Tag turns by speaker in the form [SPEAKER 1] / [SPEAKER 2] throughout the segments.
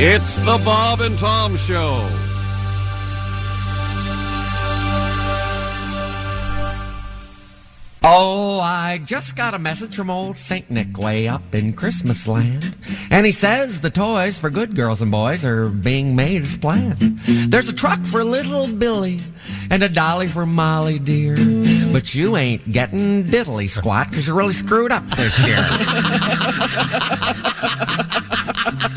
[SPEAKER 1] It's the Bob and Tom Show.
[SPEAKER 2] Oh, I just got a message from old St. Nick way up in Christmas land. And he says the toys for good girls and boys are being made as planned. There's a truck for little Billy and a dolly for Molly, dear. But you ain't getting diddly squat because you're really screwed up this year.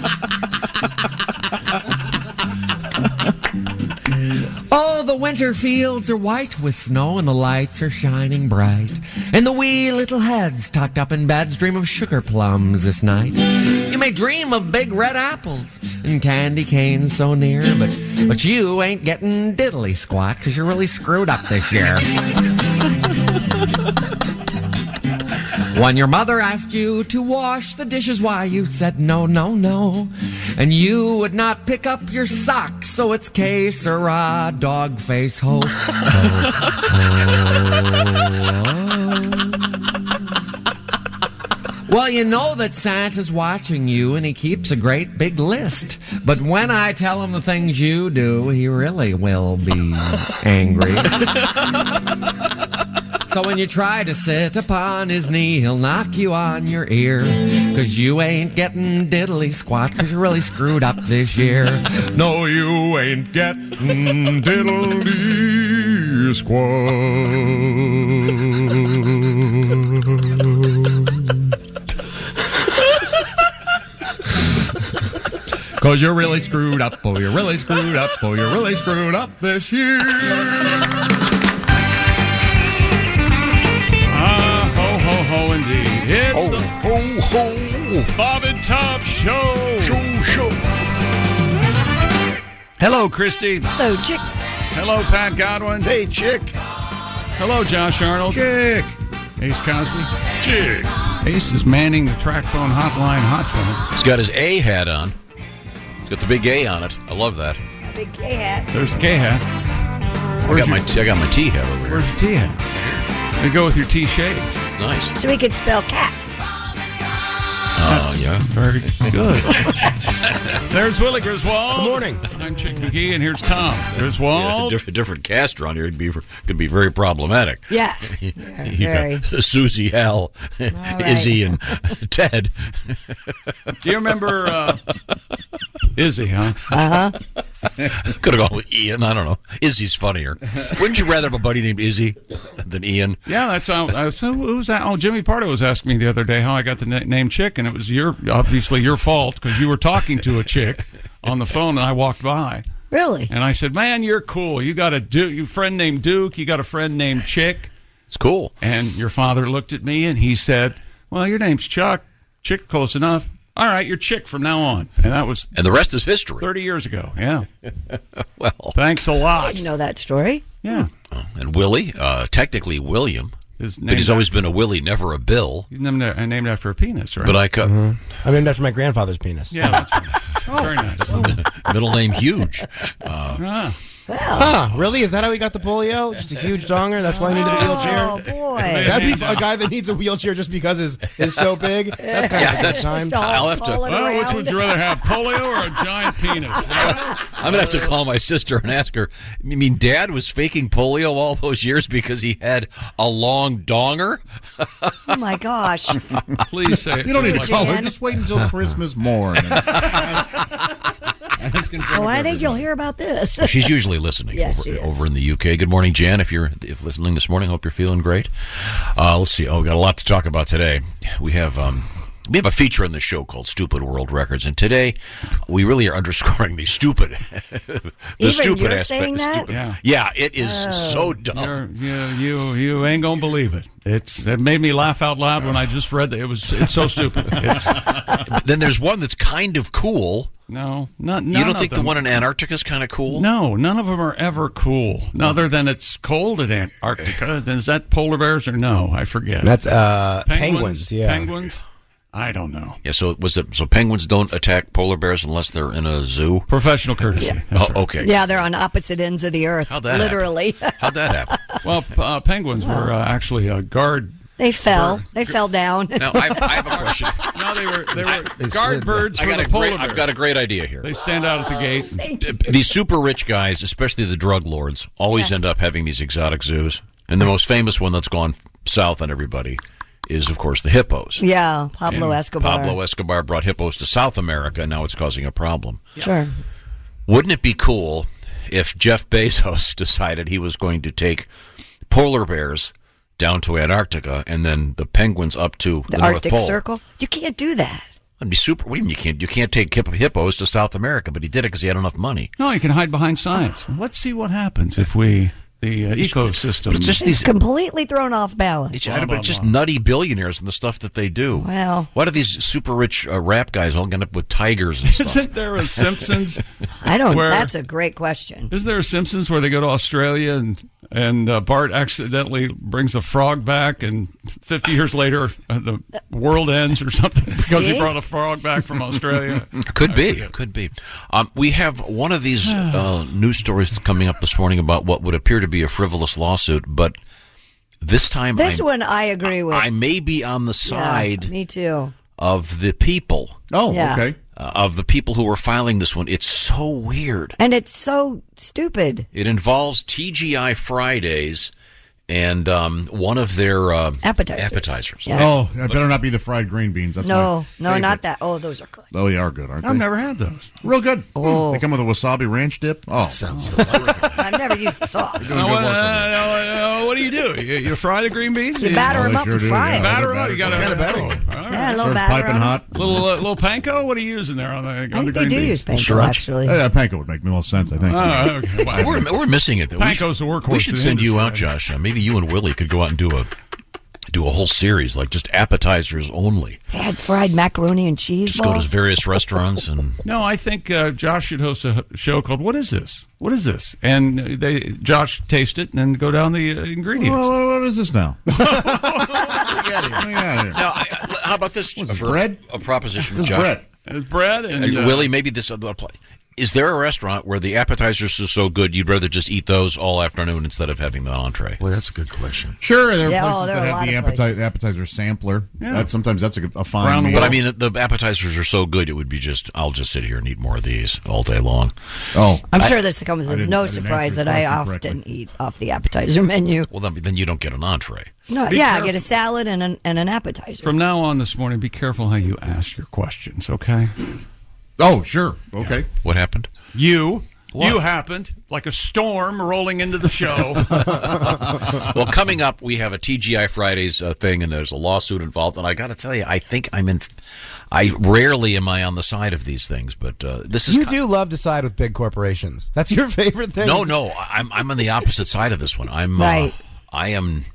[SPEAKER 2] Oh, the winter fields are white with snow and the lights are shining bright. And the wee little heads tucked up in beds dream of sugar plums this night. You may dream of big red apples and candy canes so near, but, but you ain't getting diddly squat because you're really screwed up this year. When your mother asked you to wash the dishes, why you said no, no, no. And you would not pick up your socks, so it's K Sarah dog face ho. ho, ho. Well, you know that Santa's watching you and he keeps a great big list. But when I tell him the things you do, he really will be angry. So when you try to sit upon his knee, he'll knock you on your ear. Cause you ain't getting diddly squat, cause you're really screwed up this year. No, you ain't getting diddly squat. Cause you're really screwed up, oh, you're really screwed up, oh, you're really screwed up this year.
[SPEAKER 1] Ah, ho, ho, ho, indeed. It's the
[SPEAKER 3] Ho, ho,
[SPEAKER 1] Bob and Tom Show.
[SPEAKER 3] show, show.
[SPEAKER 1] Hello, Christy.
[SPEAKER 4] Hello, Chick.
[SPEAKER 1] Hello, Pat Godwin.
[SPEAKER 3] Hey, chick.
[SPEAKER 1] Hello, Josh Arnold.
[SPEAKER 3] Chick.
[SPEAKER 1] Ace Cosby.
[SPEAKER 3] Chick.
[SPEAKER 1] Ace is manning the track phone hotline hot phone.
[SPEAKER 5] He's got his A hat on. He's got the big A on it. I love that.
[SPEAKER 4] Big K hat.
[SPEAKER 1] There's the K hat.
[SPEAKER 5] I
[SPEAKER 1] Where's
[SPEAKER 5] got, my
[SPEAKER 1] your,
[SPEAKER 5] t- I got my T hat over here.
[SPEAKER 1] where's your T hat? You go with your T shades.
[SPEAKER 5] Nice.
[SPEAKER 4] So we could spell cat.
[SPEAKER 5] Oh, yeah.
[SPEAKER 1] Very good.
[SPEAKER 4] Oh,
[SPEAKER 1] There's Willie Griswold. Good
[SPEAKER 5] morning.
[SPEAKER 1] I'm Chick McGee, and here's Tom Griswold.
[SPEAKER 5] Yeah, a diff- different cast on here would be, could be very problematic.
[SPEAKER 4] Yeah.
[SPEAKER 5] You
[SPEAKER 4] Very.
[SPEAKER 5] got Susie, Hal, Izzy, and Ted.
[SPEAKER 1] Do you remember uh, Izzy, huh?
[SPEAKER 4] Uh-huh.
[SPEAKER 5] Could have gone with Ian. I don't know. Izzy's funnier. Wouldn't you rather have a buddy named Izzy than Ian?
[SPEAKER 1] Yeah, that's how. Uh, so who was that? Oh, Jimmy Pardo was asking me the other day how I got the na- name Chick, and it was your obviously your fault because you were talking to a chick on the phone, and I walked by,
[SPEAKER 4] Really?
[SPEAKER 1] and I said, "Man, you're cool. You got a Duke, you friend named Duke. You got a friend named Chick."
[SPEAKER 5] It's cool.
[SPEAKER 1] And your father looked at me, and he said, "Well, your name's Chuck. Chick, close enough. All right, you're Chick from now on." And that was
[SPEAKER 5] And the rest is history.
[SPEAKER 1] 30 years ago. Yeah.
[SPEAKER 5] Well,
[SPEAKER 1] Thanks a
[SPEAKER 4] I
[SPEAKER 1] lot.
[SPEAKER 4] didn't know that story.
[SPEAKER 1] Yeah.
[SPEAKER 5] and Willie, uh, technically William,
[SPEAKER 1] His
[SPEAKER 5] but
[SPEAKER 1] name's-
[SPEAKER 5] he's always been a Willie, never a Bill.
[SPEAKER 1] He's named, uh, named after a penis, right?
[SPEAKER 5] But I cut
[SPEAKER 6] I'm named after my grandfather's penis.
[SPEAKER 1] yeah. That's
[SPEAKER 7] Oh,
[SPEAKER 1] right. Very nice.
[SPEAKER 5] middle name huge. Uh,
[SPEAKER 1] Ah.
[SPEAKER 6] Huh, really? Is that how he got the polio? Just a huge donger? That's why he needed a wheelchair?
[SPEAKER 4] Oh boy.
[SPEAKER 6] That'd be a guy that needs a wheelchair just because his is so big. That's kind of a good time.
[SPEAKER 5] I'll have to-
[SPEAKER 1] Well, which would you rather have, polio or a giant penis?
[SPEAKER 5] I'm gonna have to call my sister and ask her. I mean, Dad was faking polio all those years because he had a long donger.
[SPEAKER 4] Oh my gosh.
[SPEAKER 1] Please say it.
[SPEAKER 3] You don't need to
[SPEAKER 1] Like-
[SPEAKER 3] call her.
[SPEAKER 4] Dan.
[SPEAKER 3] Just wait until Christmas morning.
[SPEAKER 4] Oh,
[SPEAKER 3] Oh,
[SPEAKER 4] I think you'll hear about this.
[SPEAKER 5] She's usually listening
[SPEAKER 4] Yes,
[SPEAKER 5] over,
[SPEAKER 4] she is.
[SPEAKER 5] over in the UK. Good morning, Jan. If you're if listening this morning, hope you're feeling great. Uh, let's see. Oh, we got a lot to talk about today. We have um, we have a feature on the show called Stupid World Records, and today we really are underscoring the stupid, the
[SPEAKER 4] Even
[SPEAKER 5] stupid
[SPEAKER 4] you're
[SPEAKER 5] aspect.
[SPEAKER 4] saying
[SPEAKER 5] the
[SPEAKER 4] that? Oh.
[SPEAKER 5] stupid-
[SPEAKER 1] Yeah.
[SPEAKER 5] yeah, it is
[SPEAKER 7] Oh.
[SPEAKER 5] so dumb.
[SPEAKER 1] You're, you you you ain't gonna believe it. It's it made me laugh out loud when I just read that. It was it's so stupid. It's-
[SPEAKER 5] But then there's one that's kind of cool.
[SPEAKER 1] no, not
[SPEAKER 5] you don't think the one in Antarctica is kind of cool?
[SPEAKER 1] No, none of them are ever cool. Other than it's cold at Antarctica. Is that polar bears or no? I forget.
[SPEAKER 7] That's uh, penguins. Yeah.
[SPEAKER 1] Penguins. I don't know.
[SPEAKER 5] Yeah. So was it? So penguins don't attack polar bears unless they're in a zoo.
[SPEAKER 1] Professional courtesy. That's
[SPEAKER 5] Oh,
[SPEAKER 1] right.
[SPEAKER 5] okay.
[SPEAKER 4] Yeah, they're on opposite ends of the earth.
[SPEAKER 5] How'd that
[SPEAKER 4] literally.
[SPEAKER 5] Happen? How'd that happen?
[SPEAKER 1] Well, p- uh, penguins were uh, actually a guard.
[SPEAKER 4] they fell. They fell down.
[SPEAKER 5] Now I, I have a question.
[SPEAKER 1] No, they were they were
[SPEAKER 7] They
[SPEAKER 1] guard
[SPEAKER 7] slid
[SPEAKER 1] birds
[SPEAKER 5] I
[SPEAKER 1] for
[SPEAKER 5] got
[SPEAKER 1] the
[SPEAKER 5] a
[SPEAKER 1] polar
[SPEAKER 5] great, I've
[SPEAKER 1] bear.
[SPEAKER 5] got a great idea here.
[SPEAKER 1] They stand out at the gate.
[SPEAKER 5] These super rich guys, especially the drug lords, always end up having these exotic zoos. And the most famous one that's gone south on everybody is, of course, the hippos.
[SPEAKER 4] yeah, Pablo Escobar.
[SPEAKER 5] Pablo Escobar brought hippos to South America, and now it's causing a problem.
[SPEAKER 4] Sure.
[SPEAKER 5] Wouldn't it be cool if Jeff Bezos decided he was going to take polar bears down to Antarctica and then the penguins up to the,
[SPEAKER 4] The
[SPEAKER 5] North
[SPEAKER 4] Arctic
[SPEAKER 5] Pole?
[SPEAKER 4] Circle. You can't do that.
[SPEAKER 5] That'd be super. What do you mean you can't? You can't take hip- hippos to South America, but he did it because he had enough money.
[SPEAKER 1] No, you can hide behind science. Let's see what happens if we the uh, ecosystem.
[SPEAKER 5] But it's just
[SPEAKER 4] It's
[SPEAKER 5] these.
[SPEAKER 4] completely thrown off balance.
[SPEAKER 5] It's, but it's just nutty billionaires and the stuff that they do.
[SPEAKER 4] Well.
[SPEAKER 5] why do these super rich uh, rap guys all end up with tigers and stuff?
[SPEAKER 1] Isn't there a Simpsons?
[SPEAKER 4] I don't.
[SPEAKER 1] Where-
[SPEAKER 4] That's a great question.
[SPEAKER 1] Is there a Simpsons where they go to Australia and and uh, Bart accidentally brings a frog back, and 50 years later uh, the world ends or something because he
[SPEAKER 4] See?
[SPEAKER 1] brought a frog back from Australia?
[SPEAKER 5] Could be, could be. Um, we have one of these uh, news stories that's coming up this morning about what would appear to be a frivolous lawsuit, but this time
[SPEAKER 4] This
[SPEAKER 5] I,
[SPEAKER 4] one I agree with.
[SPEAKER 5] I may be on the
[SPEAKER 4] Yeah,
[SPEAKER 5] side
[SPEAKER 4] me too.
[SPEAKER 5] of the people,
[SPEAKER 7] Oh,
[SPEAKER 4] Yeah.
[SPEAKER 7] okay.
[SPEAKER 5] uh, of the people who are filing this one. It's so weird.
[SPEAKER 4] And it's so stupid.
[SPEAKER 5] It involves TGI Fridays and um, one of their uh,
[SPEAKER 4] Appetizers.
[SPEAKER 5] Appetizers.
[SPEAKER 4] Yeah.
[SPEAKER 7] Oh,
[SPEAKER 4] Oh,
[SPEAKER 7] it better not be the fried green beans. That's
[SPEAKER 4] No,
[SPEAKER 7] my
[SPEAKER 4] no,
[SPEAKER 7] favorite.
[SPEAKER 4] not that. Oh, those are good.
[SPEAKER 7] Oh, they are good, aren't
[SPEAKER 1] I've
[SPEAKER 7] they?
[SPEAKER 1] never had those.
[SPEAKER 7] Real good.
[SPEAKER 4] Oh.
[SPEAKER 7] They come with a wasabi ranch dip. Oh, sounds delicious.
[SPEAKER 4] I've never used the sauce.
[SPEAKER 1] Now,
[SPEAKER 7] go
[SPEAKER 1] what,
[SPEAKER 7] work on
[SPEAKER 1] uh, now, uh, what do you do? You, you fry the green beans?
[SPEAKER 4] You batter them up and fry them.
[SPEAKER 1] Batter 'em up. You gotta-
[SPEAKER 7] batter 'em.
[SPEAKER 1] All right.
[SPEAKER 4] Yeah, a little
[SPEAKER 7] Serve
[SPEAKER 4] batter.
[SPEAKER 7] piping
[SPEAKER 4] on 'em.
[SPEAKER 7] hot.
[SPEAKER 1] Little uh, little panko. What are you using there on the? On
[SPEAKER 4] I
[SPEAKER 1] the
[SPEAKER 4] think they
[SPEAKER 1] green
[SPEAKER 4] do
[SPEAKER 1] beans?
[SPEAKER 4] use panko
[SPEAKER 7] Sriracha.
[SPEAKER 4] actually.
[SPEAKER 7] Uh, panko would make the most sense, I think.
[SPEAKER 1] Oh, okay. Wow.
[SPEAKER 5] We're, we're missing it. though. We
[SPEAKER 1] Panko's
[SPEAKER 5] should-
[SPEAKER 1] the workhorse
[SPEAKER 5] We
[SPEAKER 1] of
[SPEAKER 5] should
[SPEAKER 1] the
[SPEAKER 5] send you out,
[SPEAKER 1] industry.
[SPEAKER 5] Josh. Uh, maybe you and Willie could go out and do a do a whole series, like just appetizers only.
[SPEAKER 4] They had fried macaroni and cheese
[SPEAKER 5] Just go to
[SPEAKER 4] balls.
[SPEAKER 5] various restaurants and
[SPEAKER 1] No, I think uh, Josh should host a h- show called "What Is This? What Is This?" And they Josh taste it and then go down the uh, ingredients.
[SPEAKER 7] Well, what is this now? Get out of here. Get out of here.
[SPEAKER 5] now. I, I- how about this?
[SPEAKER 7] What's this, bread?
[SPEAKER 5] A proposition from
[SPEAKER 7] This is
[SPEAKER 5] Josh.
[SPEAKER 7] bread.
[SPEAKER 1] It's bread and,
[SPEAKER 5] Uh,
[SPEAKER 1] uh,
[SPEAKER 5] Willie, maybe this other apply. Is there a restaurant where the appetizers are so good you'd rather just eat those all afternoon instead of having the entree?
[SPEAKER 8] Well, that's a good question.
[SPEAKER 7] Sure, there are
[SPEAKER 4] Yeah, oh,
[SPEAKER 7] places
[SPEAKER 4] there are
[SPEAKER 7] that
[SPEAKER 4] a
[SPEAKER 7] have the
[SPEAKER 4] lot of places.
[SPEAKER 7] appetizer, appetizer sampler.
[SPEAKER 1] Yeah.
[SPEAKER 7] That, sometimes that's a, good- a fine
[SPEAKER 1] Brown
[SPEAKER 7] meal.
[SPEAKER 5] But I mean, the appetizers are so good, it would be just, I'll just sit here and eat more of these all day long.
[SPEAKER 7] oh,
[SPEAKER 4] I'm sure this comes as
[SPEAKER 7] didn't- I
[SPEAKER 4] no
[SPEAKER 7] didn't
[SPEAKER 4] surprise
[SPEAKER 7] answer
[SPEAKER 4] that I
[SPEAKER 7] his
[SPEAKER 4] often
[SPEAKER 7] question correctly.
[SPEAKER 4] eat off the appetizer menu.
[SPEAKER 5] Well, then, then you don't get an entree.
[SPEAKER 4] No, yeah, I get a salad and an, and an appetizer.
[SPEAKER 1] From now on this morning, be careful how you ask your questions. Okay,
[SPEAKER 7] oh, sure. Okay.
[SPEAKER 5] What happened?
[SPEAKER 1] you you happened like a storm rolling into the show.
[SPEAKER 5] Well, coming up, we have a TGI Fridays uh, thing, and there's a lawsuit involved. And I got to tell you, I think I'm in. I rarely am I on the side of these things, but uh, this is
[SPEAKER 6] You
[SPEAKER 5] ki-
[SPEAKER 6] do love to side with big corporations. That's your favorite thing.
[SPEAKER 5] No, no, I'm I'm on the opposite side of this one. I'm Uh,
[SPEAKER 4] Right.
[SPEAKER 5] I am.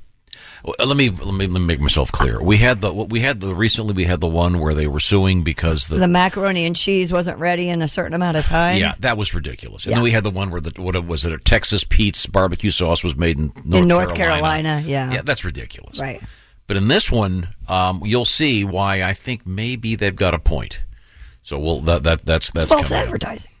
[SPEAKER 5] well, Let me, let me let me make myself clear. We had the what we had the recently we had the one where they were suing because the,
[SPEAKER 4] The macaroni and cheese wasn't ready in a certain amount of time.
[SPEAKER 5] yeah that was ridiculous, and
[SPEAKER 4] Yeah.
[SPEAKER 5] then we had the one where the what was it a Texas Pete's barbecue sauce was made in North
[SPEAKER 4] in North
[SPEAKER 5] Carolina.
[SPEAKER 4] Carolina. yeah.
[SPEAKER 5] yeah, that's ridiculous.
[SPEAKER 4] Right.
[SPEAKER 5] But in this one, um, you'll see why I think maybe they've got a point. So we'll that, that that's that's
[SPEAKER 4] False
[SPEAKER 5] coming up.
[SPEAKER 4] advertising.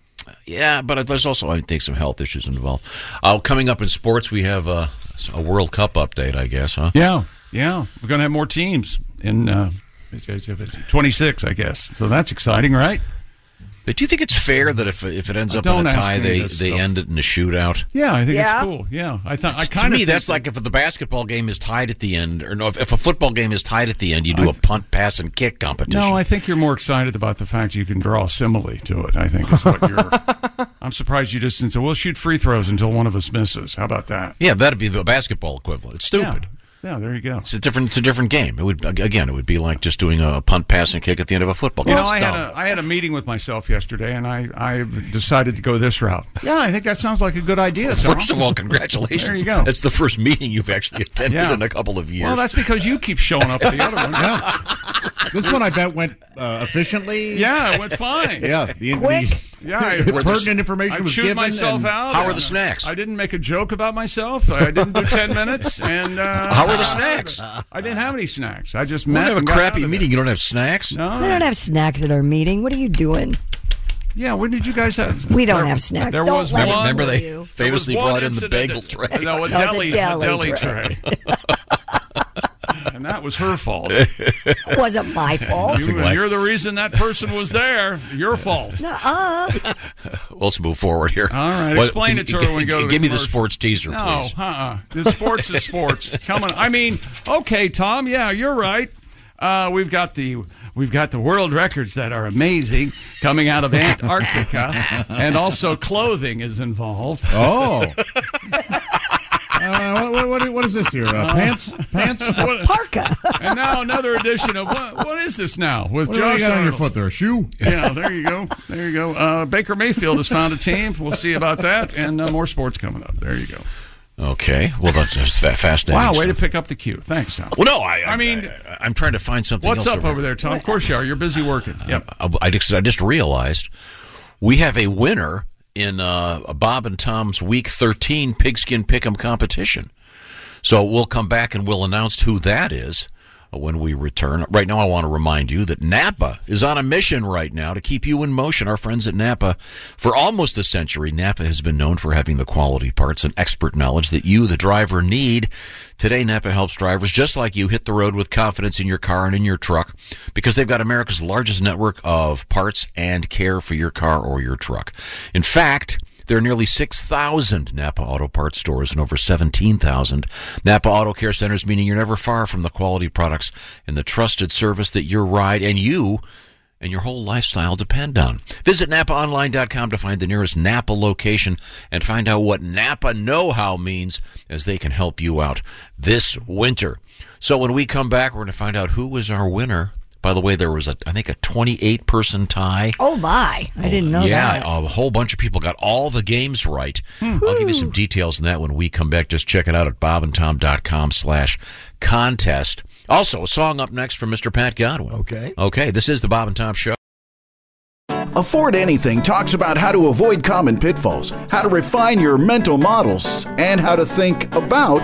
[SPEAKER 5] Yeah, but there's also I think some health issues involved. Uh, coming up in sports, we have a, a World Cup update, I guess, huh?
[SPEAKER 1] yeah, Oh, yeah, we're gonna have more teams in uh, it's- it's- it's 26, I guess. So that's exciting, right?
[SPEAKER 5] But do you think it's fair that if if it ends
[SPEAKER 1] Uh,
[SPEAKER 5] up in
[SPEAKER 1] don't
[SPEAKER 5] a
[SPEAKER 1] ask
[SPEAKER 5] tie,
[SPEAKER 1] me
[SPEAKER 5] they
[SPEAKER 1] this
[SPEAKER 5] they
[SPEAKER 1] stuff.
[SPEAKER 5] end it in a shootout?
[SPEAKER 1] Yeah, I think
[SPEAKER 4] Yeah.
[SPEAKER 1] it's cool. Yeah, I thought I
[SPEAKER 5] To
[SPEAKER 1] kind
[SPEAKER 5] me,
[SPEAKER 1] of
[SPEAKER 5] that's like if the basketball game is tied at the end, or no, if, if a football game is tied at the end, you do a punt, pass, and kick competition.
[SPEAKER 1] No, I think you're more excited about the fact you can draw a simile to it. I think is what you're. I'm surprised you just didn't say, "We'll shoot free throws until one of us misses." How about that?
[SPEAKER 5] yeah, that'd be the basketball equivalent. It's stupid.
[SPEAKER 1] Yeah. Yeah, there you go.
[SPEAKER 5] It's a different. It's a different game. It would again. It would be like just doing a punt, pass, and kick at the end of a football.
[SPEAKER 1] You
[SPEAKER 5] game.
[SPEAKER 1] know, I
[SPEAKER 5] It's
[SPEAKER 1] had,
[SPEAKER 5] dumb.
[SPEAKER 1] a, I had a meeting with myself yesterday, and I, I decided to go this route. Yeah, I think that sounds like a good idea. Sal.
[SPEAKER 5] First of all, congratulations.
[SPEAKER 1] There you go.
[SPEAKER 5] That's the first meeting you've actually attended
[SPEAKER 1] Yeah.
[SPEAKER 5] in a couple of years.
[SPEAKER 1] Well, that's because you keep showing up to the other one.
[SPEAKER 5] Yeah.
[SPEAKER 3] This one I bet went uh, efficiently.
[SPEAKER 1] Yeah, it went fine.
[SPEAKER 3] Yeah, the,
[SPEAKER 1] Quick.
[SPEAKER 3] the-
[SPEAKER 1] Yeah, I-
[SPEAKER 3] the
[SPEAKER 1] Were the-
[SPEAKER 3] pertinent information
[SPEAKER 1] I
[SPEAKER 3] was
[SPEAKER 1] chewed
[SPEAKER 3] given.
[SPEAKER 1] myself
[SPEAKER 3] and-
[SPEAKER 1] out. and I didn't make a joke about myself. I didn't do ten minutes. And uh,
[SPEAKER 5] How were the snacks?
[SPEAKER 1] I didn't have any snacks. I just
[SPEAKER 5] We
[SPEAKER 1] met.
[SPEAKER 5] don't have a
[SPEAKER 1] and got out
[SPEAKER 5] crappy
[SPEAKER 1] of it.
[SPEAKER 5] meeting. You don't have snacks.
[SPEAKER 1] No.
[SPEAKER 4] We don't have snacks at our meeting. What are you doing?
[SPEAKER 1] Yeah, when did you guys have?
[SPEAKER 4] We don't
[SPEAKER 1] There-
[SPEAKER 4] have snacks.
[SPEAKER 1] There
[SPEAKER 4] Don't
[SPEAKER 1] was
[SPEAKER 4] let
[SPEAKER 1] one.
[SPEAKER 4] them
[SPEAKER 5] Remember they
[SPEAKER 4] you.
[SPEAKER 5] famously
[SPEAKER 1] There was
[SPEAKER 5] brought
[SPEAKER 1] one
[SPEAKER 5] in the
[SPEAKER 1] incident
[SPEAKER 5] bagel
[SPEAKER 1] that-
[SPEAKER 5] tray.
[SPEAKER 1] No, a
[SPEAKER 4] That was a
[SPEAKER 1] deli, a
[SPEAKER 4] deli
[SPEAKER 1] deli
[SPEAKER 4] tray.
[SPEAKER 1] and that was her fault.
[SPEAKER 4] It wasn't my fault.
[SPEAKER 1] You,
[SPEAKER 5] like-
[SPEAKER 1] are the reason that person was there. Your fault.
[SPEAKER 4] Uh,
[SPEAKER 5] Let's move forward here.
[SPEAKER 1] All right,
[SPEAKER 5] What-
[SPEAKER 1] explain
[SPEAKER 5] can-
[SPEAKER 1] it to her when we go to the
[SPEAKER 5] Give me the
[SPEAKER 1] commercial.
[SPEAKER 5] sports teaser,
[SPEAKER 1] No,
[SPEAKER 5] please.
[SPEAKER 1] uh-uh. The sports is sports. Come on. I mean, okay, Tom. Yeah, you're right. Uh, we've got the we've got the world records that are amazing coming out of Antarctica, and also clothing is involved.
[SPEAKER 3] Oh. Uh, what, what, what is this here? Uh, pants? Pants?
[SPEAKER 1] What-
[SPEAKER 4] parka.
[SPEAKER 1] and now another edition of what, what is this now with
[SPEAKER 3] What do you
[SPEAKER 1] Josh
[SPEAKER 3] got on your
[SPEAKER 1] Arnold.
[SPEAKER 3] foot there? A shoe?
[SPEAKER 1] Yeah, there you go, there you go. Uh, Baker Mayfield has found a team. We'll see about that, and uh, more sports coming up. There you go.
[SPEAKER 5] Okay. Well, that's, that's fa- fascinating.
[SPEAKER 1] Wow, way
[SPEAKER 5] stuff.
[SPEAKER 1] to pick up the cue. Thanks, Tom.
[SPEAKER 5] Well, no, I, I,
[SPEAKER 1] I mean-
[SPEAKER 5] I, am trying to find something.
[SPEAKER 1] What's
[SPEAKER 5] else
[SPEAKER 1] up over there, Tom? Of course you are. You're busy working. Yep.
[SPEAKER 5] Um, I, I just, I just realized we have a winner in uh, Bob and Tom's Week 13 Pigskin Pick'em competition. So we'll come back and we'll announce who that is uh, when we return. Right now, I want to remind you that Napa is on a mission right now to keep you in motion. Our friends at Napa, for almost a century, Napa has been known for having the quality parts and expert knowledge that you, the driver, need. Today, Napa helps drivers just like you hit the road with confidence in your car and in your truck because they've got America's largest network of parts and care for your car or your truck. In fact, there are nearly 6,000 Napa Auto Parts stores and over 17,000 Napa Auto Care centers, meaning you're never far from the quality products and the trusted service that your ride and you and your whole lifestyle depend on. Visit NapaOnline.com to find the nearest Napa location and find out what Napa Know How means as they can help you out this winter. So when we come back, we're going to find out who was our winner. By the way, there was a I think a 28 person tie
[SPEAKER 4] oh my! I didn't know
[SPEAKER 5] yeah,
[SPEAKER 4] that. Hmm.
[SPEAKER 5] a whole bunch of people got all the games right. I'll give you some details on that when we come back. Just check it out at bobandtom.com slash contest. Also, a song up next from Mr. Pat Godwin.
[SPEAKER 8] Okay.
[SPEAKER 5] Okay, this is the Bob and Tom Show.
[SPEAKER 9] Afford Anything talks about how to avoid common pitfalls, how to refine your mental models, and how to think about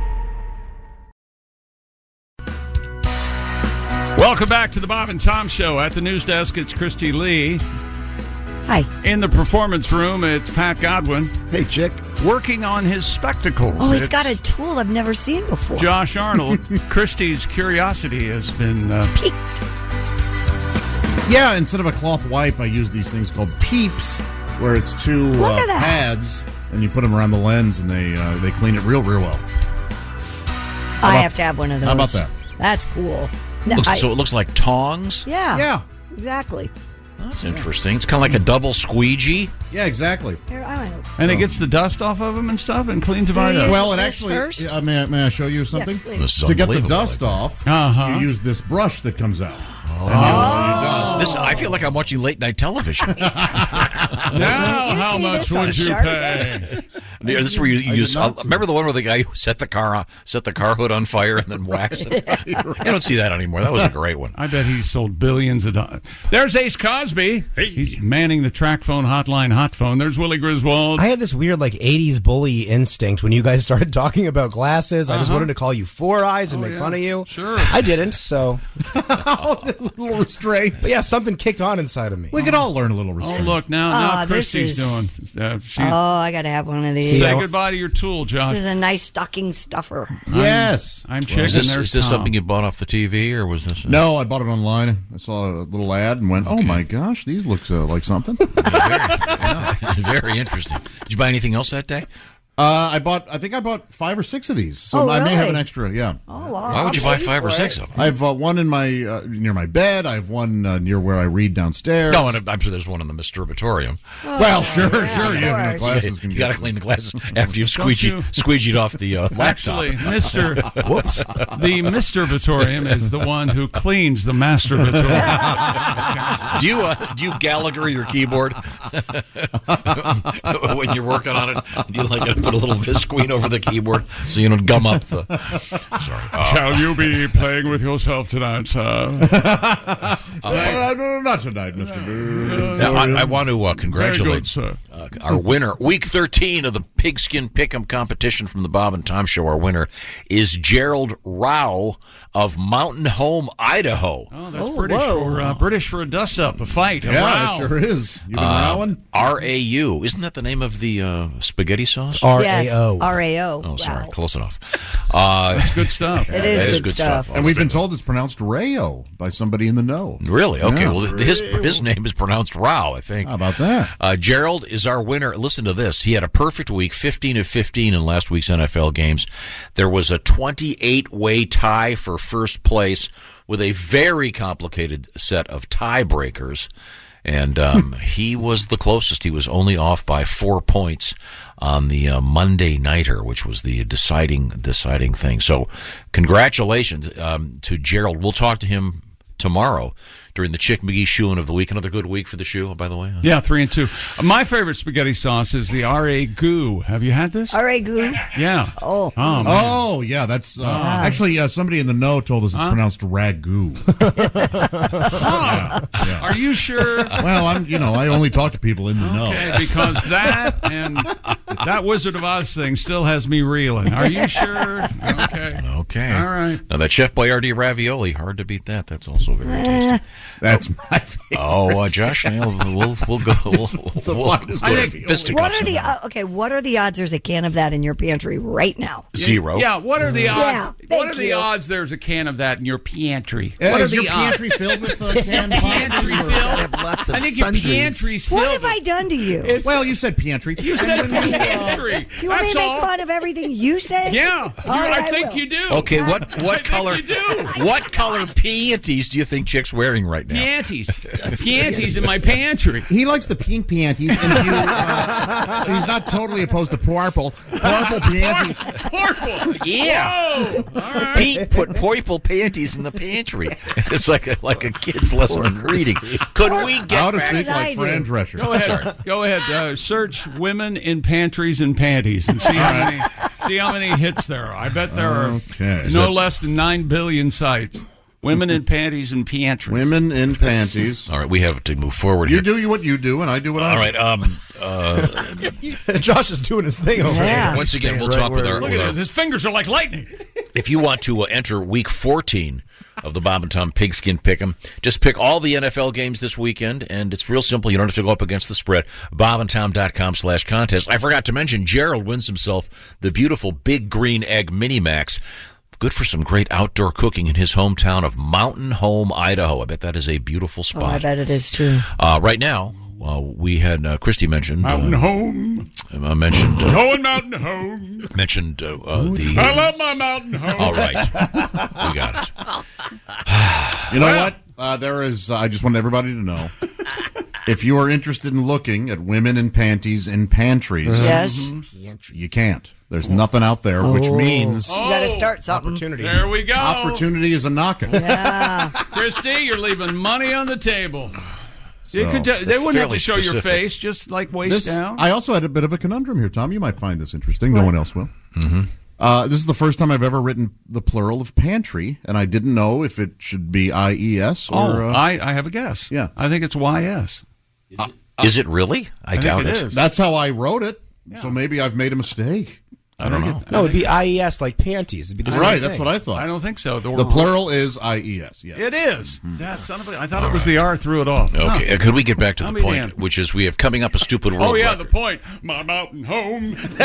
[SPEAKER 1] Welcome back to the Bob and Tom Show. At the news desk, it's Christy Lee.
[SPEAKER 4] Hi.
[SPEAKER 1] In the performance room, it's Pat Godwin. Hey, chick. Working on his spectacles.
[SPEAKER 4] Oh, he's
[SPEAKER 1] It's
[SPEAKER 4] got a tool I've never seen before.
[SPEAKER 1] Josh Arnold. Christy's curiosity has been uh,
[SPEAKER 3] Yeah, instead of a cloth wipe, I use these things called peeps, where it's two
[SPEAKER 4] Look
[SPEAKER 3] uh,
[SPEAKER 4] at that.
[SPEAKER 3] pads, and you put them around the lens, and they uh, they clean it real, real well.
[SPEAKER 4] I have to have one of those.
[SPEAKER 3] How about that?
[SPEAKER 4] That's cool. No,
[SPEAKER 5] Looks-
[SPEAKER 4] I-
[SPEAKER 5] so it looks like tongs.
[SPEAKER 4] yeah.
[SPEAKER 3] Yeah.
[SPEAKER 4] Exactly.
[SPEAKER 5] That's interesting. It's kind of like a double squeegee.
[SPEAKER 3] Yeah, exactly.
[SPEAKER 4] Here, I don't know.
[SPEAKER 1] and it gets the dust off of him and stuff and cleans him right up.
[SPEAKER 3] Well, it
[SPEAKER 4] this
[SPEAKER 3] actually.
[SPEAKER 4] first?
[SPEAKER 3] Yeah, may, I- may I show you something?
[SPEAKER 4] please. This
[SPEAKER 5] is
[SPEAKER 3] to get the
[SPEAKER 5] unbelievable
[SPEAKER 3] dust
[SPEAKER 5] like that.
[SPEAKER 3] off,
[SPEAKER 1] Uh-huh.
[SPEAKER 3] you use this brush that comes out.
[SPEAKER 5] Oh, This I feel like I'm watching late night television.
[SPEAKER 1] Now,
[SPEAKER 4] you
[SPEAKER 1] how
[SPEAKER 4] see
[SPEAKER 1] much
[SPEAKER 4] this on
[SPEAKER 1] would you
[SPEAKER 4] Shark
[SPEAKER 1] pay?
[SPEAKER 5] Yeah, this is where you
[SPEAKER 7] I did
[SPEAKER 5] use.
[SPEAKER 7] not see
[SPEAKER 5] remember the one where the guy who set the car on, set the car hood on fire and then waxed it. I don't see that anymore. That was a great one.
[SPEAKER 1] I bet he sold billions of dollars. There's Ace Cosby. He's manning the track phone hotline, hot phone. There's Willie Griswold.
[SPEAKER 8] I had this weird like '80s bully instinct when you guys started talking about glasses. I just
[SPEAKER 1] Uh-huh.
[SPEAKER 8] wanted to call you Four Eyes and make fun of you. Sure, I didn't. So a little restraint. But yeah, something kicked on inside of me. We could all learn a little
[SPEAKER 1] Oh, look, now, now
[SPEAKER 4] Oh, this
[SPEAKER 1] Christy's
[SPEAKER 4] is-
[SPEAKER 1] doing. Uh, she,
[SPEAKER 4] oh, I got to have one of these.
[SPEAKER 1] say goodbye to your tool, Josh.
[SPEAKER 4] This is a nice stocking stuffer.
[SPEAKER 1] I'm- I'm, chicken.
[SPEAKER 5] Is this,
[SPEAKER 1] there's
[SPEAKER 5] is this
[SPEAKER 1] Tom.
[SPEAKER 5] something you bought off the TV or was this?
[SPEAKER 3] No, I bought it online. I saw a little ad and went, "Oh my gosh, these looks uh, like something."
[SPEAKER 5] Very interesting. Did you buy anything else that day?
[SPEAKER 3] Uh, I bought. I think I bought five or six of these,
[SPEAKER 5] Oh,
[SPEAKER 3] so I may have an
[SPEAKER 5] really?
[SPEAKER 3] extra. Yeah.
[SPEAKER 4] Oh,
[SPEAKER 5] wow. Why would you buy five or six of them?
[SPEAKER 3] I've uh, one in my uh, near my bed. I have one uh, near where I read downstairs.
[SPEAKER 5] No, and I'm sure there's one in the masturbatorium.
[SPEAKER 1] Oh,
[SPEAKER 3] well, sure, sure. You have no glasses.
[SPEAKER 5] You got to clean the glasses after you've
[SPEAKER 1] Don't
[SPEAKER 5] squeegee,
[SPEAKER 1] you-
[SPEAKER 5] squeegeed off the uh, laptop.
[SPEAKER 1] Actually, Mr. Whoops. The masturbatorium is the one who cleans the masturbatorium.
[SPEAKER 5] do you uh, do you Gallagher your keyboard when you're working on it? Do you like to put a little visqueen over the keyboard so you don't gum up the? Sorry. Uh,
[SPEAKER 1] Shall you be playing with yourself tonight, sir?
[SPEAKER 3] Uh, no, no, not tonight, Mister.
[SPEAKER 5] Now, I, I want to uh,
[SPEAKER 3] Very
[SPEAKER 5] congratulate
[SPEAKER 3] good, sir.
[SPEAKER 5] uh, our winner, week 13 of the Pigskin Pick'em competition from the Bob and Tom Show. Our winner is Gerald Rao of Mountain Home, Idaho.
[SPEAKER 1] Oh, that's British for uh, British for a dust up, a fight. a
[SPEAKER 5] Yeah,
[SPEAKER 1] row.
[SPEAKER 5] it sure
[SPEAKER 3] is.
[SPEAKER 5] Uh, R A U. Isn't that the name of the uh, spaghetti sauce?
[SPEAKER 4] It's RAO. Yes, RAO.
[SPEAKER 5] Oh, sorry. Close enough. Uh,
[SPEAKER 1] That's good stuff.
[SPEAKER 5] It is good stuff.
[SPEAKER 3] And we've been told it's pronounced Rayo by somebody in the know.
[SPEAKER 5] Really? Okay.
[SPEAKER 3] Yeah.
[SPEAKER 5] Well, his his name is pronounced Rao, I think.
[SPEAKER 3] How about that?
[SPEAKER 5] Uh, Gerald is our winner. Listen to this. He had a perfect week, 15 of 15 in last week's NFL games. There was a 28 way tie for first place with a very complicated set of tiebreakers. And um, he was the closest. He was only off by four points on the uh, Monday nighter, which was the deciding deciding thing. So, congratulations um, to Gerald. We'll talk to him tomorrow during the Chick McGee shoeing of the week. Another good week for the shoe, by the way.
[SPEAKER 1] Yeah, three and two. Uh, My favorite spaghetti sauce is the RA goo. Have you had this?
[SPEAKER 4] RA glue.
[SPEAKER 1] Yeah.
[SPEAKER 4] Oh.
[SPEAKER 1] Oh, man.
[SPEAKER 3] Oh, yeah. That's uh,
[SPEAKER 1] Ah.
[SPEAKER 3] actually uh, somebody in the know told us it's pronounced ragu.
[SPEAKER 1] Are you sure?
[SPEAKER 3] well, I'm. You know, I only talk to people in the know.
[SPEAKER 1] Okay, because that and that Wizard of Oz thing still has me reeling. Are you sure? Okay.
[SPEAKER 5] Okay.
[SPEAKER 1] All right.
[SPEAKER 5] Now that Chef Boyardee ravioli, hard to beat that. That's also very
[SPEAKER 1] Eh.
[SPEAKER 5] tasty.
[SPEAKER 3] That's my favorite.
[SPEAKER 5] Oh, uh, Josh, now we'll we'll go. We'll,
[SPEAKER 3] the
[SPEAKER 5] we'll,
[SPEAKER 3] lightest
[SPEAKER 5] we'll-
[SPEAKER 3] ravioli.
[SPEAKER 5] fisticuffs
[SPEAKER 4] What are
[SPEAKER 5] in
[SPEAKER 4] the uh, okay? What are the odds there's a can of that in your pantry right now?
[SPEAKER 5] Zero.
[SPEAKER 1] Yeah. What are the
[SPEAKER 4] Yeah,
[SPEAKER 1] odds? what are
[SPEAKER 4] thank
[SPEAKER 1] the
[SPEAKER 4] you.
[SPEAKER 1] odds? There's a can of that in your pantry.
[SPEAKER 3] Uh,
[SPEAKER 4] Eh,
[SPEAKER 1] what
[SPEAKER 4] is
[SPEAKER 1] are
[SPEAKER 4] your
[SPEAKER 1] the
[SPEAKER 4] pantry
[SPEAKER 1] odds?
[SPEAKER 3] filled with uh,
[SPEAKER 4] canned
[SPEAKER 1] pantry filled. I think your pantry's filled.
[SPEAKER 4] What have I done to you?
[SPEAKER 3] well, you said pantry.
[SPEAKER 1] You said pantry.
[SPEAKER 4] Do you want me
[SPEAKER 1] That's
[SPEAKER 4] to make
[SPEAKER 1] all.
[SPEAKER 4] fun of everything you say?
[SPEAKER 1] Yeah.
[SPEAKER 4] All
[SPEAKER 1] You-
[SPEAKER 4] right,
[SPEAKER 1] I think
[SPEAKER 4] will.
[SPEAKER 1] you do.
[SPEAKER 5] Okay, what what color what color panties do you think chicks wearing right now?
[SPEAKER 1] Panties. Panties in my pantry.
[SPEAKER 3] He likes the pink panties, and if you, uh, he's not totally opposed to purple. Purple panties.
[SPEAKER 1] Purple.
[SPEAKER 5] Yeah. Pete put purple panties in the pantry. It's like a like a kid's lesson in reading. Could we get
[SPEAKER 3] How to
[SPEAKER 5] back-
[SPEAKER 3] speak like Fran Drescher.
[SPEAKER 1] Go ahead. Go ahead. Uh, search women in pantries and panties and see how many see how many hits there are. I bet there are
[SPEAKER 3] Okay.
[SPEAKER 1] no less than nine billion sites. Women in panties and pantries.
[SPEAKER 3] Women in panties.
[SPEAKER 5] All right, we have to move forward
[SPEAKER 3] You
[SPEAKER 5] here.
[SPEAKER 3] do what you do, and I do what I
[SPEAKER 5] All
[SPEAKER 3] do.
[SPEAKER 5] right. Um. Uh,
[SPEAKER 8] Josh is doing his thing over here.
[SPEAKER 5] Once again, we'll
[SPEAKER 8] Right
[SPEAKER 5] talk with
[SPEAKER 8] where-
[SPEAKER 5] our,
[SPEAKER 1] Look
[SPEAKER 5] with
[SPEAKER 1] at
[SPEAKER 5] our
[SPEAKER 1] this. His fingers are like lightning.
[SPEAKER 5] if you want to uh, enter week 14 of the Bob and Tom Pigskin Pick'em, just pick all the NFL games this weekend, and it's real simple. You don't have to go up against the spread. BobandTom.com slash contest. I forgot to mention, Gerald wins himself the beautiful Big Green Egg Mini Max. Good for some great outdoor cooking in his hometown of Mountain Home, Idaho. I bet that is a beautiful
[SPEAKER 4] Oh, I
[SPEAKER 5] spot.
[SPEAKER 4] bet it is too.
[SPEAKER 5] Uh, right now, uh, we had uh, Christy mentioned.
[SPEAKER 1] Mountain
[SPEAKER 5] uh,
[SPEAKER 1] Home.
[SPEAKER 5] I mentioned uh,
[SPEAKER 1] Going mountain home.
[SPEAKER 5] mentioned uh, uh, the.
[SPEAKER 1] I love my mountain home.
[SPEAKER 5] all right, we got it.
[SPEAKER 3] You know what? Uh, there is. Uh, I just want everybody to know. If you are interested in looking at women in panties in pantries,
[SPEAKER 4] Yes.
[SPEAKER 1] Mm-hmm.
[SPEAKER 3] you can't. There's nothing out there, which
[SPEAKER 4] Oh.
[SPEAKER 3] means
[SPEAKER 4] you got to start something.
[SPEAKER 8] Opportunity.
[SPEAKER 1] There we go.
[SPEAKER 3] opportunity is a knocking.
[SPEAKER 8] Ah.
[SPEAKER 1] Christy, you're leaving money on the table. You
[SPEAKER 3] So,
[SPEAKER 1] could ju- they
[SPEAKER 3] that's
[SPEAKER 1] wouldn't have
[SPEAKER 3] fairly
[SPEAKER 1] to show your
[SPEAKER 3] specific.
[SPEAKER 1] face, just like waist
[SPEAKER 3] This-
[SPEAKER 1] down.
[SPEAKER 3] I also had a bit of a conundrum here, Tom. You might find this interesting. No one else will.
[SPEAKER 1] Mm-hmm.
[SPEAKER 3] Uh, this is the first time I've ever written the plural of pantry, and I didn't know if it should be I E S or.
[SPEAKER 1] oh,
[SPEAKER 3] uh,
[SPEAKER 1] I, I have a guess. Uh, Yeah, I think it's YS.
[SPEAKER 5] Uh, Is it really? I,
[SPEAKER 3] think
[SPEAKER 5] doubt
[SPEAKER 3] is. That's how I wrote it. So maybe I've made a mistake. I don't know.
[SPEAKER 8] No, it'd be IES like panties. It'd be the same
[SPEAKER 3] right.
[SPEAKER 8] thing.
[SPEAKER 3] That's what I thought.
[SPEAKER 1] I don't think so. The,
[SPEAKER 3] The plural is I E S. Yes.
[SPEAKER 1] It is.
[SPEAKER 5] Mm-hmm.
[SPEAKER 1] That son of a. I thought
[SPEAKER 5] All
[SPEAKER 1] it was the R threw it off.
[SPEAKER 5] Okay,
[SPEAKER 1] Huh.
[SPEAKER 5] uh, could we get back to
[SPEAKER 1] I'll
[SPEAKER 5] the
[SPEAKER 1] be
[SPEAKER 5] point,
[SPEAKER 1] damned.
[SPEAKER 5] which is we have coming up a stupid world
[SPEAKER 1] Oh yeah,
[SPEAKER 5] record.
[SPEAKER 1] the point. My mountain home.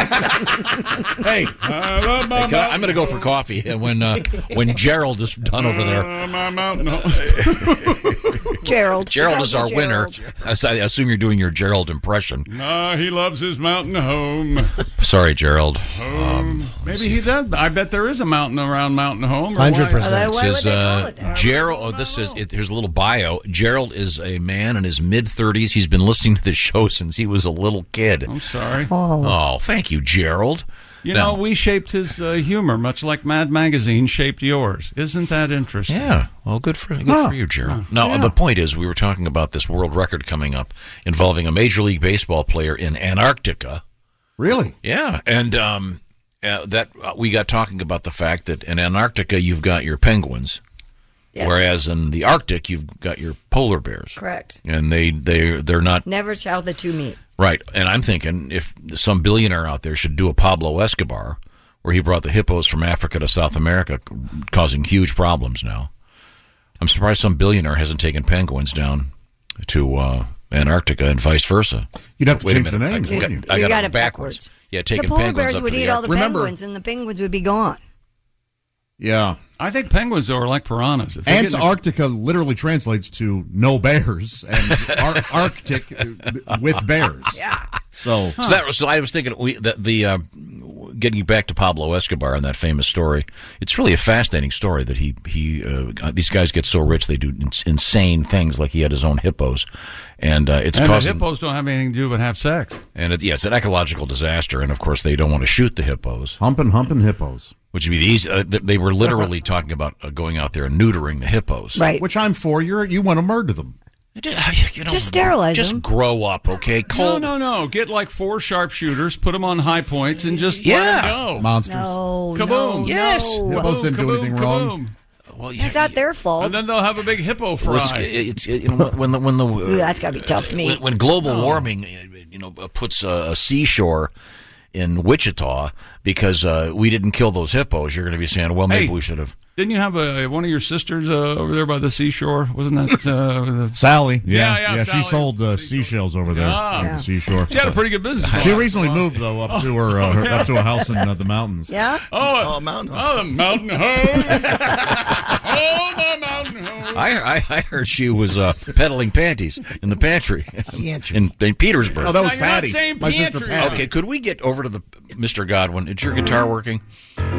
[SPEAKER 3] hey,
[SPEAKER 1] I love my
[SPEAKER 5] Hey, can I- I'm going to go for coffee when uh, when Gerald is done over there.
[SPEAKER 1] mountain- my mountain home.
[SPEAKER 4] Gerald.
[SPEAKER 5] Gerald is our winner. I s- I assume you're doing your Gerald impression.
[SPEAKER 1] Nah, he loves his mountain home.
[SPEAKER 5] Sorry, Gerald.
[SPEAKER 1] Home. Maybe he does. I bet there is a mountain around Mountain Home. or why-
[SPEAKER 5] It says uh, Gerald. Oh, this is it, here's a little bio. Gerald is a man in his mid 30s. He's been listening to the show since he was a little kid. I'm
[SPEAKER 1] sorry.
[SPEAKER 5] Oh, thank you, Gerald.
[SPEAKER 1] You
[SPEAKER 5] Now-
[SPEAKER 1] know, we shaped his uh, humor much like Mad Magazine shaped yours. Isn't that interesting?
[SPEAKER 5] Yeah. Well, good for Good for you, Gerald. Now, the point is, we were talking about this world record coming up involving a Major League Baseball player in Antarctica.
[SPEAKER 3] Really?
[SPEAKER 5] Yeah. And um, uh, that uh, we got talking about the fact that in Antarctica you've got your penguins,
[SPEAKER 4] Yes.
[SPEAKER 5] whereas in the Arctic you've got your polar bears,
[SPEAKER 4] Correct.
[SPEAKER 5] and they they they're not
[SPEAKER 4] Never shall the two meet.
[SPEAKER 5] Right. And I'm thinking if some billionaire out there should do a Pablo Escobar where he brought the hippos from Africa to South America, c- causing huge problems now. I'm surprised some billionaire hasn't taken penguins down to uh, Antarctica and vice versa.
[SPEAKER 3] You'd have to
[SPEAKER 5] Wait a
[SPEAKER 3] change the
[SPEAKER 5] minute.
[SPEAKER 3] names,
[SPEAKER 5] I got,
[SPEAKER 3] wouldn't you?
[SPEAKER 5] I
[SPEAKER 3] You
[SPEAKER 5] got,
[SPEAKER 3] got
[SPEAKER 5] it
[SPEAKER 3] it
[SPEAKER 5] backwards.
[SPEAKER 3] backwards.
[SPEAKER 5] Yeah,
[SPEAKER 4] The
[SPEAKER 5] taking
[SPEAKER 4] polar
[SPEAKER 5] penguins
[SPEAKER 4] bears
[SPEAKER 5] up
[SPEAKER 4] would
[SPEAKER 5] to
[SPEAKER 4] eat
[SPEAKER 5] the
[SPEAKER 4] all the
[SPEAKER 5] Arctic.
[SPEAKER 4] penguins, and the penguins would be gone.
[SPEAKER 3] Yeah.
[SPEAKER 1] I think penguins are like piranhas. If they get in a-
[SPEAKER 3] Antarctica literally translates to no bears and ar- Arctic uh, with bears. Yeah. So,
[SPEAKER 5] So that was. So I was thinking we that the uh, getting back to Pablo Escobar and that famous story. It's really a fascinating story that he he uh, these guys get so rich they do ins- insane things like he had his own hippos, and uh, it's
[SPEAKER 1] and the
[SPEAKER 5] causing
[SPEAKER 1] hippos don't have anything to do but have sex.
[SPEAKER 5] and it, yeah it's an ecological disaster and of course they don't want to shoot the hippos.
[SPEAKER 3] humping, humping hippos.
[SPEAKER 5] Which would be the easy. Uh, th- they were literally talking about uh, going out there and neutering the hippos.
[SPEAKER 3] Right. Which I'm for. You're, you want to murder them.
[SPEAKER 5] Oh,
[SPEAKER 4] Just sterilize
[SPEAKER 5] Just
[SPEAKER 4] them.
[SPEAKER 5] grow up, okay? Cold.
[SPEAKER 1] No, no, no. Get like four sharpshooters, put them on high points, and just let
[SPEAKER 5] Yeah.
[SPEAKER 1] 'em go.
[SPEAKER 3] Monsters.
[SPEAKER 4] No,
[SPEAKER 1] Kaboom.
[SPEAKER 4] no,
[SPEAKER 1] Yes.
[SPEAKER 4] no.
[SPEAKER 3] Hippos didn't do anything wrong.
[SPEAKER 5] Well,
[SPEAKER 4] It's not their fault.
[SPEAKER 1] And then they'll have a big hippo
[SPEAKER 5] Well,
[SPEAKER 1] fry.
[SPEAKER 5] it's, it's you know when the when the uh,
[SPEAKER 4] Ooh, that's gotta be tough meat.
[SPEAKER 5] When, when global
[SPEAKER 1] Oh.
[SPEAKER 5] warming, uh, you know, puts a, a seashore in Wichita because uh, we didn't kill those hippos, you're going to be saying, well, maybe
[SPEAKER 1] Hey.
[SPEAKER 5] we should have.
[SPEAKER 1] Didn't you have a, one of your sisters uh, over there by the seashore? Wasn't that uh, the-
[SPEAKER 3] Sally.
[SPEAKER 1] Yeah,
[SPEAKER 3] Yeah.
[SPEAKER 1] yeah,
[SPEAKER 3] she
[SPEAKER 1] Sally.
[SPEAKER 3] sold uh, seashells over there
[SPEAKER 1] Yeah.
[SPEAKER 3] on
[SPEAKER 1] Yeah.
[SPEAKER 3] the seashore.
[SPEAKER 1] She had a pretty good business.
[SPEAKER 3] She recently moved though up to her, uh, her up to a house in uh, the mountains.
[SPEAKER 4] Yeah.
[SPEAKER 1] Oh, mountain. Oh, the mountain home. oh, the mountain home.
[SPEAKER 5] I, I, I heard she was uh, peddling panties in the pantry in, in Petersburg.
[SPEAKER 3] Oh, that was Now, you're not Patty. saying My sister
[SPEAKER 1] pantry. Patty.
[SPEAKER 5] Okay, could we get over to the Mr. Godwin? Is your guitar working?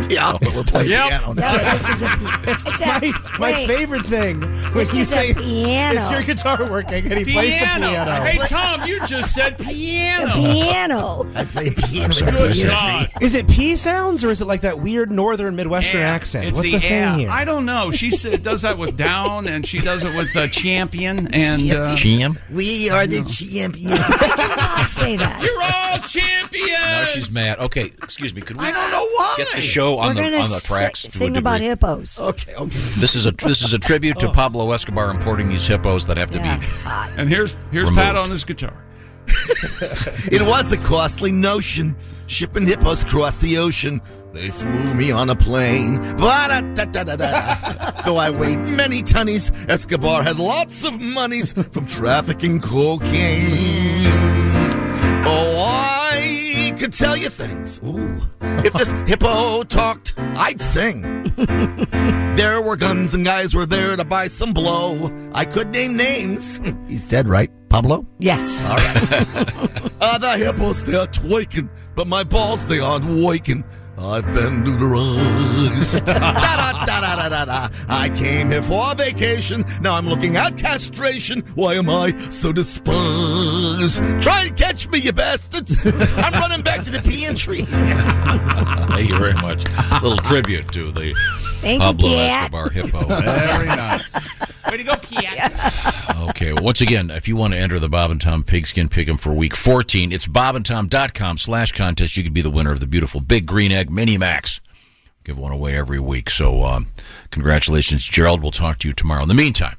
[SPEAKER 6] Yeah,
[SPEAKER 5] Oh, we're playing
[SPEAKER 6] Yep.
[SPEAKER 5] piano now.
[SPEAKER 6] No,
[SPEAKER 4] this is a, it's
[SPEAKER 6] It's
[SPEAKER 4] a-
[SPEAKER 6] my, my
[SPEAKER 4] wait.
[SPEAKER 6] favorite thing when
[SPEAKER 4] This
[SPEAKER 6] you
[SPEAKER 4] is a
[SPEAKER 6] say
[SPEAKER 4] piano.
[SPEAKER 6] is your guitar working and he plays the piano.
[SPEAKER 1] Hey, Tom, you just said piano.
[SPEAKER 4] piano.
[SPEAKER 6] I play
[SPEAKER 1] I'm sorry, Good that's God.
[SPEAKER 6] Is it P sounds or is it like that weird northern Midwestern accent?
[SPEAKER 1] It's
[SPEAKER 6] What's the,
[SPEAKER 1] air.
[SPEAKER 6] thing here?
[SPEAKER 1] I don't know. She said, does that with down, and she does it with uh, champion and uh,
[SPEAKER 5] Champ.
[SPEAKER 10] We are the champions.
[SPEAKER 4] say that.
[SPEAKER 1] You're all champions.
[SPEAKER 5] Now she's mad. Okay, excuse me. Could we
[SPEAKER 1] I don't know why.
[SPEAKER 5] get the show on
[SPEAKER 4] We're
[SPEAKER 5] the
[SPEAKER 4] gonna
[SPEAKER 5] on the tracks? to a
[SPEAKER 4] si- sing about
[SPEAKER 5] degree?
[SPEAKER 4] hippos.
[SPEAKER 6] Okay.
[SPEAKER 5] This is a this is a tribute to Pablo Escobar importing these hippos that have to be.
[SPEAKER 1] Oh. And here's here's
[SPEAKER 5] Removed.
[SPEAKER 1] Pat on his guitar.
[SPEAKER 10] It was a costly notion, shipping hippos across the ocean. They flew me on a plane. Ba-da-da-da-da-da. Though I weighed many tunnies, Escobar had lots of monies from trafficking cocaine. Oh, I could tell you things. Ooh. If this hippo talked, I'd sing. there were guns and guys were there to buy some blow. I could name names. He's dead, right, Pablo?
[SPEAKER 4] Yes.
[SPEAKER 10] All right. Ah, the hippos, they are twerking, but my balls, they aren't waking. I've been neuterized. Da-da-da-da-da-da. I came here for vacation. Now I'm looking at castration. Why am I so despised? Try and catch me, you bastards. I'm running back to the pantry.
[SPEAKER 5] Thank you very much. little tribute to the
[SPEAKER 10] Thank you,
[SPEAKER 5] Pablo
[SPEAKER 10] Pat.
[SPEAKER 5] Escobar hippo.
[SPEAKER 10] Very
[SPEAKER 3] nice.
[SPEAKER 11] Way to go, Pierre.
[SPEAKER 5] Okay. Well, once again, if you want to enter the Bob and Tom Pigskin Pick'em for Week 14, it's bobandtom.com slash contest. You could be the winner of the beautiful Big Green Egg Mini Max. Give one away every week. So um, congratulations, Gerald. We'll talk to you tomorrow. In the meantime,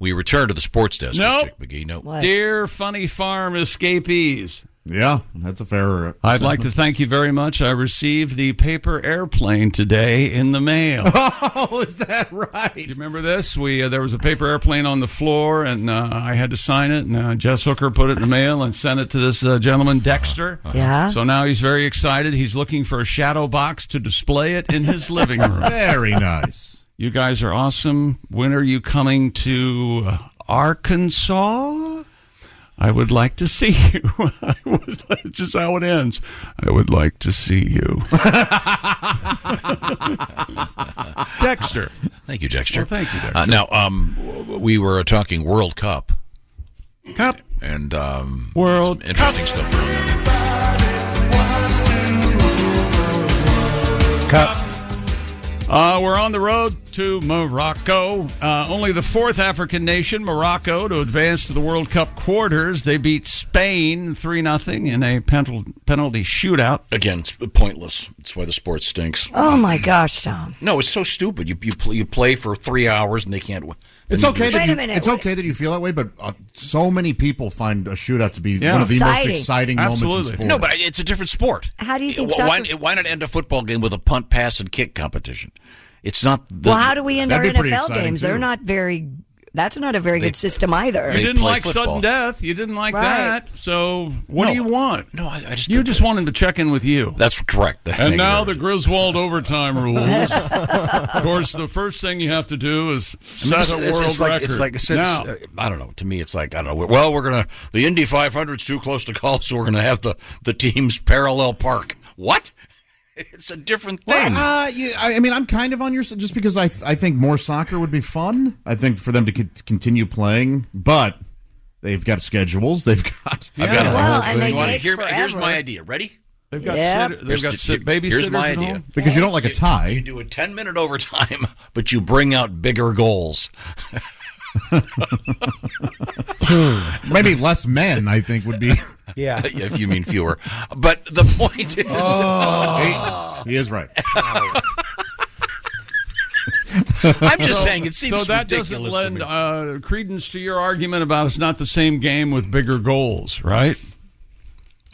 [SPEAKER 5] we return to the sports desk.
[SPEAKER 1] Nope.
[SPEAKER 5] With Chick McGee. No.
[SPEAKER 1] Dear Funny Farm escapees.
[SPEAKER 3] Yeah, that's a fair.
[SPEAKER 1] I'd like to thank you very much. I received the paper airplane today in the mail.
[SPEAKER 3] Oh, is that right? You
[SPEAKER 1] remember this? We uh, there was a paper airplane on the floor, and uh, I had to sign it. And uh, Jess Hooker put it in the mail and sent it to this uh, gentleman, Dexter.
[SPEAKER 4] Yeah.
[SPEAKER 1] So now he's very excited. He's looking for a shadow box to display it in his living room.
[SPEAKER 3] Very nice.
[SPEAKER 1] You guys are awesome. When are you coming to uh, Arkansas? I would like to see you. I would, that's just how it ends. I would like to see you. Dexter.
[SPEAKER 5] Thank you, Dexter.
[SPEAKER 1] Well, thank you, Dexter.
[SPEAKER 5] Uh, now, um, w- we were talking World Cup.
[SPEAKER 1] Cup.
[SPEAKER 5] And um,
[SPEAKER 1] World
[SPEAKER 5] interesting stuff. going on.
[SPEAKER 1] Uh, we're on the road to Morocco. Uh, only the fourth African nation, Morocco, to advance to the World Cup quarters. They beat Spain 3 0 in a penal- penalty shootout.
[SPEAKER 5] Again, it's pointless. That's why the sport stinks.
[SPEAKER 4] Oh my gosh, Tom.
[SPEAKER 5] No, it's so stupid. You you, pl- you play for three hours and they can't. win.
[SPEAKER 3] It's
[SPEAKER 5] Then you
[SPEAKER 3] okay.
[SPEAKER 5] do-
[SPEAKER 3] That you, it's okay that you feel that way, but uh, so many people find a shootout to be
[SPEAKER 5] Yeah.
[SPEAKER 3] one of the
[SPEAKER 5] Exciting.
[SPEAKER 3] most exciting moments in sports.
[SPEAKER 5] No, but I- it's a different sport.
[SPEAKER 4] How do you think
[SPEAKER 5] Why-
[SPEAKER 4] soccer?
[SPEAKER 5] why, why not end a football game with a punt, pass, and kick competition? It's not. The,
[SPEAKER 4] well, how do we end our
[SPEAKER 5] That'd be pretty
[SPEAKER 4] NFL
[SPEAKER 5] exciting,
[SPEAKER 4] games?
[SPEAKER 5] too.
[SPEAKER 4] They're not very. That's not a very
[SPEAKER 5] They-
[SPEAKER 4] good system either.
[SPEAKER 1] You didn't like sudden death. You didn't like
[SPEAKER 4] Right.
[SPEAKER 1] that. So what do you want?
[SPEAKER 5] No, I, I just
[SPEAKER 1] you just wanted to check in with you.
[SPEAKER 5] That's correct.
[SPEAKER 1] And now the Griswold overtime rules. of course, the first thing you have to do
[SPEAKER 5] I
[SPEAKER 1] is
[SPEAKER 5] mean,
[SPEAKER 1] set a world
[SPEAKER 5] it's, it's like,
[SPEAKER 1] record.
[SPEAKER 5] it's like it's-
[SPEAKER 1] now,
[SPEAKER 5] uh, I don't know. To me, it's like I don't know. Well, we're gonna the Indy 500's too close to call, so we're gonna have the the teams parallel park. What? It's a different thing.
[SPEAKER 3] Uh, yeah, I I mean, I'm kind of on your side just because I I think more soccer would be fun. I think for them to co- continue playing, but they've got schedules. They've got.
[SPEAKER 5] I've got a
[SPEAKER 3] Well,
[SPEAKER 5] whole
[SPEAKER 3] and
[SPEAKER 5] thing.
[SPEAKER 3] they
[SPEAKER 5] Wanna
[SPEAKER 3] take
[SPEAKER 5] hear- Here's
[SPEAKER 3] forever.
[SPEAKER 5] my idea. Ready?
[SPEAKER 1] They've
[SPEAKER 3] got Yeah. sitter- they've got sit- babysitters
[SPEAKER 5] Here's my
[SPEAKER 3] at
[SPEAKER 5] idea.
[SPEAKER 3] home? Because you don't like a
[SPEAKER 5] You-
[SPEAKER 3] tie.
[SPEAKER 5] You, do a 10 minute overtime, but you bring out bigger goals.
[SPEAKER 3] Maybe less men, I think, would be.
[SPEAKER 5] Yeah. if you mean fewer. But the point is.
[SPEAKER 3] Oh. He, he is right.
[SPEAKER 5] I'm just saying it seems
[SPEAKER 1] so that
[SPEAKER 5] ridiculous to
[SPEAKER 1] doesn't lend uh, credence to your argument about it's not the same game with bigger goals, right?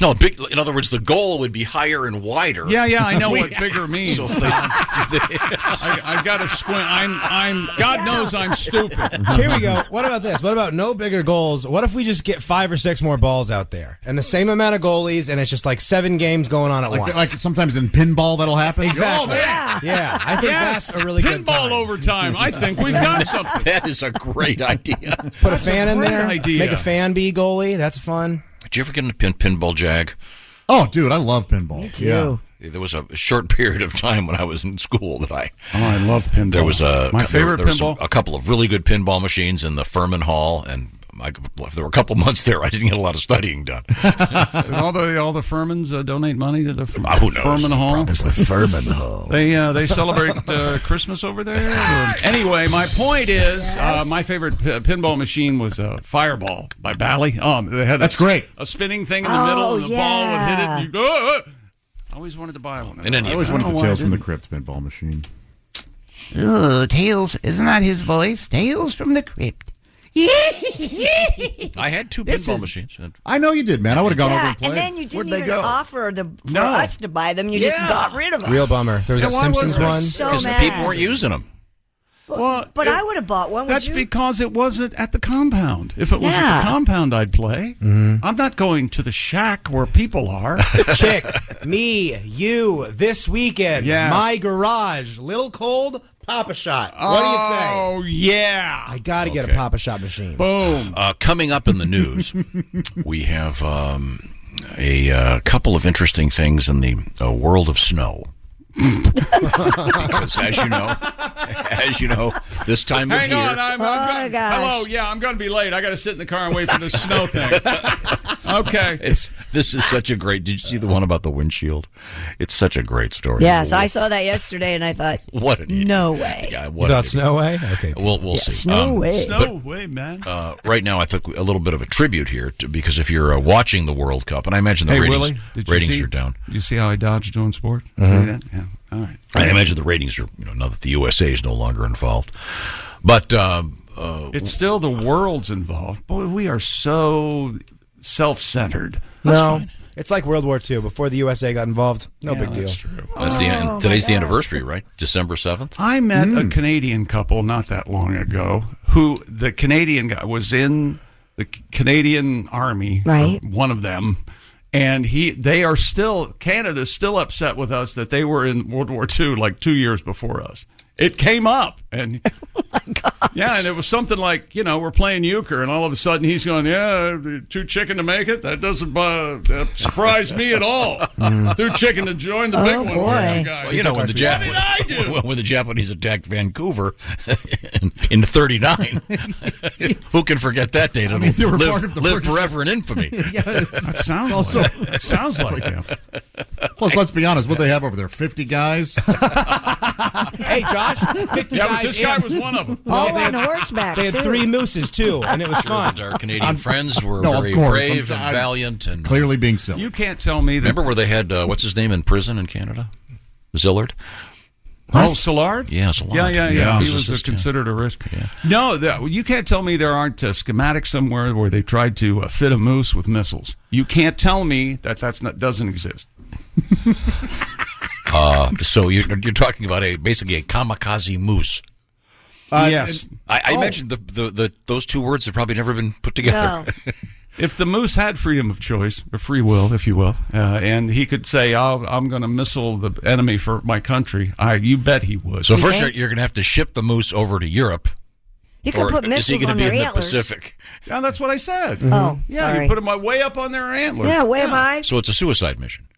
[SPEAKER 5] No, big. In other words, the goal would be higher and wider.
[SPEAKER 1] Yeah, yeah, I know
[SPEAKER 5] We-
[SPEAKER 1] what bigger means.
[SPEAKER 5] So if they-
[SPEAKER 1] I, I've got to squint. I'm, I'm. God knows I'm stupid.
[SPEAKER 6] Here we go. What about this? What about no bigger goals? What if we just get five or six more balls out there and the same amount of goalies, and it's just like seven games going on at
[SPEAKER 3] Like,
[SPEAKER 6] once?
[SPEAKER 3] like sometimes in pinball that'll happen.
[SPEAKER 6] Exactly.
[SPEAKER 3] Oh, man.
[SPEAKER 6] Yeah, I think
[SPEAKER 1] Yes,
[SPEAKER 6] that's a really good
[SPEAKER 1] pinball
[SPEAKER 6] time.
[SPEAKER 1] overtime. I think we've got something.
[SPEAKER 5] That is a great idea.
[SPEAKER 6] Put a fan in
[SPEAKER 1] great
[SPEAKER 6] there.
[SPEAKER 1] idea.
[SPEAKER 6] Make a fan be goalie. That's fun.
[SPEAKER 5] Did you ever get in a pin, pinball jag?
[SPEAKER 3] Oh, dude, I love pinball. Me
[SPEAKER 6] too. Yeah.
[SPEAKER 5] There was a short period of time when I was in school that I.
[SPEAKER 1] Oh, I love pinball.
[SPEAKER 5] There was a
[SPEAKER 1] My
[SPEAKER 5] there-
[SPEAKER 1] favorite
[SPEAKER 5] there was some-
[SPEAKER 1] pinball.
[SPEAKER 5] a couple of really good pinball machines in the Furman Hall, and I, there were a couple months there I didn't get a lot of studying done.
[SPEAKER 1] Did all the all the Furmans uh, donate money to the Fur-
[SPEAKER 5] who knows?
[SPEAKER 1] Furman Hall.
[SPEAKER 5] It's the Furman Hall.
[SPEAKER 1] They uh, they celebrate uh, Christmas over there. Anyway, my point is, uh, my favorite p- pinball machine was uh, Fireball by Bally. Um, they had
[SPEAKER 3] That's
[SPEAKER 1] a,
[SPEAKER 3] great.
[SPEAKER 1] A spinning thing in the
[SPEAKER 3] Oh,
[SPEAKER 1] middle, and the ball would hit it.
[SPEAKER 3] yeah.
[SPEAKER 1] And you go. "Oh, oh." I always wanted to buy one.
[SPEAKER 5] In any
[SPEAKER 3] I always
[SPEAKER 1] event. I
[SPEAKER 3] wanted the
[SPEAKER 1] don't know
[SPEAKER 3] Tales
[SPEAKER 1] why
[SPEAKER 3] from
[SPEAKER 1] I
[SPEAKER 3] the Crypt pinball machine.
[SPEAKER 12] Ooh, Tales. Isn't that his voice? Tales from the Crypt.
[SPEAKER 5] I had two
[SPEAKER 12] This
[SPEAKER 5] pinball
[SPEAKER 12] is-
[SPEAKER 5] machines.
[SPEAKER 3] I know you did, man. I would have gone over
[SPEAKER 4] yeah,
[SPEAKER 3] and played.
[SPEAKER 4] and then you didn't
[SPEAKER 3] they
[SPEAKER 4] even
[SPEAKER 3] go?
[SPEAKER 4] offer the, for
[SPEAKER 3] No.
[SPEAKER 4] us to buy them. You just
[SPEAKER 3] Yeah.
[SPEAKER 4] got rid of them.
[SPEAKER 6] Real bummer. There was
[SPEAKER 4] And
[SPEAKER 6] that
[SPEAKER 4] why was
[SPEAKER 6] Simpsons
[SPEAKER 4] there
[SPEAKER 6] one.
[SPEAKER 4] so Because the mad? people weren't
[SPEAKER 5] using them.
[SPEAKER 1] Well,
[SPEAKER 4] but
[SPEAKER 1] it-
[SPEAKER 4] I would have bought one.
[SPEAKER 1] That's
[SPEAKER 4] would you?
[SPEAKER 1] because it wasn't at the compound. If it was at
[SPEAKER 4] Yeah.
[SPEAKER 1] the compound, I'd play.
[SPEAKER 3] Mm-hmm.
[SPEAKER 1] I'm not going to the shack where people are.
[SPEAKER 6] Chick, me, you, this weekend.
[SPEAKER 1] Yeah.
[SPEAKER 6] My garage. Little cold, Papa Shot. What do you say?
[SPEAKER 1] Oh, yeah.
[SPEAKER 6] I got to get a
[SPEAKER 5] Okay.
[SPEAKER 6] Papa Shot machine.
[SPEAKER 1] Boom.
[SPEAKER 5] Uh, coming up in the news, we have um, a uh, couple of interesting things in the uh, world of snow. because as you know, as you know, this time of
[SPEAKER 1] Hang
[SPEAKER 5] year,
[SPEAKER 4] Oh,
[SPEAKER 1] on, I'm, I'm gonna, hello, yeah, I'm going to be late. I got to sit in the car and wait for this snow thing. Okay.
[SPEAKER 5] It's this is such a great. Did you see the one about the windshield? It's such a great story.
[SPEAKER 4] Yes, I saw that yesterday, and I thought,
[SPEAKER 5] What an idiot.
[SPEAKER 4] no way.
[SPEAKER 5] Yeah,
[SPEAKER 6] You
[SPEAKER 5] what
[SPEAKER 6] thought
[SPEAKER 5] an idiot.
[SPEAKER 6] Snow Way? Okay.
[SPEAKER 5] We'll we'll
[SPEAKER 6] Yes,
[SPEAKER 5] see. Um,
[SPEAKER 6] Snow Way.
[SPEAKER 1] Snow way, man.
[SPEAKER 5] Uh, right now, I think a little bit of a tribute here to, because if you're uh, watching the World Cup, and I imagine the
[SPEAKER 1] hey,
[SPEAKER 5] ratings,
[SPEAKER 1] Willie, did you
[SPEAKER 5] ratings
[SPEAKER 1] see,
[SPEAKER 5] are down.
[SPEAKER 1] Did you see how I dodged on sport? See
[SPEAKER 5] Mhm.
[SPEAKER 1] that? Yeah. All right.
[SPEAKER 5] I imagine the ratings are, you know, now that the USA is no longer involved. But um, uh,
[SPEAKER 1] It's still the world's involved. Boy, we are so self-centered.
[SPEAKER 6] No. It's like World War II before the USA got involved. No
[SPEAKER 1] Yeah,
[SPEAKER 6] big deal.
[SPEAKER 1] that's true.
[SPEAKER 5] that's the
[SPEAKER 1] Oh, my
[SPEAKER 5] end. Today's the
[SPEAKER 1] gosh.
[SPEAKER 5] anniversary, right? December seventh.
[SPEAKER 1] I met a Canadian couple not that long ago who the Canadian guy was in the C- Canadian army, or
[SPEAKER 4] Right.
[SPEAKER 1] One of them, and he they are still Canada's still upset with us that they were in World War II like two years before us. It came up and yeah, and it was something like you know we're playing euchre, and all of a sudden he's going yeah too chicken to make it. That doesn't uh, uh, surprise me at all. too chicken to join
[SPEAKER 5] Oh,
[SPEAKER 1] the big one. weren't you guys?
[SPEAKER 5] Well, you know when the Jap-
[SPEAKER 1] What did I do?
[SPEAKER 5] well, when the Japanese attacked Vancouver in- in '39, who can forget that date? It'll
[SPEAKER 1] mean, they were
[SPEAKER 5] live,
[SPEAKER 1] part of the
[SPEAKER 5] live
[SPEAKER 1] British-
[SPEAKER 5] forever in infamy.
[SPEAKER 1] That sounds
[SPEAKER 3] Also-
[SPEAKER 1] like sounds like him.
[SPEAKER 3] Plus, let's be honest, what they have over there? 50 guys?
[SPEAKER 6] Hey, Josh. 50
[SPEAKER 1] Yeah, but
[SPEAKER 6] guys
[SPEAKER 1] this guy
[SPEAKER 6] in.
[SPEAKER 1] was one of them.
[SPEAKER 6] Yeah,
[SPEAKER 4] All
[SPEAKER 6] they
[SPEAKER 4] on
[SPEAKER 6] had-
[SPEAKER 4] horseback.
[SPEAKER 6] They had
[SPEAKER 4] too.
[SPEAKER 6] three mooses, too, and it was
[SPEAKER 5] Sure,
[SPEAKER 6] fun.
[SPEAKER 5] but Our Canadian friends were
[SPEAKER 3] No, of
[SPEAKER 5] very
[SPEAKER 3] course. I'm-
[SPEAKER 5] brave
[SPEAKER 3] I'm
[SPEAKER 5] and valiant, and uh,
[SPEAKER 3] Clearly being silly.
[SPEAKER 1] You can't tell me that.
[SPEAKER 5] Remember where they had uh, what's his name in prison in Canada? Zillard.
[SPEAKER 1] Oh, Szilard?
[SPEAKER 5] Yeah, Szilard.
[SPEAKER 1] Yeah, yeah, yeah.
[SPEAKER 5] Yeah,
[SPEAKER 1] He
[SPEAKER 5] his
[SPEAKER 1] was a,
[SPEAKER 5] assistant.
[SPEAKER 1] considered a risk. No, that, you can't tell me there aren't uh, schematics somewhere where they tried to uh, fit a moose with missiles. You can't tell me that that's not doesn't exist.
[SPEAKER 5] Uh, so you're, you're talking about a basically a kamikaze moose.
[SPEAKER 1] Uh, Yes. and-
[SPEAKER 5] I, I
[SPEAKER 1] oh.
[SPEAKER 5] imagine the, the, the those two words have probably never been put together.
[SPEAKER 1] If the moose had freedom of choice, or free will, if you will, uh, and he could say, I'll, "I'm going to missile the enemy for my country," I you bet he would.
[SPEAKER 5] So first you're, you're going to have to ship the moose over to Europe.
[SPEAKER 4] You can
[SPEAKER 5] Or
[SPEAKER 4] put
[SPEAKER 5] is he
[SPEAKER 4] missiles
[SPEAKER 5] gonna
[SPEAKER 4] on
[SPEAKER 5] be
[SPEAKER 4] their
[SPEAKER 5] in the
[SPEAKER 4] antlers.
[SPEAKER 5] Pacific?
[SPEAKER 1] Yeah, that's what I said.
[SPEAKER 4] Oh,
[SPEAKER 1] yeah,
[SPEAKER 4] sorry.
[SPEAKER 1] you put them uh, way up on their antlers.
[SPEAKER 4] Yeah, way up high.
[SPEAKER 5] So it's a suicide mission.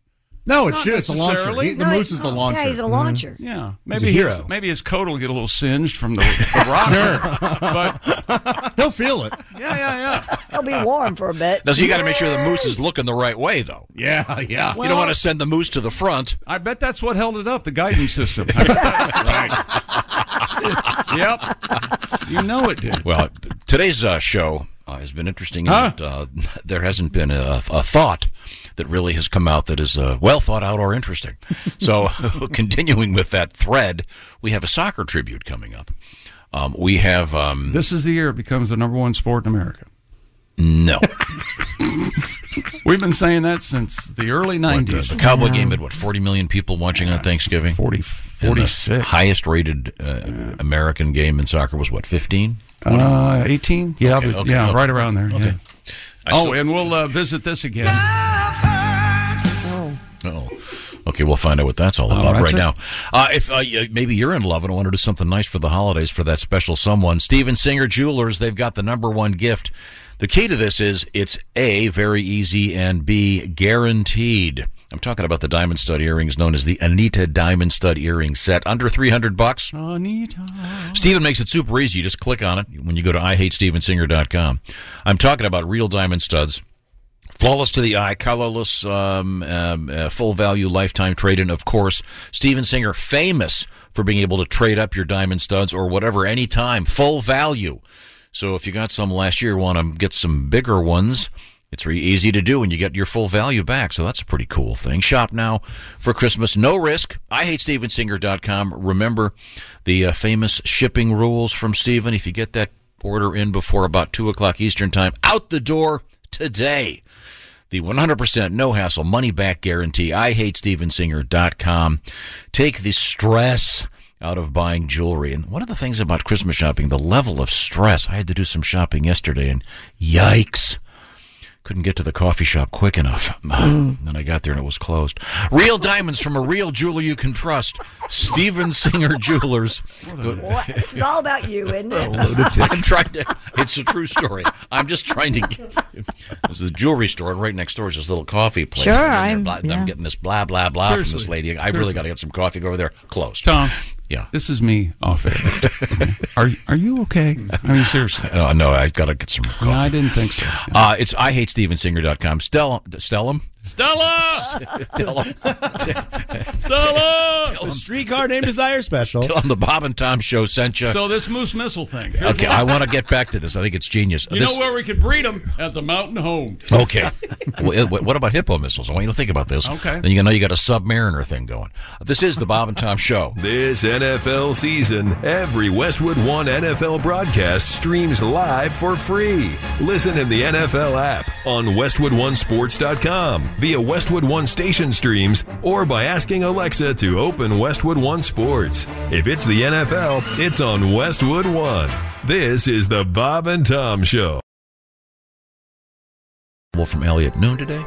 [SPEAKER 3] No,
[SPEAKER 1] it's
[SPEAKER 3] it's, it's a launcher.
[SPEAKER 1] necessarily.
[SPEAKER 3] He- the
[SPEAKER 1] No,
[SPEAKER 3] moose is the launcher.
[SPEAKER 4] Yeah, he's a launcher.
[SPEAKER 1] Mm-hmm. Yeah,
[SPEAKER 3] He's
[SPEAKER 1] maybe
[SPEAKER 3] a hero.
[SPEAKER 1] His, maybe his coat will get a little singed from the, the rock.
[SPEAKER 3] Sure.
[SPEAKER 1] but
[SPEAKER 3] he'll feel it.
[SPEAKER 1] Yeah, yeah, yeah.
[SPEAKER 4] He'll be warm for a bit.
[SPEAKER 5] Now, so you got to make sure the moose is looking the right way, though.
[SPEAKER 3] Yeah, yeah.
[SPEAKER 5] you
[SPEAKER 1] Well-
[SPEAKER 5] don't want to send the moose to the front.
[SPEAKER 1] I bet that's what held it up, the guidance system. I bet that's- yep. You know it did.
[SPEAKER 5] Well, today's uh, show uh, has been interesting. in
[SPEAKER 1] Huh?
[SPEAKER 5] that, uh, there hasn't been a, a thought that really has come out that is uh, well thought out or interesting. So, continuing with that thread, we have a soccer tribute coming up. Um, we have um,
[SPEAKER 1] This is the year it becomes the number one sport in America.
[SPEAKER 5] no
[SPEAKER 1] We've been saying that since the early 90s.
[SPEAKER 5] the Cowboy game had what forty million people watching on Thanksgiving.
[SPEAKER 1] 40,
[SPEAKER 5] And the
[SPEAKER 1] 46.
[SPEAKER 5] highest rated uh, American game in soccer was what fifteen.
[SPEAKER 1] Uh, 18? Yeah,
[SPEAKER 5] Okay,
[SPEAKER 1] but-
[SPEAKER 5] okay,
[SPEAKER 1] yeah
[SPEAKER 5] okay.
[SPEAKER 1] right around there.
[SPEAKER 5] Okay.
[SPEAKER 1] yeah.
[SPEAKER 5] I
[SPEAKER 1] Oh,
[SPEAKER 5] still-
[SPEAKER 1] and we'll uh, visit this again.
[SPEAKER 5] Oh, okay. We'll find out what that's all about
[SPEAKER 1] right,
[SPEAKER 5] right
[SPEAKER 1] sir.
[SPEAKER 5] now. Uh, if uh, you- maybe you're in love and want to do something nice for the holidays for that special someone, Steven Singer Jewelers, they've got the number one gift. The key to this is it's a very easy and b guaranteed. I'm talking about the diamond stud earrings known as the Anita diamond stud earring set, under 300 bucks. Steven makes it super easy. You just click on it when you go to IHateStevenSinger.com. I'm talking about real diamond studs. Flawless to the eye, colorless, um, um, uh, full value, lifetime trade in. Of course, Steven Singer, famous for being able to trade up your diamond studs or whatever anytime, full value. So if you got some last year, want to get some bigger ones, it's really easy to do and you get your full value back. So that's a pretty cool thing. Shop now for Christmas. No risk. I hate stevensinger.com. Remember the uh, famous shipping rules from Steven. If you get that order in before about 2 o'clock Eastern Time, out the door today the 100% no hassle money back guarantee. I hate stevensinger.com. Take the stress out of buying jewelry. And one of the things about Christmas shopping, the level of stress. I had to do some shopping yesterday and yikes. Couldn't get to the coffee shop quick enough. Then I got there and it was closed. Real diamonds from a real jeweler you can trust. Steven Singer Jewelers.
[SPEAKER 4] What? This is all about you, isn't
[SPEAKER 1] Oh,
[SPEAKER 4] it?
[SPEAKER 5] I'm trying to. It's a true story. I'm just trying to. There's the jewelry store, and right next door is this little coffee place.
[SPEAKER 4] Sure,
[SPEAKER 5] And I'm,
[SPEAKER 4] I'm-
[SPEAKER 5] blah- I'm
[SPEAKER 4] yeah.
[SPEAKER 5] getting this blah blah blah from
[SPEAKER 1] Seriously.
[SPEAKER 5] this lady. I
[SPEAKER 1] Seriously.
[SPEAKER 5] really got to get some coffee. Go over there. Closed.
[SPEAKER 1] Tom,
[SPEAKER 5] Yeah.
[SPEAKER 1] This is me off air. are are you okay? I mean, seriously.
[SPEAKER 5] No, Oh, no, I got to get some.
[SPEAKER 1] No, I didn't think so.
[SPEAKER 5] Uh, it's I hate stevensinger.com. Stella, Stellum?
[SPEAKER 1] Stella!
[SPEAKER 5] Stella!
[SPEAKER 1] Stella!
[SPEAKER 6] The streetcar named Desire special.
[SPEAKER 5] Tell 'em the Bob and Tom show sent you.
[SPEAKER 1] So this moose missile thing. here's
[SPEAKER 5] okay,
[SPEAKER 1] what-
[SPEAKER 5] I want to get back to this. I think it's genius.
[SPEAKER 1] You
[SPEAKER 5] This-
[SPEAKER 1] know where we could breed them at the mountain home.
[SPEAKER 5] Okay. Wh- wh- what about hippo missiles? I want you to think about this.
[SPEAKER 1] Okay.
[SPEAKER 5] Then you know you got a submariner thing going. This is the Bob and Tom Show.
[SPEAKER 11] This NFL season, every Westwood One NFL broadcast streams live for free. Listen in the NFL app, on WestwoodOneSports.com, via Westwood One station streams, or by asking Alexa to open Westwood One Sports. If it's the NFL, it's on Westwood One. This is the Bob and Tom Show.
[SPEAKER 5] Well, from Elliot Noon today.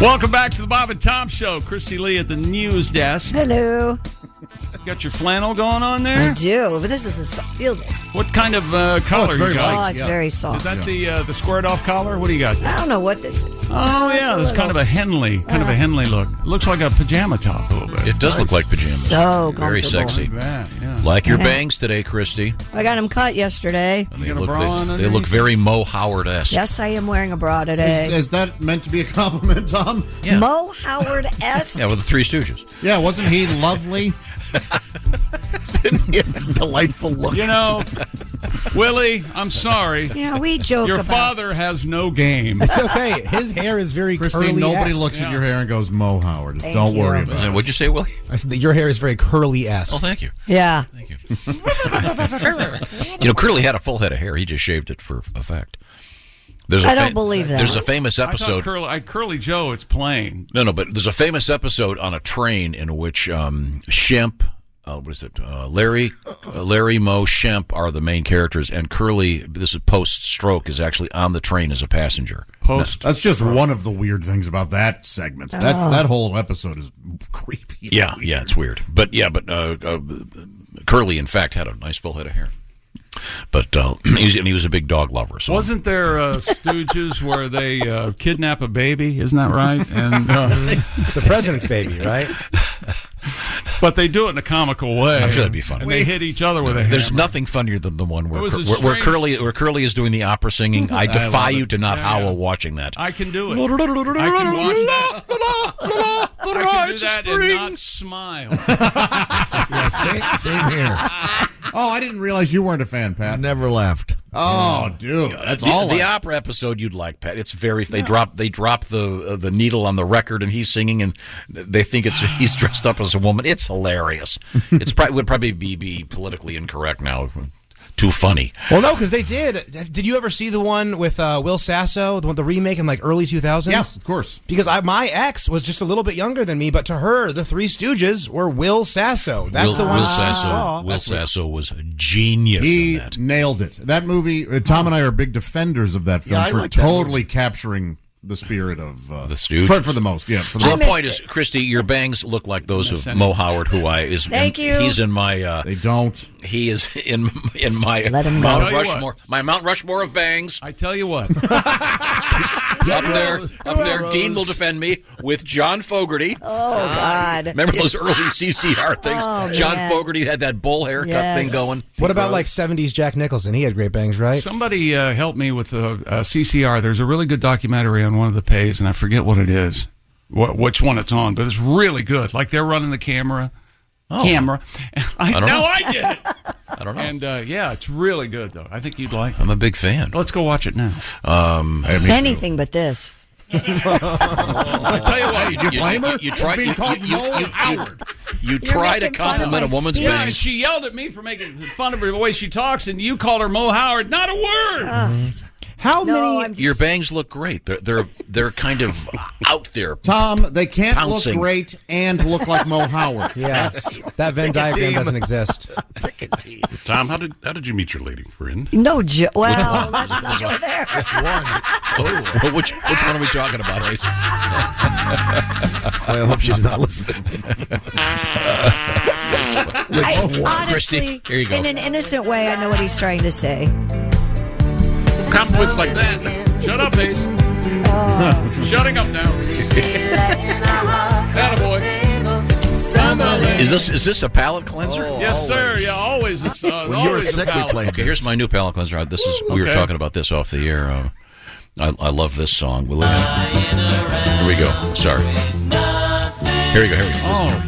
[SPEAKER 1] Welcome back to the Bob and Tom Show. Christy Lee at the news desk.
[SPEAKER 4] Hello.
[SPEAKER 1] You got your flannel going on there?
[SPEAKER 4] I do, but this is a so- feel this.
[SPEAKER 1] What kind of uh, collar
[SPEAKER 4] it's very
[SPEAKER 1] you got?
[SPEAKER 4] light, Oh, it's yeah. very soft.
[SPEAKER 1] Is that the uh, the squared off collar? What do you got there?
[SPEAKER 4] I don't know what this is.
[SPEAKER 1] Oh yeah, that's kind of a Henley, kind of a Henley look. It looks like a pajama top a little bit.
[SPEAKER 5] It does look like pajamas.
[SPEAKER 4] So
[SPEAKER 5] Very
[SPEAKER 4] comfortable.
[SPEAKER 5] sexy.
[SPEAKER 1] Like that, yeah.
[SPEAKER 5] Like your
[SPEAKER 4] Yeah.
[SPEAKER 5] bangs today, Christy.
[SPEAKER 4] I got them cut yesterday.
[SPEAKER 5] They
[SPEAKER 1] got a
[SPEAKER 5] look,
[SPEAKER 1] bra
[SPEAKER 5] they-
[SPEAKER 1] on
[SPEAKER 5] they
[SPEAKER 1] underneath?
[SPEAKER 5] look very Mo Howard esque.
[SPEAKER 4] Yes, I am wearing a bra today.
[SPEAKER 3] Is, is that meant to be a compliment, Tom?
[SPEAKER 4] uh, Mo Howard S.
[SPEAKER 5] Yeah, with the Three Stooges.
[SPEAKER 3] Yeah, wasn't he lovely?
[SPEAKER 10] Didn't he have a delightful look?
[SPEAKER 1] You know, Willie, I'm sorry.
[SPEAKER 4] You know, we joke
[SPEAKER 1] Your
[SPEAKER 4] about-
[SPEAKER 1] father has no game.
[SPEAKER 6] It's okay. His hair is very
[SPEAKER 3] Christine,
[SPEAKER 6] curly.
[SPEAKER 3] nobody looks at your hair and goes, Mo Howard. Don't worry about it.
[SPEAKER 5] What'd you say, Willie?
[SPEAKER 6] I said that your hair is very curly s.
[SPEAKER 5] Oh, thank you.
[SPEAKER 4] Yeah.
[SPEAKER 5] You know, Curly had a full head of hair. He just shaved it for effect.
[SPEAKER 4] I don't believe that.
[SPEAKER 5] There's a famous
[SPEAKER 1] I thought
[SPEAKER 5] episode.
[SPEAKER 1] Curly, I, Curly Joe, it's plain.
[SPEAKER 5] No, no, but there's a famous episode on a train in which um, Shemp, uh, what is it? Uh, Larry, uh, Larry, Mo, Shemp are the main characters, and Curly, this is post stroke, is actually on the train as a passenger.
[SPEAKER 1] Post.
[SPEAKER 3] That's just one of the weird things about that segment. That's
[SPEAKER 5] Oh.
[SPEAKER 3] that whole episode is creepy.
[SPEAKER 5] Yeah, yeah, it's weird, but yeah, but uh, uh, Curly, in fact, had a nice full head of hair, but uh, he's, and he was a big dog lover. So
[SPEAKER 1] Wasn't there uh, Stooges where they uh, kidnap a baby? Isn't that right? And uh,
[SPEAKER 6] the president's baby, right?
[SPEAKER 1] But they do it in a comical way.
[SPEAKER 5] I'm sure that'd be funny.
[SPEAKER 1] And they hit each other with a hammer.
[SPEAKER 5] There's nothing funnier than the one where,
[SPEAKER 1] It was
[SPEAKER 5] Cur-
[SPEAKER 1] a
[SPEAKER 5] where, where
[SPEAKER 1] strange-
[SPEAKER 5] Curly where Curly is doing the opera singing. I
[SPEAKER 1] I
[SPEAKER 5] defy
[SPEAKER 1] love
[SPEAKER 5] you
[SPEAKER 1] it.
[SPEAKER 5] to not
[SPEAKER 1] Yeah,
[SPEAKER 5] howl
[SPEAKER 1] yeah.
[SPEAKER 5] watching that.
[SPEAKER 1] I can do it. I can watch that. I can do that and not smile.
[SPEAKER 3] same here. Oh, I didn't realize you weren't a fan, Pat. Never left. Oh, dude, that's
[SPEAKER 5] the,
[SPEAKER 3] all.
[SPEAKER 5] the
[SPEAKER 3] I-
[SPEAKER 5] opera episode you'd like, Pat. It's very they drop they drop the uh, the needle on the record and he's singing and they think it's he's dressed up as a woman. It's hilarious. It's probably would probably be, be politically incorrect now. Too funny.
[SPEAKER 6] Well, no, because they did. Did you ever see the one with uh, Will Sasso, the one the remake in like early 2000s? Yes, of
[SPEAKER 3] course.
[SPEAKER 6] Because I, my ex was just a little bit younger than me, but to her, the Three Stooges were Will Sasso. That's
[SPEAKER 5] Will,
[SPEAKER 6] the one
[SPEAKER 5] Will
[SPEAKER 6] I saw.
[SPEAKER 5] Sasso. Will Sasso was a genius.
[SPEAKER 3] he nailed it. That movie. Uh, Tom and I are big defenders of that film
[SPEAKER 5] Yeah, I
[SPEAKER 3] for
[SPEAKER 5] like that
[SPEAKER 3] totally capturing the spirit of uh, the
[SPEAKER 5] Stooges.
[SPEAKER 3] For, for the most, yeah. For the
[SPEAKER 5] So
[SPEAKER 3] most.
[SPEAKER 5] the point is, Christy, your bangs look like those of Mo Howard, who I is.
[SPEAKER 3] Thank
[SPEAKER 5] in-
[SPEAKER 3] you.
[SPEAKER 5] He's in my. Uh,
[SPEAKER 3] they don't.
[SPEAKER 5] He is in in my
[SPEAKER 1] him
[SPEAKER 5] Mount
[SPEAKER 1] know. Tell you what.
[SPEAKER 5] Rushmore. My Mount Rushmore of bangs.
[SPEAKER 1] I tell you what.
[SPEAKER 5] up there, up there.
[SPEAKER 1] Rose.
[SPEAKER 5] Dean will defend me with John Fogerty.
[SPEAKER 4] Oh, God.
[SPEAKER 5] Remember those early CCR things?
[SPEAKER 4] Oh,
[SPEAKER 5] John
[SPEAKER 4] man.
[SPEAKER 5] Fogerty had that bowl haircut
[SPEAKER 4] Yes.
[SPEAKER 5] thing going.
[SPEAKER 6] What about like 70s Jack Nicholson? He had great bangs, right?
[SPEAKER 1] Somebody uh, help me with the uh, CCR. There's a really good documentary on one of the pays, and I forget what it is, wh- which one it's on, but it's really good. Like they're running the camera.
[SPEAKER 5] Oh.
[SPEAKER 1] Camera. I,
[SPEAKER 5] I don't
[SPEAKER 1] now
[SPEAKER 5] know.
[SPEAKER 1] I did it.
[SPEAKER 5] I don't know.
[SPEAKER 1] And uh, yeah, it's really good, though. I think you'd like it.
[SPEAKER 5] I'm a big fan.
[SPEAKER 1] Let's go watch it now.
[SPEAKER 5] Um,
[SPEAKER 4] Anything but this.
[SPEAKER 1] I tell you what,
[SPEAKER 5] you- you- you- you try- you- you- you- you- you- you
[SPEAKER 1] You're
[SPEAKER 5] try to
[SPEAKER 1] making fun of
[SPEAKER 5] compliment a
[SPEAKER 1] my
[SPEAKER 5] woman's
[SPEAKER 1] speech. Yeah, and
[SPEAKER 5] bangs.
[SPEAKER 1] she yelled at me for making fun of her the way she talks, and you called her Mo Howard. Not a word.
[SPEAKER 5] Uh.
[SPEAKER 6] How
[SPEAKER 4] many?
[SPEAKER 5] Your bangs look great. They're they're they're kind of out there.
[SPEAKER 3] Tom, they can't
[SPEAKER 5] Pouncing.
[SPEAKER 3] look great and look like Mo Howard.
[SPEAKER 6] Yeah.
[SPEAKER 3] That's-
[SPEAKER 6] That Venn diagram doesn't exist.
[SPEAKER 13] Tom, how did how did you meet your lady friend?
[SPEAKER 4] No, jo- well,
[SPEAKER 13] Which
[SPEAKER 4] let's not go there.
[SPEAKER 5] Oh, which which one are we talking about, Ace?
[SPEAKER 10] I hope she's not listening.
[SPEAKER 1] Oh,
[SPEAKER 4] I, honestly,
[SPEAKER 5] Christy, here you go.
[SPEAKER 4] in an innocent way, I know what he's trying to say.
[SPEAKER 13] Compliments like that.
[SPEAKER 1] Shut up, Ace. Shutting up now. Attaboy.
[SPEAKER 5] Is this is this a palate cleanser?
[SPEAKER 1] Oh, yes, sir. Yeah, always. A, uh,
[SPEAKER 5] When you were
[SPEAKER 1] always a
[SPEAKER 5] sick, we
[SPEAKER 1] palate.
[SPEAKER 5] played. Okay, here's my new palate cleanser. Uh, This is we were
[SPEAKER 1] Okay.
[SPEAKER 5] talking about this off the air. Um, I, I love this song. We'll look at- Here we go. Sorry. Here we go. Here we go.
[SPEAKER 1] Oh,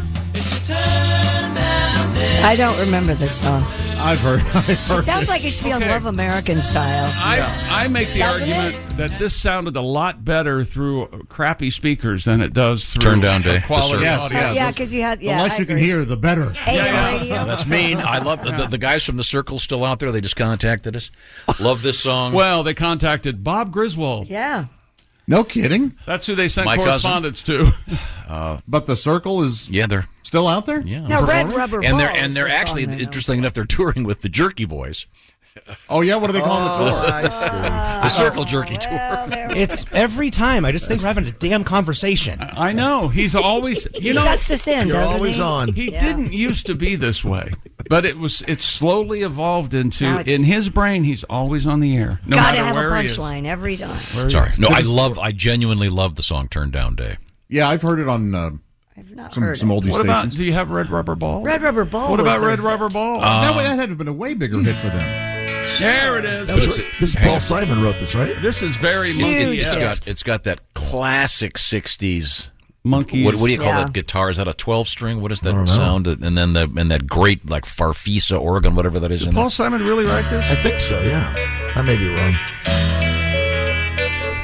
[SPEAKER 4] I don't remember this song.
[SPEAKER 3] I've heard. I've
[SPEAKER 4] It sounds like it should be on Love American Style.
[SPEAKER 1] I, I make the
[SPEAKER 4] Doesn't
[SPEAKER 1] argument that this sounded a lot better through crappy speakers than it does through
[SPEAKER 5] Turn down day.
[SPEAKER 1] a quality
[SPEAKER 5] Yes,
[SPEAKER 1] audio.
[SPEAKER 4] yeah, because you had yeah. I agree.
[SPEAKER 3] the better.
[SPEAKER 5] Oh, that's mean. I love the, the guys from the circle's still out there. They just contacted us. Love this song.
[SPEAKER 1] Well, they contacted Bob Griswold.
[SPEAKER 4] Yeah.
[SPEAKER 3] No kidding.
[SPEAKER 1] That's who they sent
[SPEAKER 5] My cousin.
[SPEAKER 1] correspondence to.
[SPEAKER 3] Uh, but the circle is
[SPEAKER 5] yeah, they're
[SPEAKER 3] still out there.
[SPEAKER 5] Yeah,
[SPEAKER 4] Now, Red Rubber
[SPEAKER 5] and they're
[SPEAKER 4] Balls
[SPEAKER 5] and they're
[SPEAKER 4] is the
[SPEAKER 5] actually
[SPEAKER 4] song I know.
[SPEAKER 5] interesting enough. They're touring with the Jerky Boys.
[SPEAKER 3] Oh yeah, what do they call the tour?
[SPEAKER 6] Oh,
[SPEAKER 1] Uh, oh.
[SPEAKER 5] the Circle Jerky Tour.
[SPEAKER 6] It's every time. I just think we're having a damn conversation.
[SPEAKER 1] I know. He's always you know
[SPEAKER 6] sucks us in, You're doesn't always he? on.
[SPEAKER 1] He
[SPEAKER 6] Yeah.
[SPEAKER 1] didn't used to be this way, but it was. It's slowly evolved
[SPEAKER 4] Now
[SPEAKER 1] into
[SPEAKER 4] it's-
[SPEAKER 1] in his brain. He's always on the air, no
[SPEAKER 4] Gotta
[SPEAKER 1] matter
[SPEAKER 4] have a
[SPEAKER 1] where he is.
[SPEAKER 4] punchline every time.
[SPEAKER 1] Where he
[SPEAKER 5] Sorry,
[SPEAKER 1] is.
[SPEAKER 5] no, I love. I genuinely love the song "Turn Down Day."
[SPEAKER 3] Yeah, I've heard it on uh, some
[SPEAKER 4] heard
[SPEAKER 3] some
[SPEAKER 4] it.
[SPEAKER 3] oldie
[SPEAKER 1] What about?
[SPEAKER 3] stations.
[SPEAKER 1] Do you have red rubber ball?
[SPEAKER 4] Red Rubber Ball.
[SPEAKER 1] What
[SPEAKER 4] was
[SPEAKER 1] about
[SPEAKER 4] the-
[SPEAKER 1] red rubber ball?
[SPEAKER 10] Um,
[SPEAKER 3] Uh, that way, that had been a way bigger hit for them.
[SPEAKER 1] there it is.
[SPEAKER 5] But it's-
[SPEAKER 10] This is
[SPEAKER 5] hang
[SPEAKER 10] Paul
[SPEAKER 5] on.
[SPEAKER 10] Simon wrote this, right?
[SPEAKER 1] This is very
[SPEAKER 5] It's-
[SPEAKER 1] monkey.
[SPEAKER 5] it's
[SPEAKER 1] yeah.
[SPEAKER 5] got it's got that classic '60s
[SPEAKER 1] Monkeys.
[SPEAKER 5] What, what do you call
[SPEAKER 1] Yeah.
[SPEAKER 5] that guitar? Is that a 12 string? What is
[SPEAKER 1] I
[SPEAKER 5] that
[SPEAKER 1] don't know.
[SPEAKER 5] sound? And then the and that great like farfisa organ, whatever that is. in
[SPEAKER 1] Paul
[SPEAKER 5] there.
[SPEAKER 1] Simon really write this?
[SPEAKER 10] I think so. Yeah, I may be wrong.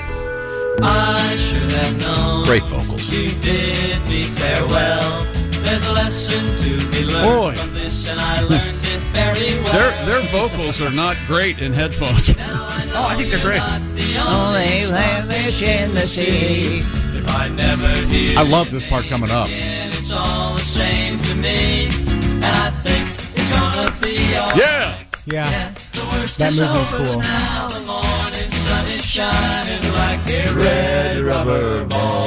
[SPEAKER 14] I should have known.
[SPEAKER 5] Great vocals.
[SPEAKER 14] You did me farewell. There's a lesson to be learned
[SPEAKER 1] Boy.
[SPEAKER 14] from this, and I learned it very well.
[SPEAKER 1] Their their vocals are not great in headphones.
[SPEAKER 14] Oh, I think they're great.
[SPEAKER 12] Only language in the sea.
[SPEAKER 14] If I never hear
[SPEAKER 3] I love this part coming up.
[SPEAKER 14] and it's all the same to me. And I think it's gonna be alright.
[SPEAKER 1] Yeah.
[SPEAKER 6] Yeah.
[SPEAKER 14] The worst
[SPEAKER 6] That
[SPEAKER 14] is
[SPEAKER 6] movie was
[SPEAKER 14] over
[SPEAKER 6] cool.
[SPEAKER 14] now. The morning sun is shining like a red rubber ball.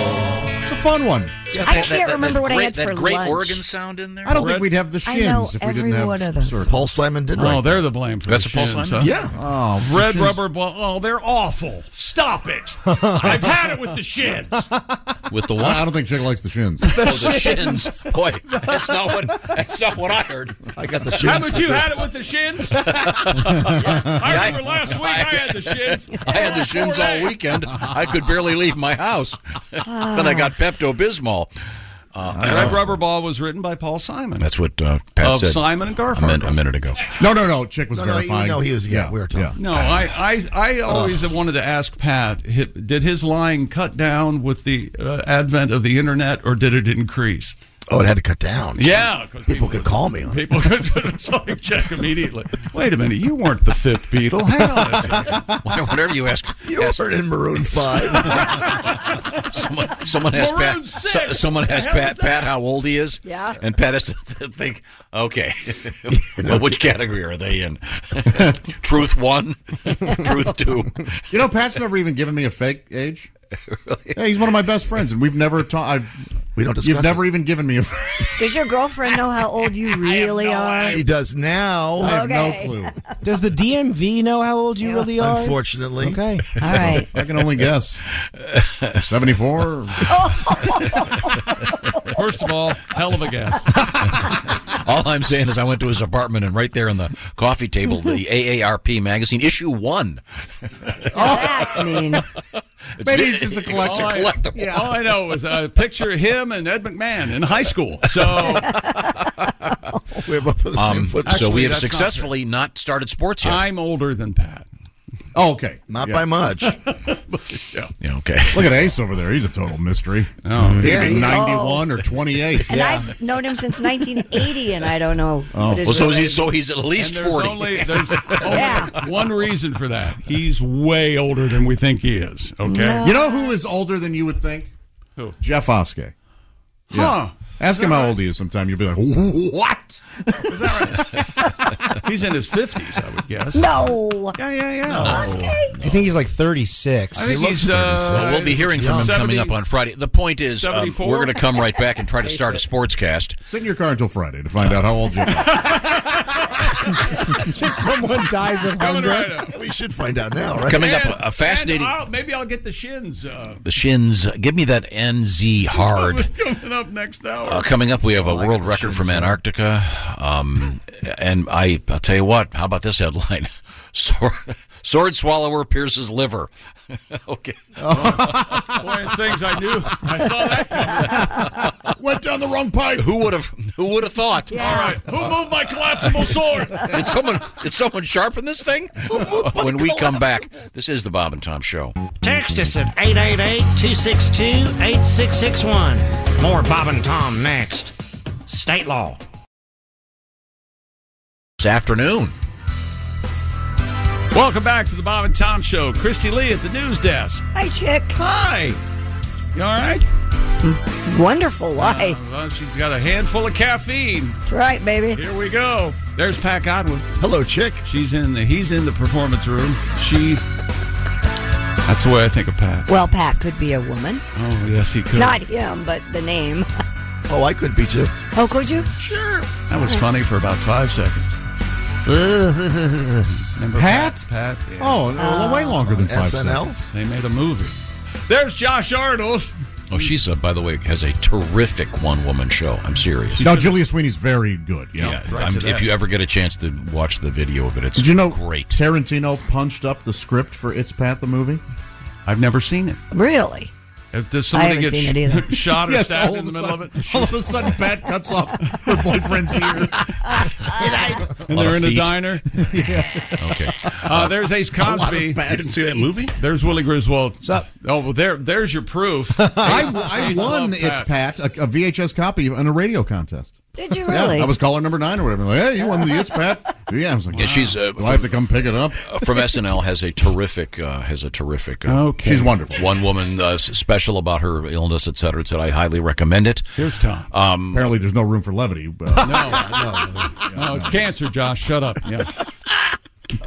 [SPEAKER 3] It's a fun one.
[SPEAKER 4] I can't remember what I had for lunch.
[SPEAKER 5] sound in there.
[SPEAKER 3] I don't think we'd have the
[SPEAKER 4] I know
[SPEAKER 3] shins if we didn't
[SPEAKER 4] every
[SPEAKER 3] have
[SPEAKER 4] one of those.
[SPEAKER 3] Circle.
[SPEAKER 10] Paul Simon did.
[SPEAKER 1] Oh,
[SPEAKER 10] write
[SPEAKER 1] they're
[SPEAKER 10] that.
[SPEAKER 1] the blame for
[SPEAKER 5] That's
[SPEAKER 1] the
[SPEAKER 5] a Paul
[SPEAKER 1] shins,
[SPEAKER 5] Simon?
[SPEAKER 1] huh?
[SPEAKER 10] Yeah.
[SPEAKER 3] Oh,
[SPEAKER 1] Red
[SPEAKER 3] shins.
[SPEAKER 1] rubber ball. Oh, they're awful. Stop it. I've had it with the shins.
[SPEAKER 5] With the
[SPEAKER 3] I
[SPEAKER 5] one.
[SPEAKER 3] don't think Chick likes the shins.
[SPEAKER 5] Oh, the shins. Boy, that's not what that's not what I heard.
[SPEAKER 10] I got the shins.
[SPEAKER 1] Haven't you had it with the shins? I remember last week I had the shins.
[SPEAKER 5] I had the shins all weekend. I could barely leave my house. then I got
[SPEAKER 1] Ah.
[SPEAKER 5] Pepto Bismol.
[SPEAKER 10] Uh,
[SPEAKER 1] Red Rubber Ball was written by Paul Simon.
[SPEAKER 5] That's what uh, Pat
[SPEAKER 1] Of
[SPEAKER 5] said.
[SPEAKER 1] Simon and Garfunkel.
[SPEAKER 5] a minute, a minute ago.
[SPEAKER 3] No, no, no. Chick was
[SPEAKER 10] No, no, you
[SPEAKER 3] verifying.
[SPEAKER 10] know he was- yeah, we were talking.
[SPEAKER 1] No, I, I,
[SPEAKER 10] uh,
[SPEAKER 1] I always wanted to ask Pat, hi- did his lying cut down with the uh, advent of the internet or did it increase?
[SPEAKER 10] Oh, it had to cut down.
[SPEAKER 1] Yeah, 'cause
[SPEAKER 10] people, could call me. on it.
[SPEAKER 1] People could it's like, check immediately. Wait a minute, you weren't the fifth Beatle. Hang on a second.
[SPEAKER 5] Why- Whenever you ask,
[SPEAKER 10] You
[SPEAKER 5] ask-
[SPEAKER 10] were in Maroon Five.
[SPEAKER 5] someone, someone asked
[SPEAKER 1] Maroon
[SPEAKER 5] Pat.
[SPEAKER 1] six!
[SPEAKER 5] so- someone
[SPEAKER 1] The
[SPEAKER 5] asked
[SPEAKER 1] hell
[SPEAKER 5] Pat.
[SPEAKER 1] is that?
[SPEAKER 5] Pat, how old he is?
[SPEAKER 4] Yeah.
[SPEAKER 5] And Pat has to think. Okay, well, which category are they in? Truth one, truth two.
[SPEAKER 3] You know, Pat's never even given me a fake age. Yeah, he's one of my best friends, and we've never talked. I've
[SPEAKER 10] We don't
[SPEAKER 3] you've
[SPEAKER 10] discuss.
[SPEAKER 3] never even given me a.
[SPEAKER 4] Does your girlfriend know how old you really are?
[SPEAKER 10] It. He does now.
[SPEAKER 3] I have
[SPEAKER 4] Okay.
[SPEAKER 3] no clue.
[SPEAKER 6] Does the DMV know how old you really are?
[SPEAKER 10] Unfortunately,
[SPEAKER 6] Okay.
[SPEAKER 4] All right.
[SPEAKER 3] I can only guess. Seventy-four.
[SPEAKER 4] Oh.
[SPEAKER 1] First of all, hell of a guess.
[SPEAKER 5] All I'm saying is, I went to his apartment, and right there on the coffee table, the AARP magazine issue one.
[SPEAKER 4] Oh, That's mean.
[SPEAKER 5] It's
[SPEAKER 3] Maybe
[SPEAKER 5] vi-
[SPEAKER 3] he's just a
[SPEAKER 5] it's
[SPEAKER 3] collector.
[SPEAKER 5] a collectible.
[SPEAKER 10] uh,
[SPEAKER 1] All I know is a picture of him and Ed McMahon in high school. So
[SPEAKER 10] we're both on the same
[SPEAKER 5] Um,
[SPEAKER 10] foot.
[SPEAKER 5] so
[SPEAKER 1] Actually,
[SPEAKER 5] we have
[SPEAKER 1] that's not
[SPEAKER 5] successfully not, started sports yet.
[SPEAKER 1] I'm older than Pat.
[SPEAKER 3] Oh, okay.
[SPEAKER 10] Not
[SPEAKER 3] Yeah.
[SPEAKER 10] by much.
[SPEAKER 5] Yeah, okay.
[SPEAKER 3] Look at Ace over there. He's a total mystery.
[SPEAKER 1] Oh,
[SPEAKER 3] He could be
[SPEAKER 10] he-
[SPEAKER 3] ninety-one or twenty-eight.
[SPEAKER 4] And I've known him since 1980, and I don't know. what his
[SPEAKER 5] Well, so
[SPEAKER 4] real
[SPEAKER 5] he's
[SPEAKER 4] age-
[SPEAKER 5] so he's at least
[SPEAKER 1] And there's
[SPEAKER 5] forty.
[SPEAKER 1] only there's only
[SPEAKER 4] Yeah.
[SPEAKER 1] one reason for that. He's way older than we think he is. Okay.
[SPEAKER 3] You know who is older than you would think?
[SPEAKER 1] Who?
[SPEAKER 3] Jeff Oskey.
[SPEAKER 1] Huh.
[SPEAKER 3] Ask him how old he is. Sometime you'll be like, what?
[SPEAKER 1] He's in his fifties, I would guess.
[SPEAKER 4] No.
[SPEAKER 1] Yeah, yeah, yeah.
[SPEAKER 6] I think he's like 36.
[SPEAKER 1] Oh. I think he's. Uh,
[SPEAKER 5] Well, we'll be hearing from him coming up on Friday. The point is, um,
[SPEAKER 1] 74?
[SPEAKER 5] we're going to come right back and try to start a sportscast.
[SPEAKER 3] Sit in your car until Friday to find out how old you are.
[SPEAKER 6] Just someone dies of
[SPEAKER 10] Coming
[SPEAKER 6] hunger.
[SPEAKER 10] right up. We should find out now, right?
[SPEAKER 5] Coming up,
[SPEAKER 1] And-
[SPEAKER 5] a- a fascinating-
[SPEAKER 1] and I'll- maybe I'll get the shins. Uh,
[SPEAKER 5] The shins. Give me that NZ hard.
[SPEAKER 1] coming up next hour.
[SPEAKER 5] Uh, coming up, we have a world record from Antarctica. Um, and I, I'll tell you what, how about this headline? Sword, sword swallower pierces liver. okay.
[SPEAKER 1] Boy, things I knew. I saw that coming.
[SPEAKER 10] Went down the wrong pipe.
[SPEAKER 5] Who would have? Who would have thought?
[SPEAKER 1] All right. Who moved my collapsible sword?
[SPEAKER 5] did someone did someone sharpen this thing? when we come back, this is the Bob and Tom Show.
[SPEAKER 15] Text us at 888-262-8661. More Bob and Tom next. State law.
[SPEAKER 5] This afternoon.
[SPEAKER 1] Welcome back to the Bob and Tom Show. Christy Lee at the news desk.
[SPEAKER 4] Hi, chick.
[SPEAKER 1] Hi. You all right?
[SPEAKER 4] Wonderful life.
[SPEAKER 1] Uh, well, she's got a handful of caffeine. That's
[SPEAKER 4] right, baby.
[SPEAKER 1] Here we go. There's Pat Godwin. Hello, chick. She's in the. He's in the performance room. She. That's the way I think of Pat.
[SPEAKER 4] well, Pat could be a woman.
[SPEAKER 1] Oh yes, he could.
[SPEAKER 4] Not him, but the name.
[SPEAKER 10] Oh, I could be too.
[SPEAKER 4] Oh, could you? Sure.
[SPEAKER 1] That was funny for about five seconds. Remember
[SPEAKER 3] Pat?
[SPEAKER 1] Pat. yeah.
[SPEAKER 3] Oh, no, way longer than five seconds.
[SPEAKER 1] They made a movie. There's Josh Arnold.
[SPEAKER 5] Oh, she's uh, by the way has a terrific one woman show. I'm serious.
[SPEAKER 3] Now, Julia Sweeney's very good. you know?
[SPEAKER 5] yeah, I'm- if you ever get a chance to watch the video of it, it's
[SPEAKER 3] Did you know
[SPEAKER 5] great.
[SPEAKER 3] Tarantino punched up the script for It's Pat the movie?
[SPEAKER 1] I've never seen it.
[SPEAKER 4] Really?
[SPEAKER 1] If does somebody
[SPEAKER 3] haven't
[SPEAKER 1] get
[SPEAKER 3] seen it either.
[SPEAKER 1] sh- shot or
[SPEAKER 3] Yes,
[SPEAKER 1] stabbed
[SPEAKER 3] all
[SPEAKER 1] in the
[SPEAKER 3] of a
[SPEAKER 1] middle of it?
[SPEAKER 3] sudden- all of a sudden, Pat cuts off her boyfriend's ear.
[SPEAKER 1] and
[SPEAKER 5] A lot
[SPEAKER 1] they're
[SPEAKER 5] of
[SPEAKER 1] in a
[SPEAKER 5] feet.
[SPEAKER 1] diner.
[SPEAKER 5] Okay.
[SPEAKER 1] Uh, there's Ace
[SPEAKER 3] A lot of
[SPEAKER 1] Cosby.
[SPEAKER 3] bad You didn't see that feet. movie?
[SPEAKER 1] There's Willie Griswold. What's up? Oh, well, there, there's your proof.
[SPEAKER 3] I, I
[SPEAKER 1] Ace
[SPEAKER 3] won
[SPEAKER 1] loved
[SPEAKER 3] It's
[SPEAKER 1] that.
[SPEAKER 3] Pat, a, a VHS copy in a radio contest.
[SPEAKER 4] Did you
[SPEAKER 3] Yeah,
[SPEAKER 4] really?
[SPEAKER 3] I was caller number nine or whatever. Like, hey, you won the It's Pat. Yeah, I was like,
[SPEAKER 5] Yeah, she's, uh,
[SPEAKER 3] do I have to come pick it up?
[SPEAKER 5] uh, from SNL has a terrific uh, has a terrific. Uh,
[SPEAKER 3] Okay. She's wonderful.
[SPEAKER 5] One woman uh, s- special about her illness, et cetera, et cetera. I highly recommend it.
[SPEAKER 1] Here's Tom.
[SPEAKER 5] Um,
[SPEAKER 3] Apparently, there's no room for uh, levity. But
[SPEAKER 1] no, no, it's cancer, Josh. Shut up. Yeah.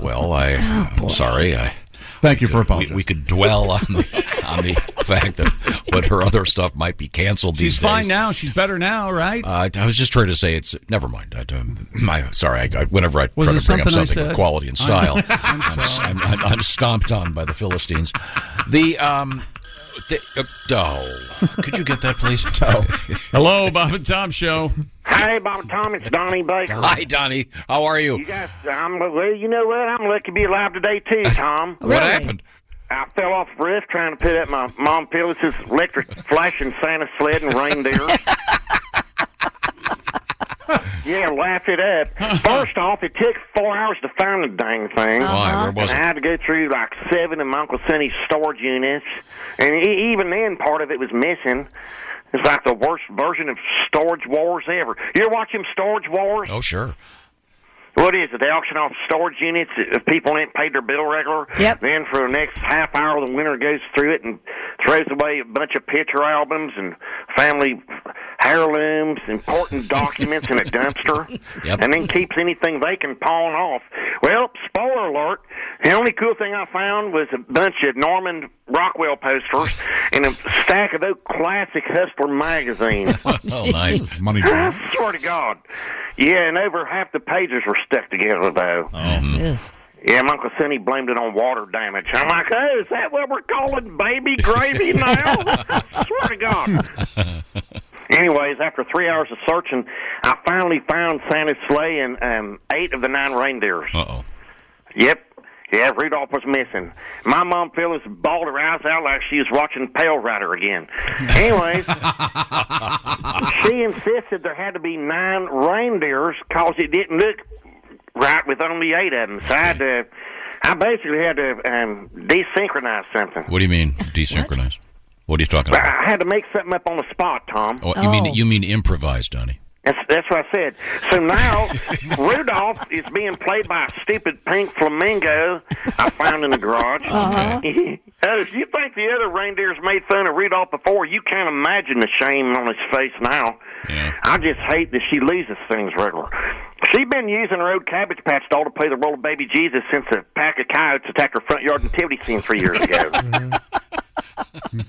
[SPEAKER 5] well, I I'm sorry. I
[SPEAKER 3] thank you for
[SPEAKER 5] apologizing. We, could dwell on the, on the fact that what her other stuff might be canceled.
[SPEAKER 1] She's
[SPEAKER 5] these
[SPEAKER 1] fine
[SPEAKER 5] days.
[SPEAKER 1] now. She's better now, right?
[SPEAKER 5] Uh, I was just trying to say it's never mind. I, um, my sorry. I, I- whenever I
[SPEAKER 1] Was
[SPEAKER 5] try
[SPEAKER 1] it
[SPEAKER 5] to bring up
[SPEAKER 1] something I
[SPEAKER 5] something with
[SPEAKER 1] said?
[SPEAKER 5] quality and
[SPEAKER 1] I'm-
[SPEAKER 5] style,
[SPEAKER 1] I'm
[SPEAKER 5] I'm, I'm, I'm, I'm stomped on by the Philistines. The um, the, uh, oh, could you get that please?
[SPEAKER 1] Hello, Bob and Tom Show.
[SPEAKER 16] Hey, Bob Tom, it's Donnie Baker.
[SPEAKER 5] Hi, Donnie. How are you?
[SPEAKER 16] You guys, I'm well. You know what? I'm lucky to be alive today too, Tom.
[SPEAKER 5] What happened?
[SPEAKER 16] I fell off a roof trying to put up my mom Phyllis's electric flashing Santa sled and reindeer. yeah, laugh it up. First off, it took four hours to find the dang thing.
[SPEAKER 5] Why? Where was
[SPEAKER 16] And I
[SPEAKER 5] it?
[SPEAKER 16] had to go through like seven of my Uncle Sonny's storage units, and e- even then, part of it was missing. It's like the worst version of Storage Wars ever. You're watching Storage Wars?
[SPEAKER 5] Oh, sure.
[SPEAKER 16] What is it? They auction off storage units if people ain't paid their bill regular. Yep. Then for the next half hour, the winner goes through it and throws away a bunch of picture albums and family heirlooms, important documents in a dumpster,
[SPEAKER 14] Yep.
[SPEAKER 16] and then keeps anything they can pawn off. Well, spoiler alert, the only cool thing I found was a bunch of Norman Rockwell posters and a stack of those classic Hustler magazines.
[SPEAKER 5] Oh, nice.
[SPEAKER 3] Money
[SPEAKER 16] I swear to God. Yeah, and over half the pages were stuck together, though. Yeah, my Uncle Sonny blamed it on water damage. I'm like, oh, is that what we're calling baby gravy now? I swear to God. Anyways, after three hours of searching, I finally found Santa's sleigh and um, eight of the nine reindeers.
[SPEAKER 5] Uh-oh.
[SPEAKER 16] Yep. Yeah, Rudolph was missing. My mom Phyllis bawled her eyes out like she was watching Pale Rider again. Anyways, she insisted there had to be nine reindeers because it didn't look right with only eight of them. So I had to, I basically had to um, desynchronize something.
[SPEAKER 5] What do you mean desynchronize? What are you talking about?
[SPEAKER 16] I had to make something up on the spot, Tom.
[SPEAKER 5] Oh, You mean you mean improvise, Donnie?
[SPEAKER 16] That's, that's what I said. So now Rudolph is being played by a stupid pink flamingo I found in the garage.
[SPEAKER 14] Uh-huh.
[SPEAKER 16] oh, if you think the other reindeers made fun of Rudolph before, you can't imagine the shame on his face now. I just hate that she loses things regular. She's been using her old cabbage patch doll to play the role of baby Jesus since a pack of coyotes attacked her front yard nativity scene three years ago.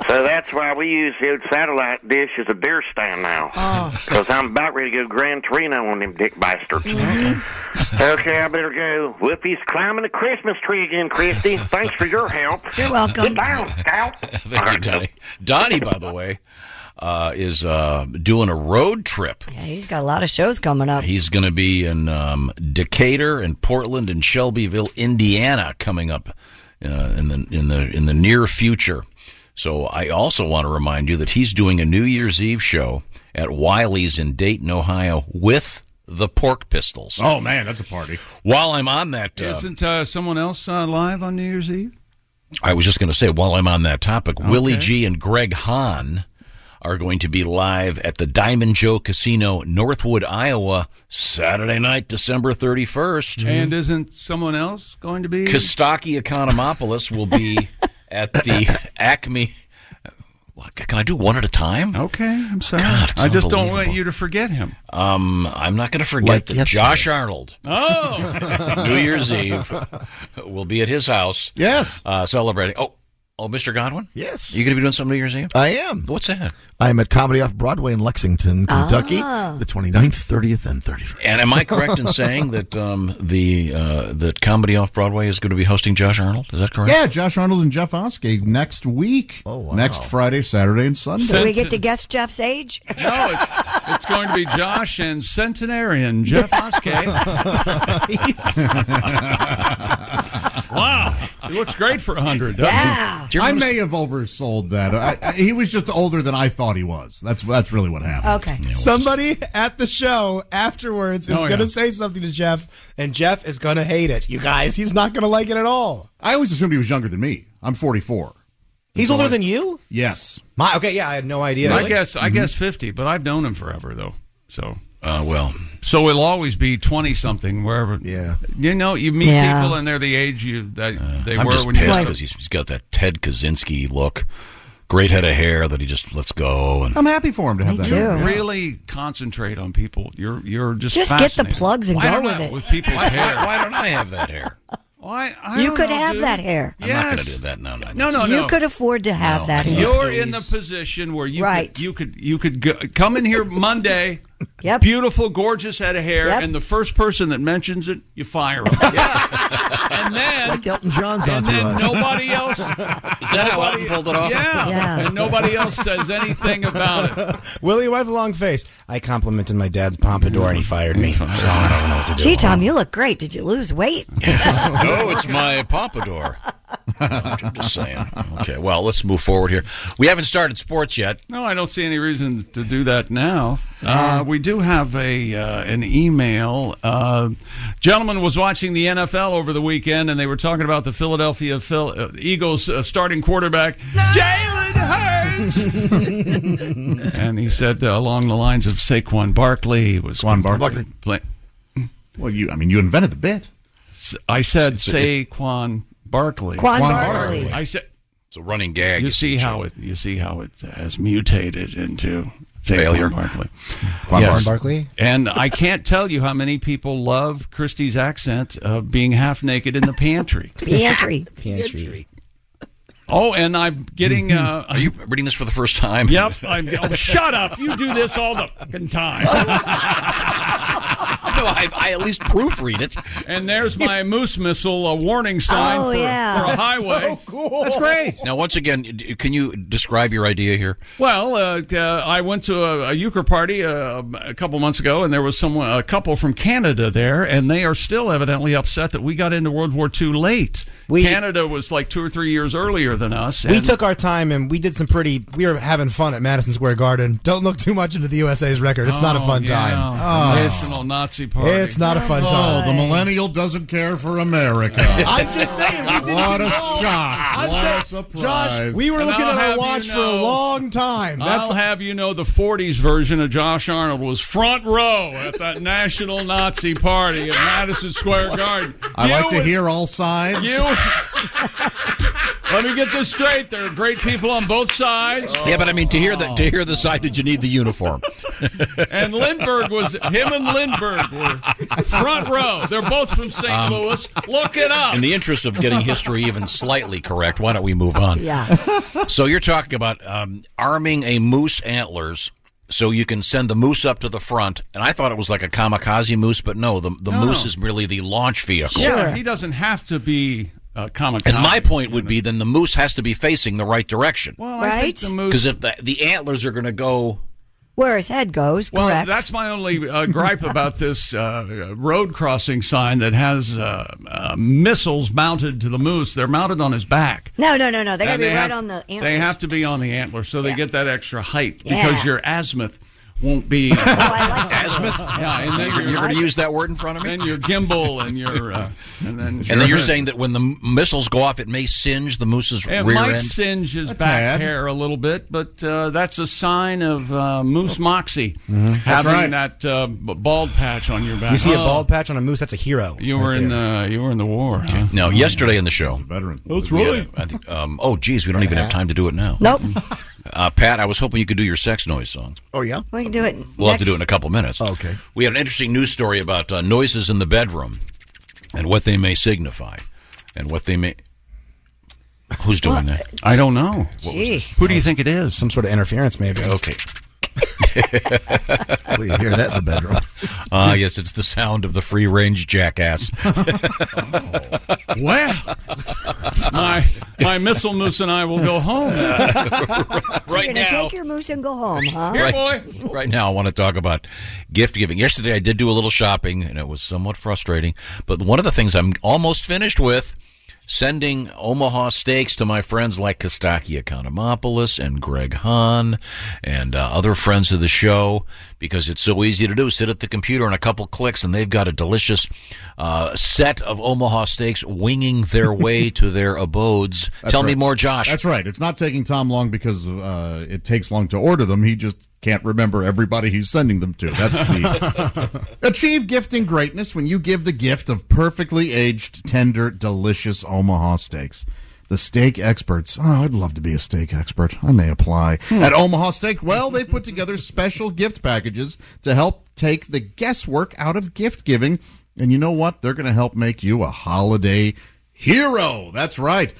[SPEAKER 16] so that's why we use the old satellite dish as a deer stand now.
[SPEAKER 2] Oh,
[SPEAKER 16] Because I'm about ready to go Gran Torino on them dick bastards.
[SPEAKER 4] Mm-hmm.
[SPEAKER 16] okay, I better go. Whoopi's climbing the Christmas tree again, Christy. Thanks for your help.
[SPEAKER 4] You're welcome.
[SPEAKER 16] Sit down, Scout.
[SPEAKER 5] Thank you, Donnie. Donnie, by the way, uh, is uh, doing a road trip.
[SPEAKER 4] Yeah, he's got a lot of shows coming up.
[SPEAKER 5] He's going to be in um, Decatur and Portland and Shelbyville, Indiana, coming up uh, in the in the in the near future. So I also want to remind you that he's doing a New Year's Eve show at Wiley's in Dayton, Ohio, with the Pork Pistols.
[SPEAKER 1] Oh, man, that's a party.
[SPEAKER 5] While I'm on that, uh,
[SPEAKER 1] Isn't uh, someone else uh, live on New Year's Eve?
[SPEAKER 5] I was just going to say while I'm on that topic, Willie G and Greg Hahn are going to be live at the Diamond Joe Casino, Northwood, Iowa, Saturday night, December 31st.
[SPEAKER 1] Mm-hmm. And isn't someone else going to be?
[SPEAKER 5] Kostaki Economopoulos will be at the Acme. What, Can I do one at a time?
[SPEAKER 1] Okay, I'm sorry.
[SPEAKER 5] it's
[SPEAKER 1] I just don't want
[SPEAKER 5] unbelievable.
[SPEAKER 1] you to forget him.
[SPEAKER 5] Um, I'm not going to forget
[SPEAKER 1] Like
[SPEAKER 5] that
[SPEAKER 1] yesterday.
[SPEAKER 5] Josh Arnold.
[SPEAKER 1] Oh!
[SPEAKER 5] New Year's Eve will be at his house.
[SPEAKER 17] Yes.
[SPEAKER 5] Uh, celebrating. Oh, oh, Mr. Godwin?
[SPEAKER 17] Yes.
[SPEAKER 5] You going to be doing some New Year's Eve?
[SPEAKER 17] I am.
[SPEAKER 5] What's that?
[SPEAKER 17] I'm at Comedy Off Broadway in Lexington, Kentucky,
[SPEAKER 5] Ah.
[SPEAKER 17] the 29th, 30th, and 31st.
[SPEAKER 5] And am I correct in saying that um, the uh, that comedy off Broadway is going to be hosting Josh Arnold? Is that correct?
[SPEAKER 3] Yeah, Josh Arnold and Jeff Oskey next week. Oh, wow. Next Friday, Saturday, and Sunday.
[SPEAKER 4] So we get to guess Jeff's age?
[SPEAKER 1] No, it's, it's going to be Josh and centenarian Jeff Oskey. wow, it looks great for 100, doesn't
[SPEAKER 4] yeah.
[SPEAKER 1] it?
[SPEAKER 3] I may have oversold that. I, I, he was just older than I thought he was. That's that's really what happened.
[SPEAKER 4] Okay.
[SPEAKER 6] Somebody at the show afterwards is
[SPEAKER 3] Oh, yeah.
[SPEAKER 6] going to say something to Jeff, and Jeff is going to hate it. You guys, he's not going to like it at all.
[SPEAKER 3] I always assumed he was younger than me. I'm 44.
[SPEAKER 6] He's
[SPEAKER 3] So
[SPEAKER 6] older
[SPEAKER 3] I-
[SPEAKER 6] than you?
[SPEAKER 3] Yes. mm-hmm.
[SPEAKER 6] My okay, yeah, I had no idea.
[SPEAKER 1] I guess
[SPEAKER 5] Mm-hmm.
[SPEAKER 1] I guess 50, but I've known him forever though. So
[SPEAKER 5] uh, well,
[SPEAKER 1] so it'll always be 20 something wherever. Yeah, you know, you meet
[SPEAKER 5] Yeah.
[SPEAKER 1] people and they're the age you that they
[SPEAKER 5] Uh, I'm
[SPEAKER 1] were
[SPEAKER 5] just
[SPEAKER 1] when you
[SPEAKER 5] pissed
[SPEAKER 1] were.
[SPEAKER 5] because he's, he's got that Ted Kaczynski look, great head of hair that he just lets go. And
[SPEAKER 3] I'm happy for him to have that.
[SPEAKER 1] You Really concentrate on people. You're you're just
[SPEAKER 4] Just get the
[SPEAKER 1] fascinated.
[SPEAKER 4] plugs and
[SPEAKER 1] Why
[SPEAKER 4] go
[SPEAKER 1] don't
[SPEAKER 4] with
[SPEAKER 1] I-
[SPEAKER 4] it.
[SPEAKER 1] With people's
[SPEAKER 5] Why-
[SPEAKER 1] hair.
[SPEAKER 5] why- why don't I have that hair?
[SPEAKER 1] Why I
[SPEAKER 4] you
[SPEAKER 1] don't
[SPEAKER 4] could
[SPEAKER 1] know,
[SPEAKER 4] have
[SPEAKER 1] dude.
[SPEAKER 4] that hair.
[SPEAKER 1] I'm not gonna Yes.
[SPEAKER 5] do that. No, no,
[SPEAKER 1] No, no,
[SPEAKER 4] you
[SPEAKER 1] no.
[SPEAKER 4] could afford to have that hair.
[SPEAKER 1] You're in the position where you
[SPEAKER 4] Right.
[SPEAKER 1] could, you could you could go, come in here Monday.
[SPEAKER 4] Yep.
[SPEAKER 1] Beautiful, gorgeous head of hair,
[SPEAKER 4] Yep.
[SPEAKER 1] and the first person that mentions it, you fire them. And then like
[SPEAKER 17] Elton John's
[SPEAKER 1] and then
[SPEAKER 17] entourage.
[SPEAKER 1] nobody else. Is
[SPEAKER 5] that how Elton pulled it off?
[SPEAKER 1] Yeah.
[SPEAKER 6] Yeah.
[SPEAKER 1] And nobody else says anything about it.
[SPEAKER 6] Willie with a long face. I complimented my dad's pompadour and he fired me. So I don't know what to do.
[SPEAKER 4] Gee, Tom, Um, you look great. Did you lose weight?
[SPEAKER 5] no, it's my pompadour. I'm just saying. Okay, well, let's move forward here. We haven't started sports yet.
[SPEAKER 1] No, I don't see any reason to do that now. Uh, we do have a uh, an email. Uh, gentleman was watching the NFL over the weekend, and they were talking about the Philadelphia Phil- uh, Eagles uh, starting quarterback, Jalen Hurts. and he said uh, along the lines of Saquon Barkley he was Saquon
[SPEAKER 3] Barkley. Well, you I mean you invented the bit.
[SPEAKER 1] I said Saquon Barkley.
[SPEAKER 3] Quan Quan Barkley. Barkley.
[SPEAKER 1] I said
[SPEAKER 5] it's a running gag.
[SPEAKER 1] You see how it you see how it has mutated into Saquon
[SPEAKER 5] Failure.
[SPEAKER 1] Barkley.
[SPEAKER 5] Quan
[SPEAKER 1] Yes.
[SPEAKER 6] Barkley?
[SPEAKER 1] And I can't tell you how many people love Christie's accent of being half naked in the pantry.
[SPEAKER 4] Pantry.
[SPEAKER 6] Pantry.
[SPEAKER 1] Oh, and I'm getting. Uh, Are
[SPEAKER 5] you reading this for the first time?
[SPEAKER 1] Yep. I'm, oh, shut up! You do this all the fucking time.
[SPEAKER 5] No, I, I at least proofread it.
[SPEAKER 1] And there's my moose missile, a warning sign
[SPEAKER 14] Oh,
[SPEAKER 1] for,
[SPEAKER 14] yeah.
[SPEAKER 1] for a
[SPEAKER 14] That's
[SPEAKER 1] highway.
[SPEAKER 14] so cool. That's great.
[SPEAKER 5] Now, once again, d- can you describe your idea here?
[SPEAKER 1] Well, uh, uh, I went to a, a euchre party uh, a couple months ago, and there was someone, a couple from Canada there, and they are still evidently upset that we got into World War II late. Canada was like two or three years earlier than us.
[SPEAKER 6] We
[SPEAKER 1] and-
[SPEAKER 6] took our time and we did some pretty. We were having fun at Madison Square Garden. Don't look too much into the USA's record. It's not a
[SPEAKER 1] Oh,
[SPEAKER 6] fun
[SPEAKER 1] yeah. Oh.
[SPEAKER 6] time. Oh.
[SPEAKER 1] The
[SPEAKER 6] It's-
[SPEAKER 1] National Nazi party.
[SPEAKER 6] It's not a fun time.
[SPEAKER 3] Oh, the millennial doesn't care for America.
[SPEAKER 6] I'm just saying. We didn't
[SPEAKER 3] What a
[SPEAKER 6] even know.
[SPEAKER 3] shock.
[SPEAKER 6] I'm
[SPEAKER 3] What a
[SPEAKER 6] saying-
[SPEAKER 3] surprise.
[SPEAKER 6] Josh, we were
[SPEAKER 3] And
[SPEAKER 6] looking
[SPEAKER 3] I'll
[SPEAKER 6] at
[SPEAKER 3] have
[SPEAKER 6] our
[SPEAKER 3] you
[SPEAKER 6] watch for a
[SPEAKER 3] know-
[SPEAKER 6] long time. That's
[SPEAKER 1] I'll have you know the 40s version of Josh Arnold was front row at that National Nazi Party at Madison Square Garden.
[SPEAKER 3] I
[SPEAKER 1] You
[SPEAKER 3] like to
[SPEAKER 1] would-
[SPEAKER 3] hear all sides.
[SPEAKER 1] You, Let me get this straight. There are great people on both sides.
[SPEAKER 5] Yeah, but I mean to hear
[SPEAKER 1] Oh.
[SPEAKER 5] the to hear the side that you need the uniform.
[SPEAKER 1] And Lindbergh was him and Lindbergh were front row. They're both from St.
[SPEAKER 5] Um,
[SPEAKER 1] Louis. Look it up.
[SPEAKER 5] In the interest of getting history even slightly correct, why don't we move on?
[SPEAKER 4] Yeah.
[SPEAKER 5] So you're talking about um, arming a moose antlers so you can send the moose up to the front. And I thought it was like a kamikaze moose, but no, the, the
[SPEAKER 1] No.
[SPEAKER 5] moose is really the launch vehicle.
[SPEAKER 1] Yeah, he doesn't have to be uh, kamikaze.
[SPEAKER 5] And my point would be then the moose has to be facing the right direction.
[SPEAKER 1] Well, I think the moose-
[SPEAKER 5] Because if the, the antlers are going to go
[SPEAKER 4] Where his head goes,
[SPEAKER 1] Well,
[SPEAKER 4] correct?
[SPEAKER 1] that's my only uh, gripe about this uh, road crossing sign that has uh, uh, missiles mounted to the moose. They're mounted on his back.
[SPEAKER 4] no, no, no, no. They got to
[SPEAKER 1] And
[SPEAKER 4] be right
[SPEAKER 1] have-
[SPEAKER 4] on the antler.
[SPEAKER 1] They have to be on the antler, so they get that extra height
[SPEAKER 4] Yeah.
[SPEAKER 1] because your azimuth won't be. oh,
[SPEAKER 4] I like
[SPEAKER 5] azimuth.
[SPEAKER 1] Yeah, and then
[SPEAKER 5] You're-
[SPEAKER 1] your-
[SPEAKER 5] you're gonna use that word in front of me?
[SPEAKER 1] And your gimbal and your uh, and then
[SPEAKER 5] And then you're saying that when the m- missiles go off, it may singe the moose's
[SPEAKER 1] It
[SPEAKER 5] rear
[SPEAKER 1] might
[SPEAKER 5] end.
[SPEAKER 1] singe his
[SPEAKER 5] A
[SPEAKER 1] back
[SPEAKER 5] tad.
[SPEAKER 1] hair a little bit, but uh, that's a sign of uh, moose moxie having
[SPEAKER 6] right.
[SPEAKER 1] that uh, b- bald patch on your back.
[SPEAKER 6] You see a
[SPEAKER 1] Oh,
[SPEAKER 6] bald patch on a moose, that's a hero.
[SPEAKER 1] You were in the you were in the war. Huh?
[SPEAKER 5] No, yesterday in the show,
[SPEAKER 3] veteran.
[SPEAKER 1] That's
[SPEAKER 5] We had
[SPEAKER 1] right.
[SPEAKER 5] a- I think, um, oh, geez, we don't even have time to do it now.
[SPEAKER 4] Nope.
[SPEAKER 5] Uh, Pat, I was hoping you could do your sex noise song.
[SPEAKER 4] Oh, yeah? We can do it.
[SPEAKER 5] We'll have
[SPEAKER 4] next-
[SPEAKER 5] to do it in a couple minutes.
[SPEAKER 6] Oh,
[SPEAKER 5] okay. We had an interesting news story about uh, noises in the bedroom and what they may signify and what they may. Who's doing that?
[SPEAKER 1] I don't know.
[SPEAKER 4] Jeez.
[SPEAKER 1] Who do you think it is?
[SPEAKER 6] Some sort of interference, maybe.
[SPEAKER 5] Okay.
[SPEAKER 6] Well, you hear that in the bedroom.
[SPEAKER 5] Ah, yes, it's the sound of the free range jackass.
[SPEAKER 1] Well, my my missile moose and I will go home.
[SPEAKER 4] You're
[SPEAKER 5] right
[SPEAKER 4] gonna
[SPEAKER 5] now.
[SPEAKER 4] take your moose and go home, huh?
[SPEAKER 5] right, right now, I want to talk about gift giving. Yesterday, I did do a little shopping, and it was somewhat frustrating. But one of the things I'm almost finished with sending Omaha steaks to my friends like Kostaki Economopoulos and Greg Hahn and uh, other friends of the show because it's so easy to do. Sit at the computer and a couple clicks, and they've got a delicious uh, set of Omaha steaks winging their way to their abodes.
[SPEAKER 3] That's
[SPEAKER 5] Tell me
[SPEAKER 3] right.
[SPEAKER 5] more, Josh.
[SPEAKER 3] That's right. It's not taking Tom long because uh, it takes long to order them. He just can't remember everybody he's sending them to. That's the achieve gifting greatness when you give the gift of perfectly aged, tender, delicious Omaha steaks. The steak experts. Oh, I'd love to be a steak expert. I may apply Hmm. at Omaha Steak. Well, they've put together special gift packages to help take the guesswork out of gift giving. And you know what? They're going to help make you a holiday hero. That's right.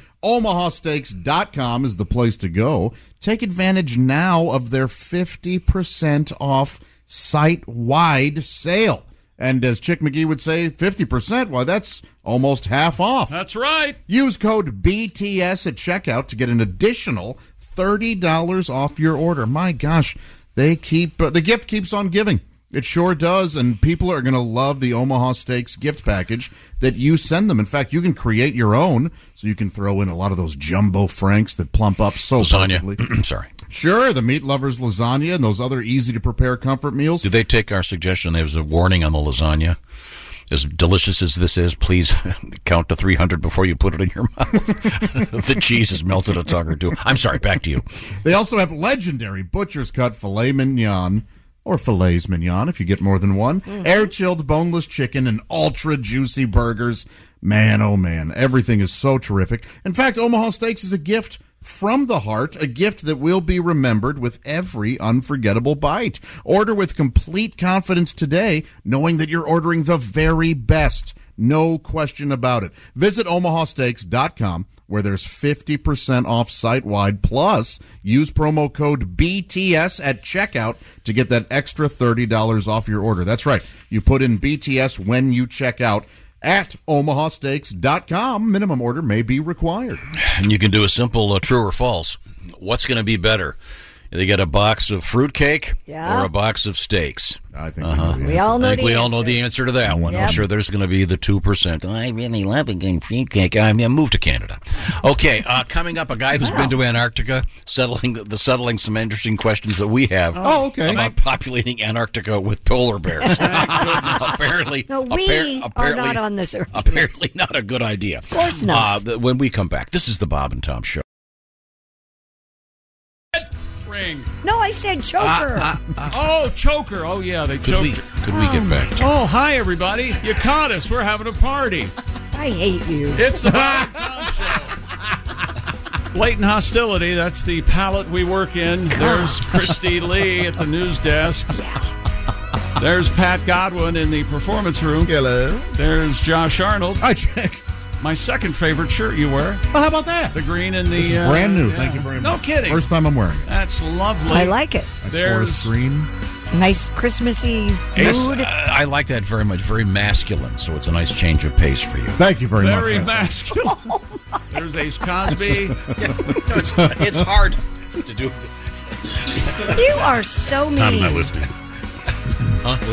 [SPEAKER 3] OmahaSteaks.com is the place to go. Take advantage now of their 50% off site wide sale. And as Chick McGee would say, 50%, why, that's almost half off.
[SPEAKER 1] That's right.
[SPEAKER 3] Use code BTS at checkout to get an additional $30 off your order. My gosh, they keep uh, the gift keeps on giving. It sure does, and people are going to love the Omaha Steaks gift package that you send them. In fact, you can create your own, so you can throw in a lot of those jumbo franks that plump up so
[SPEAKER 5] Lasagna.
[SPEAKER 3] perfectly.
[SPEAKER 5] Sorry.
[SPEAKER 3] Sure, the meat lovers lasagna and those other easy to prepare comfort meals.
[SPEAKER 5] Do they take our suggestion? There was a warning on the lasagna. As delicious as this is, please count to 300 before you put it in your mouth. the cheese has melted a tongue or two. I'm sorry, back to you.
[SPEAKER 3] They also have legendary butcher's cut filet mignon or filets mignon if you get more than one,
[SPEAKER 5] Mm.
[SPEAKER 3] air chilled boneless chicken, and ultra juicy burgers. Man, oh man, everything is so terrific. In fact, Omaha Steaks is a gift from the heart, a gift that will be remembered with every unforgettable bite. Order with complete confidence today, knowing that you're ordering the very best. No question about it. Visit omahasteaks.com where there's 50% off site wide. Plus, use promo code BTS at checkout to get that extra $30 off your order. That's right. You put in BTS when you check out at omahasteaks.com. Minimum order may be required.
[SPEAKER 5] And you can do a simple uh, true or false. What's going to be better? They get a box of fruitcake
[SPEAKER 4] Yeah.
[SPEAKER 5] or a box of steaks. I think
[SPEAKER 4] the We all answer. know
[SPEAKER 5] I think
[SPEAKER 4] the
[SPEAKER 5] we all know the answer to that one. I'm
[SPEAKER 4] Yep.
[SPEAKER 5] sure there's going to be the two percent. I really love a good fruitcake. I mean, move to Canada. Okay, uh, coming up, a guy who's been to Antarctica, settling the settling some interesting questions that we have.
[SPEAKER 3] Oh, okay.
[SPEAKER 5] About populating Antarctica with polar bears. apparently,
[SPEAKER 4] No, we
[SPEAKER 5] appar-
[SPEAKER 4] are
[SPEAKER 5] apparently-
[SPEAKER 4] not on this earth.
[SPEAKER 5] apparently not a good idea. Of
[SPEAKER 4] course not.
[SPEAKER 5] Uh, th- when we come back, this is the Bob and Tom Show.
[SPEAKER 1] Ring.
[SPEAKER 4] No, I said choker.
[SPEAKER 1] Oh, choker. Oh yeah, they
[SPEAKER 5] Ah, Could we,
[SPEAKER 1] choked.
[SPEAKER 5] could we get
[SPEAKER 4] Hmm.
[SPEAKER 5] back?
[SPEAKER 1] Oh, hi everybody. You caught us. We're having a party.
[SPEAKER 4] I hate you.
[SPEAKER 1] It's the Bob and Tom Show. Blatant hostility. That's the palette we work in. There's Christy Lee at the news desk. There's Pat Godwin in the performance room. Hello. There's Josh Arnold. I check. My second favorite shirt you wear.
[SPEAKER 3] Oh, how about that?
[SPEAKER 1] The green and the
[SPEAKER 3] This is
[SPEAKER 1] uh,
[SPEAKER 3] brand new.
[SPEAKER 1] yeah.
[SPEAKER 3] Thank you very
[SPEAKER 1] No
[SPEAKER 3] much.
[SPEAKER 1] kidding.
[SPEAKER 3] First time I'm wearing it.
[SPEAKER 1] That's Ah, lovely.
[SPEAKER 4] I like it.
[SPEAKER 3] I swore it's
[SPEAKER 1] There's
[SPEAKER 3] green.
[SPEAKER 4] Nice Christmassy
[SPEAKER 5] It's-
[SPEAKER 4] mood.
[SPEAKER 5] uh, I like that very much. Very masculine, so it's a nice change of pace for you.
[SPEAKER 3] Thank you very
[SPEAKER 1] very masculine. There's Ace Cosby.
[SPEAKER 5] Oh, it's, it's hard to do.
[SPEAKER 4] You are so mean.
[SPEAKER 1] Tom, not listening.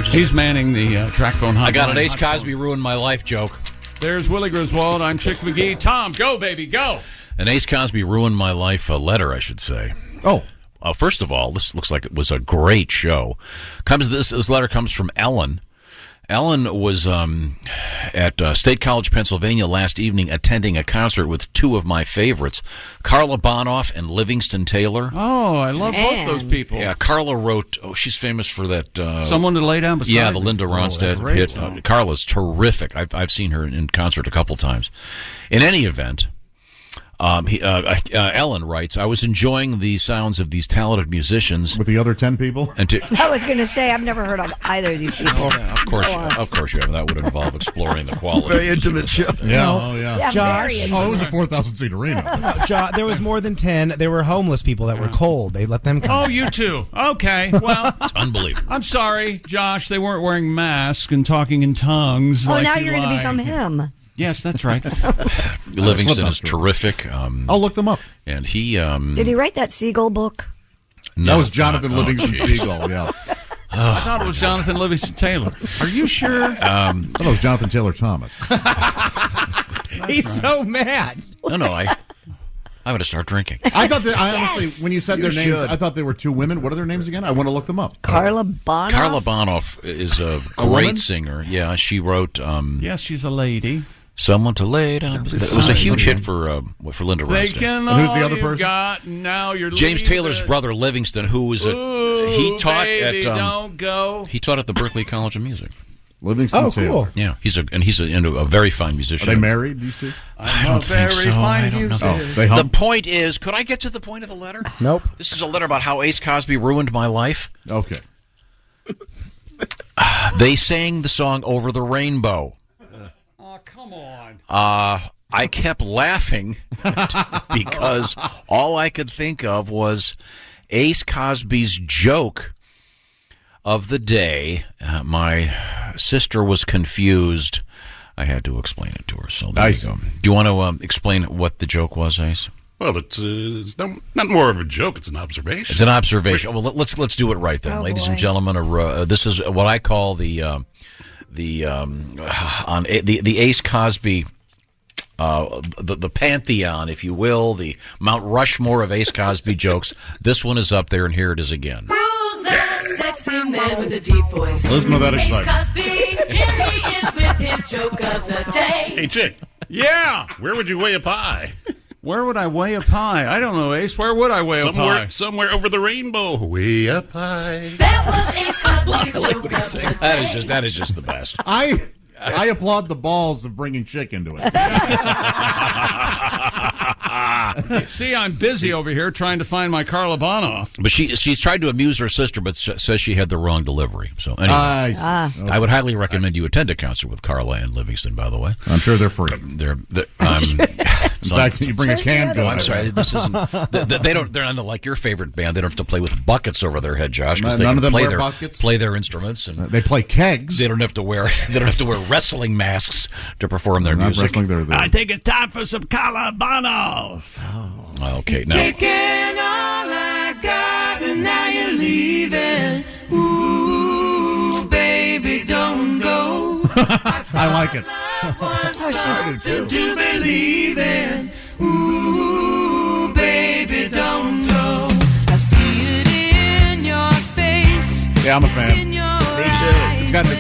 [SPEAKER 1] He's manning the uh, track phone hotline.
[SPEAKER 5] I got an Ace
[SPEAKER 1] Hotline.
[SPEAKER 5] Cosby ruined my life joke.
[SPEAKER 1] There's Willie Griswold. I'm Chick McGee. Tom, go, baby, go.
[SPEAKER 5] An Ace Cosby ruined my life uh, letter, I should say.
[SPEAKER 3] Oh.
[SPEAKER 5] Uh, first of all, this looks like it was a great show. Comes this this letter comes from Ellen. Ellen was um, at uh, State College, Pennsylvania last evening attending a concert with two of my favorites, Carla Bonoff and Livingston Taylor.
[SPEAKER 1] Oh, I love
[SPEAKER 5] Man.
[SPEAKER 1] both those people.
[SPEAKER 5] Yeah, Carla wrote. Oh, she's famous for that. Uh,
[SPEAKER 1] Someone to lay down beside
[SPEAKER 5] Yeah, the
[SPEAKER 1] me.
[SPEAKER 5] Linda
[SPEAKER 1] Oh,
[SPEAKER 5] Ronstadt
[SPEAKER 1] that's a great
[SPEAKER 5] hit.
[SPEAKER 1] song.
[SPEAKER 5] Uh, Carla's terrific. I've I've seen her in concert a couple times. In any event. Um, he, uh, uh, Ellen writes, "I was enjoying the sounds of these talented musicians
[SPEAKER 3] with the other ten people,
[SPEAKER 5] and to,
[SPEAKER 4] I was going to say, I've never heard of either of these people.
[SPEAKER 5] Of course,
[SPEAKER 4] Go on.
[SPEAKER 5] of course, you have. That would involve exploring the quality.
[SPEAKER 10] Very intimate show.
[SPEAKER 3] Yeah.
[SPEAKER 6] No.
[SPEAKER 3] Oh, yeah.
[SPEAKER 6] Yeah, Josh. very
[SPEAKER 3] Oh, it was a 4,000 seat arena.
[SPEAKER 6] Josh, there was more than ten. There were homeless people that were cold. They let them come.
[SPEAKER 1] Oh, you too. Okay. Well,
[SPEAKER 5] It's unbelievable.
[SPEAKER 1] I'm sorry, Josh. They weren't wearing masks and talking in tongues.
[SPEAKER 4] Oh,
[SPEAKER 1] like
[SPEAKER 4] now
[SPEAKER 1] you
[SPEAKER 4] you're going to
[SPEAKER 1] like.
[SPEAKER 4] become him.
[SPEAKER 1] Yes, that's right.
[SPEAKER 5] Livingston
[SPEAKER 1] Slipknot
[SPEAKER 5] is terrific. Um,
[SPEAKER 3] I'll look them up.
[SPEAKER 5] And he, um,
[SPEAKER 4] Did he write that seagull book?
[SPEAKER 5] no,
[SPEAKER 3] that was
[SPEAKER 5] it's not.
[SPEAKER 3] Jonathan
[SPEAKER 5] Oh,
[SPEAKER 3] Livingston
[SPEAKER 5] geez.
[SPEAKER 3] Seagull, yeah.
[SPEAKER 1] I thought it was Jonathan Livingston Taylor. Are you sure?
[SPEAKER 5] Um,
[SPEAKER 3] I thought it was Jonathan Taylor Thomas.
[SPEAKER 6] He's so mad.
[SPEAKER 5] No, no, I, I'm going to start drinking.
[SPEAKER 3] I thought that, I honestly, when you said
[SPEAKER 5] You
[SPEAKER 3] their names,
[SPEAKER 5] should.
[SPEAKER 3] I thought they were two women. What are their names again? I want to look them up.
[SPEAKER 4] Carla Bonoff.
[SPEAKER 5] Carla Bonoff is a
[SPEAKER 3] woman?
[SPEAKER 5] great singer. Yeah, she wrote. Um,
[SPEAKER 1] yes, she's a lady.
[SPEAKER 5] Someone to lay down.
[SPEAKER 1] That
[SPEAKER 5] It
[SPEAKER 1] was
[SPEAKER 5] was a
[SPEAKER 1] fine.
[SPEAKER 5] huge hit for uh, for Linda
[SPEAKER 1] They
[SPEAKER 5] Ronstadt.
[SPEAKER 1] can all Who's the other person? Got, now you're
[SPEAKER 5] James
[SPEAKER 1] leaving.
[SPEAKER 5] Taylor's brother Livingston, who was a he
[SPEAKER 1] Ooh,
[SPEAKER 5] taught
[SPEAKER 1] baby,
[SPEAKER 5] at um,
[SPEAKER 1] don't go.
[SPEAKER 5] he taught at the Berkeley College of Music.
[SPEAKER 1] Oh,
[SPEAKER 3] Livingston Taylor.
[SPEAKER 5] Yeah, he's a and he's a, and a- a very fine musician.
[SPEAKER 3] Are they married, these two?
[SPEAKER 5] I don't think so. I don't know.
[SPEAKER 3] Oh,
[SPEAKER 5] the
[SPEAKER 3] they hum?
[SPEAKER 5] point is, could I get to the point of the letter?
[SPEAKER 6] Nope.
[SPEAKER 5] This is a letter about how Ace Cosby ruined my life.
[SPEAKER 3] Okay.
[SPEAKER 5] they sang the song Over the Rainbow. Oh, come on. Uh, I kept laughing because all I could think of was Ace Cosby's joke of the day. Uh, my sister was confused. I had to explain it to her. So there
[SPEAKER 3] Nice.
[SPEAKER 5] you go. Do you want to um, explain what the joke was, Ace?
[SPEAKER 13] Well, it's, uh, it's not, not more of a joke. It's an observation.
[SPEAKER 5] It's an observation. Well, let- let's let's do it right then,
[SPEAKER 13] Oh,
[SPEAKER 5] ladies and
[SPEAKER 13] boy.
[SPEAKER 5] gentlemen. a ro- uh, This is what I call the um the um, on A- the the Ace Cosby. Uh, the the pantheon, if you will, the Mount Rushmore of Ace Cosby jokes. This one is up there, and here it is again.
[SPEAKER 14] Who's that sexy man with a deep voice?
[SPEAKER 5] Listen to that
[SPEAKER 14] Ace
[SPEAKER 5] excitement.
[SPEAKER 14] Cosby, here he is with his joke of the day.
[SPEAKER 13] Hey, Chick.
[SPEAKER 1] Yeah.
[SPEAKER 13] Where would you weigh a pie?
[SPEAKER 1] Where would I weigh a pie? I don't know, Ace. Where would I weigh
[SPEAKER 13] somewhere,
[SPEAKER 1] a pie?
[SPEAKER 13] somewhere over the rainbow. Way up high.
[SPEAKER 14] That was Ace Cosby's joke.
[SPEAKER 5] That is just that is just the best.
[SPEAKER 3] I I applaud the balls of bringing chick into it.
[SPEAKER 1] See, I'm busy over here trying to find my Carla Bonoff.
[SPEAKER 5] But she she's tried to amuse her sister, but s- says she had the wrong delivery. So anyway,
[SPEAKER 1] I see. Ah.
[SPEAKER 5] I would highly recommend you attend a concert with Carla and Livingston. By the way,
[SPEAKER 3] I'm sure they're free.
[SPEAKER 5] They're, they're um, in
[SPEAKER 3] fact, you bring a canned gun.
[SPEAKER 5] I'm sorry, this isn't. They, they don't. They're not like your favorite band. They don't have to play with buckets over their head, Josh. 'cause they
[SPEAKER 3] None
[SPEAKER 5] can
[SPEAKER 3] of them
[SPEAKER 5] play
[SPEAKER 3] wear
[SPEAKER 5] their,
[SPEAKER 3] buckets?
[SPEAKER 5] Play their instruments and
[SPEAKER 3] They play kegs.
[SPEAKER 5] They don't have to wear. They don't have to wear wrestling masks to perform their
[SPEAKER 3] They're not
[SPEAKER 5] music.
[SPEAKER 3] wrestling, they're the- I
[SPEAKER 1] think it's time for some Carla Bonoff.
[SPEAKER 5] Okay, now
[SPEAKER 14] Taking all I got and now you're leaving. Ooh, baby, don't go.
[SPEAKER 3] I like it.
[SPEAKER 14] Was
[SPEAKER 3] do,
[SPEAKER 14] something to believe in. Ooh, baby, don't go. I see it in your face.
[SPEAKER 3] Yeah, I'm a
[SPEAKER 14] It's in
[SPEAKER 3] fan.
[SPEAKER 14] your
[SPEAKER 3] It's got the,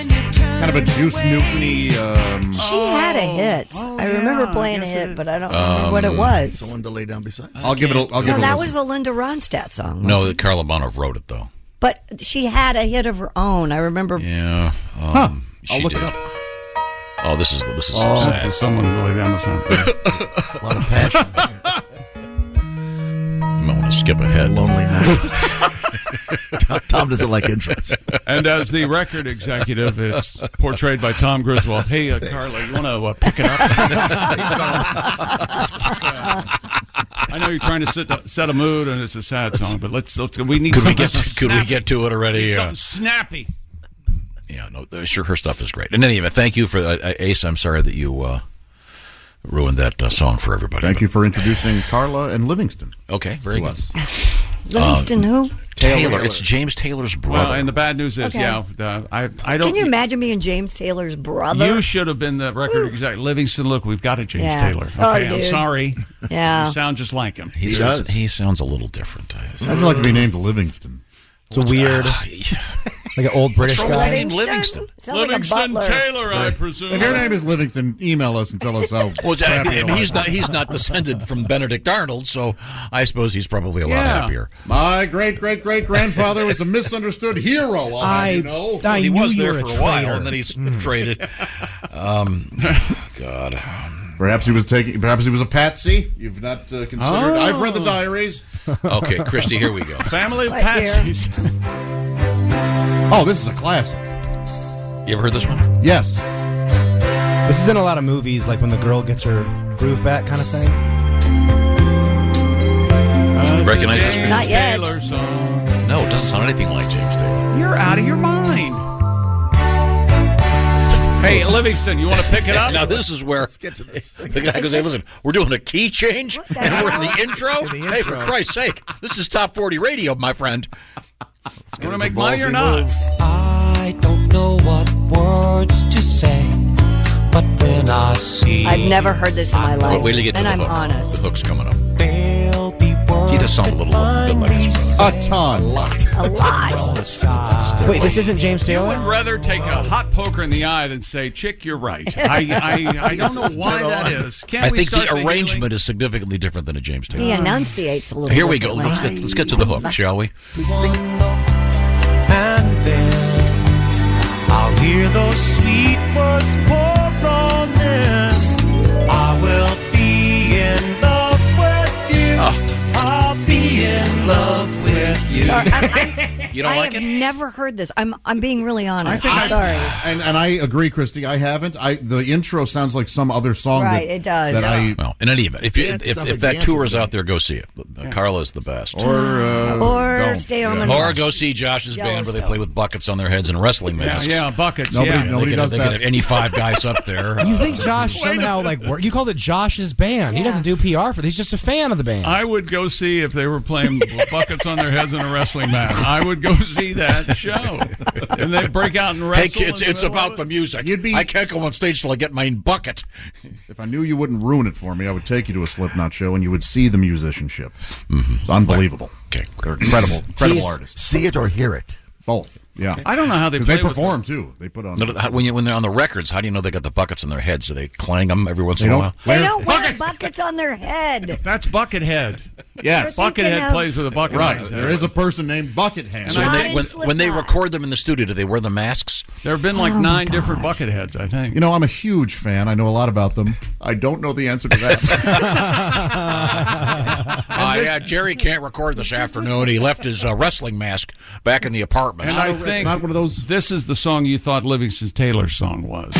[SPEAKER 3] kind of a juice newtony. Um,
[SPEAKER 6] Oh.
[SPEAKER 4] She had a
[SPEAKER 18] Oh,
[SPEAKER 4] hit. I remember playing a hit, but I don't remember
[SPEAKER 5] Um,
[SPEAKER 4] what it was.
[SPEAKER 10] Someone to lay down beside.
[SPEAKER 3] I'll give it. A, I'll
[SPEAKER 4] No,
[SPEAKER 3] give it.
[SPEAKER 4] that
[SPEAKER 3] A
[SPEAKER 4] was
[SPEAKER 3] listen.
[SPEAKER 4] the Linda Ronstadt song.
[SPEAKER 5] no, that Carla Bonoff wrote it though.
[SPEAKER 4] But she had a hit of her own. I remember.
[SPEAKER 5] Yeah. Um,
[SPEAKER 4] Huh.
[SPEAKER 5] she
[SPEAKER 4] I'll look it
[SPEAKER 5] did.
[SPEAKER 4] up.
[SPEAKER 5] Oh, this is this is.
[SPEAKER 1] Oh,
[SPEAKER 5] so
[SPEAKER 1] this
[SPEAKER 5] sad.
[SPEAKER 1] is someone really down with something.
[SPEAKER 5] a lot of passion. skip ahead.
[SPEAKER 17] Lonely night. Tom doesn't like intros.
[SPEAKER 1] And as the record executive, it's portrayed by Tom Griswold. Hey, uh, Carla, you want to uh, pick it up? I know you're trying to sit, set a mood, and it's a sad song, but let's let's we need
[SPEAKER 5] Could we
[SPEAKER 1] something
[SPEAKER 5] get to, could we
[SPEAKER 1] snappy.
[SPEAKER 5] get to it already?
[SPEAKER 1] Need
[SPEAKER 5] Yeah.
[SPEAKER 1] something snappy.
[SPEAKER 5] yeah, no, uh, sure, her stuff is great. In any event, thank you for uh, uh, Ace. I'm sorry that you uh, ruined that uh, song for everybody.
[SPEAKER 3] Thank you for introducing Carla and Livingston.
[SPEAKER 5] Okay, very
[SPEAKER 3] to
[SPEAKER 5] good.
[SPEAKER 3] us.
[SPEAKER 4] Livingston, who?
[SPEAKER 5] Uh, Taylor. It's James Taylor's brother.
[SPEAKER 1] Well, and the bad news is,
[SPEAKER 4] Okay.
[SPEAKER 1] yeah, uh, I I don't.
[SPEAKER 4] Can
[SPEAKER 5] e-
[SPEAKER 4] you imagine being James Taylor's brother?
[SPEAKER 1] You should have been the record exec. Livingston, look, we've got a James
[SPEAKER 4] Yeah.
[SPEAKER 1] Taylor.
[SPEAKER 4] Sorry,
[SPEAKER 1] okay, I'm
[SPEAKER 4] dude.
[SPEAKER 1] sorry.
[SPEAKER 4] Yeah.
[SPEAKER 1] You sound just like him.
[SPEAKER 5] He, does. He sounds a little different.
[SPEAKER 3] I'd like to be named Livingston.
[SPEAKER 6] It's a weird, like an old British
[SPEAKER 3] What's wrong
[SPEAKER 6] guy.
[SPEAKER 3] with named
[SPEAKER 4] Livingston. Sounds like a
[SPEAKER 1] Livingston
[SPEAKER 4] butler.
[SPEAKER 1] Taylor, I presume.
[SPEAKER 3] If your name is Livingston, email us and tell us how.
[SPEAKER 5] Well, I
[SPEAKER 3] crappy
[SPEAKER 5] mean,
[SPEAKER 3] your
[SPEAKER 5] and he's
[SPEAKER 3] life
[SPEAKER 5] not he's not descended from Benedict Arnold, so I suppose he's probably a lot
[SPEAKER 3] Yeah.
[SPEAKER 5] happier.
[SPEAKER 3] My great great great grandfather was a misunderstood hero. I,
[SPEAKER 5] I-
[SPEAKER 3] you know.
[SPEAKER 5] Oh, Well, he was there for a while, and then he's
[SPEAKER 6] Mm.
[SPEAKER 5] traded. Um, God,
[SPEAKER 3] Perhaps he was taking. Perhaps he was a patsy. You've not uh, considered.
[SPEAKER 5] Oh.
[SPEAKER 3] I've read the diaries.
[SPEAKER 5] Okay, Christy, here we go.
[SPEAKER 1] Family of
[SPEAKER 3] Right here.
[SPEAKER 1] patsies.
[SPEAKER 3] Oh, this is a classic.
[SPEAKER 5] You ever heard this one?
[SPEAKER 3] Yes.
[SPEAKER 6] This is in a lot of movies, like when the girl gets her groove back, kind of thing.
[SPEAKER 5] recognize this?
[SPEAKER 1] James
[SPEAKER 5] Not
[SPEAKER 4] yet.
[SPEAKER 1] Taylor song.
[SPEAKER 5] No, it doesn't sound anything like James Taylor.
[SPEAKER 1] You're out of your mind. Hey, Livingston, you want to pick it up?
[SPEAKER 5] Now this is where the guy goes, "Hey, listen, we're doing a key change, and we're in the intro. Hey, for
[SPEAKER 1] intro.
[SPEAKER 5] Christ's sake, this is top forty radio, my friend."
[SPEAKER 1] Want to make money or not?
[SPEAKER 18] I don't know what words to say, but when I see
[SPEAKER 4] I've never heard this in my
[SPEAKER 5] Wait,
[SPEAKER 4] life.
[SPEAKER 5] wait till you get to
[SPEAKER 4] and
[SPEAKER 5] the
[SPEAKER 4] I'm
[SPEAKER 5] hook.
[SPEAKER 4] honest.
[SPEAKER 5] The hook's coming up. He does sound a little bit like his
[SPEAKER 3] brother. A ton, lot,
[SPEAKER 4] a lot.
[SPEAKER 5] That's- that's their
[SPEAKER 6] Wait,
[SPEAKER 5] way.
[SPEAKER 6] this isn't James
[SPEAKER 1] I
[SPEAKER 6] Taylor.
[SPEAKER 1] would rather take a hot poker in the eye than say, "Chick, you're right." I I, I don't know why that is. Can't
[SPEAKER 5] I
[SPEAKER 1] we
[SPEAKER 5] think
[SPEAKER 1] start
[SPEAKER 5] the
[SPEAKER 1] healing?
[SPEAKER 5] arrangement is significantly different than a James Taylor.
[SPEAKER 4] He enunciates a little.
[SPEAKER 5] Here we go.
[SPEAKER 4] differently.
[SPEAKER 5] Let's get let's get to the hook, shall we?
[SPEAKER 18] and then I'll hear those sweet words pour on them. I will be in love with you.
[SPEAKER 3] Ah.
[SPEAKER 18] I'll be in love with you.
[SPEAKER 4] Sorry, I'm, I'm,
[SPEAKER 5] You don't
[SPEAKER 4] I
[SPEAKER 5] like
[SPEAKER 4] have never heard this. I'm I'm being really honest.
[SPEAKER 3] think
[SPEAKER 4] I'm
[SPEAKER 3] I-
[SPEAKER 4] sorry.
[SPEAKER 3] And and I agree, Christy. I haven't. I the intro sounds like some other song.
[SPEAKER 4] Right,
[SPEAKER 3] that,
[SPEAKER 4] it does.
[SPEAKER 3] That I
[SPEAKER 5] Well, in any event, if you,
[SPEAKER 3] Yeah, it
[SPEAKER 5] if,
[SPEAKER 3] sounds
[SPEAKER 5] if
[SPEAKER 3] like
[SPEAKER 5] that
[SPEAKER 3] dance
[SPEAKER 5] tour is out there, go see it. Carla's the best.
[SPEAKER 3] Or, uh,
[SPEAKER 4] Or don't. stay home and
[SPEAKER 5] or
[SPEAKER 4] watch
[SPEAKER 5] go see Josh's band where they play with buckets on their heads and wrestling
[SPEAKER 1] Yeah,
[SPEAKER 5] masks.
[SPEAKER 1] yeah, buckets,
[SPEAKER 5] Nobody,
[SPEAKER 1] yeah.
[SPEAKER 5] they
[SPEAKER 1] Nobody
[SPEAKER 5] can-
[SPEAKER 1] does
[SPEAKER 5] they can
[SPEAKER 1] that.
[SPEAKER 5] have any five guys up there.
[SPEAKER 6] You
[SPEAKER 5] uh,
[SPEAKER 6] think Josh somehow like work? You called it Josh's band. He doesn't do PR for. He's just a fan of the band.
[SPEAKER 1] I would go see if they were playing buckets on their heads in a wrestling match. I would go see that show, and they break out and wrestle.
[SPEAKER 5] Hey kids,
[SPEAKER 1] in the
[SPEAKER 5] it's
[SPEAKER 1] middle of
[SPEAKER 5] about
[SPEAKER 1] it.
[SPEAKER 5] the music. You'd be, I can't go on stage till I get my bucket.
[SPEAKER 3] If I knew you wouldn't ruin it for me, I would take you to a Slipknot show and you would see the musicianship. It's unbelievable.
[SPEAKER 5] Mm-hmm. Okay.
[SPEAKER 3] They're incredible, incredible
[SPEAKER 17] He's-
[SPEAKER 3] artists.
[SPEAKER 17] See it or hear it.
[SPEAKER 3] Both. Yeah.
[SPEAKER 1] I don't know how they
[SPEAKER 3] 'Cause
[SPEAKER 1] play with
[SPEAKER 3] perform too. They put on.
[SPEAKER 5] No, no, how- When you when they're on the records, how do you know they got the buckets on their heads? Do they clang them every once
[SPEAKER 3] They
[SPEAKER 5] in a
[SPEAKER 3] don't-
[SPEAKER 5] while?
[SPEAKER 4] They don't wear buckets on their head.
[SPEAKER 1] That's Buckethead.
[SPEAKER 3] Yes.
[SPEAKER 4] You're thinking
[SPEAKER 1] Buckethead
[SPEAKER 4] of-
[SPEAKER 1] plays with a bucket. on
[SPEAKER 3] Right.
[SPEAKER 1] his
[SPEAKER 3] There
[SPEAKER 1] head.
[SPEAKER 3] is a person named Buckethead.
[SPEAKER 5] So when
[SPEAKER 4] Not
[SPEAKER 5] they,
[SPEAKER 4] in
[SPEAKER 5] when, when they
[SPEAKER 4] Slipknot.
[SPEAKER 5] record them in the studio, do they wear the masks?
[SPEAKER 1] There have been like nine different bucket heads, I think.
[SPEAKER 3] You know, I'm a huge fan. I know a lot about them. I don't know the answer to that.
[SPEAKER 5] Oh, yeah, Jerry can't record this afternoon. He left his uh, wrestling mask back in the apartment.
[SPEAKER 1] And I think
[SPEAKER 3] not one of those.
[SPEAKER 1] This is the song you thought Livingston Taylor's song was.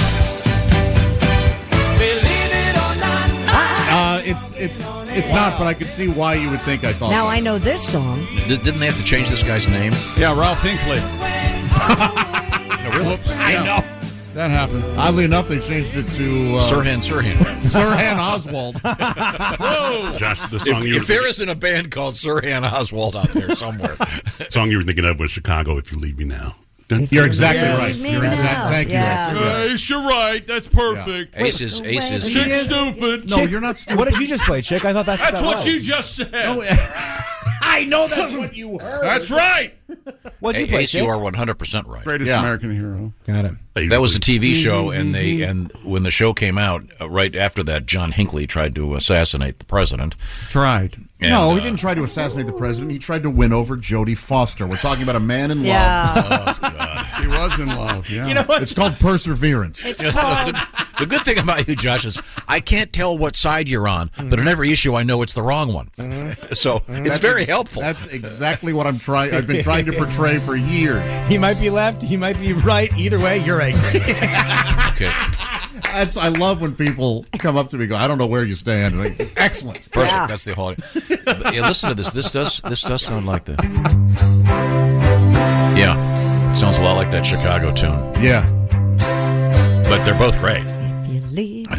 [SPEAKER 3] uh, it's it's it's not, but I could see why you would think I thought.
[SPEAKER 4] Now
[SPEAKER 3] that.
[SPEAKER 4] I know this song.
[SPEAKER 5] Did, didn't they have to change this guy's name?
[SPEAKER 1] Yeah, Ralph Hinkley. I know. That happened.
[SPEAKER 3] Oddly enough, they changed it to uh,
[SPEAKER 5] Sirhan Sirhan.
[SPEAKER 3] Sirhan Oswald.
[SPEAKER 5] Whoa!
[SPEAKER 13] Josh, the song
[SPEAKER 5] If,
[SPEAKER 13] you were
[SPEAKER 5] if there isn't a band called Sirhan Oswald out there somewhere,
[SPEAKER 13] song you were thinking of was Chicago. If you leave me now,
[SPEAKER 3] You're exactly
[SPEAKER 4] Yeah,
[SPEAKER 3] right.
[SPEAKER 4] leave me
[SPEAKER 3] You're
[SPEAKER 4] now.
[SPEAKER 3] exactly. Thank
[SPEAKER 4] Yeah.
[SPEAKER 3] you. Yes, yes.
[SPEAKER 1] Ace, you're right. That's perfect.
[SPEAKER 5] Ace is Ace is
[SPEAKER 1] Chick stupid.
[SPEAKER 3] No, you're not. Stupid.
[SPEAKER 6] What did you just play, chick? I thought that's
[SPEAKER 1] That's
[SPEAKER 6] that
[SPEAKER 1] what
[SPEAKER 6] was.
[SPEAKER 1] you just said.
[SPEAKER 3] I know that's what you heard.
[SPEAKER 1] That's right.
[SPEAKER 6] What'd you
[SPEAKER 5] A-
[SPEAKER 6] play,
[SPEAKER 5] Ace, you
[SPEAKER 6] Chick?
[SPEAKER 5] are one hundred percent right.
[SPEAKER 1] Greatest
[SPEAKER 3] Yeah.
[SPEAKER 1] American hero. Mm-hmm,
[SPEAKER 6] Got it.
[SPEAKER 5] That was a TV show, and they and when the show came out, uh, right after that, John Hinckley tried to assassinate the president.
[SPEAKER 1] Tried.
[SPEAKER 5] And,
[SPEAKER 3] no, he
[SPEAKER 5] uh,
[SPEAKER 3] didn't try to assassinate the president. He tried to win over Jodie Foster. We're talking about a man in
[SPEAKER 1] Yeah.
[SPEAKER 3] love.
[SPEAKER 1] He was in love. Yeah.
[SPEAKER 3] You know what? It's called perseverance.
[SPEAKER 5] It's called. The good thing about you, Josh, is I can't tell what side you're on, but
[SPEAKER 1] Mm-hmm.
[SPEAKER 5] in every issue I know it's the wrong one. So it's
[SPEAKER 3] That's
[SPEAKER 5] very
[SPEAKER 3] ex-
[SPEAKER 5] helpful.
[SPEAKER 3] That's exactly what I'm trying. I've been trying to portray for years.
[SPEAKER 6] He might be left. He might be right. Either way, you're angry.
[SPEAKER 5] Okay.
[SPEAKER 3] That's, I love when people come up to me and go, I don't know where you stand. And I- Excellent.
[SPEAKER 5] Perfect. That's the whole. But, yeah, listen to this. This does this does sound like the. Yeah, it sounds a lot like that Chicago tune.
[SPEAKER 3] Yeah.
[SPEAKER 5] But they're both great.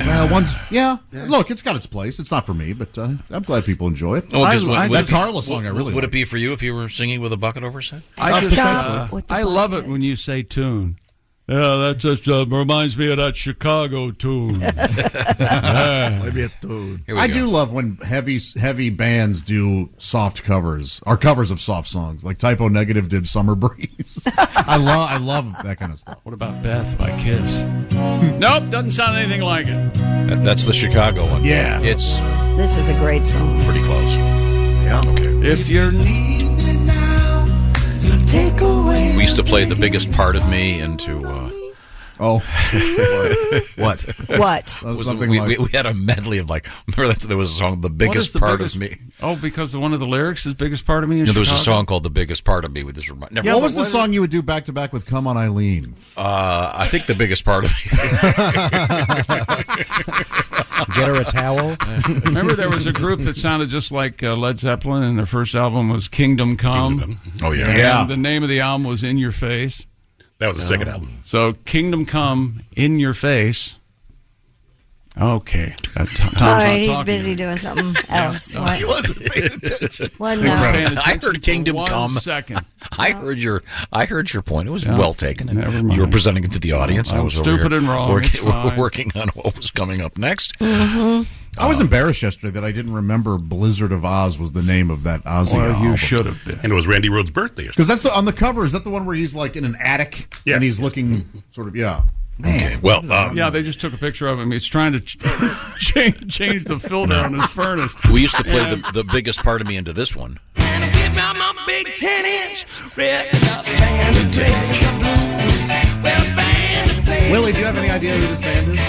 [SPEAKER 3] Well, once, yeah. Look, it's got its place. It's not for me, but uh, I'm glad people enjoy it.
[SPEAKER 5] Well,
[SPEAKER 3] I,
[SPEAKER 5] 'cause would-
[SPEAKER 3] I,
[SPEAKER 5] would
[SPEAKER 3] that
[SPEAKER 5] it be-
[SPEAKER 3] Carla song, I
[SPEAKER 5] would-
[SPEAKER 3] really
[SPEAKER 5] would it be for you if you were singing with a bucket over his head?
[SPEAKER 1] I, just,
[SPEAKER 5] Stop
[SPEAKER 1] uh, I love it when you say tune. Yeah, that just uh, reminds me of that Chicago tune. Yeah.
[SPEAKER 3] Maybe I do love when heavy heavy bands do soft covers or covers of soft songs, like Typo Negative did "Summer Breeze." I love I love that kind of stuff.
[SPEAKER 1] What about Beth by Kiss?
[SPEAKER 5] Hmm.
[SPEAKER 1] nope, doesn't sound anything like it.
[SPEAKER 5] That- That's the Chicago one.
[SPEAKER 1] Yeah.
[SPEAKER 5] It's
[SPEAKER 4] This is a great song.
[SPEAKER 5] pretty close. Yeah. Okay.
[SPEAKER 1] If you're
[SPEAKER 14] Take away
[SPEAKER 5] We used to play the biggest part of me into. Uh,
[SPEAKER 3] oh,
[SPEAKER 5] what?
[SPEAKER 4] What?
[SPEAKER 3] Was
[SPEAKER 1] something
[SPEAKER 5] we,
[SPEAKER 1] like-
[SPEAKER 5] we, we had a medley of like. Remember that there was a song, "The Biggest Part of Me."
[SPEAKER 1] Oh, because the one of the lyrics is biggest part of me.
[SPEAKER 5] You
[SPEAKER 1] Is
[SPEAKER 5] know, there was a
[SPEAKER 1] Chicago?
[SPEAKER 5] song called "The Biggest Part of Me" with this. Remi- Never
[SPEAKER 3] what
[SPEAKER 5] mind.
[SPEAKER 3] was the song you would do back to back with "Come on Eileen"?
[SPEAKER 5] Uh, I think the biggest part of me.
[SPEAKER 6] Get her a towel.
[SPEAKER 1] Remember, there was a group that sounded just like uh, Led Zeppelin, and their first album was Kingdom Come.
[SPEAKER 13] Oh, yeah.
[SPEAKER 1] And
[SPEAKER 13] Yeah.
[SPEAKER 1] The name of the album was In Your Face.
[SPEAKER 13] That was the second
[SPEAKER 3] Oh.
[SPEAKER 13] album.
[SPEAKER 1] So, Kingdom Come, In Your Face. Okay, Uh, Tom- Tom's
[SPEAKER 4] Oh,
[SPEAKER 1] not
[SPEAKER 4] he's
[SPEAKER 1] talking
[SPEAKER 4] busy doing something else. What? Well, no.
[SPEAKER 1] Incredible.
[SPEAKER 5] I heard Kingdom
[SPEAKER 1] One
[SPEAKER 5] Come.
[SPEAKER 1] second.
[SPEAKER 5] I heard your I heard your point. It was
[SPEAKER 1] Yeah.
[SPEAKER 5] well taken. And You were presenting it to the audience. I
[SPEAKER 1] I'm
[SPEAKER 5] was over
[SPEAKER 1] stupid
[SPEAKER 5] here
[SPEAKER 1] and wrong.
[SPEAKER 5] work-
[SPEAKER 1] It's fine.
[SPEAKER 5] working on what was coming up next. Mm-hmm.
[SPEAKER 3] I was embarrassed yesterday that I didn't remember "Blizzard of Oz" was the name of that Ozzy
[SPEAKER 13] Well, you
[SPEAKER 3] album.
[SPEAKER 13] should have been. And it was Randy Rhoads' birthday.
[SPEAKER 3] Because that's the, on the cover. Is that the one where he's like in an attic and he's looking sort of yeah. Man,
[SPEAKER 13] well, um,
[SPEAKER 1] yeah, they just took a picture of him. He's trying to ch- change, change the filter
[SPEAKER 5] No.
[SPEAKER 1] on his furnace.
[SPEAKER 5] We used to play
[SPEAKER 1] And-
[SPEAKER 5] the, the biggest part of me into this one.
[SPEAKER 14] Give me my big 10 inch red up band to play some blues. Well, band to play
[SPEAKER 3] Willie, do you have any idea who this band is?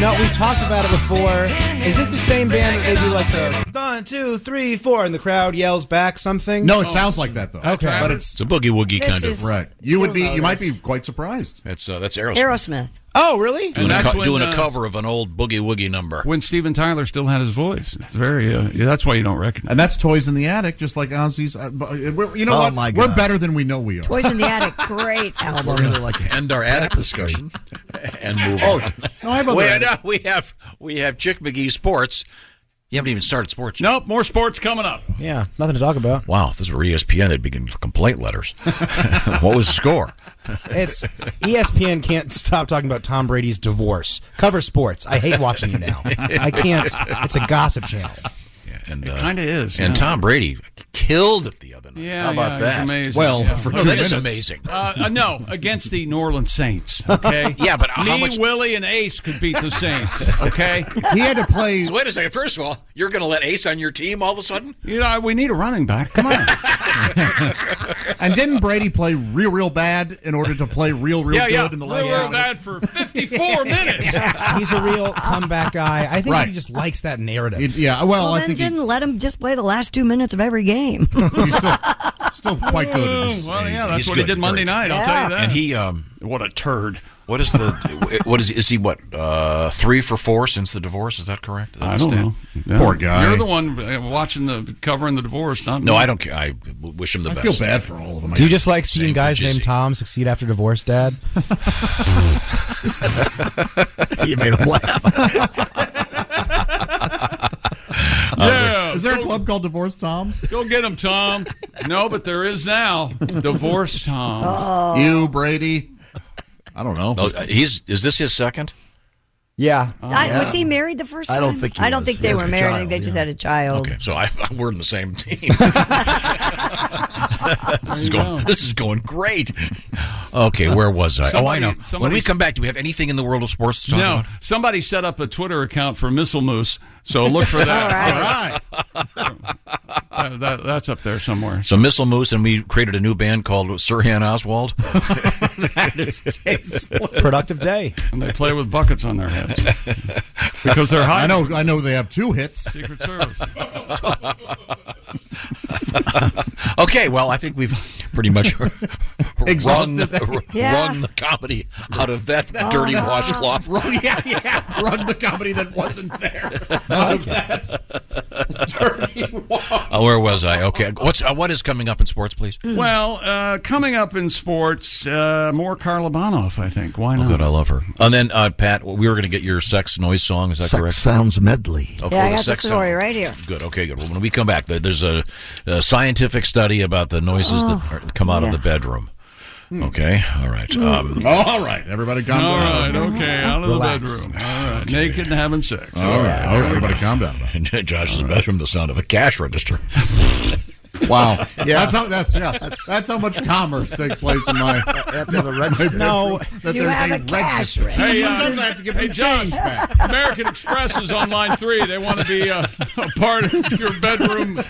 [SPEAKER 6] No, we've talked about it before. Is this the same band that they do like the one, two, three, four, and the crowd yells back something?
[SPEAKER 3] No, it sounds like that though.
[SPEAKER 6] Okay. Oh,
[SPEAKER 3] but it's
[SPEAKER 5] It's a boogie woogie
[SPEAKER 6] This
[SPEAKER 5] kind
[SPEAKER 6] is-
[SPEAKER 5] of
[SPEAKER 3] right. You would
[SPEAKER 6] you'll
[SPEAKER 3] be.
[SPEAKER 6] know
[SPEAKER 3] You might be
[SPEAKER 6] this.
[SPEAKER 3] quite surprised.
[SPEAKER 5] That's uh, that's Aerosmith.
[SPEAKER 4] Aerosmith.
[SPEAKER 6] Oh, really?
[SPEAKER 5] Doing, a,
[SPEAKER 1] that's
[SPEAKER 5] co-
[SPEAKER 1] when,
[SPEAKER 5] doing a
[SPEAKER 1] uh,
[SPEAKER 5] cover of an old boogie woogie number.
[SPEAKER 1] when Steven Tyler still had his voice. It's very. Uh, yeah, that's why you don't recognize.
[SPEAKER 3] And that's Toys in the Attic, just like Ozzy's. Uh, but, uh, we're- you know
[SPEAKER 5] Oh,
[SPEAKER 3] what?
[SPEAKER 5] my
[SPEAKER 3] We're
[SPEAKER 5] God.
[SPEAKER 3] better than we know we are.
[SPEAKER 4] Boys in the Attic, great album.
[SPEAKER 5] end our attic discussion and move
[SPEAKER 3] Oh,
[SPEAKER 5] on.
[SPEAKER 3] no, I have other
[SPEAKER 5] Wait,
[SPEAKER 3] attic-
[SPEAKER 5] no, we have we have Chick McGee sports. You haven't even started sports.
[SPEAKER 1] Nope, more sports coming up.
[SPEAKER 6] Yeah, nothing to talk about.
[SPEAKER 5] Wow, if this were E ESPN, they'd be getting complaint letters. what was the score?
[SPEAKER 6] It's E ESPN can't stop talking about Tom Brady's divorce. Cover sports. I hate watching you now. I can't. It's a gossip channel.
[SPEAKER 5] and uh,
[SPEAKER 1] it kind of is.
[SPEAKER 5] and
[SPEAKER 1] yeah.
[SPEAKER 5] Tom Brady killed it the other night.
[SPEAKER 1] Yeah,
[SPEAKER 5] How about
[SPEAKER 1] yeah,
[SPEAKER 5] that?
[SPEAKER 1] It's amazing.
[SPEAKER 5] Well,
[SPEAKER 1] yeah.
[SPEAKER 5] for Oh, two that is minutes. amazing.
[SPEAKER 1] Uh, uh, no, against the New Orleans Saints. Okay.
[SPEAKER 5] Yeah, but how
[SPEAKER 1] me,
[SPEAKER 5] much-
[SPEAKER 1] Willie, and Ace could beat the Saints. Okay.
[SPEAKER 3] he had to play.
[SPEAKER 5] Wait a second. First of all, you're going to let Ace on your team all of a sudden?
[SPEAKER 1] You know, Uh, we need a running back. Come on.
[SPEAKER 3] And didn't Brady play real, real bad in order to play real, real
[SPEAKER 1] yeah,
[SPEAKER 3] good
[SPEAKER 1] yeah.
[SPEAKER 3] in the
[SPEAKER 1] we
[SPEAKER 3] late?
[SPEAKER 1] were bad for 54 minutes.
[SPEAKER 6] He's a real comeback guy. I think
[SPEAKER 3] Right.
[SPEAKER 6] he just likes that narrative.
[SPEAKER 3] yeah, well,
[SPEAKER 4] Well, then didn't let him just play the last two minutes of every game.
[SPEAKER 3] still quite good at his
[SPEAKER 1] Well, yeah,
[SPEAKER 5] age.
[SPEAKER 1] that's
[SPEAKER 5] He's
[SPEAKER 1] what he
[SPEAKER 5] good
[SPEAKER 1] did
[SPEAKER 5] at 30.
[SPEAKER 1] Monday night. I'll tell you that.
[SPEAKER 5] And he, um,
[SPEAKER 1] what a turd.
[SPEAKER 5] What is the? what is is he? What uh, three for four since the divorce? Is that correct? Is that
[SPEAKER 1] I
[SPEAKER 5] the
[SPEAKER 1] don't
[SPEAKER 5] stat?
[SPEAKER 1] know. You're the one uh, watching the covering the divorce, not
[SPEAKER 5] No,
[SPEAKER 1] me.
[SPEAKER 5] I don't care. I w- wish him the best.
[SPEAKER 6] Do you just like seeing guys named Tom succeed after divorce, Dad?
[SPEAKER 5] You made him
[SPEAKER 3] laugh.
[SPEAKER 1] Yeah.
[SPEAKER 3] Uh, Is there a club called Divorce Toms?
[SPEAKER 1] Go get him, Tom. no, but there is now divorce, Tom.
[SPEAKER 3] You, Brady. I don't know.
[SPEAKER 5] Oh, he's is this his second?
[SPEAKER 6] Yeah.
[SPEAKER 1] Oh,
[SPEAKER 4] I, was he married the first time?
[SPEAKER 5] I don't think he
[SPEAKER 4] I don't
[SPEAKER 5] was.
[SPEAKER 4] think
[SPEAKER 5] He
[SPEAKER 4] they
[SPEAKER 5] has
[SPEAKER 4] were
[SPEAKER 5] a
[SPEAKER 4] married. I
[SPEAKER 5] child,
[SPEAKER 4] think they just
[SPEAKER 5] yeah.
[SPEAKER 4] had a child.
[SPEAKER 5] Okay, so I, we're in the same team. this is
[SPEAKER 1] you
[SPEAKER 5] going.
[SPEAKER 1] go.
[SPEAKER 5] This is going great. Okay, where was I? oh, I
[SPEAKER 1] Somebody-
[SPEAKER 5] know. When we
[SPEAKER 1] somebody's-
[SPEAKER 5] come back, do we have anything in the world of sports to talk
[SPEAKER 1] No,
[SPEAKER 5] about?
[SPEAKER 1] somebody set up a Twitter account for Missile Moose, so look for that.
[SPEAKER 5] All right.
[SPEAKER 1] All right. That- that- that's up there somewhere.
[SPEAKER 5] So Missile Moose and we created a new band called Sirhan Oswald.
[SPEAKER 1] Productive day. And they play with buckets on their heads because they're high.
[SPEAKER 3] I know. I know they have two hits.
[SPEAKER 1] Secret Service.
[SPEAKER 5] okay, well, I think we've pretty much run,
[SPEAKER 3] Exhausted
[SPEAKER 5] the,
[SPEAKER 3] that. Yeah.
[SPEAKER 5] run the comedy out of that
[SPEAKER 3] Oh,
[SPEAKER 5] dirty
[SPEAKER 3] no.
[SPEAKER 5] washcloth.
[SPEAKER 3] Run, yeah, yeah. Run the comedy that wasn't there. Out of that dirty washcloth.
[SPEAKER 5] Uh, where was I? Okay, what's uh, what is coming up in sports, please?
[SPEAKER 4] Hmm.
[SPEAKER 1] Well, uh, coming up in sports, uh, more Carla Bonoff, I think. Why
[SPEAKER 5] Oh,
[SPEAKER 1] not?
[SPEAKER 5] good, I love her. And then uh, Pat, we were going to get your sex noise song. Is that
[SPEAKER 1] Sex
[SPEAKER 5] correct?
[SPEAKER 17] sounds medley.
[SPEAKER 5] Okay,
[SPEAKER 4] yeah,
[SPEAKER 5] the
[SPEAKER 4] I got the
[SPEAKER 5] sex
[SPEAKER 4] story
[SPEAKER 5] sound.
[SPEAKER 4] right here.
[SPEAKER 5] Good. Okay. Good. Well, when we come back, there- there's a, a scientific study about the noises that
[SPEAKER 4] Oh,
[SPEAKER 5] are, come out
[SPEAKER 4] yeah. Hmm.
[SPEAKER 5] of the bedroom. Okay. All right. Um,
[SPEAKER 3] Hmm. All right, everybody, calm
[SPEAKER 1] All
[SPEAKER 3] down.
[SPEAKER 1] right, okay, out of
[SPEAKER 3] Relax.
[SPEAKER 1] the bedroom. All right, naked and having sex.
[SPEAKER 5] All right, all right, everybody
[SPEAKER 3] calm down.
[SPEAKER 5] Josh's bedroom, the sound of a cash register.
[SPEAKER 3] Wow. Yeah, that's how. That's yes. That's, how much commerce takes place in my.
[SPEAKER 1] No.
[SPEAKER 3] that
[SPEAKER 1] You
[SPEAKER 3] there's
[SPEAKER 1] have
[SPEAKER 3] a,
[SPEAKER 1] a cash
[SPEAKER 3] register.
[SPEAKER 1] register. Hey, uh,
[SPEAKER 3] Sometimes I have to give
[SPEAKER 1] hey,
[SPEAKER 3] them
[SPEAKER 1] John.
[SPEAKER 3] change back.
[SPEAKER 1] American Express is on line three. They want to be uh, a part of your bedroom.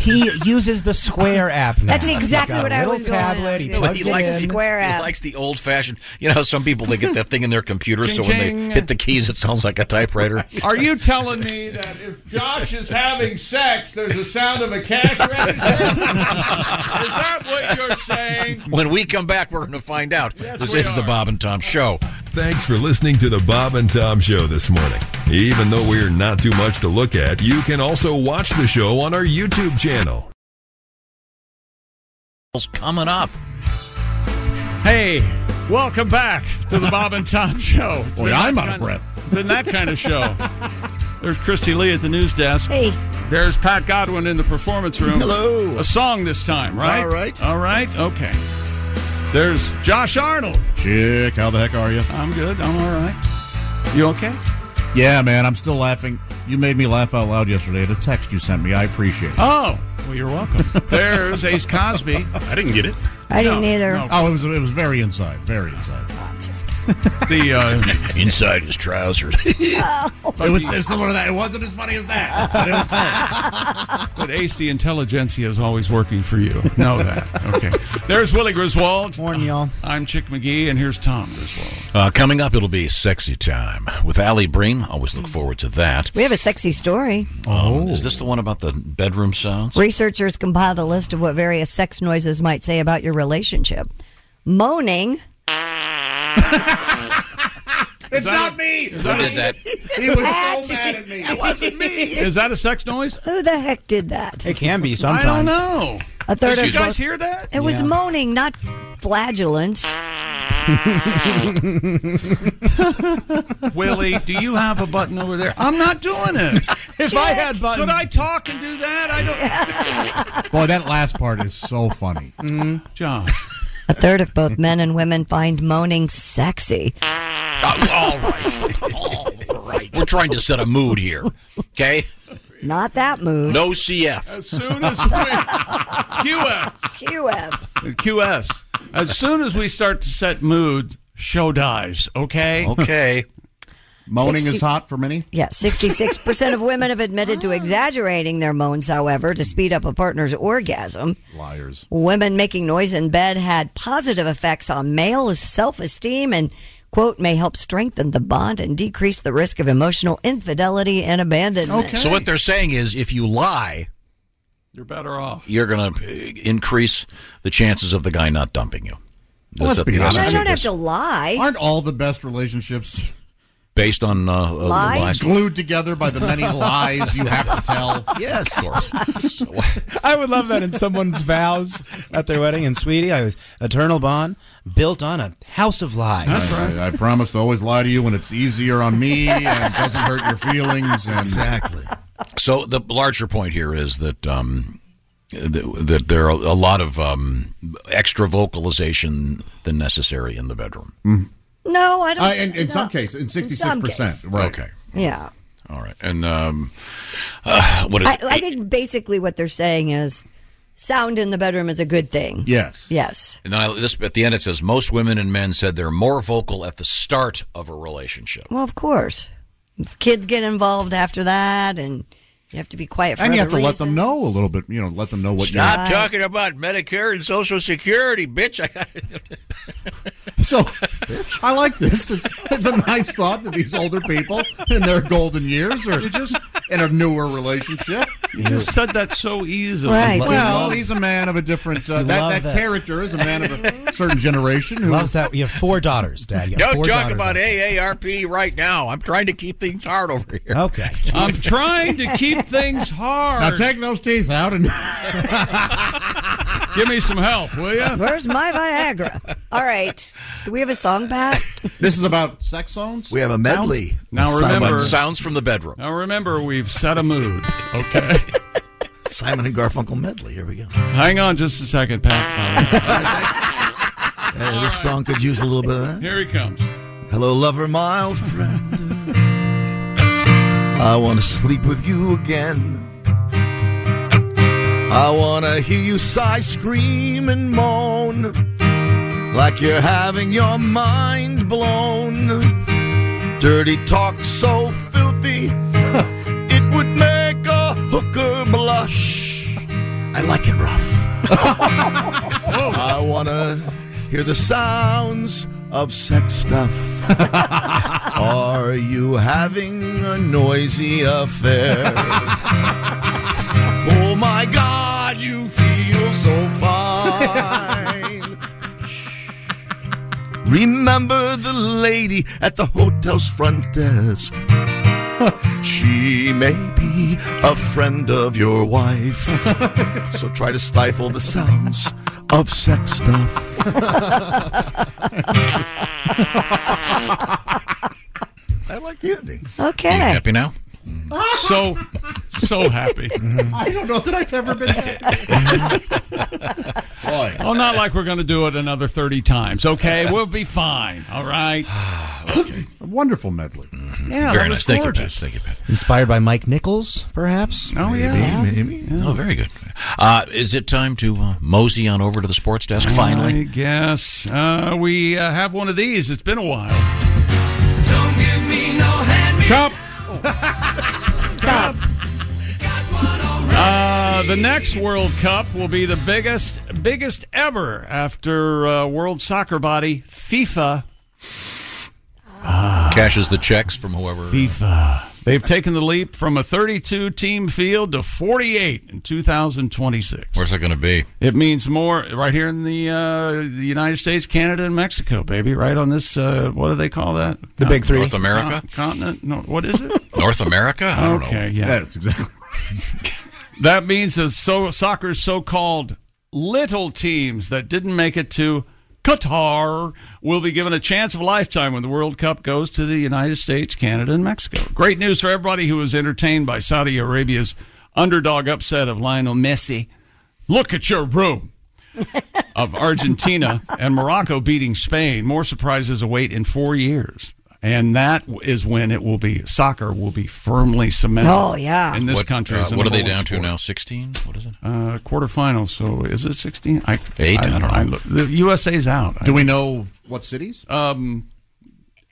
[SPEAKER 6] He uses the Square app now.
[SPEAKER 4] That's exactly
[SPEAKER 6] He's got
[SPEAKER 4] what
[SPEAKER 6] a
[SPEAKER 4] I
[SPEAKER 6] little
[SPEAKER 4] was doing.
[SPEAKER 6] tablet. He
[SPEAKER 4] He
[SPEAKER 6] plugs
[SPEAKER 4] likes
[SPEAKER 6] it
[SPEAKER 4] the
[SPEAKER 6] in.
[SPEAKER 4] Square
[SPEAKER 5] He
[SPEAKER 4] app.
[SPEAKER 5] likes the old fashioned. You know, how some people they get that thing in their computer, so when
[SPEAKER 1] Ching, ching.
[SPEAKER 5] they hit the keys, it sounds like a typewriter.
[SPEAKER 1] Are you telling me that if Josh is having sex, there's a sound of a cash register? is that what you're saying?
[SPEAKER 5] When we come back, we're going to find out. this
[SPEAKER 11] we
[SPEAKER 5] is the Bob and Tom Show.
[SPEAKER 11] Thanks for listening to the Bob and Tom Show this morning. Even though we're not too much to look at, you can also watch the show on our YouTube channel.
[SPEAKER 5] Coming up.
[SPEAKER 1] Hey, welcome back to the Bob and Tom Show. It's
[SPEAKER 3] Boy,
[SPEAKER 1] been
[SPEAKER 3] I'm
[SPEAKER 1] that
[SPEAKER 3] out of
[SPEAKER 1] kind-
[SPEAKER 3] breath.
[SPEAKER 1] It's been that kind of show. There's Christy Lee at the news desk. Hey. There's Pat Godwin in the performance room.
[SPEAKER 17] Hello.
[SPEAKER 1] A song this time, right?
[SPEAKER 17] All right.
[SPEAKER 1] All right. Okay. uh, There's Josh Arnold.
[SPEAKER 3] Chick, how the heck are you?
[SPEAKER 1] I'm good. I'm all right. You okay?
[SPEAKER 3] Yeah, man. I'm still laughing. You made me laugh out loud yesterday at a text you sent me. I appreciate it.
[SPEAKER 1] Oh, well, you're welcome. There's Ace Cosby.
[SPEAKER 3] I didn't get it.
[SPEAKER 4] I didn't either.
[SPEAKER 3] Oh, it was it was very inside, very inside.
[SPEAKER 1] Oh. the
[SPEAKER 5] uh, inside his trousers.
[SPEAKER 3] it was similar to that. It wasn't as funny as that. But it was
[SPEAKER 1] But Ace, the intelligentsia is always working for you. Know that. Okay. There's Willie Griswold. Morning, y'all. I'm Chick McGee, and here's Tom Griswold.
[SPEAKER 5] Uh, coming up, it'll be sexy time with Ali Bream. Always look forward to that.
[SPEAKER 4] We have a sexy story.
[SPEAKER 5] Oh, is this the one about the bedroom sounds?
[SPEAKER 4] Researchers compiled a list of what various sex noises might say about your relationship. Moaning.
[SPEAKER 3] It's not me. Who
[SPEAKER 5] that a- did that?
[SPEAKER 3] He was so mad at me. It wasn't me.
[SPEAKER 1] Is that a sex noise?
[SPEAKER 4] Who the heck did that?
[SPEAKER 6] It can be sometimes.
[SPEAKER 1] I don't know.
[SPEAKER 4] A third
[SPEAKER 1] Did
[SPEAKER 4] of
[SPEAKER 1] you guys
[SPEAKER 4] both-
[SPEAKER 1] hear that?
[SPEAKER 4] It was
[SPEAKER 1] Yeah.
[SPEAKER 4] moaning, not flagellants.
[SPEAKER 1] Willie, do you have a button over there? I'm not doing it.
[SPEAKER 6] If I had buttons.
[SPEAKER 1] Could I talk and do that? I don't.
[SPEAKER 3] Boy, that last part is so funny.
[SPEAKER 1] John.
[SPEAKER 4] A third of both men and women find moaning sexy.
[SPEAKER 5] Oh, all right. All right. We're trying to set a mood here. Okay?
[SPEAKER 4] Not that move.
[SPEAKER 5] No CF.
[SPEAKER 1] As soon as we QF
[SPEAKER 4] QF.
[SPEAKER 1] QS. As soon as we start to set mood, show dies. Okay.
[SPEAKER 5] Okay.
[SPEAKER 3] Moaning is
[SPEAKER 4] 60
[SPEAKER 3] hot for many.
[SPEAKER 4] Yeah, 66% of women have admitted to exaggerating their moans, however, to speed up a partner's orgasm.
[SPEAKER 3] Liars.
[SPEAKER 4] Women making noise in bed had positive effects on male self esteem and, quote, may help strengthen the bond and decrease the risk of emotional infidelity and abandonment.
[SPEAKER 5] So what they're saying is if you lie,
[SPEAKER 1] You're better off.
[SPEAKER 5] you're going to increase the chances of the guy not dumping you.
[SPEAKER 3] Well, let's
[SPEAKER 5] This-
[SPEAKER 3] be
[SPEAKER 5] this
[SPEAKER 3] honest.
[SPEAKER 5] is
[SPEAKER 3] I don't
[SPEAKER 4] have to lie.
[SPEAKER 3] Aren't all the best relationships
[SPEAKER 5] Based on uh, uh,
[SPEAKER 3] Lies?
[SPEAKER 5] lies.
[SPEAKER 3] glued together by the many lies you have to tell?
[SPEAKER 5] Yes. Of course.
[SPEAKER 6] I would love that in someone's vows at their wedding. And sweetie, I was eternal bond built on a house of lies.
[SPEAKER 3] I, I, I promise to always lie to you when it's easier on me and doesn't hurt your feelings. And
[SPEAKER 5] Exactly. So the larger point here is that um, th- that there are a lot of um, extra vocalization than necessary in the bedroom.
[SPEAKER 4] No, I don't
[SPEAKER 3] Uh, in, in
[SPEAKER 4] no.
[SPEAKER 3] some cases, in sixty-six
[SPEAKER 4] some
[SPEAKER 3] percent.
[SPEAKER 4] cases.
[SPEAKER 3] Right.
[SPEAKER 5] Okay.
[SPEAKER 4] Yeah.
[SPEAKER 5] All right. And um, uh, what is
[SPEAKER 4] I, I think basically what they're saying is sound in the bedroom is a good thing.
[SPEAKER 3] Yes.
[SPEAKER 4] Yes.
[SPEAKER 5] And then I, this at the end it says most women and men said they're more vocal at the start of a relationship.
[SPEAKER 4] Well, of course. If kids get involved after that and You have to be quiet for
[SPEAKER 3] and you
[SPEAKER 4] other
[SPEAKER 3] have to let them
[SPEAKER 4] reasons.
[SPEAKER 3] know a little bit. You know, let them know what you're.
[SPEAKER 5] Stop talking about Medicare and Social Security, bitch. I got
[SPEAKER 3] So I like this. It's it's a nice thought that these older people in their golden years are in a newer relationship.
[SPEAKER 1] You just said that so easily.
[SPEAKER 3] Right. Well,
[SPEAKER 1] Love-
[SPEAKER 3] he's a man of a different. Uh,
[SPEAKER 1] You
[SPEAKER 3] that
[SPEAKER 1] love
[SPEAKER 3] that,
[SPEAKER 1] that.
[SPEAKER 3] character is a man of a certain generation who
[SPEAKER 6] Loves that. You have four daughters, Dad. You have
[SPEAKER 5] Don't
[SPEAKER 6] four
[SPEAKER 5] talk
[SPEAKER 6] daughters.
[SPEAKER 5] about AARP right now. I'm trying to keep things hard over here.
[SPEAKER 6] Okay.
[SPEAKER 1] I'm trying to keep things hard.
[SPEAKER 3] Now take those teeth out and
[SPEAKER 1] give me some help, will you?
[SPEAKER 4] Where's my Viagra? All right. Do we have a song, Pat?
[SPEAKER 3] This is about sex zones.
[SPEAKER 4] We have a medley.
[SPEAKER 3] Sounds-
[SPEAKER 1] Now remember,
[SPEAKER 5] sounds from the bedroom.
[SPEAKER 1] Now remember, we've set a mood. Okay.
[SPEAKER 17] Simon and Garfunkel medley. Here we go.
[SPEAKER 1] Hang on just a second, Pat.
[SPEAKER 17] Hey, this song could use a little bit of that.
[SPEAKER 1] Here he comes.
[SPEAKER 17] Hello, lover, my old friend. I want to sleep with you again.
[SPEAKER 10] I wanna hear you sigh, scream, and moan like you're having your mind blown. Dirty talk so filthy, it would make a hooker blush. I like it rough. I wanna hear the sounds of sex stuff. Are you having a noisy affair? Oh my God, you feel so fine. Remember the lady at the hotel's front desk. She may be a friend of your wife. so try to stifle the sounds of sex stuff. I like the ending.
[SPEAKER 4] Okay.
[SPEAKER 5] happy now?
[SPEAKER 1] So, so happy.
[SPEAKER 3] I don't know that I've ever been. Boy.
[SPEAKER 1] Well, Oh, not like we're going to do it another 30 times, okay? We'll be fine, all right? Mm-hmm.
[SPEAKER 3] A wonderful medley.
[SPEAKER 1] Yeah,
[SPEAKER 6] Very
[SPEAKER 1] that
[SPEAKER 6] nice.
[SPEAKER 1] was
[SPEAKER 6] Thank you, Pat.
[SPEAKER 1] gorgeous.
[SPEAKER 5] Thank you, Pat.
[SPEAKER 6] Inspired by Mike Nichols, perhaps.
[SPEAKER 1] Oh yeah.
[SPEAKER 5] Maybe. Oh, very good. Uh, is it time to uh, mosey on over to the sports desk
[SPEAKER 1] Oh
[SPEAKER 5] finally?
[SPEAKER 1] I guess uh, we uh, have one of these. It's been a while.
[SPEAKER 14] Don't give me no hand me
[SPEAKER 1] Cup. Cup. Uh, the next World Cup will be the biggest, biggest ever after uh, World Soccer Body FIFA.
[SPEAKER 5] Cashes the checks from whoever. uh,
[SPEAKER 1] FIFA. They've taken the leap from a 32 team field to 48 in 2026.
[SPEAKER 5] Where's it going to be?
[SPEAKER 1] It means more right here in the uh, the United States, Canada, and Mexico, baby. Right on this, uh, what do they call that?
[SPEAKER 5] The big three. North
[SPEAKER 1] Con-
[SPEAKER 5] America?
[SPEAKER 1] continent. No, what is it?
[SPEAKER 5] North America? I don't
[SPEAKER 1] okay,
[SPEAKER 5] know.
[SPEAKER 1] yeah, that means that so soccer's so-called little teams that didn't make it to Qatar will be given a chance of a lifetime when the World Cup goes to the United States, Canada, and Mexico. Great news for everybody who was entertained by Saudi Arabia's underdog upset of Lionel Messi. Look at your room of Argentina and Morocco beating Spain. More surprises await in four years. And that is when it will be soccer will be firmly cemented.
[SPEAKER 4] Oh, yeah.
[SPEAKER 1] in this
[SPEAKER 5] What,
[SPEAKER 1] country.
[SPEAKER 5] uh,
[SPEAKER 1] as the
[SPEAKER 5] what are they
[SPEAKER 1] number one
[SPEAKER 5] down to
[SPEAKER 1] sport.
[SPEAKER 5] now? 16? What is it?
[SPEAKER 1] Uh, quarterfinals. So is it sixteen? I,
[SPEAKER 5] Eight? I don't know.
[SPEAKER 1] look- the USA's out.
[SPEAKER 3] Do we know what cities?
[SPEAKER 1] Um,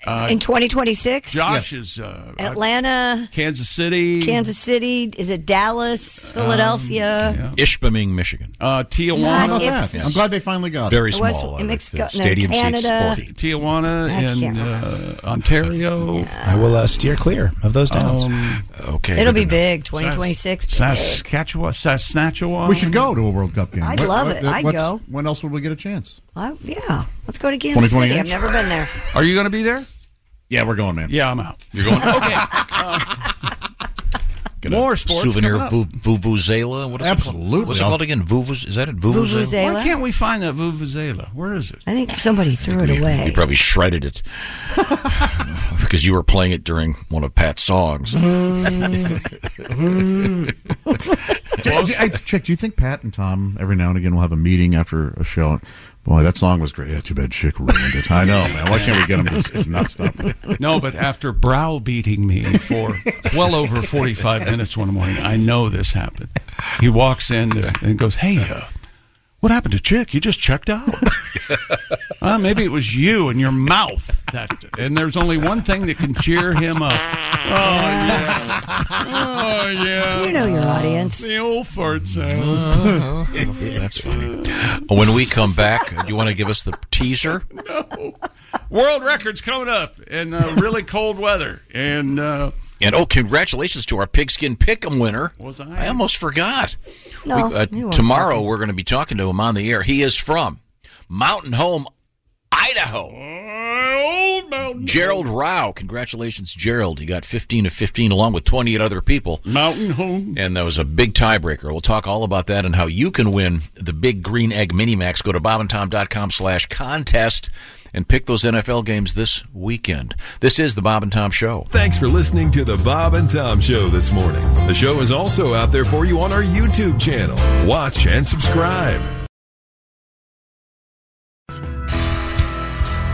[SPEAKER 1] uh,
[SPEAKER 4] In 2026?
[SPEAKER 1] Josh is uh,
[SPEAKER 4] Atlanta,
[SPEAKER 1] Kansas City,
[SPEAKER 4] Kansas City, is it Dallas,
[SPEAKER 1] Um,
[SPEAKER 4] Philadelphia?
[SPEAKER 5] Ishpeming, Michigan.
[SPEAKER 1] uh, Tijuana.
[SPEAKER 4] How about that?
[SPEAKER 3] I'm glad they finally got it.
[SPEAKER 5] Very
[SPEAKER 4] It
[SPEAKER 5] small.
[SPEAKER 4] was in
[SPEAKER 5] uh,
[SPEAKER 4] Mexico-
[SPEAKER 5] the
[SPEAKER 4] no,
[SPEAKER 5] stadium seats
[SPEAKER 4] Canada.
[SPEAKER 5] 40.
[SPEAKER 1] Tijuana and uh, Ontario.
[SPEAKER 6] I will uh, steer clear of those towns.
[SPEAKER 1] Um,
[SPEAKER 5] okay.
[SPEAKER 4] It'll be big, 2026. big.
[SPEAKER 1] Saskatchewan, Saskatchewan.
[SPEAKER 3] We should go to a World Cup game.
[SPEAKER 4] I'd love it. I'd
[SPEAKER 3] what's-
[SPEAKER 4] go.
[SPEAKER 3] When else would we get a chance?
[SPEAKER 4] Oh, yeah. Let's go to Kansas City.
[SPEAKER 3] 2028?
[SPEAKER 4] I've never been there.
[SPEAKER 1] Are you going to be there?
[SPEAKER 3] Yeah, we're going, man.
[SPEAKER 1] Yeah, I'm out.
[SPEAKER 5] You're going?
[SPEAKER 1] okay.
[SPEAKER 5] Get a
[SPEAKER 1] More sports
[SPEAKER 5] Souvenir
[SPEAKER 1] coming up.
[SPEAKER 5] vu- vuvuzela. What is It
[SPEAKER 3] Absolutely.
[SPEAKER 5] called? What's it called again? Vuvuz? Is that it? Vuvuzela.
[SPEAKER 1] Why can't we find that vuvuzela? Where is it?
[SPEAKER 4] I think somebody threw it
[SPEAKER 5] You- You
[SPEAKER 4] away.
[SPEAKER 5] probably shredded it because you were playing it during one of Pat's songs.
[SPEAKER 3] I, I checked. Do you think Pat and Tom every now and again will have a meeting after a show? Boy, that song was great. Yeah, too bad Chick ruined it. I know, man. Why can't we get him to s- not stop?
[SPEAKER 1] No, but after browbeating me for well over 45 minutes one morning, I know this happened. He walks in and goes, Hey, uh, what happened to Chick? You just checked out. uh, maybe it was you and your mouth. That and there's only one thing that can cheer him up. Oh yeah. Oh yeah.
[SPEAKER 4] You know your audience.
[SPEAKER 1] The old farts uh,
[SPEAKER 5] That's funny. When we come back, do you want to give us the teaser?
[SPEAKER 1] World records coming up in uh, really cold weather. And uh,
[SPEAKER 5] And oh, congratulations to our pigskin pick'em winner.
[SPEAKER 1] was
[SPEAKER 5] I almost forgot.
[SPEAKER 1] No,
[SPEAKER 5] We- uh,
[SPEAKER 1] you weren't
[SPEAKER 5] tomorrow
[SPEAKER 1] talking.
[SPEAKER 5] we're going to be talking to him on the air. He is from Mountain Home, Idaho.
[SPEAKER 1] Old mountain.
[SPEAKER 5] Gerald Rao, congratulations, Gerald. You got 15 of 15 along with 28 other people.
[SPEAKER 1] Mountain Home.
[SPEAKER 5] And that was a big tiebreaker. We'll talk all about that and how you can win the big green egg mini max. Go to bobandtom.com slash contest and pick those NFL games this weekend. This is the Bob and Tom Show.
[SPEAKER 11] Thanks for listening to the Bob and Tom Show this morning. The show is also out there for you on our YouTube channel. Watch and subscribe.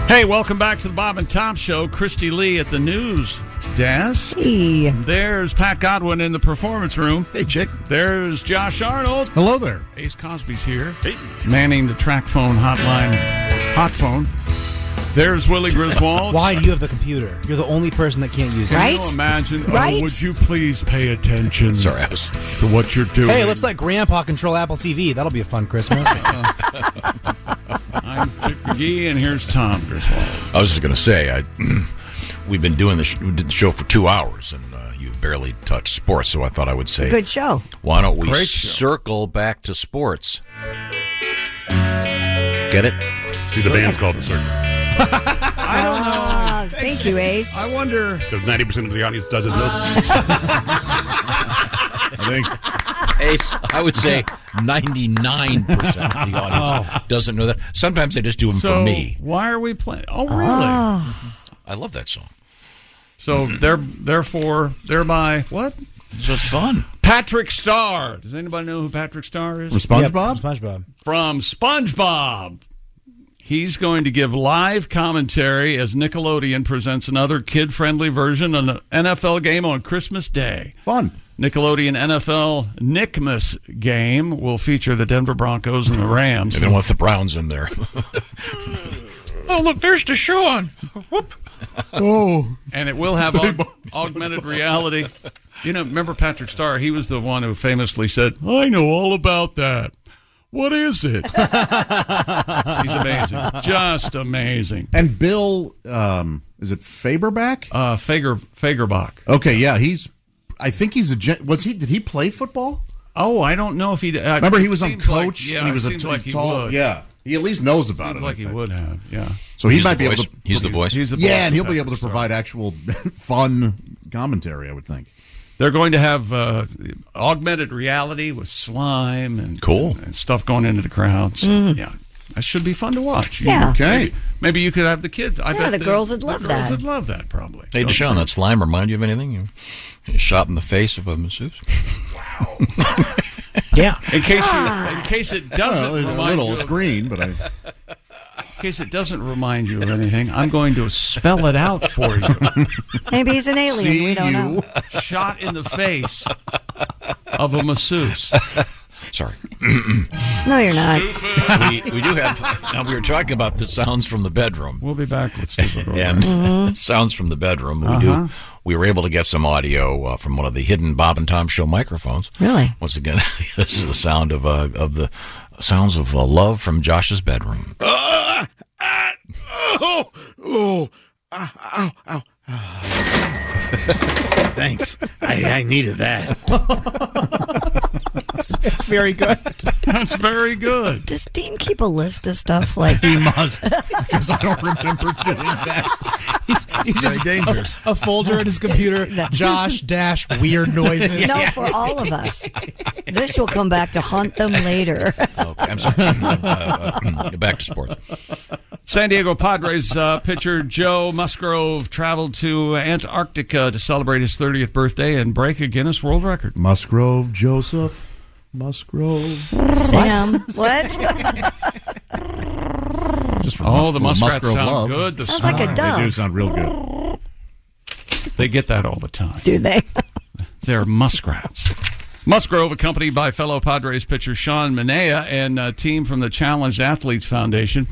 [SPEAKER 1] Hey, welcome back to the Bob and Tom Show. Christy Lee at the news desk. There's Pat Godwin in the performance room. Hey, chick. There's Josh Arnold.
[SPEAKER 3] Hello there.
[SPEAKER 1] Ace Cosby's here. Manning the track phone hotline. Hot phone. There's Willie Griswold.
[SPEAKER 6] Why do you have the computer? You're the only person that can't use it.
[SPEAKER 1] Can you imagine? Oh, would you please pay attention
[SPEAKER 5] Sorry,
[SPEAKER 1] to what you're doing?
[SPEAKER 6] Hey, let's let Grandpa control Apple TV. That'll be a fun Christmas.
[SPEAKER 3] Uh,
[SPEAKER 1] I'm Chick McGee, and here's Tom Griswold.
[SPEAKER 5] I was just going to say, I, we've been doing the, sh- we did the show for two hours, and uh, you barely touched sports, so I thought I would say,
[SPEAKER 4] Good show.
[SPEAKER 5] why don't we
[SPEAKER 4] Great show.
[SPEAKER 5] circle back to sports? Get it?
[SPEAKER 13] See, the band's called the circle
[SPEAKER 1] I don't know.
[SPEAKER 4] thank you, Ace.
[SPEAKER 1] I wonder.
[SPEAKER 13] because ninety percent of the audience doesn't know. I think
[SPEAKER 5] Ace, I would say 99% of
[SPEAKER 13] Oh.
[SPEAKER 5] the audience doesn't know that. Sometimes they just do them
[SPEAKER 1] So
[SPEAKER 5] for me.
[SPEAKER 1] why are we playing? Oh, really?
[SPEAKER 5] I love that song.
[SPEAKER 1] So there, therefore, thereby, what?
[SPEAKER 5] Just fun.
[SPEAKER 1] Patrick Starr. Does anybody know who Patrick Starr is?
[SPEAKER 6] Yep, SpongeBob.
[SPEAKER 1] From SpongeBob. He's going to give live commentary as Nickelodeon presents another kid friendly version of an NFL game on Christmas Day.
[SPEAKER 3] Fun.
[SPEAKER 1] Nickelodeon NFL Nickmas game will feature the Denver Broncos and the Rams.
[SPEAKER 5] They don't want the Browns in there.
[SPEAKER 18] Oh, look, there's Deshaun. Whoop.
[SPEAKER 3] Oh.
[SPEAKER 1] and it will have aug- augmented reality. You know, remember Patrick Starr? He was the one who famously said, "I know all about that. What is it?" He's amazing, just amazing.
[SPEAKER 3] And Bill, um, is it Faberback?
[SPEAKER 1] Uh, Fager Fagerbach.
[SPEAKER 3] Okay, yeah, he's. I think he's a. gen- Was he? Did he play football?
[SPEAKER 1] Oh, I don't know if he. Uh,
[SPEAKER 3] Remember, he
[SPEAKER 1] it
[SPEAKER 3] was on
[SPEAKER 1] seems like-
[SPEAKER 3] coach.
[SPEAKER 1] yeah,
[SPEAKER 3] and he was
[SPEAKER 1] it
[SPEAKER 3] a
[SPEAKER 1] seems
[SPEAKER 3] t-
[SPEAKER 1] like he
[SPEAKER 3] tall.
[SPEAKER 1] would.
[SPEAKER 3] Yeah, he at least knows about
[SPEAKER 1] Seems
[SPEAKER 3] it.
[SPEAKER 1] like he would have. Yeah.
[SPEAKER 3] So he
[SPEAKER 5] He's
[SPEAKER 3] might
[SPEAKER 5] the
[SPEAKER 3] be able
[SPEAKER 5] voice-
[SPEAKER 3] to.
[SPEAKER 5] he's the voice.
[SPEAKER 1] He's the voice
[SPEAKER 3] yeah, and he'll
[SPEAKER 1] of
[SPEAKER 3] be
[SPEAKER 1] Patrick
[SPEAKER 3] able to
[SPEAKER 1] Starr.
[SPEAKER 3] provide actual fun commentary. I would think.
[SPEAKER 1] They're going to have uh, augmented reality with slime and cool and, stuff going into the crowd. So, Yeah, that should be fun to watch. You-
[SPEAKER 4] Mm-hmm. Yeah.
[SPEAKER 5] Okay.
[SPEAKER 1] Maybe, maybe you could have the kids. I
[SPEAKER 4] Yeah,
[SPEAKER 1] bet
[SPEAKER 4] the girls would love
[SPEAKER 1] the girls
[SPEAKER 4] that.
[SPEAKER 1] Would love that probably.
[SPEAKER 5] Hey, Deshaun, that slime remind you of anything? You you shot in the face of a masseuse?
[SPEAKER 6] yeah.
[SPEAKER 1] In case
[SPEAKER 4] Ah.
[SPEAKER 1] you, in case it doesn't
[SPEAKER 3] Well, a
[SPEAKER 1] remind
[SPEAKER 3] little.
[SPEAKER 1] you
[SPEAKER 3] It's
[SPEAKER 1] of-
[SPEAKER 3] green, but I.
[SPEAKER 1] in case it doesn't remind you of anything, I'm going to spell it out for you.
[SPEAKER 4] Maybe he's an alien. we don't know.
[SPEAKER 1] Shot in the face of a masseuse.
[SPEAKER 5] Sorry.
[SPEAKER 4] No, you're not.
[SPEAKER 5] we, we do have. Now we were talking about the sounds from the bedroom.
[SPEAKER 1] We'll be back with stupid.
[SPEAKER 5] and
[SPEAKER 4] Mm-hmm.
[SPEAKER 5] sounds from the bedroom. We
[SPEAKER 1] Uh-huh.
[SPEAKER 5] do. We were able to get some audio uh, from one of the hidden Bob and Tom show microphones.
[SPEAKER 4] Really?
[SPEAKER 5] Once again, this is the sound of uh, of the sounds of uh, love from Josh's bedroom.
[SPEAKER 17] Oh, oh, ow, ow, ow. Thanks. I, I needed that.
[SPEAKER 6] It's, it's very good.
[SPEAKER 1] That's very good.
[SPEAKER 4] Does Dean keep a list of stuff like?
[SPEAKER 3] He must, because I don't remember doing that.
[SPEAKER 6] He's
[SPEAKER 3] very dangerous.
[SPEAKER 6] A, a folder in his computer. Josh dash weird noises.
[SPEAKER 4] No, for all of us. This will come back to haunt them later.
[SPEAKER 5] Okay, I'm sorry.
[SPEAKER 3] Mm,
[SPEAKER 5] Uh, uh, back to sport.
[SPEAKER 1] San Diego Padres uh, pitcher Joe Musgrove traveled to Antarctica to celebrate his 30th birthday and break a Guinness World Record.
[SPEAKER 3] Musgrove Joseph. Musgrove.
[SPEAKER 5] uh.
[SPEAKER 4] Sam, what?
[SPEAKER 3] Just for
[SPEAKER 1] Oh, the
[SPEAKER 3] well,
[SPEAKER 1] muskrats
[SPEAKER 3] Musgrove
[SPEAKER 1] sound
[SPEAKER 3] love.
[SPEAKER 1] good. The
[SPEAKER 4] Sounds like a
[SPEAKER 1] snarl.
[SPEAKER 4] dove.
[SPEAKER 3] They do sound real good.
[SPEAKER 1] They get that all the time.
[SPEAKER 4] Do they?
[SPEAKER 1] They're muskrats. Musgrove, accompanied by fellow Padres pitcher Sean Manea and a team from the Challenged Athletes Foundation,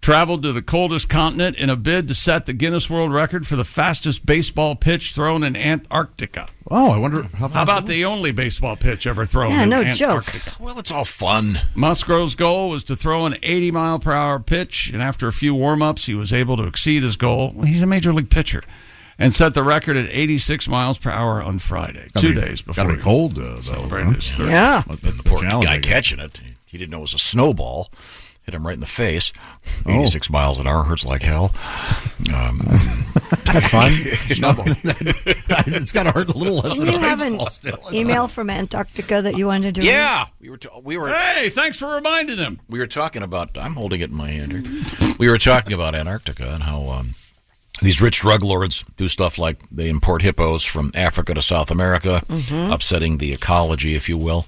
[SPEAKER 1] traveled to the coldest continent in a bid to set the Guinness World Record for the fastest baseball pitch thrown in Antarctica.
[SPEAKER 3] Oh, I wonder how,
[SPEAKER 1] How about the only baseball pitch ever thrown?
[SPEAKER 5] Yeah,
[SPEAKER 1] in
[SPEAKER 5] no joke.
[SPEAKER 1] Antarctica?
[SPEAKER 5] Well, it's all fun.
[SPEAKER 1] Musgrove's goal was to throw an 80 mile per hour pitch, and after a few warm ups, he was able to exceed his goal. Well, He's a major league pitcher and set the record at 86 miles per hour on Friday,
[SPEAKER 3] Gotta
[SPEAKER 1] two
[SPEAKER 3] be-
[SPEAKER 1] days before.
[SPEAKER 3] gotta be
[SPEAKER 1] he
[SPEAKER 3] cold, uh, though,
[SPEAKER 1] celebrated
[SPEAKER 3] huh?
[SPEAKER 1] his third.
[SPEAKER 3] Yeah.
[SPEAKER 5] the poor guy catching it, he didn't know it was a snowball. Hit him right in the face.
[SPEAKER 3] Oh.
[SPEAKER 5] 86 miles an hour hurts like hell. Um,
[SPEAKER 3] That's fine.
[SPEAKER 5] Snowball.
[SPEAKER 3] it's got to hurt a little less
[SPEAKER 4] Do
[SPEAKER 3] than
[SPEAKER 4] you
[SPEAKER 3] a
[SPEAKER 4] have an
[SPEAKER 3] baseball still.
[SPEAKER 4] email from Antarctica that you wanted to? read?
[SPEAKER 5] Yeah, we were. T- we were.
[SPEAKER 1] Hey, thanks for reminding them.
[SPEAKER 5] We were talking about. I'm holding it in my hand here. We were talking about Antarctica and how um, these rich drug lords do stuff like they import hippos from Africa to South America,
[SPEAKER 4] Mm-hmm.
[SPEAKER 2] Mhm.
[SPEAKER 5] upsetting the ecology, if you will.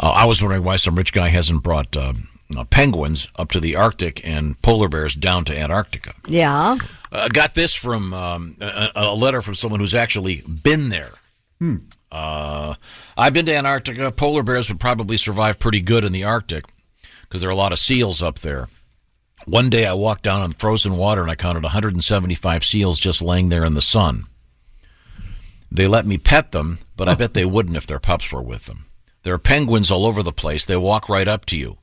[SPEAKER 5] Uh, I was wondering why some rich guy hasn't brought um, uh, penguins up to the Arctic and polar bears down to Antarctica.
[SPEAKER 4] Yeah.
[SPEAKER 5] Uh, got this from um, a, a a letter from someone who's actually been there.
[SPEAKER 18] Hmm.
[SPEAKER 5] Uh, I've been to Antarctica. Polar bears would probably survive pretty good in the Arctic because there are a lot of seals up there. One day I walked down on frozen water and I counted 175 seals just laying there in the sun. They let me pet them, but I bet they wouldn't if their pups were with them. There are penguins all over the place. They walk right up to you.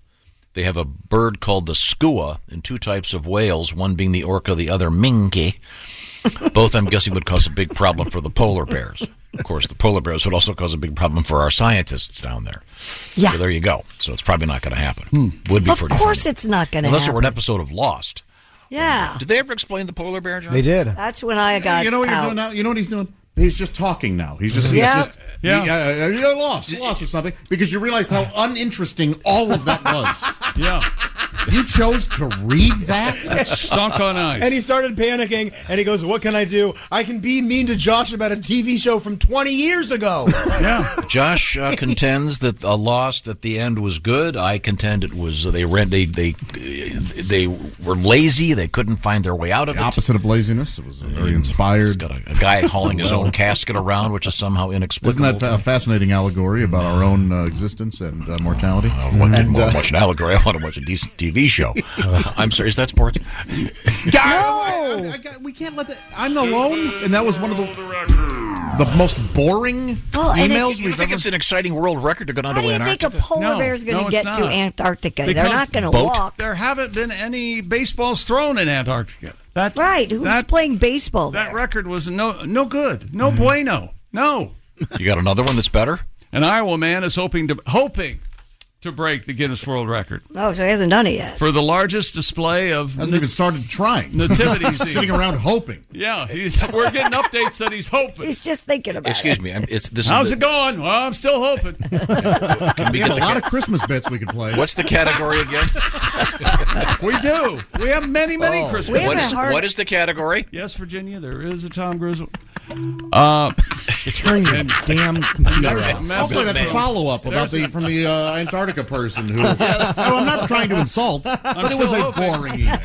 [SPEAKER 5] They have a bird called the skua and two types of whales, one being the orca, the other minke. Both, I'm guessing, would cause a big problem for the polar bears. Of course, the polar bears would also cause a big problem for our scientists down there.
[SPEAKER 4] Yeah. Hmm.
[SPEAKER 5] So there you go. So it's probably not going to happen. Would be
[SPEAKER 4] Of
[SPEAKER 5] pretty
[SPEAKER 4] course, it's not going
[SPEAKER 5] funny.
[SPEAKER 4] to
[SPEAKER 5] Unless it
[SPEAKER 4] happen.
[SPEAKER 5] were an episode of Lost.
[SPEAKER 4] yeah.
[SPEAKER 5] Did they ever explain the polar bear? John?
[SPEAKER 3] They did.
[SPEAKER 4] That's when I got.
[SPEAKER 3] You know what you're
[SPEAKER 4] out.
[SPEAKER 3] doing now? You know what he's doing? He's just talking now. He's just,
[SPEAKER 4] Yeah.
[SPEAKER 3] he's just uh, yeah. yeah, you're lost, lost or something because you realized how uninteresting all of that was.
[SPEAKER 1] yeah.
[SPEAKER 3] You chose to read that?
[SPEAKER 6] And he started panicking and he goes, What can I do? I can be mean to Josh about a TV show from 20 years ago.
[SPEAKER 1] yeah.
[SPEAKER 5] Josh uh, contends that uh, Lost at the end was good. I contend it was uh, they rent they they they were lazy. They couldn't find their way out of
[SPEAKER 3] The
[SPEAKER 5] it.
[SPEAKER 3] opposite of laziness. It was very inspired.
[SPEAKER 5] got a, guy hauling his own casket around, which is somehow
[SPEAKER 3] Isn't
[SPEAKER 5] inexplicable.
[SPEAKER 3] that uh, a fascinating allegory about our own uh, existence and uh, mortality?
[SPEAKER 5] I want
[SPEAKER 3] and, uh,
[SPEAKER 5] to watch an allegory. I want to watch a decent TV show. I'm sorry, is that sports?
[SPEAKER 3] No! I, I got- we can't let that. I'm alone, and that was one of the the most boring
[SPEAKER 4] Well, and it-
[SPEAKER 3] emails
[SPEAKER 4] You
[SPEAKER 3] we've
[SPEAKER 4] think
[SPEAKER 3] ever.
[SPEAKER 5] It's an exciting world record to go down
[SPEAKER 4] How
[SPEAKER 5] to
[SPEAKER 4] do you think
[SPEAKER 5] Antarctica.
[SPEAKER 4] a polar
[SPEAKER 1] No,
[SPEAKER 4] bear is going
[SPEAKER 1] no,
[SPEAKER 4] to
[SPEAKER 1] it's
[SPEAKER 4] get to
[SPEAKER 1] not.
[SPEAKER 4] Antarctica? They're
[SPEAKER 1] Because-
[SPEAKER 4] not going to walk.
[SPEAKER 1] There haven't been any baseballs thrown in Antarctica. That
[SPEAKER 4] right? Who's playing baseball?
[SPEAKER 1] That record was no no good. No bueno. No.
[SPEAKER 5] You got another one that's better?
[SPEAKER 1] An Iowa man is hoping to hoping to break the Guinness World Record
[SPEAKER 4] Oh, so he hasn't done it yet.
[SPEAKER 1] for the largest display of
[SPEAKER 3] Hasn't even started trying.
[SPEAKER 1] nativity scenes.
[SPEAKER 3] Sitting around hoping.
[SPEAKER 1] Yeah, he's, we're getting updates that he's hoping.
[SPEAKER 4] He's just thinking about
[SPEAKER 5] Excuse me. I'm, it's this.
[SPEAKER 1] How's
[SPEAKER 5] is
[SPEAKER 1] it going? Well, I'm still hoping.
[SPEAKER 5] Can we
[SPEAKER 3] We have
[SPEAKER 5] get
[SPEAKER 3] a
[SPEAKER 5] the
[SPEAKER 3] lot
[SPEAKER 5] ca-
[SPEAKER 3] of Christmas bits we could play.
[SPEAKER 5] What's the category again?
[SPEAKER 1] we do. We have many, many Christmas.
[SPEAKER 5] What is, what is the category?
[SPEAKER 1] Yes, Virginia, there is a Tom Grizzle. Uh, Turn your damn computer
[SPEAKER 3] Hopefully, that's a follow up about the from the uh, Antarctica person who. Oh, I'm not trying to insult, but it was a boring email.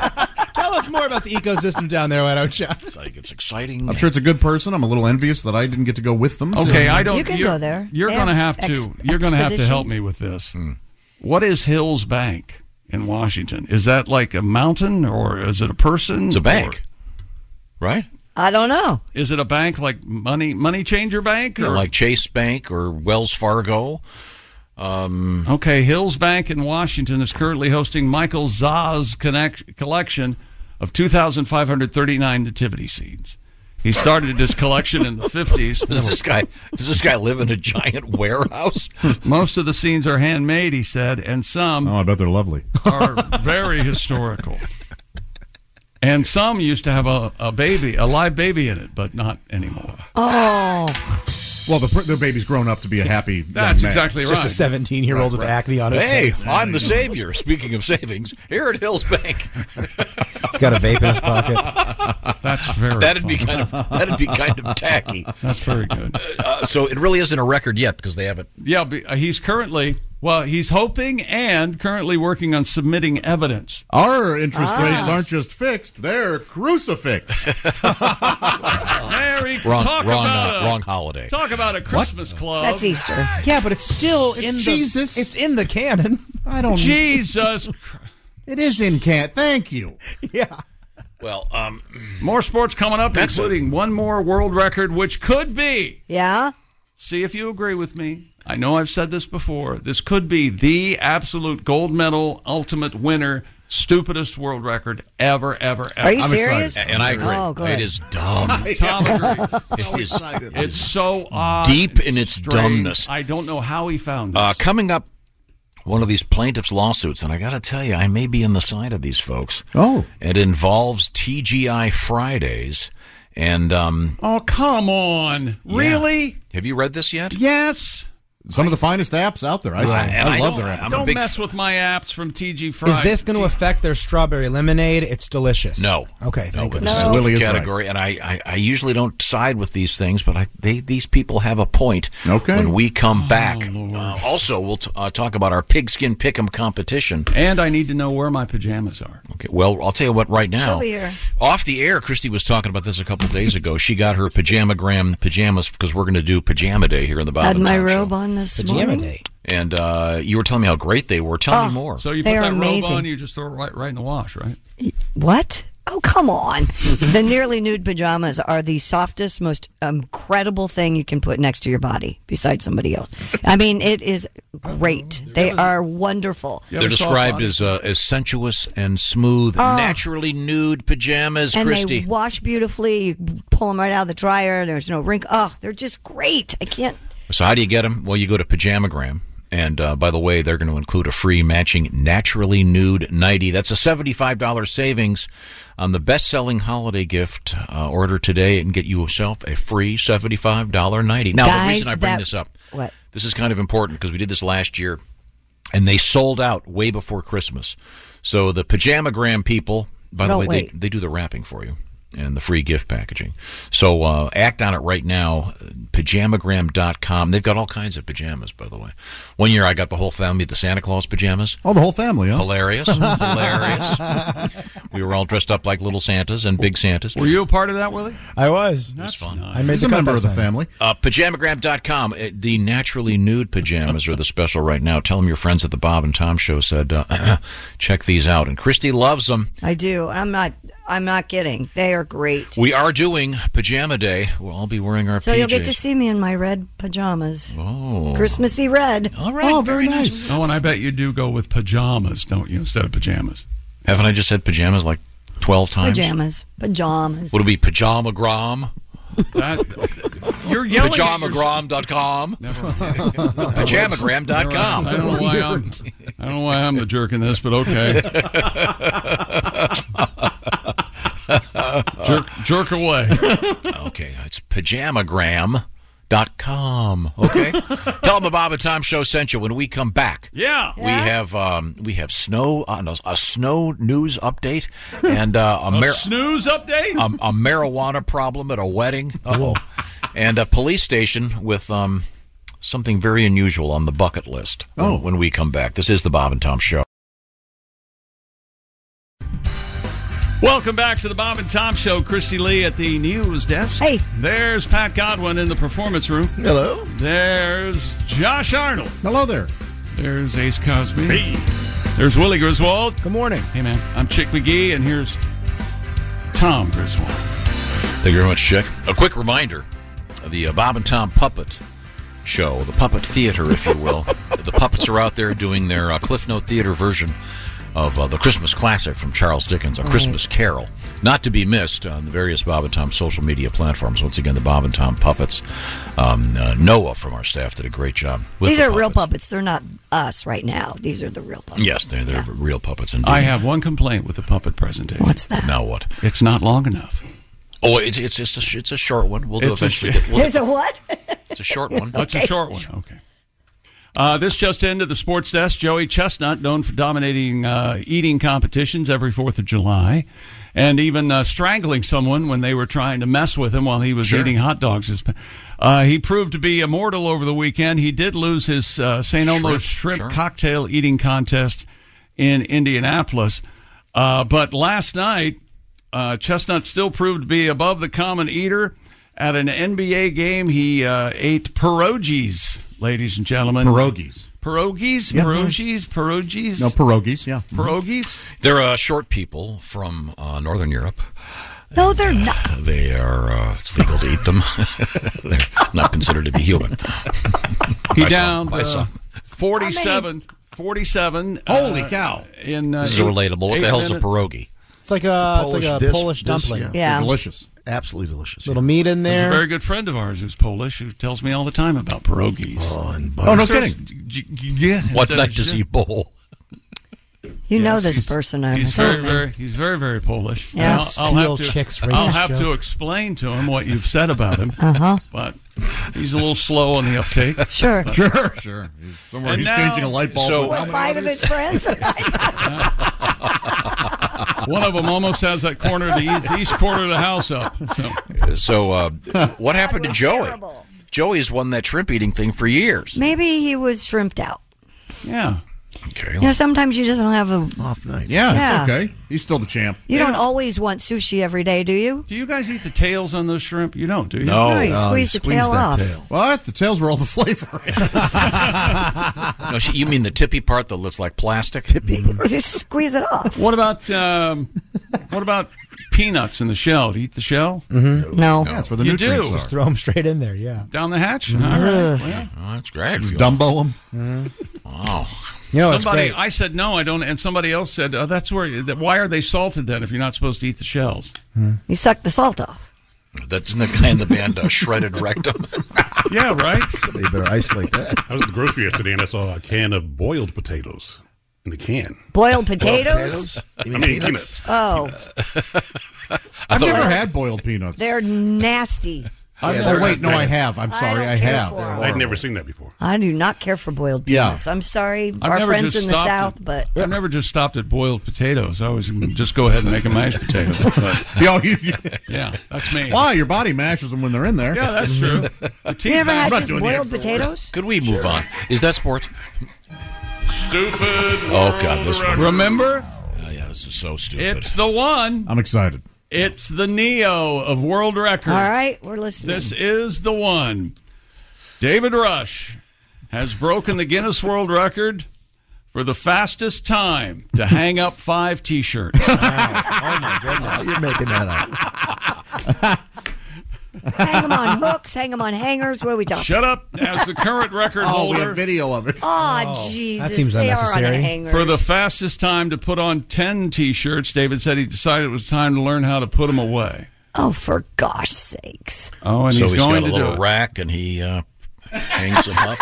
[SPEAKER 6] Tell us more about the ecosystem down there, White Oak
[SPEAKER 5] It's like it's exciting.
[SPEAKER 3] I'm sure it's a good person. I'm a little envious that I didn't get to go with them.
[SPEAKER 1] Okay, I don't.
[SPEAKER 4] can
[SPEAKER 1] you're-
[SPEAKER 4] go there.
[SPEAKER 1] You're
[SPEAKER 4] They
[SPEAKER 1] going to
[SPEAKER 4] have
[SPEAKER 1] have to.
[SPEAKER 4] ex-
[SPEAKER 1] you're going to have to help
[SPEAKER 4] expeditions.
[SPEAKER 1] me with this.
[SPEAKER 5] Hmm.
[SPEAKER 1] What is Hills Bank in Washington? Is that like a mountain or is it a person? It's a
[SPEAKER 5] bank, right?
[SPEAKER 4] I don't know.
[SPEAKER 1] Is it a bank like money money changer bank
[SPEAKER 5] You
[SPEAKER 1] or
[SPEAKER 5] know, like Chase Bank or Wells Fargo. Um,
[SPEAKER 1] Okay, Hills Bank in Washington is currently hosting Michael Za's connect, collection of 2,539 nativity scenes. He started his collection in the 50s.
[SPEAKER 5] Does this guy does this guy live in a giant warehouse?
[SPEAKER 1] Most of the scenes are handmade, he said, and some
[SPEAKER 3] Oh, I bet they're lovely.
[SPEAKER 1] are very historical. And some used to have a, a baby, a live baby in it, but not anymore.
[SPEAKER 4] Oh.
[SPEAKER 3] Well, the, per- the baby's grown up to be a happy.
[SPEAKER 1] That's
[SPEAKER 3] young man.
[SPEAKER 1] exactly It's just
[SPEAKER 6] a 17 year old with acne on his
[SPEAKER 5] Hey,
[SPEAKER 6] face.
[SPEAKER 5] I'm the savior. Speaking of savings, here at Hills Bank,
[SPEAKER 6] He's got a vape in his pocket.
[SPEAKER 1] That's very.
[SPEAKER 5] that'd be
[SPEAKER 6] funny.
[SPEAKER 5] kind of that'd be kind of tacky.
[SPEAKER 1] That's very good.
[SPEAKER 5] Uh, so it really isn't a record yet because they haven't.
[SPEAKER 1] Yeah, be- uh, he's currently, well, he's hoping and currently working on submitting evidence.
[SPEAKER 3] Our interest
[SPEAKER 1] Ah.
[SPEAKER 3] rates aren't just fixed; they're crucifixed.
[SPEAKER 1] Mary,
[SPEAKER 3] Wrong-
[SPEAKER 1] talk
[SPEAKER 3] wrong,
[SPEAKER 1] about
[SPEAKER 3] uh,
[SPEAKER 1] a,
[SPEAKER 3] wrong holiday.
[SPEAKER 1] Talk about a Christmas club.
[SPEAKER 6] That's Easter. Yeah, but it's still in Jesus. The, it's in the canon.
[SPEAKER 3] I
[SPEAKER 1] Jesus.
[SPEAKER 3] It is in cat. Thank you.
[SPEAKER 1] Yeah.
[SPEAKER 5] Well, um,
[SPEAKER 1] more sports coming up, including one more world record, which could be.
[SPEAKER 4] Yeah.
[SPEAKER 1] See if you agree with me. I know I've said this before. This could be the absolute gold medal, ultimate winner, stupidest world record ever, ever, ever.
[SPEAKER 4] Are you I'm serious?
[SPEAKER 5] And I agree.
[SPEAKER 4] Oh, go ahead.
[SPEAKER 5] It is dumb.
[SPEAKER 1] Tom agrees.
[SPEAKER 5] It is- excited.
[SPEAKER 1] It's so odd.
[SPEAKER 5] Deep in
[SPEAKER 1] and
[SPEAKER 5] its
[SPEAKER 1] strange.
[SPEAKER 5] dumbness.
[SPEAKER 1] I don't know how he found this.
[SPEAKER 5] Uh, coming up, one of these plaintiffs' lawsuits, and I got to tell you, I may be on the side of these folks.
[SPEAKER 3] Oh.
[SPEAKER 5] It involves TGI Fridays, and um,
[SPEAKER 1] oh, come on. Really?
[SPEAKER 5] have you read this yet?
[SPEAKER 1] Yes.
[SPEAKER 3] Some of the finest apps out there. I,
[SPEAKER 5] I-
[SPEAKER 3] I,
[SPEAKER 5] I
[SPEAKER 3] love
[SPEAKER 5] don't-
[SPEAKER 3] their apps.
[SPEAKER 5] I'm a
[SPEAKER 1] Don't
[SPEAKER 5] big-
[SPEAKER 1] mess with my apps from TG Friday.
[SPEAKER 6] Is this going to affect their strawberry lemonade? It's delicious.
[SPEAKER 5] No.
[SPEAKER 6] Okay.
[SPEAKER 5] No,
[SPEAKER 6] Thank
[SPEAKER 5] but
[SPEAKER 6] goodness.
[SPEAKER 5] it's a category, and I, I, I usually don't side with these things, but I, they, these people have a point. Okay. When we come
[SPEAKER 1] Oh,
[SPEAKER 5] back, uh, also we'll t- uh, talk about our pigskin pick'em competition.
[SPEAKER 1] And I need to know where my pajamas are.
[SPEAKER 5] Okay. Well, I'll tell you what. Right now,
[SPEAKER 1] She'll be here.
[SPEAKER 5] off the air, Christy was talking about this a couple days ago. She got her pajamagram pajamas because we're going to do pajama day here in the Bob
[SPEAKER 4] Had
[SPEAKER 5] and
[SPEAKER 4] my
[SPEAKER 5] Tom Show.
[SPEAKER 4] robe on this morning.
[SPEAKER 5] And uh, you were telling me how great they were. Tell
[SPEAKER 4] Oh,
[SPEAKER 5] me more.
[SPEAKER 4] So you put They are that robe amazing. on,
[SPEAKER 1] you just throw it right, right in the wash, right?
[SPEAKER 4] What? Oh, come on. the nearly nude pajamas are the softest, most incredible thing you can put next to your body besides somebody else. I mean, it is great. They are wonderful.
[SPEAKER 5] They're described as uh, as sensuous and smooth,
[SPEAKER 4] Oh.
[SPEAKER 5] naturally nude pajamas.
[SPEAKER 4] and
[SPEAKER 5] Christy,
[SPEAKER 4] they wash beautifully. You pull them right out of the dryer. There's no wrinkle. Oh, they're just great. I can't.
[SPEAKER 5] So how do you get them? Well, you go to Pajamagram. And uh, by the way, they're going to include a free matching naturally nude nightie. That's a $75 savings on the best selling holiday gift. Uh, order today and get yourself a free $75 nightie. Now, the
[SPEAKER 4] Guys,
[SPEAKER 5] reason I bring
[SPEAKER 4] that-
[SPEAKER 5] this up,
[SPEAKER 4] What?
[SPEAKER 5] this is kind of important because we did this last year and they sold out way before Christmas. So the Pajamagram people, by the
[SPEAKER 4] Don't
[SPEAKER 5] way, they,
[SPEAKER 4] wait.
[SPEAKER 5] they do the wrapping for you and the free gift packaging. So uh, act on it right now. Pajamagram.com. They've got all kinds of pajamas, by the way. One year I got the whole family the Santa Claus pajamas.
[SPEAKER 3] Oh, the whole family, huh?
[SPEAKER 5] Hilarious. Hilarious. We were all dressed up like little Santas and big Santas.
[SPEAKER 1] Were you a part of that, Willie?
[SPEAKER 6] I was.
[SPEAKER 1] That's
[SPEAKER 5] fun.
[SPEAKER 6] I made the cut that time.
[SPEAKER 5] Uh, pajamagram.com. Uh, The naturally nude pajamas are the special right now. Tell them your friends at the Bob and Tom show said, uh, check these out. And Christy loves them.
[SPEAKER 4] I do. I'm not. I'm not kidding. They are great.
[SPEAKER 5] We are doing pajama day. We'll all be wearing our
[SPEAKER 4] So
[SPEAKER 5] PJs.
[SPEAKER 4] you'll get to see me in my red pajamas,
[SPEAKER 5] oh.
[SPEAKER 4] Christmassy red.
[SPEAKER 5] All
[SPEAKER 1] right,
[SPEAKER 4] Oh, very, nice.
[SPEAKER 1] Oh, and I bet you do go with pajamas, don't you, instead of pajamas?
[SPEAKER 5] Haven't I just said pajamas like 12 times?
[SPEAKER 4] Pajamas. Pajamas.
[SPEAKER 5] Would it be pajamagram?
[SPEAKER 1] You're yelling.
[SPEAKER 5] Pajamagram.com. Pajamagram.com.
[SPEAKER 1] I don't know why I'm. I don't know why I'm the jerk in this, but okay. jerk, jerk away.
[SPEAKER 5] okay, it's pajamagram.com. Okay, tell them the Bob and Tom Show sent you. When we come back,
[SPEAKER 1] Yeah.
[SPEAKER 5] we have um, we have snow uh, no, a snow news update and uh, a,
[SPEAKER 1] A
[SPEAKER 5] mar- um,
[SPEAKER 1] snooze update.
[SPEAKER 5] a, a marijuana problem at a wedding. Oh, and a police station with um, something very unusual on the bucket list. when-
[SPEAKER 2] Oh.
[SPEAKER 5] when we come back, this is the Bob and Tom Show.
[SPEAKER 1] Welcome back to the Bob and Tom Show. Christy Lee at the news desk. Hey. There's Pat Godwin in the performance room.
[SPEAKER 9] Hello.
[SPEAKER 1] There's Josh Arnold. Hello there. There's Ace Cosby. There's Willie Griswold. Good morning. Hey, man. I'm Chick McGee, and here's Tom Griswold.
[SPEAKER 5] Thank you very much, Chick. A quick reminder the uh, Bob and Tom Puppet Show, the Puppet Theater, if you will. the puppets are out there doing their uh, Cliff Note Theater version of uh, the Christmas classic from Charles Dickens, A
[SPEAKER 19] Right.
[SPEAKER 5] Christmas Carol. Not to be missed on the various Bob and Tom social media platforms. Once again, the Bob and Tom Puppets. Um, uh, Noah from our staff did a great job. With
[SPEAKER 4] These
[SPEAKER 5] the
[SPEAKER 4] are real puppets. They're not us right now. These are the real puppets.
[SPEAKER 5] Yes, they're, they're real puppets. Indeed.
[SPEAKER 1] I have one complaint with the puppet presentation.
[SPEAKER 4] What's that?
[SPEAKER 5] Now what?
[SPEAKER 1] It's not long enough.
[SPEAKER 5] Oh, it's it's it's a, sh- it's a short one. We'll do
[SPEAKER 1] It's a
[SPEAKER 5] eventually.
[SPEAKER 1] sh-
[SPEAKER 5] get- we'll-
[SPEAKER 4] It's a what?
[SPEAKER 5] it's a short one.
[SPEAKER 1] That's a short one. Okay. Uh, this just into the sports desk. Joey Chestnut, known for dominating uh, eating competitions every 4th of July and even uh, strangling someone when they were trying to mess with him while he was eating hot dogs. This pa- Uh, he proved to be immortal over the weekend. He did lose his uh, St. Elmo's shrimp cocktail eating contest in Indianapolis. Uh, but last night, uh, Chestnut still proved to be above the common eater At an NBA game, he uh, ate pierogies, ladies and gentlemen.
[SPEAKER 3] Pierogies.
[SPEAKER 1] Pierogies?
[SPEAKER 3] Yeah.
[SPEAKER 1] Pierogies? Pierogies?
[SPEAKER 3] No, pierogies, yeah.
[SPEAKER 1] Pierogies?
[SPEAKER 5] They're uh, short people from uh, Northern Europe.
[SPEAKER 4] No, they're not.
[SPEAKER 5] They are, uh, it's legal to eat them. They're not considered to be human.
[SPEAKER 1] He
[SPEAKER 5] I saw-
[SPEAKER 1] downed
[SPEAKER 5] I saw.
[SPEAKER 1] uh, 47. 47.
[SPEAKER 5] Holy
[SPEAKER 1] uh,
[SPEAKER 5] cow.
[SPEAKER 1] In, uh,
[SPEAKER 5] This is relatable. What the
[SPEAKER 1] eight
[SPEAKER 5] hell's a
[SPEAKER 1] minutes.
[SPEAKER 5] pierogi?
[SPEAKER 6] It's like a, Uh, it's like a
[SPEAKER 1] dish-
[SPEAKER 6] Polish
[SPEAKER 1] dish,
[SPEAKER 6] dumpling.
[SPEAKER 1] yeah. Yeah. They're delicious.
[SPEAKER 6] Absolutely delicious. Little meat in
[SPEAKER 1] There's
[SPEAKER 6] there.
[SPEAKER 1] a very good friend of ours who's Polish who tells me all the time about pierogies. Oh,
[SPEAKER 6] butter. Oh, no
[SPEAKER 1] Yeah.
[SPEAKER 5] What
[SPEAKER 1] instead
[SPEAKER 5] not
[SPEAKER 1] of
[SPEAKER 5] to
[SPEAKER 1] shit.
[SPEAKER 5] see bowl?
[SPEAKER 4] You know
[SPEAKER 1] Yes,
[SPEAKER 4] this
[SPEAKER 1] he's-
[SPEAKER 4] person. I'm
[SPEAKER 1] He's very,
[SPEAKER 4] assuming.
[SPEAKER 1] very, he's very, very Polish.
[SPEAKER 4] Yeah.
[SPEAKER 1] And I'll, I'll have
[SPEAKER 4] Steel
[SPEAKER 1] to,
[SPEAKER 4] chicks
[SPEAKER 1] I'll
[SPEAKER 4] racist
[SPEAKER 1] have to
[SPEAKER 4] joke.
[SPEAKER 1] explain to him what you've said about him.
[SPEAKER 4] Uh-huh.
[SPEAKER 1] But he's a little slow on the uptake.
[SPEAKER 4] Sure.
[SPEAKER 1] But-
[SPEAKER 3] Sure, sure. He's somewhere- he's changing a light bulb
[SPEAKER 1] so-
[SPEAKER 3] with
[SPEAKER 4] What, five of his friends?
[SPEAKER 1] one of them almost has that corner of the east, east corner of the house up. So.
[SPEAKER 5] So, uh, what happened to Joey? Joey's won that shrimp eating thing for years.
[SPEAKER 4] Maybe he was shrimped out.
[SPEAKER 1] Yeah.
[SPEAKER 5] Okay.
[SPEAKER 4] You know, sometimes you just don't have a.
[SPEAKER 3] Off night. Yeah,
[SPEAKER 4] Yeah.
[SPEAKER 3] it's okay. He's still the champ.
[SPEAKER 4] You don't always want sushi every day, do you?
[SPEAKER 1] Do you guys eat the tails on those shrimp? You don't, do you?
[SPEAKER 3] No. No, you
[SPEAKER 1] Uh,
[SPEAKER 4] No, squeeze you the squeeze tail that off. tail.
[SPEAKER 3] What? The tails were all the flavor.
[SPEAKER 5] No, she, you mean the tippy part that looks like plastic? Tippy.
[SPEAKER 4] Just squeeze it off.
[SPEAKER 1] What about um, what about peanuts in the shell? Do you eat the shell? Mm-hmm.
[SPEAKER 4] No.
[SPEAKER 1] Yeah,
[SPEAKER 3] that's
[SPEAKER 1] where the You nutrients do. are.
[SPEAKER 6] Just throw them straight in there. Yeah.
[SPEAKER 1] Down the hatch?
[SPEAKER 6] Mhm.
[SPEAKER 1] All right. Well,
[SPEAKER 5] that's great.
[SPEAKER 3] Just Dumbo him.
[SPEAKER 6] Uh-huh.
[SPEAKER 5] Wow.
[SPEAKER 6] You know, it's
[SPEAKER 1] somebody,
[SPEAKER 6] great.
[SPEAKER 1] I said no, I don't, and somebody else said, oh, "That's where. That, why are they salted then if you're not supposed to eat the shells?"
[SPEAKER 4] You suck the salt off.
[SPEAKER 5] That's in the guy in the band uh, shredded rectum.
[SPEAKER 1] yeah, right.
[SPEAKER 13] Somebody better isolate that. I was at the grocery yesterday and I saw a can of boiled potatoes in a can.
[SPEAKER 4] Boiled potatoes?
[SPEAKER 13] I mean peanuts.
[SPEAKER 4] Oh,
[SPEAKER 3] I've
[SPEAKER 13] thought-
[SPEAKER 3] never had boiled peanuts.
[SPEAKER 4] they're nasty.
[SPEAKER 3] I've never- oh, wait, no, I have. I'm sorry,
[SPEAKER 4] don't
[SPEAKER 3] I
[SPEAKER 4] care
[SPEAKER 3] have.
[SPEAKER 4] for 'em.
[SPEAKER 13] I'd never seen that before.
[SPEAKER 4] I do not care for boiled
[SPEAKER 1] Yeah.
[SPEAKER 4] peanuts. I'm sorry,
[SPEAKER 1] I've
[SPEAKER 4] our
[SPEAKER 1] never
[SPEAKER 4] friends
[SPEAKER 1] just
[SPEAKER 4] in the
[SPEAKER 1] stopped
[SPEAKER 4] south,
[SPEAKER 1] at-
[SPEAKER 4] but
[SPEAKER 1] I've never just stopped at boiled potatoes. I always just go ahead and make a mashed potato. But, yeah, that's me.
[SPEAKER 3] Why? Your body mashes them when they're in there.
[SPEAKER 1] Yeah, that's true.
[SPEAKER 4] you never had just
[SPEAKER 3] the
[SPEAKER 4] boiled
[SPEAKER 3] extra work.
[SPEAKER 4] potatoes?
[SPEAKER 5] Could we move on? Is that sports?
[SPEAKER 1] Stupid.
[SPEAKER 5] Oh, God, this one.
[SPEAKER 1] Remember?
[SPEAKER 5] Oh, yeah, this is so stupid.
[SPEAKER 1] It's the one.
[SPEAKER 3] I'm excited.
[SPEAKER 1] It's the Neo of world records.
[SPEAKER 4] All right, we're listening.
[SPEAKER 1] This is the one. David Rush has broken the Guinness World Record for the fastest time to hang up five t shirts.
[SPEAKER 17] Oh my goodness! You're making that up.
[SPEAKER 4] hang them on hooks, hang them on hangers. What are we talking?
[SPEAKER 1] Shut up. As the current record
[SPEAKER 3] Oh, we
[SPEAKER 1] holder.
[SPEAKER 3] have video of it.
[SPEAKER 4] Oh, Jesus.
[SPEAKER 3] seems
[SPEAKER 4] they Are on
[SPEAKER 3] unnecessary.
[SPEAKER 4] the hangers.
[SPEAKER 1] For the fastest time to put on 10 t shirts, David said he decided it was time to learn how to put them away.
[SPEAKER 4] Oh, for gosh sakes.
[SPEAKER 1] Oh, and
[SPEAKER 5] so
[SPEAKER 1] he's
[SPEAKER 5] he's
[SPEAKER 1] going
[SPEAKER 5] got a
[SPEAKER 1] to do
[SPEAKER 5] little
[SPEAKER 1] it.
[SPEAKER 5] rack and he uh, hangs them up.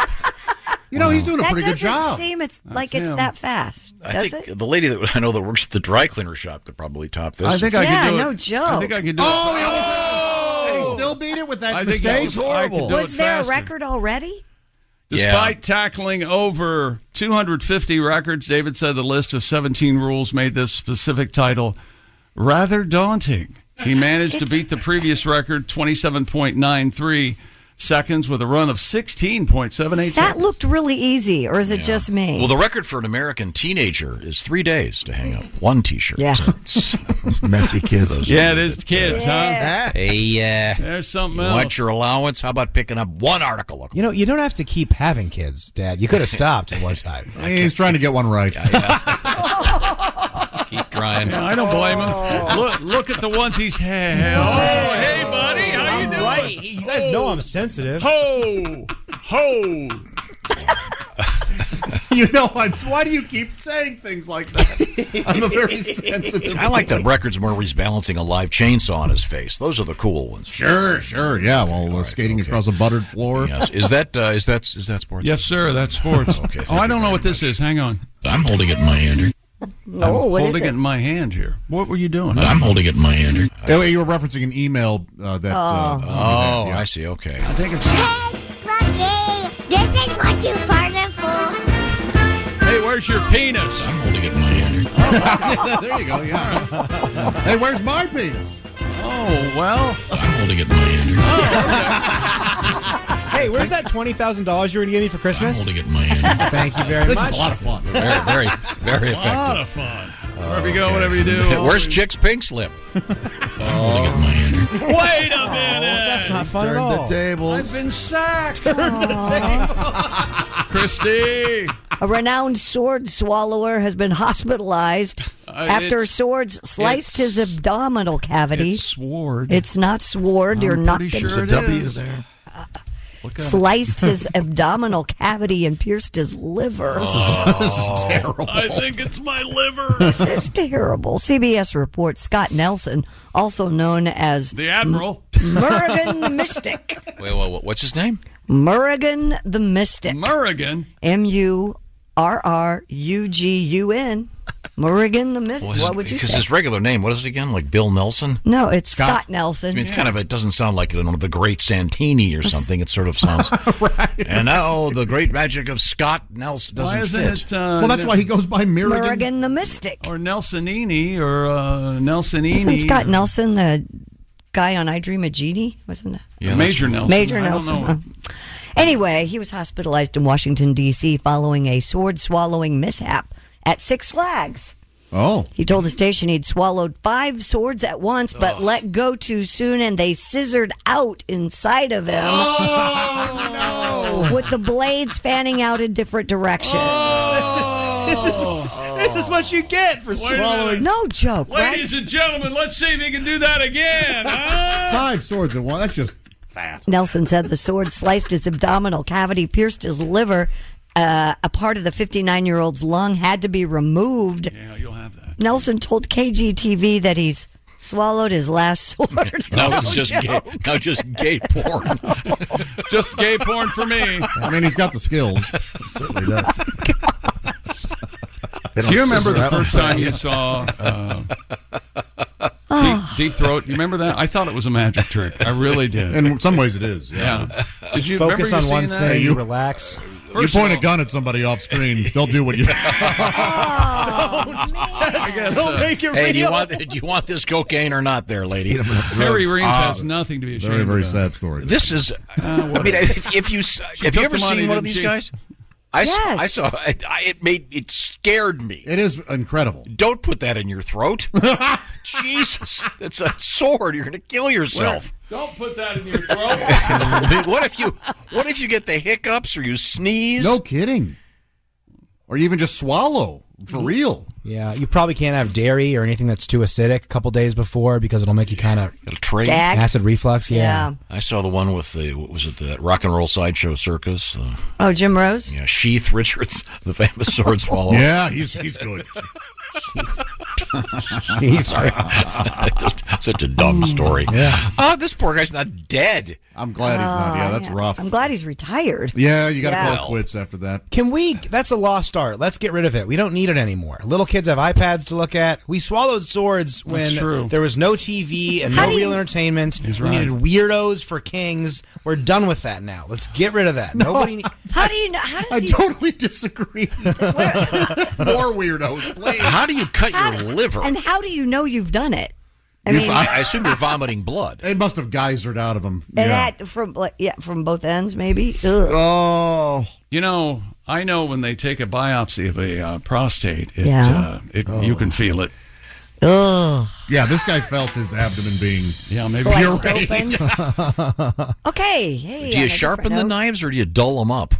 [SPEAKER 3] You know, he's doing a
[SPEAKER 4] that
[SPEAKER 3] pretty good
[SPEAKER 4] doesn't
[SPEAKER 3] job.
[SPEAKER 4] seem it's
[SPEAKER 3] That's
[SPEAKER 4] like it's
[SPEAKER 3] him.
[SPEAKER 4] that fast, does
[SPEAKER 5] I think
[SPEAKER 4] it?
[SPEAKER 5] the lady that I know that works at the dry cleaner shop could probably top this.
[SPEAKER 1] I think I
[SPEAKER 4] yeah,
[SPEAKER 1] can do
[SPEAKER 4] no
[SPEAKER 1] it.
[SPEAKER 4] joke.
[SPEAKER 1] I think I can do
[SPEAKER 3] Oh,
[SPEAKER 1] it.
[SPEAKER 3] he almost had it. And he still beat it with that
[SPEAKER 1] Oh. I think
[SPEAKER 3] mistake.
[SPEAKER 1] it was- I could do
[SPEAKER 4] Was
[SPEAKER 1] it
[SPEAKER 4] there
[SPEAKER 1] faster.
[SPEAKER 4] a record already?
[SPEAKER 1] Despite tackling over 250 records, David said the list of 17 rules made this specific title rather daunting. He managed to beat the previous record, 27.93 seconds, with a run of 16.78
[SPEAKER 4] That
[SPEAKER 1] seconds.
[SPEAKER 4] looked really easy, or is it just me?
[SPEAKER 5] Well, the record for an American teenager is three days to hang up one T-shirt.
[SPEAKER 4] Yeah.
[SPEAKER 5] messy kids.
[SPEAKER 1] Yeah, it is kids, huh?
[SPEAKER 5] Hey, uh,
[SPEAKER 1] There's something
[SPEAKER 5] you
[SPEAKER 1] else.
[SPEAKER 5] Want your allowance? How about picking up one article?
[SPEAKER 6] You know, you don't have to keep having kids, Dad. You could have stopped at one time.
[SPEAKER 3] He's trying to get one right.
[SPEAKER 5] Keep trying.
[SPEAKER 1] Yeah, I don't blame him. Look, look at the ones he's had. Oh, hey, buddy, how you doing?
[SPEAKER 6] You guys know I'm sensitive.
[SPEAKER 1] Ho, ho.
[SPEAKER 3] you know, I'm, why do you keep saying things like that? I'm a very sensitive.
[SPEAKER 5] I like
[SPEAKER 3] that.
[SPEAKER 5] the records where he's balancing a live chainsaw on his face. Those are the cool ones.
[SPEAKER 3] Sure, sure, yeah. While uh, skating across a buttered floor.
[SPEAKER 5] Yes. Is that uh, is that is that sports?
[SPEAKER 1] Yes, sir. That's sports.
[SPEAKER 5] Okay,
[SPEAKER 1] oh, I don't know what this is. Hang on.
[SPEAKER 5] I'm holding it in my hand. Here.
[SPEAKER 4] No,
[SPEAKER 1] I'm
[SPEAKER 4] what is
[SPEAKER 1] holding
[SPEAKER 4] it?
[SPEAKER 1] in my hand here. What were you doing?
[SPEAKER 5] I'm holding it in my hand. Here.
[SPEAKER 3] Yeah, wait, Oh, you were referencing an email uh, that. Uh,
[SPEAKER 4] Oh.
[SPEAKER 5] Oh, I see. Okay.
[SPEAKER 3] I think it's.
[SPEAKER 2] This is what you farted for.
[SPEAKER 1] Hey, where's your penis?
[SPEAKER 5] I'm holding it in my hand.
[SPEAKER 3] there you go. Yeah. hey, where's my penis?
[SPEAKER 1] Oh well.
[SPEAKER 5] I'm holding it in my hand. Here.
[SPEAKER 6] Hey, where's that twenty thousand dollars you were going to give me for Christmas?
[SPEAKER 5] holding it in my hand.
[SPEAKER 6] Thank you very
[SPEAKER 3] This
[SPEAKER 6] much.
[SPEAKER 3] is a lot of fun.
[SPEAKER 5] Very, very, very
[SPEAKER 1] A lot
[SPEAKER 5] effective.
[SPEAKER 1] of fun. Wherever you go, whatever you do. Um,
[SPEAKER 5] Where's Chick's pink slip? I'm holding it in my hand. Here.
[SPEAKER 1] Wait a minute.
[SPEAKER 8] That's not fun
[SPEAKER 1] Turn
[SPEAKER 8] at
[SPEAKER 1] the
[SPEAKER 8] all.
[SPEAKER 1] tables.
[SPEAKER 8] I've been sacked.
[SPEAKER 1] Christy.
[SPEAKER 4] A renowned sword swallower has been hospitalized
[SPEAKER 1] Uh,
[SPEAKER 4] after
[SPEAKER 1] it's-
[SPEAKER 4] swords sliced his abdominal cavity. It's
[SPEAKER 1] sword.
[SPEAKER 4] It's not sword. You're
[SPEAKER 1] I'm
[SPEAKER 4] not
[SPEAKER 1] pretty
[SPEAKER 4] gonna-
[SPEAKER 1] sure it is. Look at it.
[SPEAKER 4] Sliced his abdominal cavity and pierced his liver.
[SPEAKER 1] Oh, I think it's my liver.
[SPEAKER 4] this is terrible. CBS reports Scott Nelson, also known as
[SPEAKER 1] The Admiral.
[SPEAKER 4] Murrigan the Mystic.
[SPEAKER 5] Wait, wait, wait, what's his name?
[SPEAKER 4] Murrigan the Mystic.
[SPEAKER 1] Murrigan.
[SPEAKER 4] M U R R U G U N. Murrigan the Mystic.
[SPEAKER 5] Well, his-
[SPEAKER 4] what would you
[SPEAKER 5] Because
[SPEAKER 4] say?
[SPEAKER 5] his regular name, what is it again? Like Bill Nelson?
[SPEAKER 4] No, it's Scott, Nelson.
[SPEAKER 5] I mean, it's kind of, it doesn't sound like you know, the great Santini or something. It sort of sounds. And now the great magic of Scott Nelson doesn't fit.
[SPEAKER 1] uh,
[SPEAKER 3] goes by Murrigan.
[SPEAKER 4] Murrigan the Mystic.
[SPEAKER 1] Or Nelsonini or uh, Nelsonini.
[SPEAKER 4] Isn't Scott Nelson the guy on I Dream of Genie? Wasn't that?
[SPEAKER 1] Yeah, Major Nelson.
[SPEAKER 4] Major
[SPEAKER 1] I don't
[SPEAKER 4] Nelson.
[SPEAKER 1] know.
[SPEAKER 4] huh. Anyway, he was hospitalized in Washington, D.C. following a sword swallowing mishap at Six Flags.
[SPEAKER 3] Oh.
[SPEAKER 4] He told the station he'd swallowed five swords at once, but let go too soon, and they scissored out inside of him.
[SPEAKER 1] Oh,
[SPEAKER 4] With the blades fanning out in different directions.
[SPEAKER 1] Oh.
[SPEAKER 8] This is what you get for
[SPEAKER 1] Wait a minute.
[SPEAKER 8] swallowing.
[SPEAKER 4] No joke,
[SPEAKER 1] Ladies and gentlemen, let's see if he can do that again. huh?
[SPEAKER 3] Five swords at one. That's just
[SPEAKER 4] Nelson said the sword sliced his abdominal cavity, pierced his liver. Uh, a part of the 59 year old's lung had to be removed. Yeah,
[SPEAKER 1] you'll have that.
[SPEAKER 4] Nelson told KGTV that he's swallowed his last sword.
[SPEAKER 5] Now it's just gay,
[SPEAKER 4] joke.
[SPEAKER 5] now just gay porn.
[SPEAKER 1] just gay porn for me.
[SPEAKER 3] I mean, he's got the skills.
[SPEAKER 1] Certainly
[SPEAKER 3] does.
[SPEAKER 1] Do you remember the first time you saw uh, deep, deep throat? You remember that? I thought it was a magic trick. I really did.
[SPEAKER 3] In some ways, it is. Yeah.
[SPEAKER 1] Did you
[SPEAKER 3] Focus
[SPEAKER 1] remember
[SPEAKER 3] on
[SPEAKER 1] you
[SPEAKER 3] one
[SPEAKER 1] seeing that?
[SPEAKER 3] thing, you
[SPEAKER 8] relax.
[SPEAKER 3] You point a gun at somebody off screen, they'll do what you.
[SPEAKER 4] Oh,
[SPEAKER 5] I
[SPEAKER 8] guess,
[SPEAKER 3] Don't uh, make it
[SPEAKER 5] hey, do you
[SPEAKER 3] real.
[SPEAKER 5] want do you want this cocaine or not, there, lady? Uh,
[SPEAKER 1] Harry Reams has nothing to be uh, ashamed.
[SPEAKER 3] Very, very
[SPEAKER 1] about.
[SPEAKER 3] sad story.
[SPEAKER 5] This is. I mean, if, if you s-
[SPEAKER 1] Uh, She
[SPEAKER 5] have you
[SPEAKER 1] took
[SPEAKER 5] ever
[SPEAKER 1] the money,
[SPEAKER 5] seen one
[SPEAKER 1] didn't
[SPEAKER 5] of these
[SPEAKER 1] she?
[SPEAKER 5] guys? I, s-
[SPEAKER 1] Yes.
[SPEAKER 5] I saw. I, I, it made it scared me.
[SPEAKER 3] It is incredible.
[SPEAKER 5] Don't put that in your throat. Jesus, it's a sword. You're going to kill yourself.
[SPEAKER 1] Don't put that in your throat.
[SPEAKER 5] what if you? What if you get the hiccups or you sneeze?
[SPEAKER 3] No kidding. Or you even just swallow for
[SPEAKER 5] Mm.
[SPEAKER 3] real.
[SPEAKER 8] Yeah, you probably can't have dairy or anything that's too acidic a couple days before because it'll make you kind of
[SPEAKER 5] It'll trade
[SPEAKER 8] Gag. Acid reflux, yeah. Yeah.
[SPEAKER 5] I saw the one with the what was it the rock and roll sideshow circus? Uh,
[SPEAKER 4] Oh, Jim Rose?
[SPEAKER 5] yeah, Sheath Richards, the famous sword swallower.
[SPEAKER 3] Yeah, he's he's good.
[SPEAKER 5] Sheath. Sorry. Just such a dumb story. Yeah. Oh, this poor guy's not dead.
[SPEAKER 3] I'm glad he's not. Yeah, that's rough.
[SPEAKER 4] I'm glad he's retired.
[SPEAKER 3] Yeah, you got to
[SPEAKER 8] Yeah.
[SPEAKER 3] call it quits after that.
[SPEAKER 8] Can we? That's a lost art. Let's get rid of it. We don't need it anymore. Little kids have iPads to look at. We swallowed swords when
[SPEAKER 1] That's true.
[SPEAKER 8] there was no TV and no real entertainment. We
[SPEAKER 1] right.
[SPEAKER 8] needed weirdos for kings. We're done with that now. Let's get rid of that. Nobody. need-
[SPEAKER 4] How do you know? How does
[SPEAKER 3] I
[SPEAKER 4] he?
[SPEAKER 3] totally disagree. More weirdos, please.
[SPEAKER 5] How do you cut your liver?
[SPEAKER 4] And how do you know you've done it? I
[SPEAKER 3] If
[SPEAKER 4] mean,
[SPEAKER 3] I-
[SPEAKER 5] I assume you're vomiting blood.
[SPEAKER 3] It must have geysered out of him.
[SPEAKER 4] and
[SPEAKER 3] Yeah.
[SPEAKER 4] that from like, yeah from both ends maybe. Ugh.
[SPEAKER 3] Oh.
[SPEAKER 1] You know, I know when they take a biopsy of a uh, prostate, it,
[SPEAKER 4] Yeah.
[SPEAKER 1] uh, it, you can feel it.
[SPEAKER 4] Oh.
[SPEAKER 3] Yeah, this guy felt his abdomen being
[SPEAKER 1] yeah,
[SPEAKER 5] maybe-
[SPEAKER 3] you're
[SPEAKER 5] Sliced
[SPEAKER 3] right.
[SPEAKER 4] Okay. Hey,
[SPEAKER 5] do
[SPEAKER 4] on
[SPEAKER 5] you
[SPEAKER 4] a
[SPEAKER 5] sharpen
[SPEAKER 4] different
[SPEAKER 5] the
[SPEAKER 4] note.
[SPEAKER 5] knives or do you dull them up?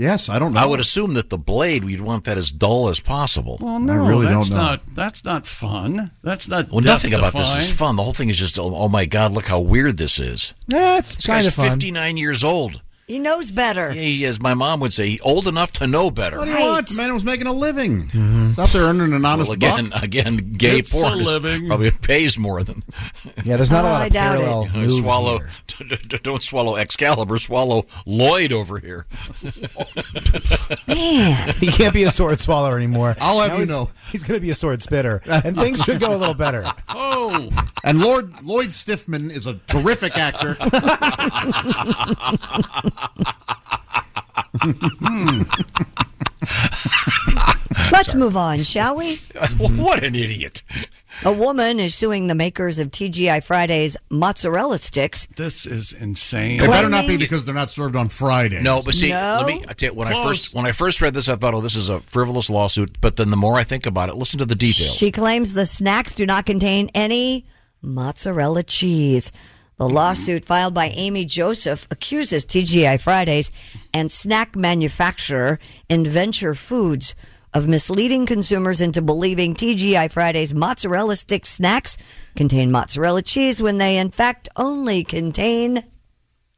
[SPEAKER 3] Yes, I don't
[SPEAKER 5] I would assume that the blade you'd want that as dull as possible.
[SPEAKER 1] Well,
[SPEAKER 3] Oh.
[SPEAKER 1] no, that's not that's not fun. That's not.
[SPEAKER 5] Well, nothing about this
[SPEAKER 1] death-defying.
[SPEAKER 5] is fun. The whole thing is just, oh, oh my God, look how weird this is.
[SPEAKER 8] Yeah, it's
[SPEAKER 5] This
[SPEAKER 8] kind
[SPEAKER 5] guy's
[SPEAKER 8] of fun.
[SPEAKER 5] 59 years old.
[SPEAKER 4] He knows better.
[SPEAKER 5] Yeah, he is. My mom would say, old enough to know better. Mm-hmm.
[SPEAKER 3] What do you want? Man was making a living. He's out there earning an honest
[SPEAKER 5] Well, again,
[SPEAKER 3] buck.
[SPEAKER 5] again, gay
[SPEAKER 3] It's a
[SPEAKER 5] porn is
[SPEAKER 3] living.
[SPEAKER 5] probably pays more than.
[SPEAKER 8] Yeah, there's not a Oh, lot of I doubt it. parallel
[SPEAKER 5] Don't
[SPEAKER 8] moves
[SPEAKER 5] swallow, don't swallow Excalibur. Swallow Lloyd over here.
[SPEAKER 8] he can't be a sword swallower anymore.
[SPEAKER 3] I'll have you
[SPEAKER 8] he's-
[SPEAKER 3] know.
[SPEAKER 8] he's going to be a sword spitter, and things should go a little better.
[SPEAKER 1] Oh.
[SPEAKER 3] And Lord Lloyd Stiffman is a terrific actor.
[SPEAKER 4] Let's move on, shall we?
[SPEAKER 5] what an idiot!
[SPEAKER 4] A woman is suing the makers of TGI Friday's mozzarella sticks.
[SPEAKER 1] This is insane.
[SPEAKER 3] They better not be because they're not served on Friday.
[SPEAKER 5] No, Oh, but see,
[SPEAKER 4] No.
[SPEAKER 5] let me. I tell you, when I
[SPEAKER 4] Close.
[SPEAKER 5] first when I first read this, I thought, oh, this is a frivolous lawsuit. But then the more I think about it, listen to the details.
[SPEAKER 4] She claims the snacks do not contain any mozzarella cheese. The lawsuit filed by Amy Joseph accuses TGI Fridays and snack manufacturer Inventure Foods of misleading consumers into believing TGI Fridays mozzarella stick snacks contain mozzarella cheese when they in fact only contain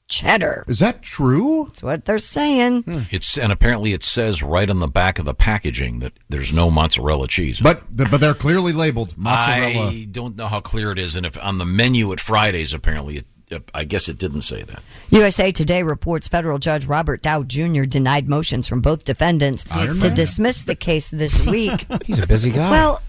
[SPEAKER 4] cheddar.
[SPEAKER 3] Is that true?
[SPEAKER 4] That's what they're saying.
[SPEAKER 5] Hmm. It's and apparently it says right on the back of the packaging that there's no mozzarella cheese.
[SPEAKER 3] But the, but they're clearly labeled mozzarella.
[SPEAKER 5] I don't know how clear it is, and if on the menu at Fridays, apparently, it, uh, I guess it didn't say that.
[SPEAKER 4] USA Today reports federal judge Robert Dow Jr. denied motions from both defendants
[SPEAKER 6] Iron
[SPEAKER 4] to
[SPEAKER 6] Man.
[SPEAKER 4] dismiss the case this week.
[SPEAKER 6] He's a busy guy.
[SPEAKER 4] Well,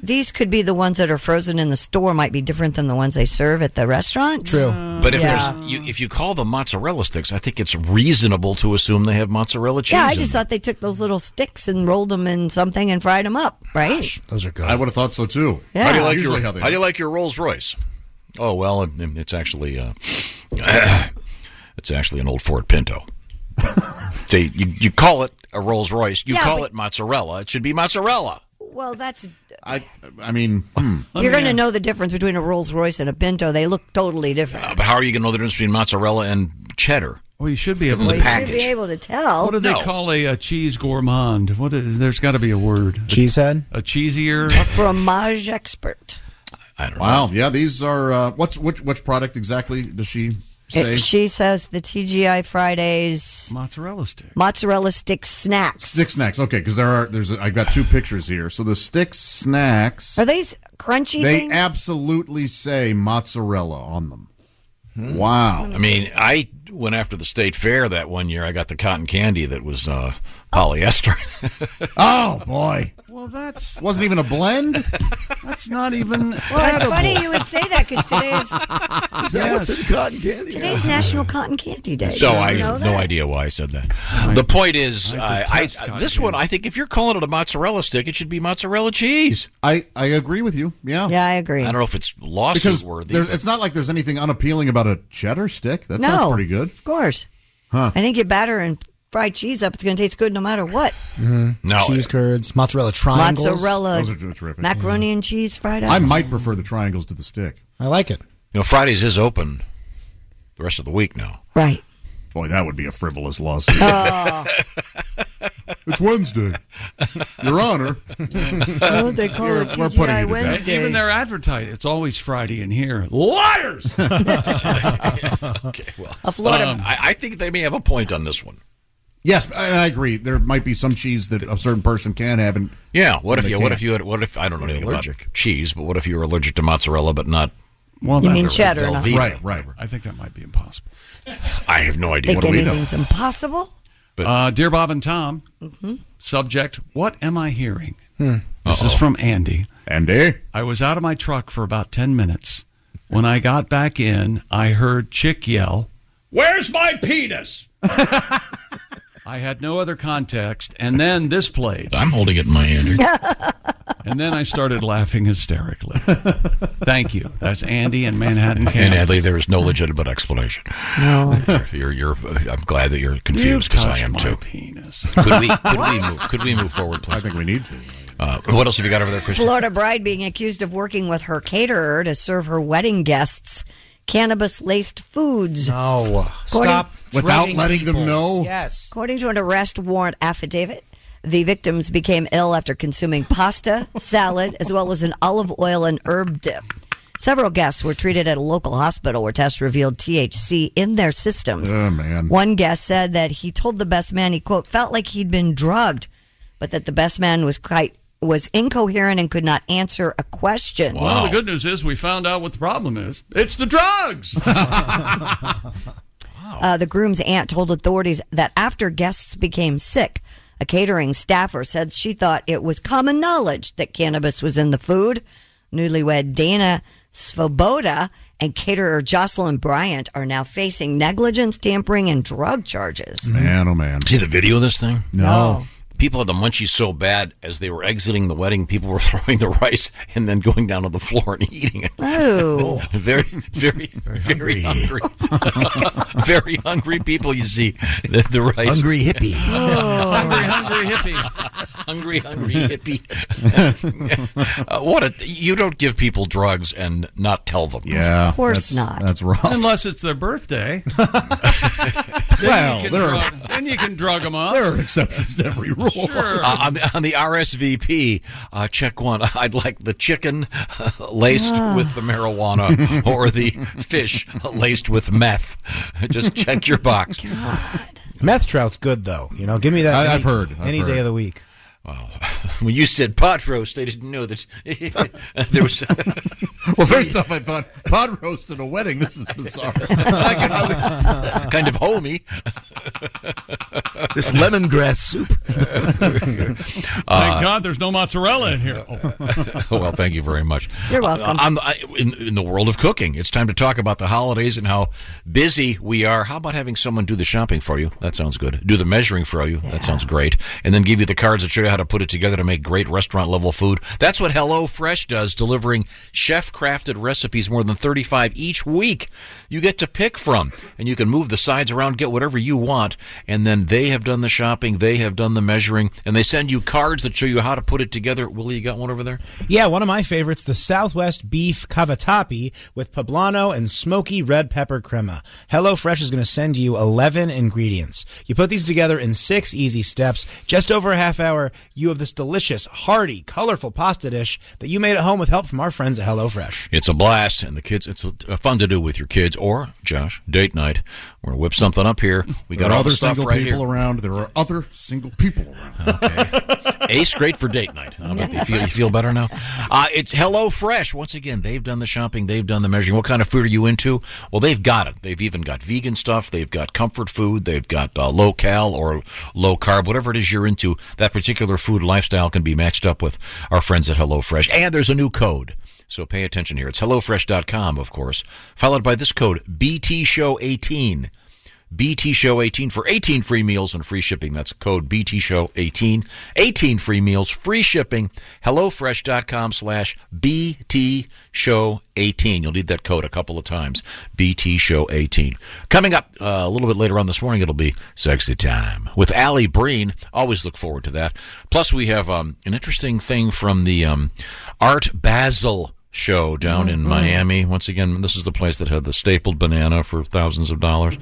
[SPEAKER 4] these could be the ones that are frozen in the store, might be different than the ones they serve at the restaurant. True.
[SPEAKER 5] Mm. But if there's you, if you call them mozzarella sticks, I think it's reasonable to assume they have mozzarella cheese.
[SPEAKER 4] Yeah, I
[SPEAKER 5] in
[SPEAKER 4] just
[SPEAKER 5] them.
[SPEAKER 4] thought they took those little sticks and rolled them in something and fried them up, right?
[SPEAKER 5] those are good.
[SPEAKER 3] I would have thought so too.
[SPEAKER 5] How do you like
[SPEAKER 3] Usually
[SPEAKER 5] your
[SPEAKER 3] how
[SPEAKER 5] how,
[SPEAKER 3] they-
[SPEAKER 5] do you like your Rolls Royce? Oh well, it- it's actually uh, it's actually an old Ford Pinto. See, you, you call it a Rolls Royce, you
[SPEAKER 4] Yeah,
[SPEAKER 5] call
[SPEAKER 4] but-
[SPEAKER 5] it mozzarella. It should be mozzarella.
[SPEAKER 4] Well, that's
[SPEAKER 3] I I mean, hmm.
[SPEAKER 4] you're going to know the difference between a Rolls Royce and a Pinto. They look totally different.
[SPEAKER 5] But how are you going to know the difference between mozzarella and cheddar?
[SPEAKER 1] Well, you should be
[SPEAKER 5] from
[SPEAKER 1] able
[SPEAKER 5] the
[SPEAKER 1] to-
[SPEAKER 4] You'd be
[SPEAKER 5] package.
[SPEAKER 4] able to tell.
[SPEAKER 1] What do they call a, a cheese gourmand? What is? There's got to be a word. Cheesehead. A cheesier.
[SPEAKER 4] A fromage expert.
[SPEAKER 3] wow, yeah, these are uh, what's which which product exactly does she say?
[SPEAKER 4] It- she says the TGI Fridays
[SPEAKER 1] mozzarella stick
[SPEAKER 4] mozzarella stick snacks.
[SPEAKER 3] Stick snacks. Okay, because there are there's I've got two pictures here. So the stick snacks
[SPEAKER 4] Are these crunchy
[SPEAKER 3] they
[SPEAKER 4] things?
[SPEAKER 3] absolutely say mozzarella on them. Wow.
[SPEAKER 5] I mean, I went after the state fair that one year. I got the cotton candy that was uh, polyester.
[SPEAKER 3] oh boy,
[SPEAKER 1] Well, that's
[SPEAKER 3] wasn't even a blend.
[SPEAKER 1] that's not even.
[SPEAKER 4] well, it's
[SPEAKER 1] edible.
[SPEAKER 4] funny you would say that because today is
[SPEAKER 1] Yes.
[SPEAKER 4] today's National Cotton Candy Day.
[SPEAKER 5] So
[SPEAKER 4] Did you
[SPEAKER 5] I
[SPEAKER 4] know
[SPEAKER 5] have
[SPEAKER 4] that?
[SPEAKER 5] no idea why I said that. the point is, uh, I, I,
[SPEAKER 3] detest
[SPEAKER 5] this
[SPEAKER 3] cotton
[SPEAKER 5] one, I think if you're calling it a mozzarella stick, it should be mozzarella cheese.
[SPEAKER 3] I I agree with you. Yeah.
[SPEAKER 4] Yeah, I agree.
[SPEAKER 5] I don't know if it's lawsuit
[SPEAKER 3] Because
[SPEAKER 5] worthy.
[SPEAKER 3] there-
[SPEAKER 5] but-
[SPEAKER 3] it's not like there's anything unappealing about a cheddar stick. That
[SPEAKER 4] No.
[SPEAKER 3] sounds pretty good.
[SPEAKER 4] Of course.
[SPEAKER 3] Huh.
[SPEAKER 4] I think you batter and fry cheese up. It's going to taste good no matter what.
[SPEAKER 5] No,
[SPEAKER 6] cheese curds, mozzarella triangles,
[SPEAKER 4] Mozzarella,
[SPEAKER 3] Those are terrific.
[SPEAKER 4] macaroni and cheese fried up.
[SPEAKER 3] I might prefer the triangles to the stick.
[SPEAKER 6] I like it.
[SPEAKER 5] You know, Fridays is open the rest of the week now.
[SPEAKER 4] Right. Oh.
[SPEAKER 3] Boy, that would be a frivolous lawsuit. it's Wednesday, Your Honor.
[SPEAKER 4] Oh, they call
[SPEAKER 3] We're-
[SPEAKER 4] it
[SPEAKER 3] we're
[SPEAKER 4] TGI
[SPEAKER 3] putting you to bed.
[SPEAKER 4] Wednesdays.
[SPEAKER 1] Even their advertising. It's always Friday in here. Liars.
[SPEAKER 5] Okay, well,
[SPEAKER 4] a Florida-
[SPEAKER 5] Um,
[SPEAKER 1] um,
[SPEAKER 5] I, I think they may have a point on this one.
[SPEAKER 3] Yes, I I agree. There might be some cheese that a certain person can have, and
[SPEAKER 5] Yeah, what if
[SPEAKER 3] some
[SPEAKER 5] you?
[SPEAKER 3] they
[SPEAKER 5] What
[SPEAKER 3] can't.
[SPEAKER 5] if you? Had, what if I don't know
[SPEAKER 3] You're
[SPEAKER 5] anything
[SPEAKER 3] allergic.
[SPEAKER 5] about cheese, but what if you were allergic to mozzarella but not?
[SPEAKER 1] Well,
[SPEAKER 4] You mean cheddar, not-
[SPEAKER 5] Velveeta?
[SPEAKER 3] Right, right.
[SPEAKER 1] I think that might be impossible.
[SPEAKER 5] I have no idea.
[SPEAKER 4] Think
[SPEAKER 5] What do we know?
[SPEAKER 4] anything's impossible?
[SPEAKER 1] uh, dear Bob and Tom,
[SPEAKER 4] Mhm.
[SPEAKER 1] subject: What am I hearing?
[SPEAKER 5] Hmm.
[SPEAKER 1] This is from Andy.
[SPEAKER 3] Andy,
[SPEAKER 1] I was out of my truck for about ten minutes. When I got back in, I heard Chick yell, "Where's my penis?" I had no other context, and then this played.
[SPEAKER 5] I'm holding it in my hand.
[SPEAKER 1] and then I started laughing hysterically. Thank you. That's Andy in Manhattan,
[SPEAKER 5] And
[SPEAKER 1] Canada.
[SPEAKER 5] Adley, there is no legitimate explanation.
[SPEAKER 4] No.
[SPEAKER 5] you're, you're, I'm glad that you're confused because I
[SPEAKER 1] touched
[SPEAKER 5] am
[SPEAKER 1] my
[SPEAKER 5] too.
[SPEAKER 1] penis.
[SPEAKER 5] Could we? Could we move? Could we move forward? Please? I
[SPEAKER 3] think we need to.
[SPEAKER 5] Uh, what else have you got over there, Christian?
[SPEAKER 4] Florida bride being accused of working with her caterer to serve her wedding guests cannabis laced foods.
[SPEAKER 6] No.
[SPEAKER 4] According-
[SPEAKER 6] Stop.
[SPEAKER 3] Without
[SPEAKER 6] drugging
[SPEAKER 3] letting them
[SPEAKER 6] people.
[SPEAKER 3] know?
[SPEAKER 6] Yes.
[SPEAKER 4] According to an arrest warrant affidavit, the victims became ill after consuming pasta, salad, as well as an olive oil and herb dip. Several guests were treated at a local hospital where tests revealed THC in their systems.
[SPEAKER 3] Oh, man.
[SPEAKER 4] One guest said that he told the best man he quote felt like he'd been drugged, but that the best man was quite was incoherent and could not answer a question.
[SPEAKER 1] Well, the good news is we found out what the problem is. It's the drugs.
[SPEAKER 4] Uh, the groom's aunt told authorities that after guests became sick, a catering staffer said she thought it was common knowledge that cannabis was in the food. Newlywed Dana Svoboda and caterer Jocelyn Bryant are now facing negligence, tampering, and drug charges.
[SPEAKER 3] Man, oh man.
[SPEAKER 5] See the video of this thing?
[SPEAKER 3] No.
[SPEAKER 5] people had the munchies so bad as they were exiting the wedding, people were throwing the rice and then going down to the floor and eating it.
[SPEAKER 4] Oh.
[SPEAKER 5] very, very, very hungry. very hungry people, you see, the, the rice.
[SPEAKER 17] Hungry hippie.
[SPEAKER 3] Oh.
[SPEAKER 1] hungry, hungry hippie.
[SPEAKER 5] hungry, hungry hippie. Uh, what a, you don't give people drugs and not tell them.
[SPEAKER 3] Yeah, Of course that's- not. that's rough.
[SPEAKER 1] Unless it's their birthday. then
[SPEAKER 3] Well,
[SPEAKER 1] you can
[SPEAKER 3] there are-
[SPEAKER 1] drug, then you can drug them up.
[SPEAKER 3] There are exceptions to every rule.
[SPEAKER 1] Sure.
[SPEAKER 5] Uh, on, the, on the RSVP, uh, check one. I'd like the chicken laced
[SPEAKER 1] Ah.
[SPEAKER 5] with the marijuana or the fish laced with meth. Just check your box.
[SPEAKER 6] Meth trout's good though. You know, give me that.
[SPEAKER 5] I-
[SPEAKER 6] any-
[SPEAKER 5] I've heard, I've
[SPEAKER 6] any
[SPEAKER 5] heard.
[SPEAKER 6] day of the week.
[SPEAKER 5] Wow. When you said pot roast, they didn't know that there was.
[SPEAKER 3] Well, first off, I thought pod roast at a wedding. This is bizarre. Second, I would-
[SPEAKER 5] kind of homey.
[SPEAKER 17] This lemongrass soup.
[SPEAKER 5] Uh,
[SPEAKER 1] Thank God there's no mozzarella in here.
[SPEAKER 5] well, thank you very much.
[SPEAKER 1] You're welcome.
[SPEAKER 5] Uh, I'm- I- in, in the world of cooking, it's time to talk about the holidays and how busy we are. How about having someone do the shopping for you? That sounds good. Do the measuring for you? That sounds great. And then give you the cards that show you how to put it together to make great restaurant level food. That's what HelloFresh does, delivering chef crafted recipes, more than 35 each week. You get to pick from, and you can move the sides around, get whatever you want. And then they have done the shopping, they have done the measuring, and they send you cards that show you how to put it together. Willie, you got one over there?
[SPEAKER 6] Yeah, one of my favorites, the Southwest Beef Cavatappi with poblano and smoky red pepper crema. HelloFresh is going to send you 11 ingredients. You put these together in six easy steps. Just over a half hour, you have this delicious, hearty, colorful pasta dish that you made at home with help from our friends at HelloFresh.
[SPEAKER 5] It's a blast, and the kids. It's uh fun to do with your kids or Josh date night. We're gonna whip something up here. We
[SPEAKER 3] there
[SPEAKER 5] got
[SPEAKER 3] are
[SPEAKER 5] all
[SPEAKER 3] other
[SPEAKER 5] the stuff
[SPEAKER 3] single
[SPEAKER 5] right
[SPEAKER 3] people
[SPEAKER 5] here.
[SPEAKER 3] around. There are other single people around.
[SPEAKER 5] Ace, great for date night. How about that? you feel you feel better now? Uh, it's Hello Fresh once again. They've done the shopping. They've done the measuring. What kind of food are you into? Well, they've got it. They've even got vegan stuff. They've got comfort food. They've got uh, low cal or low carb. Whatever it is you're into, that particular food lifestyle can be matched up with our friends at Hello Fresh. And there's a new code. So pay attention here. It's HelloFresh.com, of course, followed by this code BT Show 18 BT Show 18 for 18 free meals and free shipping. That's code BT Show 18. 18 free meals, free shipping. HelloFresh.com slash BT Show 18. You'll need that code a couple of times. BT Show 18. Coming up uh, a little bit later on this morning, it'll be Sexy Time with Allie Breen. Always look forward to that. Plus, we have um, an interesting thing from the um, Art Basel show down
[SPEAKER 3] Mm-hmm.
[SPEAKER 5] in Miami. Once again, this is the place that had the stapled banana for thousands of dollars.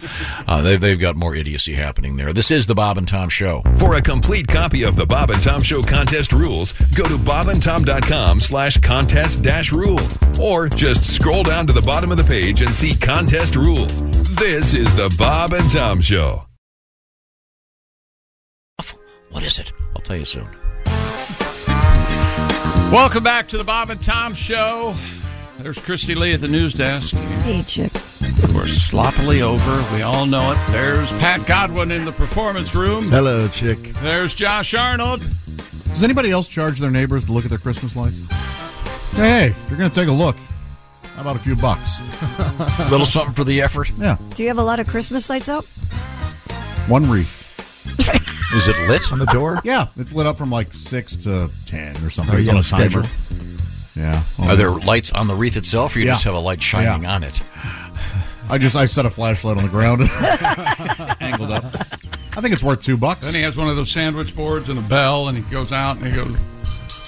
[SPEAKER 5] Uh, they, they've got more idiocy happening there. This is the Bob and Tom Show.
[SPEAKER 11] For a complete copy of the Bob and Tom Show contest rules, go to bobandtom.com slash contest dash rules. Or just scroll down to the bottom of the page and see contest rules. This is the Bob and Tom Show.
[SPEAKER 5] What is it? I'll tell you soon.
[SPEAKER 1] Welcome back to the Bob and Tom Show. There's Christy Lee at the news desk.
[SPEAKER 4] Hey, Chip.
[SPEAKER 1] We're sloppily over. We all know it. There's Pat Godwin in the performance room.
[SPEAKER 3] Hello, chick.
[SPEAKER 1] There's Josh Arnold.
[SPEAKER 3] Does anybody else charge their neighbors to look at their Christmas lights? Hey, hey, if you're going to take a look, how about a few bucks?
[SPEAKER 5] Little something for the effort.
[SPEAKER 3] Yeah,
[SPEAKER 4] Do you have a lot of Christmas lights up?
[SPEAKER 3] one wreath.
[SPEAKER 5] Is it lit
[SPEAKER 3] on the door? Yeah, it's lit up from like six to ten or something.
[SPEAKER 5] Oh,
[SPEAKER 3] it's
[SPEAKER 5] you
[SPEAKER 3] on a
[SPEAKER 5] have a
[SPEAKER 3] timer.
[SPEAKER 5] schedule?
[SPEAKER 3] Yeah.
[SPEAKER 5] Are there lights on the wreath itself, or you
[SPEAKER 3] Yeah.
[SPEAKER 5] just have a light shining on it?
[SPEAKER 3] I just I set a flashlight on the ground, angled up. I think it's worth two bucks.
[SPEAKER 1] Then he has one of those sandwich boards and a bell, and he goes out and he goes,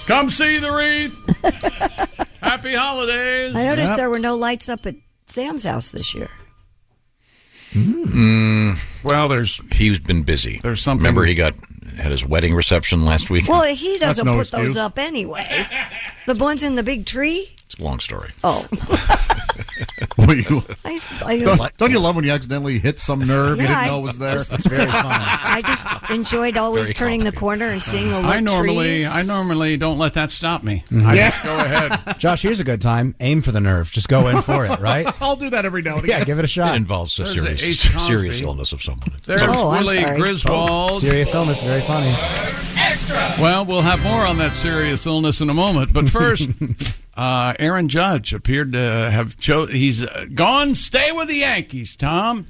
[SPEAKER 1] Come see the wreath. Happy holidays.
[SPEAKER 4] I noticed there were no lights up at Sam's house this year.
[SPEAKER 3] Hmm.
[SPEAKER 5] Mm,
[SPEAKER 1] well, there's
[SPEAKER 5] he's been busy.
[SPEAKER 1] There's something.
[SPEAKER 5] Remember, he got had his wedding reception last week.
[SPEAKER 4] Well, he doesn't put those up anyway. The ones in the big tree?
[SPEAKER 5] It's a long story.
[SPEAKER 4] Oh.
[SPEAKER 3] What you-
[SPEAKER 4] I, used- I,
[SPEAKER 3] don't, don't you love when you accidentally hit some nerve you
[SPEAKER 4] Yeah,
[SPEAKER 3] didn't
[SPEAKER 4] I-
[SPEAKER 3] know was there?
[SPEAKER 4] Just- it's very fun. I just enjoyed always
[SPEAKER 3] Very
[SPEAKER 4] turning the corner and seeing the little
[SPEAKER 1] I normally,
[SPEAKER 4] trees.
[SPEAKER 1] I normally don't let that stop me.
[SPEAKER 5] Mm-hmm.
[SPEAKER 3] Mm-hmm.
[SPEAKER 1] I just go ahead.
[SPEAKER 6] Josh, here's a good time. Aim for the nerve. Just go in for it, right?
[SPEAKER 3] I'll do that every now and
[SPEAKER 6] Yeah, give it a shot.
[SPEAKER 5] It involves a
[SPEAKER 6] There's
[SPEAKER 5] serious,
[SPEAKER 6] Ace Crosby.
[SPEAKER 5] serious illness of someone.
[SPEAKER 1] There's
[SPEAKER 6] Oh, I'm
[SPEAKER 1] Willie
[SPEAKER 6] sorry.
[SPEAKER 1] Griswold.
[SPEAKER 6] Oh, serious illness, very funny.
[SPEAKER 1] Well, we'll have more on that serious illness in a moment. But first, uh, Aaron Judge appeared to have cho- he's uh, gone. Stay with the Yankees, Tom.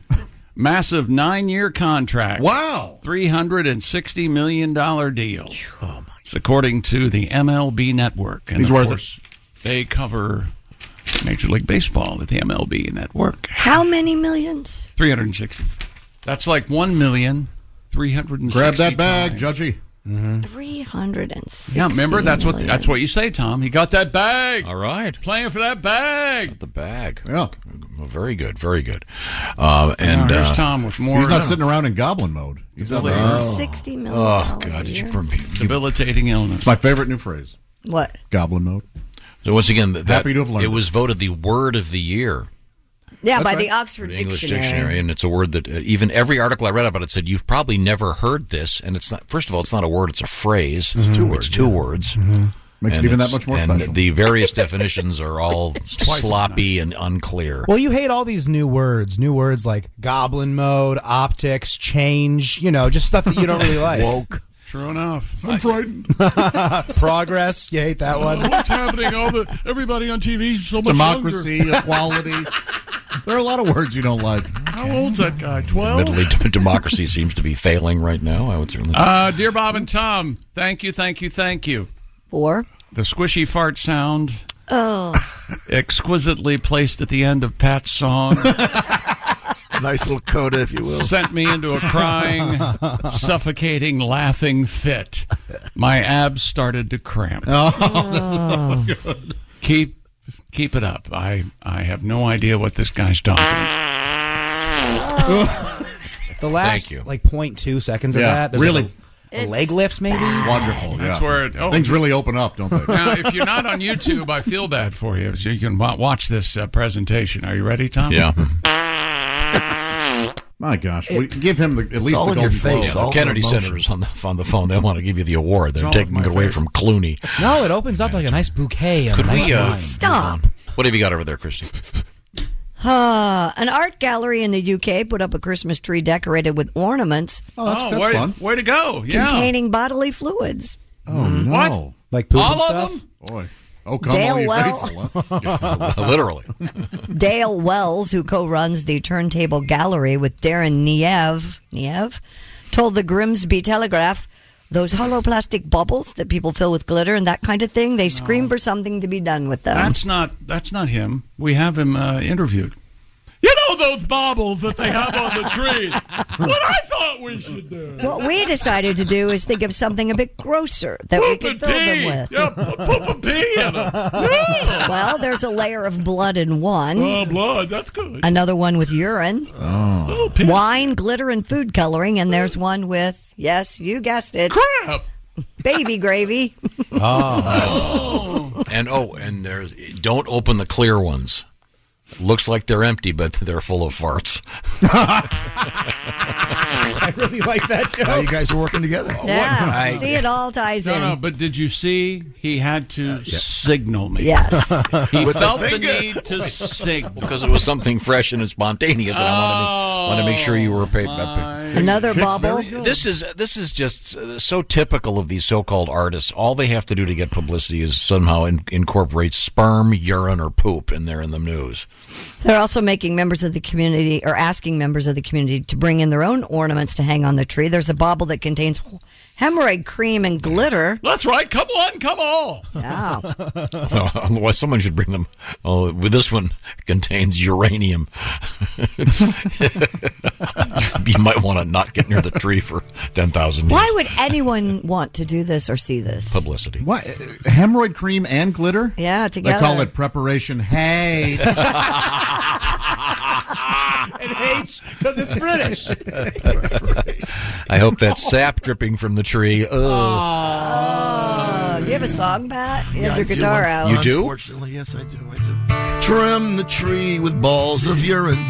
[SPEAKER 1] massive nine-year contract.
[SPEAKER 3] Wow,
[SPEAKER 1] three hundred and sixty million dollar deal. Oh my! It's according to the MLB Network, and
[SPEAKER 3] He's
[SPEAKER 1] of
[SPEAKER 3] worth it.
[SPEAKER 1] course they cover Major League Baseball at the MLB Network.
[SPEAKER 4] How many millions?
[SPEAKER 1] Three hundred and sixty. That's like one million three hundred and
[SPEAKER 3] Grab
[SPEAKER 1] sixty.
[SPEAKER 3] that bag,
[SPEAKER 1] Judgy. Mm-hmm.
[SPEAKER 4] Three hundred and sixty.
[SPEAKER 1] Yeah, remember that's what
[SPEAKER 4] million.
[SPEAKER 1] that's what you say, Tom. He got that bag.
[SPEAKER 5] All right,
[SPEAKER 1] playing for that bag.
[SPEAKER 5] the bag. Yeah, very good, very good. Uh,
[SPEAKER 1] Now,
[SPEAKER 5] and
[SPEAKER 1] here's
[SPEAKER 5] uh,
[SPEAKER 1] Tom with more.
[SPEAKER 3] He's not sitting around in goblin mode. He's not
[SPEAKER 4] Oh. $60 million
[SPEAKER 5] Oh God, did you
[SPEAKER 1] debilitating illness?
[SPEAKER 3] It's my favorite new phrase.
[SPEAKER 4] What?
[SPEAKER 3] Goblin mode.
[SPEAKER 5] So once again, that,
[SPEAKER 3] Happy to have learned
[SPEAKER 5] it was voted the word of the year.
[SPEAKER 4] Yeah,
[SPEAKER 3] That's
[SPEAKER 4] by
[SPEAKER 3] right.
[SPEAKER 4] the Oxford
[SPEAKER 5] the English
[SPEAKER 4] Dictionary.
[SPEAKER 5] dictionary. and it's a word that uh, even every article I read about it said you've probably never heard this, and it's not. First of all, it's not a word; it's a phrase. It's two words. Two words.
[SPEAKER 3] Mm-hmm. Makes it
[SPEAKER 5] And
[SPEAKER 3] even that
[SPEAKER 5] it's-
[SPEAKER 3] much more
[SPEAKER 5] and
[SPEAKER 3] special.
[SPEAKER 5] The various definitions are all
[SPEAKER 6] twice as
[SPEAKER 5] sloppy and unclear.
[SPEAKER 6] Well, you hate all these new words, new words like goblin mode, optics, change, you know, just stuff that you don't really like.
[SPEAKER 5] Woke.
[SPEAKER 1] True enough.
[SPEAKER 3] I'm frightened.
[SPEAKER 6] Progress. You hate that one.
[SPEAKER 1] What's happening? All the everybody on TV is so much
[SPEAKER 3] Democracy,
[SPEAKER 1] younger.
[SPEAKER 3] equality. There are a lot of words you don't like.
[SPEAKER 1] How old's that guy? Twelve.
[SPEAKER 5] Admittedly, democracy seems to be failing right now. I would certainly.
[SPEAKER 1] Uh, dear Bob and Tom, thank you, thank you, thank you.
[SPEAKER 4] For
[SPEAKER 1] the squishy fart sound
[SPEAKER 4] Oh,
[SPEAKER 1] exquisitely placed at the end of Pat's song.
[SPEAKER 10] nice little coda, if you will.
[SPEAKER 1] Sent me into a crying, suffocating, laughing fit. My abs started to cramp.
[SPEAKER 18] Oh, that's
[SPEAKER 1] keep keep it up. I I have no idea what this guy's talking.
[SPEAKER 6] The last
[SPEAKER 1] Thank you.
[SPEAKER 6] like 0.2 seconds
[SPEAKER 1] Yeah,
[SPEAKER 6] of that. there's
[SPEAKER 1] really.
[SPEAKER 6] like a- a leg lift, maybe.
[SPEAKER 3] Wonderful.
[SPEAKER 1] That's
[SPEAKER 3] yeah.
[SPEAKER 1] where it- oh.
[SPEAKER 3] Things really open up, don't they?
[SPEAKER 1] Now, if you're not on YouTube, I feel bad for you. So you can wa- watch this uh, presentation. Are you ready, Tom?
[SPEAKER 5] Yeah.
[SPEAKER 3] My gosh, we give him the, at least the golden
[SPEAKER 5] Yeah,
[SPEAKER 3] globe.
[SPEAKER 5] the Kennedy Center is on the on the phone. They want to give you the award. They're
[SPEAKER 3] It's all
[SPEAKER 5] taking
[SPEAKER 3] of
[SPEAKER 5] it
[SPEAKER 3] my
[SPEAKER 5] away
[SPEAKER 3] favorite.
[SPEAKER 5] from Clooney.
[SPEAKER 6] No, it opens up like a nice bouquet. Of
[SPEAKER 5] Could
[SPEAKER 6] nice
[SPEAKER 5] we, uh,
[SPEAKER 6] wine.
[SPEAKER 4] stop.
[SPEAKER 5] What have you got over there, Christy?
[SPEAKER 4] Ah, an art gallery in the UK put up a Christmas tree decorated with ornaments.
[SPEAKER 2] Oh,
[SPEAKER 1] way, Way to go! Oh, Yeah. Mm.
[SPEAKER 4] Containing bodily fluids.
[SPEAKER 3] Oh no!
[SPEAKER 1] What?
[SPEAKER 6] Like
[SPEAKER 1] poop All and of stuff?
[SPEAKER 3] Boy, oh come
[SPEAKER 4] Dale
[SPEAKER 3] all ye
[SPEAKER 4] Well.
[SPEAKER 3] faithful, huh?
[SPEAKER 5] Literally.
[SPEAKER 4] Dale Wells, who co-runs the Turntable Gallery with Darren Niev, Niev, told the Grimsby Telegraph, "Those hollow plastic bubbles that people fill with glitter and that kind of thing, they scream for something to be done with them."
[SPEAKER 1] That's not that's not him. We have him uh, interviewed. You know those baubles that they have on the tree. What I thought we should do.
[SPEAKER 4] what we decided to do is think of something a bit grosser that we could fill them with.
[SPEAKER 1] Yeah, pu- poop a pee in them.
[SPEAKER 4] Well, there's a layer of blood in one.
[SPEAKER 1] Oh, blood. That's good.
[SPEAKER 4] Another one with urine,
[SPEAKER 3] Oh.
[SPEAKER 4] wine, glitter, and food coloring, and there's one with yes, you guessed it,
[SPEAKER 1] crap,
[SPEAKER 4] baby gravy.
[SPEAKER 5] Oh. and oh, and there's don't open the clear ones. Looks like they're empty, but they're full of farts.
[SPEAKER 10] I really like that joke. you guys are working together.
[SPEAKER 4] Yeah,
[SPEAKER 1] I-
[SPEAKER 4] Ah, see, it all ties
[SPEAKER 1] No,
[SPEAKER 4] in.
[SPEAKER 1] no, but did you see? He had to signal me.
[SPEAKER 4] Yes.
[SPEAKER 1] He
[SPEAKER 5] With the
[SPEAKER 1] felt the,
[SPEAKER 5] finger.
[SPEAKER 1] need to signal.
[SPEAKER 5] Because it was something fresh and spontaneous, and I want to make, want to make sure you were uh, paid.
[SPEAKER 4] Another Shit's bubble. very good.
[SPEAKER 5] This is this is just uh, so typical of these so-called artists. All they have to do to get publicity is somehow in, incorporate sperm, urine, or poop, and they're in the news.
[SPEAKER 4] They're also making members of the community or asking members of the community to bring in their own ornaments to hang on the tree. There's a bauble that contains hemorrhoid cream and glitter.
[SPEAKER 1] That's right. Come on, come on.
[SPEAKER 4] Yeah.
[SPEAKER 5] Otherwise, someone should bring them. Oh, this one contains uranium. you might want to not get near the tree for ten thousand years.
[SPEAKER 4] Why would anyone want to do this or see this?
[SPEAKER 5] Publicity.
[SPEAKER 3] Why uh, hemorrhoid cream and glitter?
[SPEAKER 4] Yeah, together.
[SPEAKER 3] They call it preparation. Hey,
[SPEAKER 18] it H because it's British.
[SPEAKER 5] I hope that sap dripping from the tree. Ugh.
[SPEAKER 4] Oh, do you have a song, Pat? You
[SPEAKER 10] Yeah,
[SPEAKER 4] have
[SPEAKER 10] I
[SPEAKER 4] your
[SPEAKER 10] do,
[SPEAKER 4] guitar
[SPEAKER 10] unf-
[SPEAKER 4] out.
[SPEAKER 5] You do?
[SPEAKER 10] Unfortunately, yes, I do. I do. Trim the tree with balls of urine.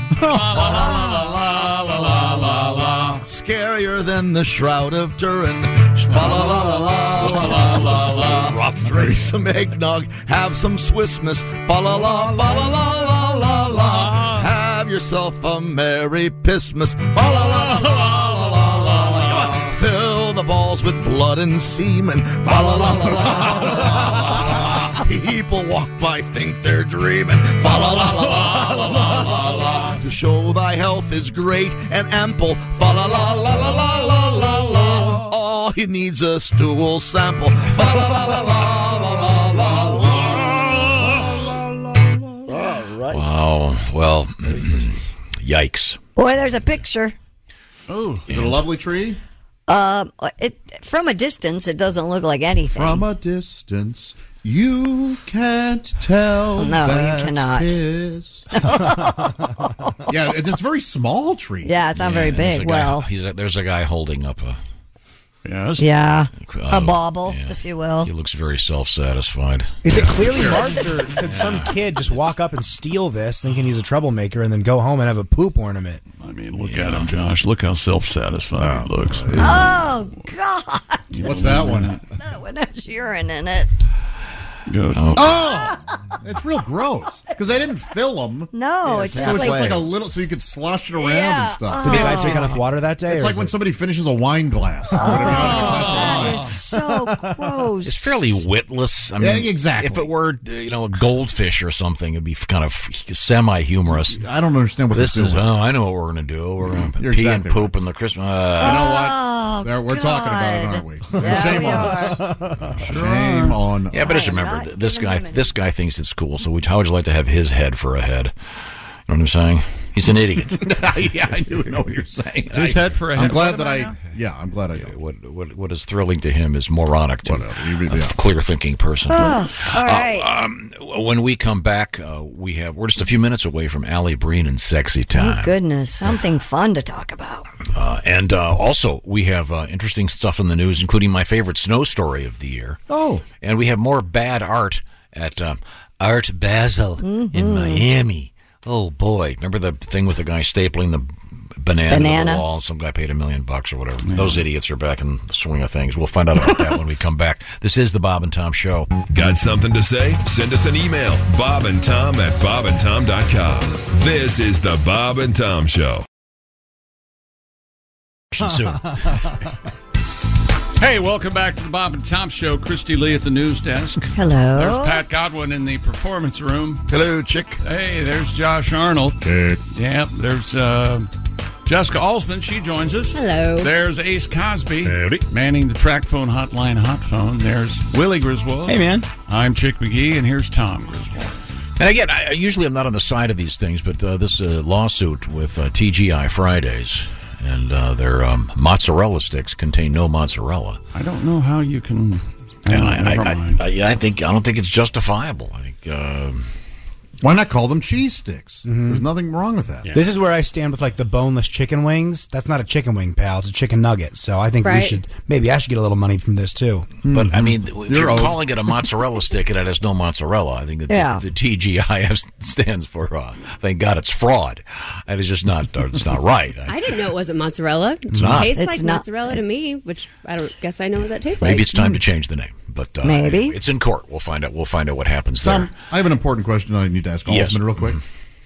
[SPEAKER 10] Scarier than the Shroud of Turin. Fa-la-la-la-la-la-la-la-la. Drink some eggnog, have some Swiss miss. Fa-la-la, fa-la-la-la-la-la. Have yourself a merry Pissmas. Fa-la-la-la-la-la-la-la. Fill the balls with blood and semen. Fa-la-la-la-la-la-la. People walk by, think they're dreaming. Fa la la la la la la la. To show thy health is great and ample. Fa la la la la la la la la. All he needs a stool sample. Fa la la la la la la la la. All right.
[SPEAKER 5] Wow. Oh, Well, yikes.
[SPEAKER 4] Boy, there's a picture.
[SPEAKER 3] Oh, is it a lovely tree?
[SPEAKER 4] Uh, it from a distance, it doesn't look like anything.
[SPEAKER 3] From a distance, you can't tell.
[SPEAKER 4] No, you
[SPEAKER 3] that's
[SPEAKER 4] cannot.
[SPEAKER 3] piss. yeah, it- it's a very small tree.
[SPEAKER 4] Yeah, it's not very
[SPEAKER 5] Yeah, there's
[SPEAKER 4] big.
[SPEAKER 5] a guy-
[SPEAKER 4] Well,
[SPEAKER 5] he's a- there's a guy holding up a.
[SPEAKER 1] Yes.
[SPEAKER 4] yeah,
[SPEAKER 5] Uh,
[SPEAKER 4] a bauble, if you will.
[SPEAKER 5] He looks very self-satisfied.
[SPEAKER 6] Is it clearly marked, or could some kid just walk up and steal this, thinking he's a troublemaker, and then go home and have a poop ornament?
[SPEAKER 1] I mean, look at him, Josh. Look how self-satisfied he looks.
[SPEAKER 4] Oh God!
[SPEAKER 3] What's that one?
[SPEAKER 4] That one has urine in it.
[SPEAKER 3] Oh, it's real gross because they didn't fill them.
[SPEAKER 4] No, it's
[SPEAKER 3] so
[SPEAKER 4] just
[SPEAKER 3] it's
[SPEAKER 4] like-
[SPEAKER 3] like a little, so you could slosh it around
[SPEAKER 4] Yeah, Uh-huh.
[SPEAKER 3] and stuff.
[SPEAKER 6] Did the guy take enough water that day?
[SPEAKER 3] It's
[SPEAKER 6] or
[SPEAKER 3] like
[SPEAKER 6] is
[SPEAKER 3] when somebody finishes a wine glass. or whatever, you know, like a glass of wine.
[SPEAKER 4] Oh, so gross.
[SPEAKER 5] It's fairly witless. I mean,
[SPEAKER 3] Yeah, exactly.
[SPEAKER 5] If it were, uh, you know, a goldfish or something, it'd be kind of semi-humorous.
[SPEAKER 3] I don't understand what
[SPEAKER 5] this
[SPEAKER 3] they're
[SPEAKER 5] is.
[SPEAKER 3] doing.
[SPEAKER 5] Oh, I know what we're going to do. We're going to pee
[SPEAKER 3] You're exactly
[SPEAKER 5] and poop in the Christmas.
[SPEAKER 3] You
[SPEAKER 5] Uh,
[SPEAKER 3] know what? There- we're talking about it, aren't we?
[SPEAKER 5] Yeah,
[SPEAKER 3] Shame
[SPEAKER 5] we
[SPEAKER 3] on
[SPEAKER 5] are.
[SPEAKER 3] us. Shame on.
[SPEAKER 5] yeah, but just remember, th- this guy, this guy thinks it's cool. So, would- how would you like to have his head for a head? You know what I'm saying? He's an idiot.
[SPEAKER 3] yeah, I do know what you're saying.
[SPEAKER 5] His
[SPEAKER 3] I-
[SPEAKER 5] head for a
[SPEAKER 3] I'm
[SPEAKER 5] head.
[SPEAKER 3] glad
[SPEAKER 5] What
[SPEAKER 3] that
[SPEAKER 5] am I
[SPEAKER 3] I.
[SPEAKER 5] now?
[SPEAKER 3] Yeah, I'm glad I.
[SPEAKER 5] What, what what is thrilling to him is moronic to a clear-thinking person.
[SPEAKER 4] Oh, all right.
[SPEAKER 5] um, when we come back, uh, we have we're just a few minutes away from Ali Breen and Sexy Time.
[SPEAKER 4] Oh goodness, something fun to talk about.
[SPEAKER 5] Uh, and uh, also, we have uh, interesting stuff in the news, including my favorite snow story of the year.
[SPEAKER 3] Oh.
[SPEAKER 5] And we have more bad art at um, Art Basel in
[SPEAKER 2] Mm-hmm.
[SPEAKER 5] Miami. Oh, boy. Remember the thing with the guy stapling the banana, to
[SPEAKER 4] Banana.
[SPEAKER 5] the wall? Some guy paid a million bucks or whatever. Those idiots are back in the swing of things. We'll find out about that when we come back. This is the Bob and Tom Show.
[SPEAKER 11] Got something to say? Send us an email, Bob and Tom at bobandtom.com. This is the Bob and Tom Show.
[SPEAKER 5] Soon.
[SPEAKER 1] Hey, welcome back to the Bob and Tom Show. Christy Lee at the news desk.
[SPEAKER 4] Hello.
[SPEAKER 1] There's Pat Godwin in the performance room.
[SPEAKER 10] Hello, chick.
[SPEAKER 1] Hey, there's Josh Arnold.
[SPEAKER 3] Chick.
[SPEAKER 1] Yeah, there's uh, Jessica Alsman. She joins us.
[SPEAKER 20] Hello.
[SPEAKER 1] There's Ace Cosby. Manning the track phone hotline hot phone. There's Willie Griswold.
[SPEAKER 5] Hey, man.
[SPEAKER 1] I'm Chick McGee, and here's Tom Griswold.
[SPEAKER 5] And again, I, I- usually I'm not on the side of these things, but uh, this uh, lawsuit with uh, TGI Fridays and uh, their um, mozzarella sticks contain no mozzarella,
[SPEAKER 1] I don't know how you can.
[SPEAKER 5] and I,
[SPEAKER 1] never
[SPEAKER 5] I, I, I, yeah, I think I don't think it's justifiable. I think uh,
[SPEAKER 3] Why not call them cheese sticks? There's nothing wrong with that.
[SPEAKER 6] Mm-hmm. This is where I stand with like the boneless chicken wings. That's not a chicken wing, pal. It's a chicken nugget. So I think we
[SPEAKER 5] Right.
[SPEAKER 6] should maybe I should get a little money from this too.
[SPEAKER 5] But
[SPEAKER 3] Mm-hmm.
[SPEAKER 5] I mean, if you're,
[SPEAKER 6] old.
[SPEAKER 5] calling it a mozzarella stick and it has no mozzarella, I think that
[SPEAKER 6] Yeah.
[SPEAKER 5] the, the TGIF stands for uh, thank God it's fraud, and it's just not uh, it's not right.
[SPEAKER 19] I didn't know it wasn't mozzarella.
[SPEAKER 5] It's
[SPEAKER 19] it
[SPEAKER 5] not.
[SPEAKER 19] tastes
[SPEAKER 5] It's
[SPEAKER 19] like
[SPEAKER 5] not.
[SPEAKER 19] mozzarella to me, which I don't guess I know what that tastes like.
[SPEAKER 5] Maybe it's time to change the name, but uh,
[SPEAKER 3] Maybe.
[SPEAKER 5] it's in court. We'll find out. We'll find out what happens
[SPEAKER 3] Tom,
[SPEAKER 5] there.
[SPEAKER 3] I have an important question I need to ask Alsman
[SPEAKER 5] Yes.
[SPEAKER 3] real quick.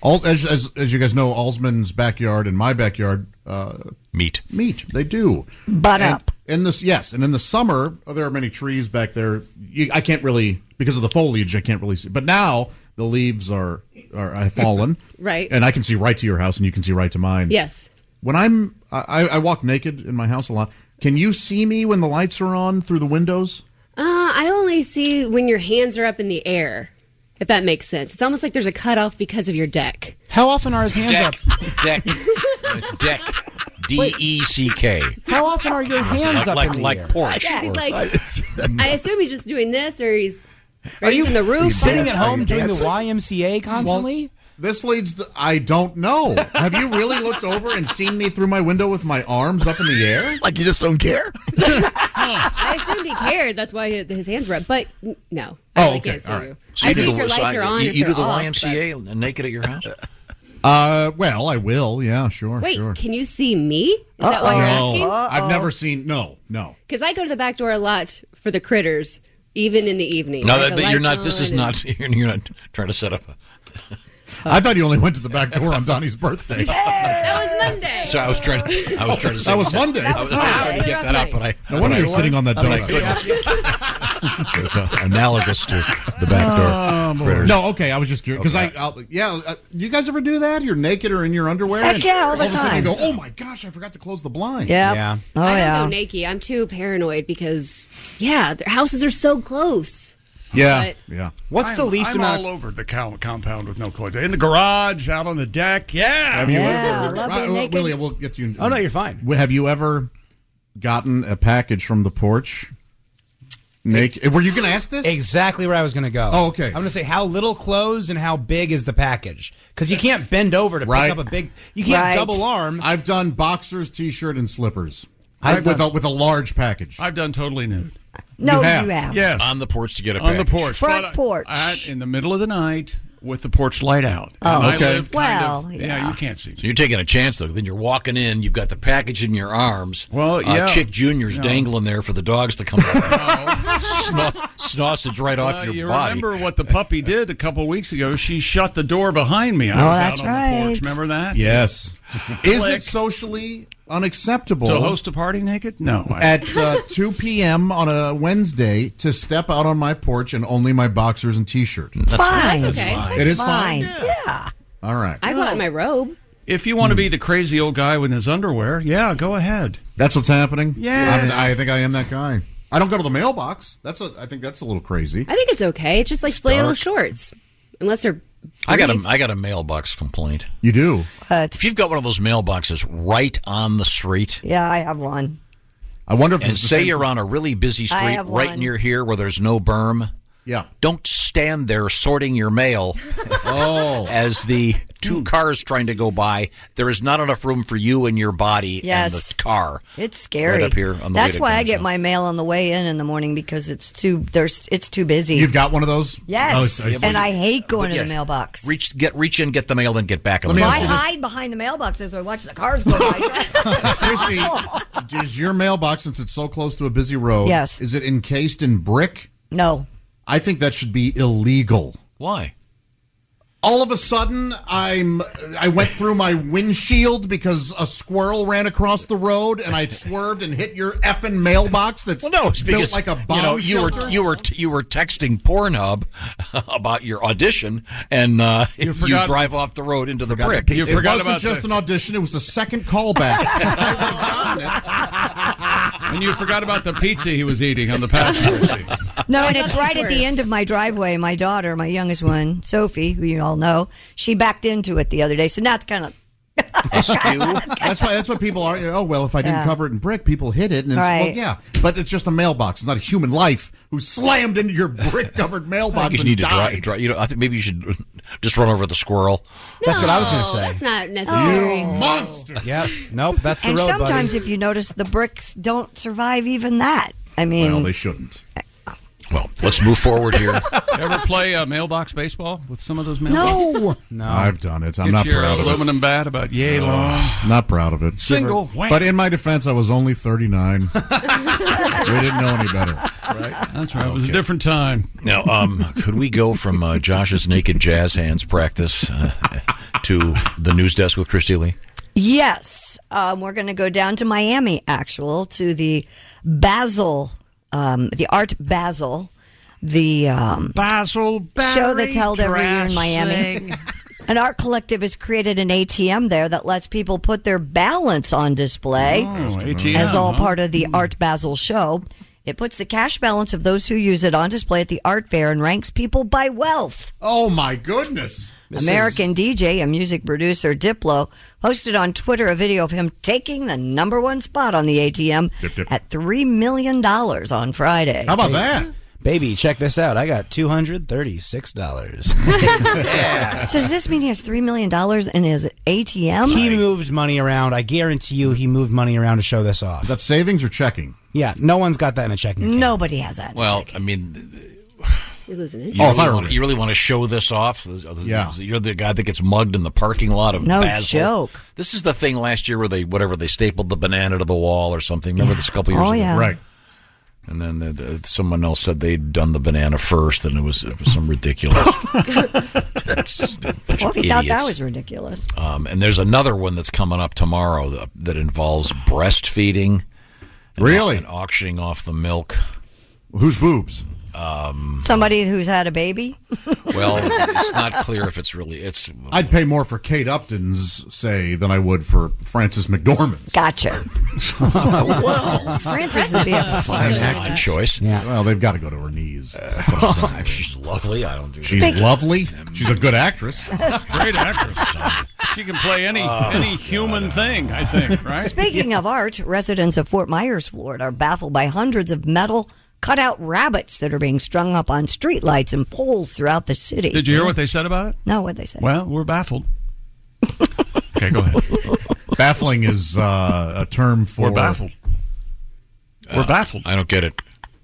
[SPEAKER 3] Al, as, as, as you guys know, Alsman's backyard and my backyard uh,
[SPEAKER 5] meat.
[SPEAKER 3] Meat. They do.
[SPEAKER 4] Butt
[SPEAKER 3] and, up. In this, yes, and in the summer oh, there are many trees back there. You, I can't really because of the foliage. I can't really see. But now the leaves are are have fallen.
[SPEAKER 19] Right.
[SPEAKER 3] And I can see right to your house, and you can see right to mine.
[SPEAKER 19] Yes.
[SPEAKER 3] When I'm I, I walk naked in my house a lot. Can you see me when the lights are on through the windows?
[SPEAKER 19] Uh, I only see when your hands are up in the air, if that makes sense. It's almost like there's a cutoff because of your deck.
[SPEAKER 6] How often are his hands up?
[SPEAKER 5] Deck, deck, D E C K.
[SPEAKER 6] How often are your hands up
[SPEAKER 5] Ah, like
[SPEAKER 6] in the
[SPEAKER 5] like
[SPEAKER 6] air?
[SPEAKER 5] porch.
[SPEAKER 19] Yeah, he's
[SPEAKER 5] Or-
[SPEAKER 19] like, I assume he's just doing this, or he's
[SPEAKER 6] Are you
[SPEAKER 19] raising the roof.
[SPEAKER 6] sitting at home doing the
[SPEAKER 3] dancing?
[SPEAKER 6] YMCA constantly?
[SPEAKER 3] This leads. To, I don't know. Have you really looked over and seen me through my window with my arms up in the air?
[SPEAKER 10] Like you just don't care.
[SPEAKER 19] I assumed he cared. That's why he- his hands were up. But n- no, I
[SPEAKER 3] Oh,
[SPEAKER 19] really
[SPEAKER 3] okay.
[SPEAKER 19] can't see
[SPEAKER 3] All right.
[SPEAKER 19] you.
[SPEAKER 5] So
[SPEAKER 19] I
[SPEAKER 5] you do
[SPEAKER 19] see
[SPEAKER 5] the-
[SPEAKER 19] if your
[SPEAKER 5] so
[SPEAKER 19] lights
[SPEAKER 5] I-
[SPEAKER 19] are on.
[SPEAKER 5] You,
[SPEAKER 19] if
[SPEAKER 5] you do
[SPEAKER 19] they're
[SPEAKER 5] the
[SPEAKER 19] off,
[SPEAKER 5] YMCA naked at your house?
[SPEAKER 3] Uh, well, I will. Yeah, sure.
[SPEAKER 19] but- Wait,
[SPEAKER 3] sure.
[SPEAKER 19] can you see me? Is that
[SPEAKER 3] no,
[SPEAKER 19] why you're asking?
[SPEAKER 3] I've never seen. No, no.
[SPEAKER 19] Because I go to the back door a lot for the critters, even in the evening.
[SPEAKER 5] No,
[SPEAKER 19] Like
[SPEAKER 5] that,
[SPEAKER 19] the
[SPEAKER 5] that you're
[SPEAKER 19] lights
[SPEAKER 5] not. This
[SPEAKER 19] on
[SPEAKER 5] is
[SPEAKER 19] and-
[SPEAKER 5] not. You're, you're not trying to set up.
[SPEAKER 3] I thought you only went to the back door on Donnie's birthday.
[SPEAKER 19] That was Monday.
[SPEAKER 5] A, so I was trying. I was trying to.
[SPEAKER 3] That was
[SPEAKER 5] one
[SPEAKER 3] Monday.
[SPEAKER 5] I was, I was trying to get that up, but I.
[SPEAKER 3] No wonder
[SPEAKER 5] but I-
[SPEAKER 3] you're sitting on that
[SPEAKER 5] but I
[SPEAKER 3] donut.
[SPEAKER 5] couldn't. So it's uh, analogous to the back door.
[SPEAKER 6] Oh,
[SPEAKER 5] critters.
[SPEAKER 3] Oh, No, okay. I was just curious because
[SPEAKER 5] Okay.
[SPEAKER 3] I, I'll, yeah. Uh, you guys ever do that? You're naked or in your underwear?
[SPEAKER 4] Heck
[SPEAKER 3] and
[SPEAKER 4] yeah, all the
[SPEAKER 3] of a
[SPEAKER 4] time.
[SPEAKER 3] sudden you go, oh my gosh, I forgot to close the blind.
[SPEAKER 4] Yep. Yeah. Oh,
[SPEAKER 19] I don't
[SPEAKER 4] yeah.
[SPEAKER 19] go naked. I'm too paranoid because, yeah, their houses are so close.
[SPEAKER 3] Yeah,
[SPEAKER 1] yeah.
[SPEAKER 19] What's the least
[SPEAKER 1] I'm
[SPEAKER 19] amount
[SPEAKER 1] all over the cow- compound with no clothes in the garage, out on the deck. Yeah,
[SPEAKER 3] Have you ever, Right, well, Willie, we'll get you.
[SPEAKER 1] Oh, no, you're fine.
[SPEAKER 3] Well, Have you ever gotten a package from the porch? Naked? Were you going to ask this?
[SPEAKER 6] Exactly where I was going to go.
[SPEAKER 3] Oh, okay.
[SPEAKER 6] I'm going to say how little clothes and how big is the package? Because you can't bend over to
[SPEAKER 3] Right.
[SPEAKER 6] pick up a big. You can't double arm.
[SPEAKER 3] I've done boxers, t-shirt, and slippers.
[SPEAKER 6] I've
[SPEAKER 3] with
[SPEAKER 6] done-
[SPEAKER 3] a, with a large package.
[SPEAKER 1] I've done totally nude.
[SPEAKER 4] No, you have. you have.
[SPEAKER 1] Yes,
[SPEAKER 5] On the porch to get a
[SPEAKER 1] on the
[SPEAKER 5] package.
[SPEAKER 1] porch,
[SPEAKER 4] Front
[SPEAKER 1] But I-
[SPEAKER 4] porch.
[SPEAKER 1] I- in the middle of the night with the porch light out.
[SPEAKER 5] Oh,
[SPEAKER 1] And I
[SPEAKER 5] okay.
[SPEAKER 1] live kind of-
[SPEAKER 4] Well,
[SPEAKER 1] yeah, you can't see.
[SPEAKER 5] So you're taking a chance though. Then you're walking in. You've got the package in your arms. Well,
[SPEAKER 1] yeah.
[SPEAKER 5] Chick Junior's
[SPEAKER 1] No.
[SPEAKER 5] dangling there for the dogs to come. Sno- Snossage right off
[SPEAKER 1] Uh,
[SPEAKER 5] your
[SPEAKER 1] you
[SPEAKER 5] body.
[SPEAKER 1] remember what the puppy did a couple weeks ago? She shut the door behind me. I
[SPEAKER 3] Oh,
[SPEAKER 1] was
[SPEAKER 3] that's
[SPEAKER 1] out on the
[SPEAKER 3] right.
[SPEAKER 1] porch. Remember that?
[SPEAKER 3] Yes. Is
[SPEAKER 1] Click.
[SPEAKER 3] it socially unacceptable
[SPEAKER 1] To host a party naked? No. I-
[SPEAKER 3] at uh, 2 p.m. on a Wednesday to step out on my porch and only my boxers and t-shirt? That's
[SPEAKER 19] fine. That's okay.
[SPEAKER 3] It is fine.
[SPEAKER 19] Yeah.
[SPEAKER 3] All right.
[SPEAKER 19] I go out in my robe.
[SPEAKER 1] if you want to be the crazy old guy in his underwear, yeah, go ahead.
[SPEAKER 3] That's what's happening.
[SPEAKER 19] Yes.
[SPEAKER 3] I'm- I think I am that guy. I don't go to the mailbox. That's a, I think that's a little crazy.
[SPEAKER 19] I think it's okay. It's just like flannel
[SPEAKER 3] dark.
[SPEAKER 19] shorts, unless they're.
[SPEAKER 5] I got a
[SPEAKER 19] briefs.
[SPEAKER 5] I got a mailbox complaint.
[SPEAKER 3] You do.
[SPEAKER 5] If you've got one of those mailboxes right on the street,
[SPEAKER 4] Yeah, I have one.
[SPEAKER 3] I wonder
[SPEAKER 5] and say you're on a really busy
[SPEAKER 4] I
[SPEAKER 5] street
[SPEAKER 4] have
[SPEAKER 5] right
[SPEAKER 4] one.
[SPEAKER 5] near here where there's no berm.
[SPEAKER 3] Yeah.
[SPEAKER 5] Don't stand there sorting your mail.
[SPEAKER 3] oh.
[SPEAKER 5] As the two cars trying to go by, there is not enough room for you and your body and
[SPEAKER 4] Yes.
[SPEAKER 5] the car.
[SPEAKER 4] It's scary.
[SPEAKER 5] Right up here on the way
[SPEAKER 4] That's
[SPEAKER 5] to
[SPEAKER 4] why I get
[SPEAKER 5] Granville.
[SPEAKER 4] my mail on the way in in the morning because it's too there's it's too busy.
[SPEAKER 3] You've got one of those?
[SPEAKER 5] Oh,
[SPEAKER 4] Yes,
[SPEAKER 5] it's- it's-
[SPEAKER 4] and I hate
[SPEAKER 5] But
[SPEAKER 4] going to
[SPEAKER 5] yeah.
[SPEAKER 4] the mailbox.
[SPEAKER 5] Reach get reach in, get the mail, then get back. in
[SPEAKER 4] I
[SPEAKER 5] the mail.
[SPEAKER 4] hide behind the mailbox as I watch the cars go by.
[SPEAKER 3] Christy, is your mailbox since it's so close to a busy road?
[SPEAKER 4] Yes.
[SPEAKER 3] Is it encased in brick?
[SPEAKER 4] No.
[SPEAKER 3] I think that should be illegal.
[SPEAKER 5] Why?
[SPEAKER 3] All of a sudden, I'm I went through my windshield because a squirrel ran across the road and I swerved and hit your effing mailbox. That's
[SPEAKER 5] Well, no, it's
[SPEAKER 3] built
[SPEAKER 5] because
[SPEAKER 3] like a bomb
[SPEAKER 5] you know you
[SPEAKER 3] shelter?
[SPEAKER 5] were you were you were texting Pornhub about your audition, and uh, you,
[SPEAKER 3] forgot-
[SPEAKER 5] drive off the road into the
[SPEAKER 3] Forgot
[SPEAKER 5] brick.
[SPEAKER 3] the pizza. it wasn't just an audition; it was the second callback.
[SPEAKER 1] And you forgot about the pizza he was eating on the passenger seat.
[SPEAKER 4] No, and it's right at the end of my driveway. My daughter, my youngest one, Sophie, who you all know, she backed into it the other day. So now it's kind of
[SPEAKER 3] that's why. That's what people are. Oh well, if I didn't
[SPEAKER 4] Yeah.
[SPEAKER 3] cover it in brick, people hit it, and it's,
[SPEAKER 4] Right.
[SPEAKER 3] well, yeah. But it's just a mailbox. It's not a human life who slammed into your brick-covered
[SPEAKER 5] I think
[SPEAKER 3] mailbox
[SPEAKER 5] you
[SPEAKER 3] and
[SPEAKER 5] need to
[SPEAKER 3] died.
[SPEAKER 5] drive. you know, I think maybe you should just run over the squirrel.
[SPEAKER 6] That's what I was going to
[SPEAKER 19] Oh,
[SPEAKER 6] say.
[SPEAKER 19] that's not necessary.
[SPEAKER 3] monster.
[SPEAKER 6] Yeah. Nope. That's the
[SPEAKER 4] and
[SPEAKER 6] road,
[SPEAKER 4] sometimes
[SPEAKER 6] buddy.
[SPEAKER 4] if you notice the bricks don't survive even that. I mean,
[SPEAKER 3] Well, they shouldn't.
[SPEAKER 5] Well, let's move forward here.
[SPEAKER 1] Ever play uh, mailbox baseball with some of those mailboxes?
[SPEAKER 4] no.
[SPEAKER 6] No,
[SPEAKER 3] I've done it. I'm
[SPEAKER 1] Get
[SPEAKER 3] not
[SPEAKER 1] your
[SPEAKER 3] proud of it.
[SPEAKER 1] aluminum bat about yay long.
[SPEAKER 3] Not proud of it.
[SPEAKER 1] Single whack.
[SPEAKER 3] But in my defense, I was only 39. we didn't know any better.
[SPEAKER 1] That's right. It was a different time.
[SPEAKER 5] Now, um, could we go from uh, Josh's naked jazz hands practice uh, to the news desk with Christy Lee?
[SPEAKER 4] Yes, um, we're going to go down to Miami, actual, to the Basel, um, the Art Basel, the um,
[SPEAKER 1] Basel
[SPEAKER 4] show that's held every year in Miami. An art collective has created an ATM there that lets people put their balance on display
[SPEAKER 3] Oh,
[SPEAKER 1] ATM,
[SPEAKER 4] as all
[SPEAKER 1] huh?
[SPEAKER 4] part of the Art Basel show. It puts the cash balance of those who use it on display at the art fair and ranks people by wealth.
[SPEAKER 3] Oh, my goodness.
[SPEAKER 4] American DJ and music producer Diplo posted on Twitter a video of him taking the number one spot on the ATM
[SPEAKER 6] Dip, dip.
[SPEAKER 4] at $3 million on Friday.
[SPEAKER 6] Baby, check this out. I got two hundred thirty-six dollars.
[SPEAKER 4] So does this mean he has $3 million in his ATM?
[SPEAKER 6] He moved money around. I guarantee you, he moved money around to show this off.
[SPEAKER 3] That's savings or checking?
[SPEAKER 6] Yeah, no one's got that in a checking. account.
[SPEAKER 4] Nobody has that.
[SPEAKER 5] Well, I mean,
[SPEAKER 19] You're losing
[SPEAKER 5] you,
[SPEAKER 1] Oh,
[SPEAKER 3] Oh,
[SPEAKER 19] it.
[SPEAKER 5] really want, you really want to show this off?
[SPEAKER 4] Yeah.
[SPEAKER 5] You're the guy that gets mugged in the parking lot of
[SPEAKER 4] No
[SPEAKER 5] Basel.
[SPEAKER 4] joke.
[SPEAKER 5] This is the thing last year where they, whatever, they stapled the banana to the wall or something. Remember this a couple years
[SPEAKER 4] Oh,
[SPEAKER 5] ago?
[SPEAKER 4] yeah. Right.
[SPEAKER 5] And then the, the, someone else said they'd done the banana first, and it was, it was some ridiculous.
[SPEAKER 4] Well, he thought that
[SPEAKER 5] idiots.
[SPEAKER 4] was ridiculous.
[SPEAKER 5] Um, and there's another one that's coming up tomorrow that, that involves breastfeeding. And,
[SPEAKER 3] Really?
[SPEAKER 5] And auctioning off the milk.
[SPEAKER 3] Whose boobs?
[SPEAKER 5] Um,
[SPEAKER 4] Somebody who's had a baby?
[SPEAKER 5] well, it's not clear if it's really. It's
[SPEAKER 3] I'd pay more for Kate Upton's say than I would for Frances McDormand's.
[SPEAKER 4] Gotcha.
[SPEAKER 3] Oh, well,
[SPEAKER 4] Frances would be a fine
[SPEAKER 5] actor. choice.
[SPEAKER 3] Yeah. Well, they've got to go to her knees.
[SPEAKER 5] she's lovely. I don't do.
[SPEAKER 3] She's
[SPEAKER 5] that.
[SPEAKER 3] lovely. She's a good actress.
[SPEAKER 1] Great actress. She can play any
[SPEAKER 3] Oh,
[SPEAKER 1] any human thing, I think, right?
[SPEAKER 4] Speaking of art, residents of Fort Myers, Florida are baffled by hundreds of metal cutout rabbits that are being strung up on streetlights and poles throughout the city.
[SPEAKER 1] Did you hear what they said about it?
[SPEAKER 4] No, what they said.
[SPEAKER 1] Well, we're baffled. okay, go ahead.
[SPEAKER 3] Baffling is uh, a term for.
[SPEAKER 1] We're baffled.
[SPEAKER 5] We're baffled. Uh, I don't get it.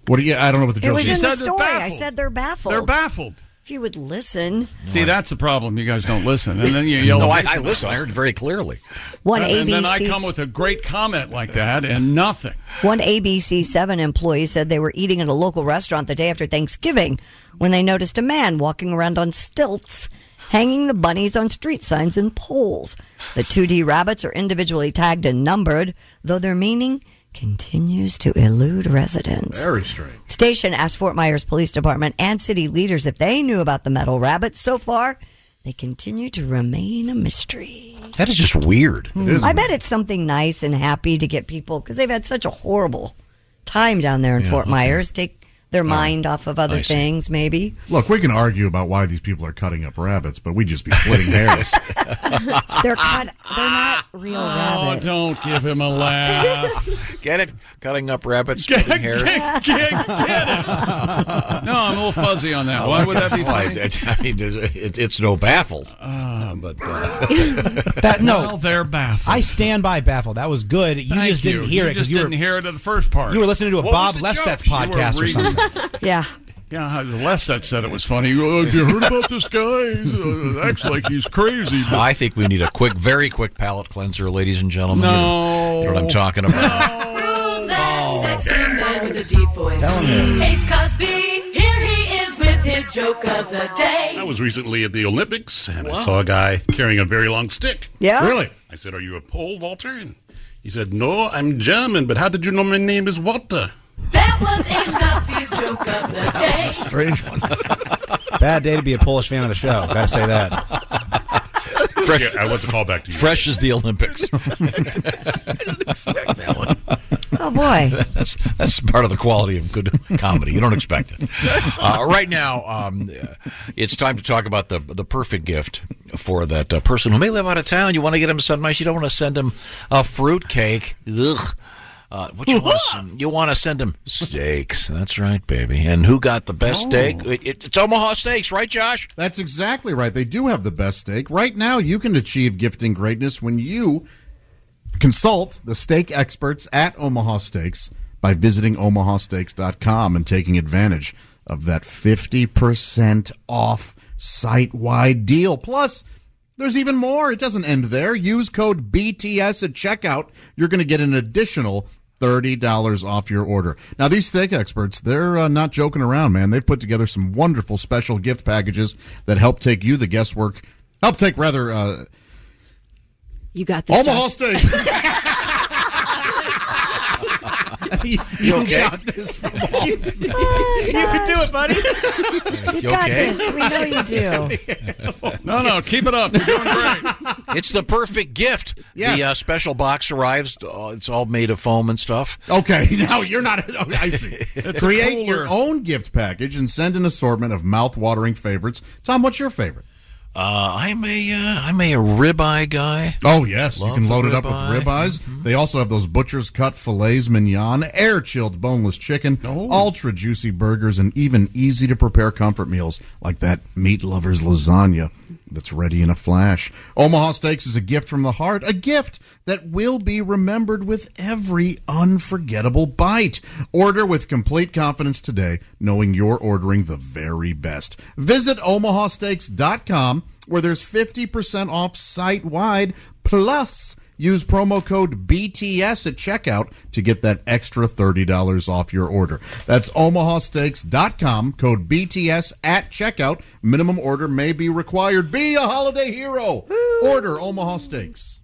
[SPEAKER 3] What do you? I don't know what the
[SPEAKER 4] It
[SPEAKER 3] joke
[SPEAKER 4] was
[SPEAKER 3] is.
[SPEAKER 4] in the story. I said they're baffled.
[SPEAKER 1] They're baffled.
[SPEAKER 4] If you would listen.
[SPEAKER 1] See, that's the problem. You guys don't listen, and then you yell.
[SPEAKER 5] No, I-
[SPEAKER 1] at
[SPEAKER 5] I
[SPEAKER 1] us.
[SPEAKER 5] listen. I heard very clearly.
[SPEAKER 4] One
[SPEAKER 1] and, and then I
[SPEAKER 4] ABC's
[SPEAKER 1] come with a great comment like that, and nothing.
[SPEAKER 4] One ABC7 employee said they were eating at a local restaurant the day after Thanksgiving when they noticed a man walking around on stilts, hanging the bunnies on street signs and poles. The 2D rabbits are individually tagged and numbered, though their meaning continues to elude residents.
[SPEAKER 3] Very strange.
[SPEAKER 4] Station asked Fort Myers Police Department and city leaders if they knew about the metal rabbits. So far, they continue to remain a mystery.
[SPEAKER 5] That is just weird.
[SPEAKER 4] I bet it's something nice and happy to get people because they've had such a horrible time down there in
[SPEAKER 3] Yeah,
[SPEAKER 4] Fort
[SPEAKER 3] okay.
[SPEAKER 4] Myers. Take their
[SPEAKER 3] Oh,
[SPEAKER 4] mind off of other
[SPEAKER 3] I see.
[SPEAKER 4] things, maybe.
[SPEAKER 3] Look, we can argue about why these people are cutting up rabbits, but we'd just be splitting hairs.
[SPEAKER 4] They're cut. They're not real
[SPEAKER 1] Oh,
[SPEAKER 4] rabbits.
[SPEAKER 1] don't give him a laugh.
[SPEAKER 5] Get it? Cutting up rabbits, splitting hairs.
[SPEAKER 1] Get, get, get it. No, I'm a little fuzzy on that. Why would that be
[SPEAKER 5] Oh, I-
[SPEAKER 1] funny?
[SPEAKER 5] I, mean, it, it- it's no baffled. but uh,
[SPEAKER 6] That no,
[SPEAKER 1] Well, they're baffled.
[SPEAKER 6] I stand by baffled. That was good. You
[SPEAKER 1] Thank
[SPEAKER 6] just didn't
[SPEAKER 1] you.
[SPEAKER 6] hear
[SPEAKER 1] You
[SPEAKER 6] it
[SPEAKER 1] just
[SPEAKER 6] you were
[SPEAKER 1] didn't hear it in the first part.
[SPEAKER 6] you were listening to a
[SPEAKER 1] What
[SPEAKER 6] Bob
[SPEAKER 1] was the
[SPEAKER 6] Lefsetz
[SPEAKER 1] joke? You were
[SPEAKER 6] podcast or
[SPEAKER 1] reading-
[SPEAKER 6] something.
[SPEAKER 4] Yeah.
[SPEAKER 1] Yeah, Lefsetz said it was funny. "Oh, Have you heard about this guy? He uh, acts like he's crazy. but-
[SPEAKER 5] I think we need a quick, very quick palate cleanser, ladies and gentlemen.
[SPEAKER 1] No.
[SPEAKER 5] You know what I'm talking about.
[SPEAKER 1] Oh,
[SPEAKER 14] man with a deep voice. Ace Cosby, here he is with his joke of the day.
[SPEAKER 13] I was recently at the Olympics and I saw a guy carrying a very long stick.
[SPEAKER 14] Yeah?
[SPEAKER 13] Really? I said, Are you a Pole, Walter? And he said, No, I'm German, but how did you know my name is Walter?
[SPEAKER 14] That was Ace Cosby's joke of the day.
[SPEAKER 6] Strange one. Bad day to be a Polish fan of the show. Gotta say that.
[SPEAKER 13] Fresh. Yeah, I want to call back to you.
[SPEAKER 5] Fresh as the Olympics.
[SPEAKER 13] expect
[SPEAKER 5] that one.
[SPEAKER 4] Oh boy,
[SPEAKER 5] that's that's part of the quality of good comedy. You don't expect it. Uh, right now, um, it's time to talk about the the perfect gift for that uh, person who may live out of town. You want to get him something nice. You don't want to send him a fruitcake. Ugh. Uh, what you want to send? You want to send him steaks. That's right, baby. And who got the best
[SPEAKER 3] Oh.
[SPEAKER 5] steak? It- it- it's Omaha Steaks, right, Josh?
[SPEAKER 3] That's exactly right. They do have the best steak. Right now, you can achieve gifting greatness when you consult the steak experts at Omaha Steaks by visiting omahasteaks.com and taking advantage of that 50% off site wide deal. Plus, there's even more. It doesn't end there. Use code BTS at checkout. You're going to get an additional $30 off your order. Now, these steak experts, they're uh, not joking around, man. They've put together some wonderful special gift packages that help take you the guesswork, help take rather, uh,
[SPEAKER 19] You got this.
[SPEAKER 3] Omaha
[SPEAKER 19] Josh.
[SPEAKER 3] Steaks. you,
[SPEAKER 5] You okay?
[SPEAKER 3] got this from
[SPEAKER 14] You can do it, buddy.
[SPEAKER 5] You got okay? this.
[SPEAKER 4] We know you do.
[SPEAKER 1] Oh, No, no, keep it up. You're doing great.
[SPEAKER 5] It's the perfect gift. The uh, special box arrives. Uh, it's all made of foam and stuff.
[SPEAKER 1] Oh,
[SPEAKER 3] Okay, now you're not. oh, I see.
[SPEAKER 5] It's a
[SPEAKER 3] Create
[SPEAKER 5] cooler.
[SPEAKER 3] your own gift package and send an assortment of mouth-watering favorites. Tom, what's your favorite?
[SPEAKER 5] Uh, I'm a uh, I'm a ribeye guy.
[SPEAKER 3] Oh yes, you
[SPEAKER 5] Love
[SPEAKER 3] can
[SPEAKER 5] the
[SPEAKER 3] load it up with
[SPEAKER 5] ribeye.
[SPEAKER 3] ribeyes. They also have those butcher's cut fillets, mignon, air chilled boneless chicken, ultra juicy burgers, and even easy to prepare comfort meals like that meat lover's lasagna that's ready in a flash. Omaha Steaks is a gift from the heart, a gift that will be remembered with every unforgettable bite. Order with complete confidence today, knowing you're ordering the very best. Visit omahasteaks.com where there's 50% off site wide plus Use promo code BTS at checkout to get that extra $30 off your order. That's omahasteaks.com, code BTS at checkout. Minimum order may be required. Be a holiday hero. Order Omaha Steaks.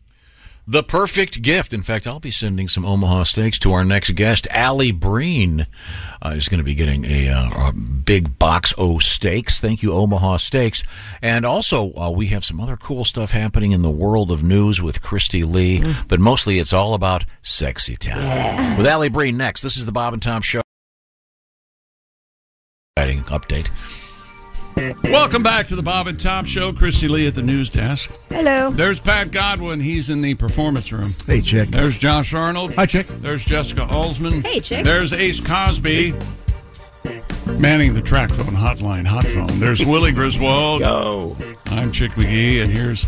[SPEAKER 5] The perfect gift. In fact, I'll be sending some Omaha steaks to our next guest, Allie Breen. Uh, is going to be getting a, uh, a big box O steaks. Thank you, Omaha Steaks. And also, uh, we have some other cool stuff happening in the world of news with Christy Lee, but mostly it's all about sexy time. With Allie Breen next. This is the Bob and Tom Show. Exciting update.
[SPEAKER 1] Welcome back to the Bob and Tom Show. Christy Lee at the news desk.
[SPEAKER 4] Hello.
[SPEAKER 1] There's Pat Godwin. He's in the performance room.
[SPEAKER 17] Hey, chick.
[SPEAKER 1] There's Josh Arnold. Hi,
[SPEAKER 3] chick.
[SPEAKER 1] There's Jessica Alsman.
[SPEAKER 19] Hey, chick.
[SPEAKER 1] There's Ace Cosby. Manning the track phone hotline, hot phone. There's Willie Griswold. Go. I'm Chick McGee, and here's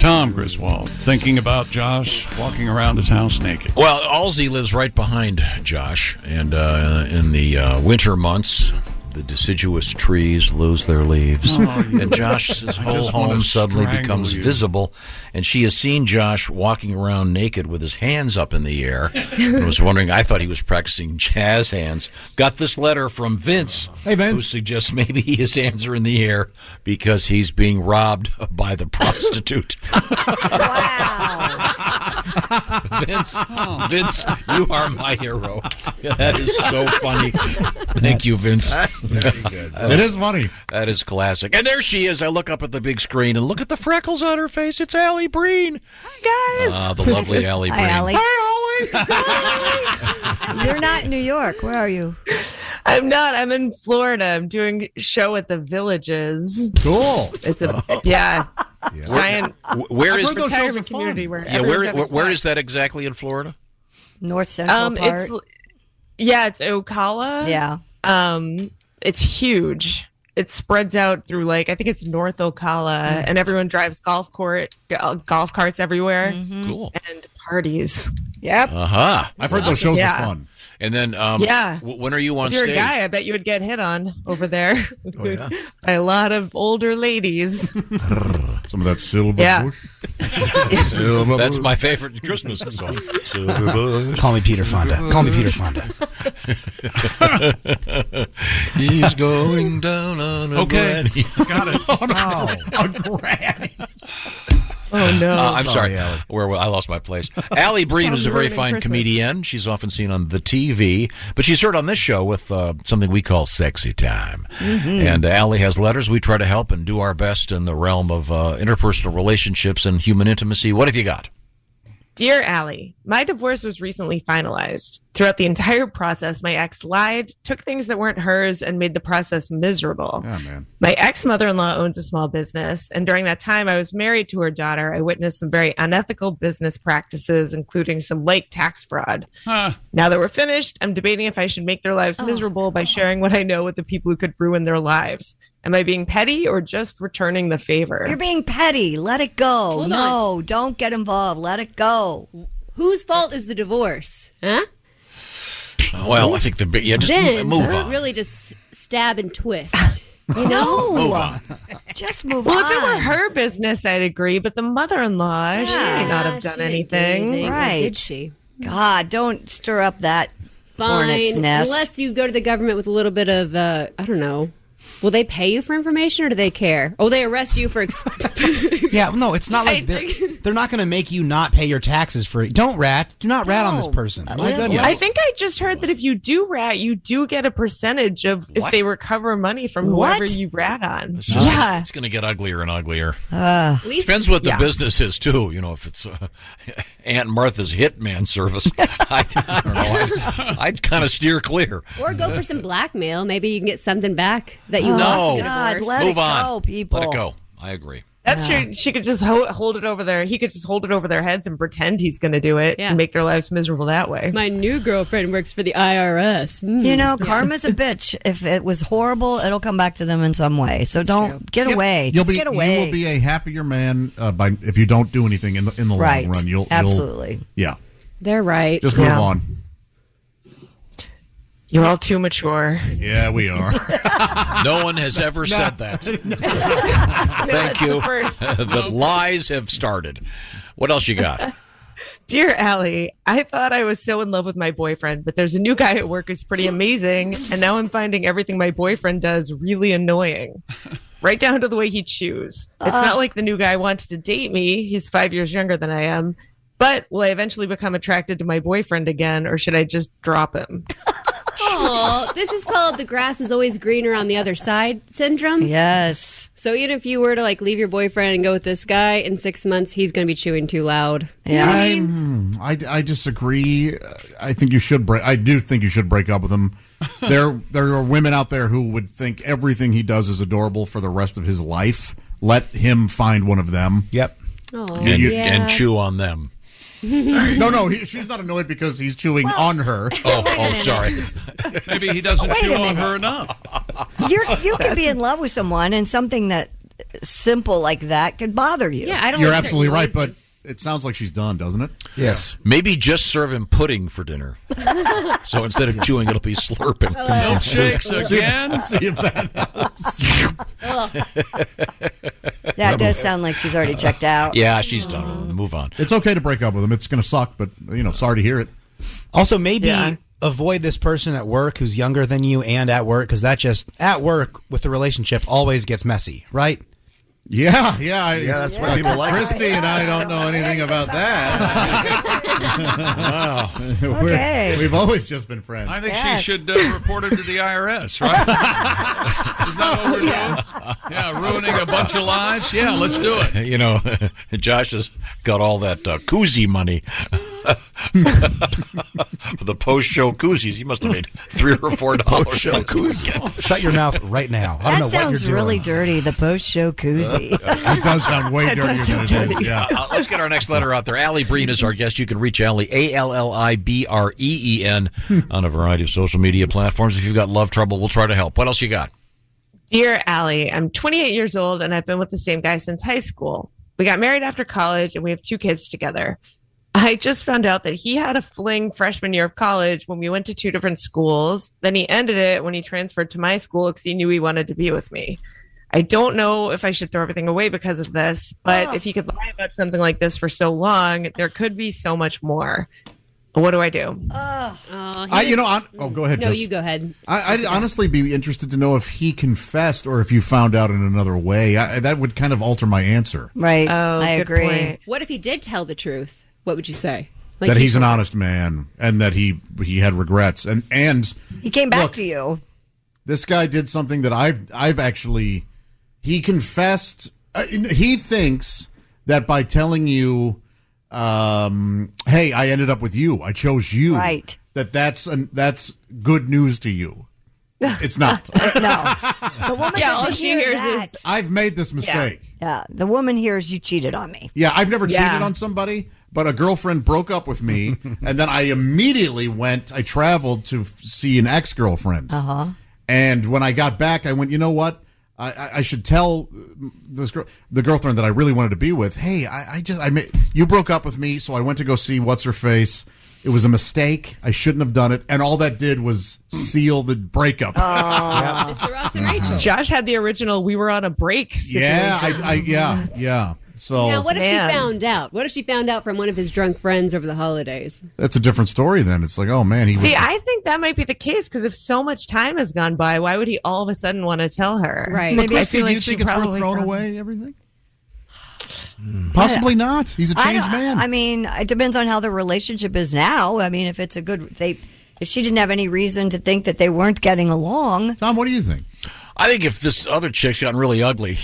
[SPEAKER 1] Tom Griswold thinking about Josh walking around his house naked.
[SPEAKER 5] Well, Halsey lives right behind Josh, and uh, in the uh, winter months, the deciduous trees lose their leaves,
[SPEAKER 1] Oh, you-
[SPEAKER 5] and Josh's
[SPEAKER 1] I
[SPEAKER 5] whole
[SPEAKER 1] just wanna
[SPEAKER 5] home suddenly
[SPEAKER 1] strangle
[SPEAKER 5] becomes
[SPEAKER 1] you.
[SPEAKER 5] visible. And she has seen Josh walking around naked with his hands up in the air, and was wondering. I thought he was practicing jazz hands. Got this letter from Vince,
[SPEAKER 3] hey, Vince.
[SPEAKER 5] who suggests maybe his hands are in the air because he's being robbed by the prostitute. Vince, Vince, you are my hero. That is so funny. Thank you, Vince.
[SPEAKER 3] It is funny.
[SPEAKER 5] That is classic. And there she is. I look up at the big screen and look at the freckles on her face. It's Allie Breen. Hi, guys. Ah, the lovely Allie Breen.
[SPEAKER 4] Hi, Allie. You're not in New York. Where are you?
[SPEAKER 20] I'm not. I'm in Florida. I'm doing show at the Villages.
[SPEAKER 3] Cool.
[SPEAKER 20] It's a yeah. Ryan,
[SPEAKER 5] Where- where is
[SPEAKER 20] the retirement community where
[SPEAKER 5] Yeah, where, where,
[SPEAKER 20] everyone's having
[SPEAKER 5] where
[SPEAKER 20] fun.
[SPEAKER 5] is that exactly in Florida?
[SPEAKER 4] North Central Park.
[SPEAKER 20] Um, It's, yeah, it's Ocala.
[SPEAKER 4] Yeah.
[SPEAKER 20] Um, it's huge. It spreads out through like I think it's North Ocala,
[SPEAKER 4] Mhm.
[SPEAKER 20] and everyone drives golf court uh, golf carts everywhere.
[SPEAKER 5] Cool
[SPEAKER 20] and parties.
[SPEAKER 4] Mm-hmm. Yep.
[SPEAKER 5] Uh huh.
[SPEAKER 20] I've heard those shows are Uh-huh. Yeah. fun.
[SPEAKER 5] And then, um,
[SPEAKER 20] Yeah.
[SPEAKER 5] w- when are you on
[SPEAKER 20] If you're
[SPEAKER 5] stage?
[SPEAKER 20] a guy, I bet you would get hit on over there
[SPEAKER 5] yeah.
[SPEAKER 20] by a lot of older ladies.
[SPEAKER 3] Some Oh, of that silver
[SPEAKER 20] Yeah.
[SPEAKER 3] bush. Silver
[SPEAKER 5] That's
[SPEAKER 3] bush.
[SPEAKER 5] my favorite Christmas song.
[SPEAKER 6] Call me Peter Fonda. Call me Peter Fonda.
[SPEAKER 5] He's going down on a
[SPEAKER 1] Okay.
[SPEAKER 5] granny.
[SPEAKER 1] Got it.
[SPEAKER 20] Oh no!
[SPEAKER 5] Uh, I'm sorry, Allie. Where where- I lost my place. Allie Breen
[SPEAKER 20] Sounds
[SPEAKER 5] is a very
[SPEAKER 20] ruining
[SPEAKER 5] fine
[SPEAKER 20] Christmas.
[SPEAKER 5] comedian. She's often seen on the TV, but she's heard on this show with uh, something we call sexy time.
[SPEAKER 18] Mhm.
[SPEAKER 20] Mm.
[SPEAKER 1] uh,
[SPEAKER 5] And Allie has letters. We try to help and do our best in the realm of uh, interpersonal relationships and human intimacy. What have you got?
[SPEAKER 20] Dear Allie, my divorce was recently finalized. Throughout the entire process, my ex lied, took things that weren't hers, and made the process miserable.
[SPEAKER 3] Oh, man.
[SPEAKER 20] My ex mother in law owns a small business, and during that time I was married to her daughter. I witnessed some very unethical business practices, including some late tax fraud. Now that we're finished, I'm debating if I should make their
[SPEAKER 4] Oh,
[SPEAKER 20] lives miserable by sharing what I know with the people who could ruin their lives. Am I being petty or just returning the favor?
[SPEAKER 4] You're being petty. Let it go.
[SPEAKER 20] Hold
[SPEAKER 4] no, don't get involved. Let it go.
[SPEAKER 20] Whose fault is the divorce?
[SPEAKER 4] Huh?
[SPEAKER 1] Oh.
[SPEAKER 5] Well, I think the big, yeah, just
[SPEAKER 4] Then-
[SPEAKER 5] move on.
[SPEAKER 2] Really just stab and twist.
[SPEAKER 4] You know? Oh.
[SPEAKER 5] Move on.
[SPEAKER 4] Just move
[SPEAKER 20] well, if
[SPEAKER 4] on.
[SPEAKER 20] it were her business, I'd agree, but the mother in law, she
[SPEAKER 4] Yeah.
[SPEAKER 20] may not
[SPEAKER 4] Yeah,
[SPEAKER 20] have done
[SPEAKER 4] she didn't do
[SPEAKER 20] anything.
[SPEAKER 4] anything, Right. did
[SPEAKER 20] she?
[SPEAKER 4] God, don't stir up that hornet's
[SPEAKER 2] Fine.
[SPEAKER 4] nest.
[SPEAKER 2] Unless you go to the government with a little bit of, uh, I don't know. Will they pay you for information or do they care? Oh, they arrest you for. Ex-
[SPEAKER 6] Yeah, no, it's not like they're, they're not going to make you not pay your taxes for it. Don't rat. Do not rat on this person. My goodness.
[SPEAKER 20] Uh, I think I just heard that if you do rat, you do get a percentage of if
[SPEAKER 5] What?
[SPEAKER 20] they recover money from
[SPEAKER 5] What?
[SPEAKER 20] whoever you rat on.
[SPEAKER 5] It's, just-
[SPEAKER 20] Yeah.
[SPEAKER 5] it's going to get uglier and uglier.
[SPEAKER 20] Uh,
[SPEAKER 5] Depends what the
[SPEAKER 20] Yeah.
[SPEAKER 5] business is too. You know, if it's uh, Aunt Martha's hitman service, I, I don't know. I'd, I'd kind of steer clear.
[SPEAKER 2] or go for some blackmail. Maybe you can get something back that you
[SPEAKER 5] no.
[SPEAKER 2] lost. in a divorce.
[SPEAKER 5] move on. Let it go. I agree.
[SPEAKER 20] That's true. She could just ho- hold it over their. He could just hold it over their heads and pretend he's going to do it and make their lives miserable that way.
[SPEAKER 2] My new girlfriend works for the IRS. Mm.
[SPEAKER 20] Hmm.
[SPEAKER 4] You know,
[SPEAKER 2] Yeah.
[SPEAKER 4] karma's a bitch. If it was horrible, it'll come back to them in some way. So don't get
[SPEAKER 3] Yep.
[SPEAKER 4] away.
[SPEAKER 3] You'll
[SPEAKER 4] Just
[SPEAKER 3] be,
[SPEAKER 4] get away.
[SPEAKER 3] You will be a happier man uh, by if you don't do anything in the in the
[SPEAKER 4] Right.
[SPEAKER 3] long run. You'll you'll-
[SPEAKER 4] Absolutely.
[SPEAKER 3] yeah.
[SPEAKER 2] They're right.
[SPEAKER 3] Just move on.
[SPEAKER 20] You're all too mature.
[SPEAKER 3] Yeah, we are.
[SPEAKER 5] No one has ever said that. Thank you. The, lies have started. What else you got?
[SPEAKER 20] Dear Allie, I thought I was so in love with my boyfriend, but there's a new guy at work who's pretty amazing, and now I'm finding everything my boyfriend does really annoying. Right down to the way he chews. It's
[SPEAKER 4] Uh.
[SPEAKER 20] not like the new guy wanted to date me. He's five years younger than I am. But will I eventually become attracted to my boyfriend again, or should I just drop him?
[SPEAKER 2] Oh, this is called the grass is always greener on the other side syndrome.
[SPEAKER 4] Yes.
[SPEAKER 2] So even if you were to like leave your boyfriend and go with this guy in six months, he's going to be chewing too loud. You know what I mean?
[SPEAKER 3] I'm- hmm, I, I disagree. I think you should break. I do think you should break up with him. There there are women out there who would think everything he does is adorable for the rest of his life. Let him find one of them.
[SPEAKER 6] Yep.
[SPEAKER 2] Oh,
[SPEAKER 5] and, and chew on them.
[SPEAKER 3] no, no, he, she's not annoyed because he's chewing on her.
[SPEAKER 5] Oh, oh, sorry.
[SPEAKER 1] Maybe he doesn't
[SPEAKER 4] Wait a
[SPEAKER 1] chew on
[SPEAKER 4] minute.
[SPEAKER 1] her enough.
[SPEAKER 4] You're, you could be in love with someone, and something that simple like that could bother you.
[SPEAKER 2] Yeah, I
[SPEAKER 3] You're absolutely right, but it sounds like she's done, doesn't it?
[SPEAKER 6] Yes.
[SPEAKER 5] Maybe just serve him pudding for dinner. So instead of chewing, it'll be slurping.
[SPEAKER 18] Hello.
[SPEAKER 5] Some soup.
[SPEAKER 18] Milkshakes again? See if that
[SPEAKER 4] That does sound like she's already checked out.
[SPEAKER 5] Yeah, she's done. Move on.
[SPEAKER 3] It's okay to break up with him. It's going to suck, but you know, sorry to hear it.
[SPEAKER 6] Also, maybe avoid this person at work who's younger than you and at work because that just at work with the relationship always gets messy, right?
[SPEAKER 3] Yeah, yeah, I-
[SPEAKER 6] Yeah, that's why
[SPEAKER 3] uh,
[SPEAKER 6] people like it.
[SPEAKER 3] Christy and I don't know anything about that.
[SPEAKER 5] Oh.
[SPEAKER 3] We're-
[SPEAKER 1] Okay.
[SPEAKER 3] We've always just been friends.
[SPEAKER 1] I think she should uh, report him to the IRS, right? is that what we're doing? Yeah. ruining a bunch of lives. Yeah, let's do it.
[SPEAKER 5] You know, Josh has got all that uh, koozie money. For the post-show koozies, he must have made three or four dollars.
[SPEAKER 6] Post-show
[SPEAKER 5] koozie.
[SPEAKER 6] Shut your mouth right now.
[SPEAKER 4] That
[SPEAKER 6] I don't know what you're
[SPEAKER 4] sounds
[SPEAKER 6] doing.
[SPEAKER 4] really dirty. The post show koozie.
[SPEAKER 3] it does sound way
[SPEAKER 4] dirtier than it is.
[SPEAKER 5] Uh, uh, let's get our next letter out there. Allie Breen is our guest. You can reach Allie, A L L I B R E E N, on a variety of social media platforms. If you've got love trouble, we'll try to help. What else you got?
[SPEAKER 20] Dear Allie, I'm 28 years old and I've been with the same guy since high school. We got married after college and we have two kids together. I just found out that he had a fling freshman year of college when we went to two different schools. Then he ended it when he transferred to my school because he knew he wanted to be with me. I don't know if I should throw everything away because of this, but if he could lie about something like this for so long, there could be so much more. What do I do?
[SPEAKER 2] Oh, he
[SPEAKER 3] I, you
[SPEAKER 2] was-
[SPEAKER 3] know, I, oh, go ahead.
[SPEAKER 2] No,
[SPEAKER 3] Jess.
[SPEAKER 2] you go ahead.
[SPEAKER 3] I, I'd honestly be interested to know if he confessed or if you found out in another way. I, that would kind of alter my answer.
[SPEAKER 4] Right.
[SPEAKER 2] Oh,
[SPEAKER 4] I
[SPEAKER 2] good
[SPEAKER 4] agree.
[SPEAKER 2] point. What if he did tell the truth? What would you say?
[SPEAKER 3] that
[SPEAKER 2] he-
[SPEAKER 3] he's an honest man and that he he had regrets and and
[SPEAKER 4] He came back to you.
[SPEAKER 3] this guy did something that I've I've actually he confessed uh, he thinks that by telling you um hey I ended up with you I chose you
[SPEAKER 4] Right.
[SPEAKER 3] that that's an, that's good news to you it's not
[SPEAKER 4] The woman
[SPEAKER 20] Yeah, all
[SPEAKER 4] doesn't
[SPEAKER 20] she
[SPEAKER 4] hear
[SPEAKER 20] hears
[SPEAKER 4] that.
[SPEAKER 20] is
[SPEAKER 3] I've made this mistake
[SPEAKER 4] Yeah, the woman hears you cheated on me.
[SPEAKER 3] Yeah, I've never cheated
[SPEAKER 4] Yeah.
[SPEAKER 3] on somebody, but a girlfriend broke up with me, and then I immediately went. I traveled to f- see an ex girlfriend,
[SPEAKER 4] Uh
[SPEAKER 20] Uh-huh.
[SPEAKER 4] huh.
[SPEAKER 3] and when I got back, I went. You know what? I, I, I should tell uh, this girl, the girlfriend that I really wanted to be with. Hey, I, I just I ma- you broke up with me, so I went to go see what's her face. It was a mistake. I shouldn't have done it, and all that did was seal the breakup.
[SPEAKER 20] Josh had the original. We were on a break.
[SPEAKER 3] yeah,
[SPEAKER 20] situation.
[SPEAKER 3] I, I, yeah, yeah. So
[SPEAKER 2] Now, what if
[SPEAKER 20] Man.
[SPEAKER 2] she found out? What if she found out from one of his drunk friends over the holidays?
[SPEAKER 3] that's a different story. Then it's like, oh man, he was
[SPEAKER 20] See, I think that might be the case because if so much time has gone by, why would he all of a sudden want to tell her?
[SPEAKER 3] Right. Well, Christy, do you think it's worth throwing away everything?
[SPEAKER 4] Hmm.
[SPEAKER 3] Possibly not. He's a
[SPEAKER 4] I
[SPEAKER 3] changed
[SPEAKER 4] don't-
[SPEAKER 3] man.
[SPEAKER 4] I mean, it depends on how the relationship is now. I mean, if it's a good, if they, if she didn't have any reason to think that they weren't getting along.
[SPEAKER 3] Tom, what do you think?
[SPEAKER 5] I think if this other chick's gotten really ugly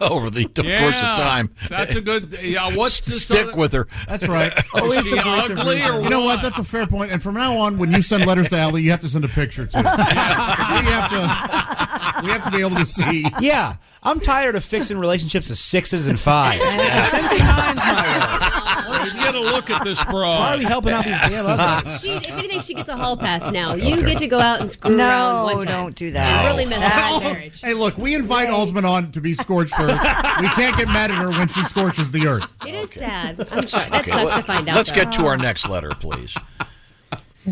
[SPEAKER 5] over the t- course of time,
[SPEAKER 1] That's a good. Yeah, what's this?
[SPEAKER 5] stick
[SPEAKER 1] other-
[SPEAKER 5] with her. Oh,
[SPEAKER 3] That's right.
[SPEAKER 1] Is she ugly or
[SPEAKER 3] you know what? That's a fair point. And from now on, when you send letters to Allie, you have to send a picture too. we have to. We have to be able to see.
[SPEAKER 6] Yeah, I'm tired of fixing relationships to sixes and fives.
[SPEAKER 1] Let's get a look at this broad.
[SPEAKER 6] Why are we helping out these damn others?
[SPEAKER 2] She, if anything, she gets a hall pass now. You get to go out and screw
[SPEAKER 4] No,
[SPEAKER 2] around. one time.
[SPEAKER 4] don't do that.
[SPEAKER 2] You really messed up my marriage.
[SPEAKER 3] Hey, look, we invite Alsman on to be scorched earth. We can't get mad at her when she scorches the earth.
[SPEAKER 2] It is sad. I'm sorry. That
[SPEAKER 5] Okay,
[SPEAKER 2] sucks
[SPEAKER 5] let-
[SPEAKER 2] to find out.
[SPEAKER 5] Let's
[SPEAKER 2] though.
[SPEAKER 5] get to our next letter, please.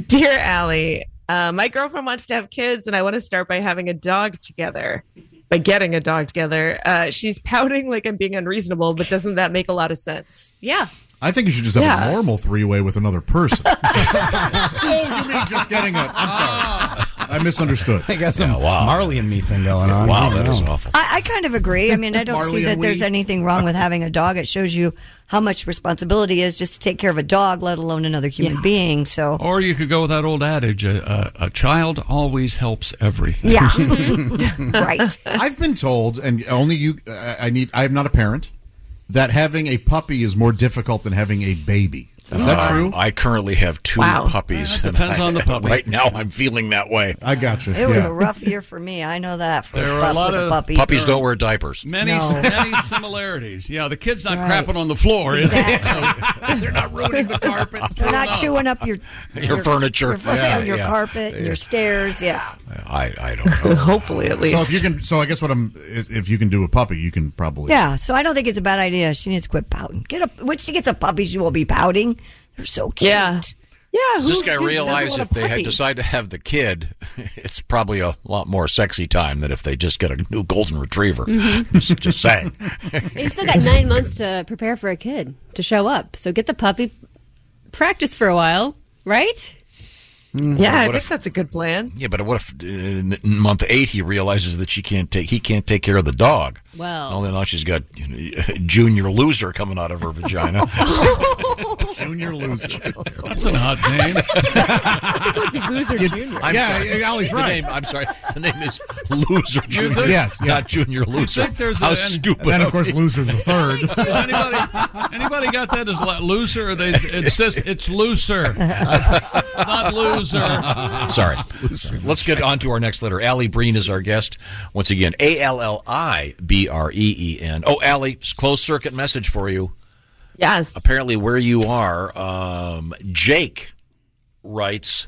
[SPEAKER 20] Dear Allie, uh, my girlfriend wants to have kids, and I want to start by having a dog together, by getting a dog together. Uh, she's pouting like I'm being unreasonable, but doesn't that make a lot of sense?
[SPEAKER 2] Yeah.
[SPEAKER 3] I think you should just have
[SPEAKER 20] Yeah.
[SPEAKER 3] a normal three way with another person. oh, you mean just getting a? I'm sorry. I misunderstood.
[SPEAKER 6] I got some Marley and me thing going on.
[SPEAKER 5] Wow,
[SPEAKER 6] that is
[SPEAKER 5] awful.
[SPEAKER 4] I, I kind of agree. I mean, I don't
[SPEAKER 6] Marley
[SPEAKER 4] see that
[SPEAKER 6] and
[SPEAKER 4] there's
[SPEAKER 6] Wee.
[SPEAKER 4] anything wrong with having a dog. It shows you how much responsibility is just to take care of a dog, let alone another human being. So,
[SPEAKER 1] Or you could go with that old adage: a, a, a child always helps everything.
[SPEAKER 4] Yeah. right.
[SPEAKER 3] I've been told, and only you, I I need. I am not a parent. That having a puppy is more difficult than having a baby. Is that
[SPEAKER 5] Um,
[SPEAKER 3] true?
[SPEAKER 5] I currently have two
[SPEAKER 3] Wow.
[SPEAKER 5] puppies.
[SPEAKER 3] Well, that depends
[SPEAKER 5] and I-
[SPEAKER 3] on the puppy.
[SPEAKER 5] Right now, I'm feeling that way.
[SPEAKER 3] I got you.
[SPEAKER 4] it was a rough year for me. I know that. For
[SPEAKER 5] There
[SPEAKER 4] a
[SPEAKER 5] were a
[SPEAKER 4] pup
[SPEAKER 5] lot
[SPEAKER 4] with
[SPEAKER 5] of-
[SPEAKER 4] puppy.
[SPEAKER 5] Puppies don't wear diapers.
[SPEAKER 1] Many,
[SPEAKER 4] No.
[SPEAKER 1] many similarities. Yeah, the kid's not crapping on the floor, is it? They're not ruining the carpet.
[SPEAKER 4] They're not chewing up your
[SPEAKER 5] Your furniture.
[SPEAKER 4] your, fur-
[SPEAKER 5] Yeah,
[SPEAKER 4] your
[SPEAKER 5] yeah.
[SPEAKER 4] carpet, and
[SPEAKER 5] Yeah.
[SPEAKER 4] your stairs. Yeah,
[SPEAKER 5] I, I don't know.
[SPEAKER 20] Hopefully, at
[SPEAKER 3] So if you can, so I guess what I'm, if if you can do a puppy, you can probably.
[SPEAKER 4] yeah. So I don't think it's a bad idea. She needs to quit pouting. Get a when she gets a puppy, she won't be pouting. They're so cute. Yeah,
[SPEAKER 20] yeah.
[SPEAKER 4] Ah,
[SPEAKER 5] Does this guy realize if they had decide to have the kid, it's probably a lot more sexy time than if they just get a new golden retriever.
[SPEAKER 19] Mhm.
[SPEAKER 5] just, just saying.
[SPEAKER 19] You still got nine months to prepare for a kid to show up. So get the puppy, practice for a while, right?
[SPEAKER 20] Yeah, I
[SPEAKER 5] What
[SPEAKER 20] think
[SPEAKER 5] if-
[SPEAKER 20] that's a good plan.
[SPEAKER 5] Yeah, but what if uh, in month eight he realizes that she can't take he can't take care of the dog?
[SPEAKER 19] Well.
[SPEAKER 5] oh, then now she's got you know, junior loser coming out of her vagina.
[SPEAKER 3] Junior loser.
[SPEAKER 1] That's an odd name.
[SPEAKER 20] loser
[SPEAKER 5] Junior. I'm
[SPEAKER 3] Yeah,
[SPEAKER 5] sorry.
[SPEAKER 3] yeah, Ali's
[SPEAKER 5] The
[SPEAKER 3] right.
[SPEAKER 5] name- I'm sorry. The name is Loser
[SPEAKER 3] You
[SPEAKER 5] Junior.
[SPEAKER 3] think- Yes, yeah.
[SPEAKER 5] not Junior Loser.
[SPEAKER 3] think there's
[SPEAKER 5] How
[SPEAKER 3] an-
[SPEAKER 5] stupid.
[SPEAKER 3] And then, of course, loser's the third.
[SPEAKER 1] Anybody got that as like looser? Or they insist it's looser, not loser.
[SPEAKER 5] Sorry. Let's get on to our next letter. Allie Breen is our guest. Once again, A L L I B R E E N. Oh, Allie, s- closed circuit message for you.
[SPEAKER 20] Yes.
[SPEAKER 5] Apparently, where you are, um, Jake writes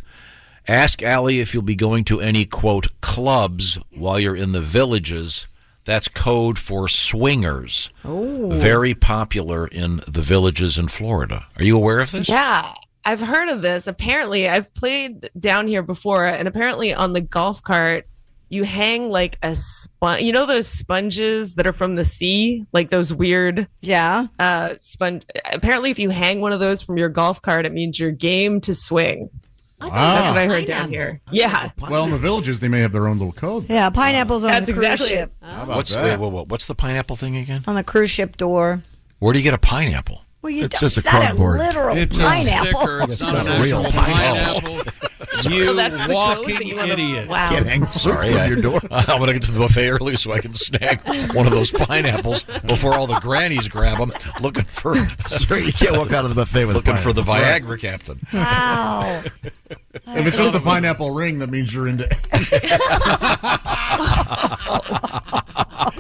[SPEAKER 5] Ask Allie if you'll be going to any, quote, clubs while you're in the villages. That's code for swingers.
[SPEAKER 20] Oh.
[SPEAKER 5] Very popular in the villages in Florida. Are you aware of this?
[SPEAKER 20] Yeah, I've heard of this. Apparently, I've played down here before, and apparently, on the golf cart, you hang like a sponge. You know those sponges that are from the sea, like those weird.
[SPEAKER 4] Yeah.
[SPEAKER 20] Uh, sponge. Apparently, if you hang one of those from your golf cart, it means you're game to swing. That's what I heard down here. Yeah.
[SPEAKER 3] Ah. Well, in the villages, they may have their own little code.
[SPEAKER 4] yeah. Pineapples on
[SPEAKER 20] That's
[SPEAKER 4] the cruise
[SPEAKER 20] exactly it.
[SPEAKER 4] ship.
[SPEAKER 3] How about
[SPEAKER 5] What's, wait,
[SPEAKER 3] that?
[SPEAKER 5] wait, wait, what's the pineapple thing again?
[SPEAKER 4] On the cruise ship door.
[SPEAKER 5] Where do you get a pineapple?
[SPEAKER 4] Well, you don't- is that A literal
[SPEAKER 5] It's a
[SPEAKER 4] pineapple. Oh,
[SPEAKER 5] sticker. It's It's not not an a real actual pineapple.
[SPEAKER 1] You
[SPEAKER 20] So that's the code
[SPEAKER 1] walking
[SPEAKER 20] that you wanna-
[SPEAKER 1] idiot.
[SPEAKER 20] Wow.
[SPEAKER 5] Sorry, I, I want to get to the buffet early so I can snag one of those pineapples before all the grannies grab them looking for.
[SPEAKER 17] you can't walk out of the buffet with a
[SPEAKER 5] looking for the
[SPEAKER 17] pineapple.
[SPEAKER 5] Viagra captain.
[SPEAKER 4] Wow.
[SPEAKER 3] If it's just the pineapple ring, that means you're into.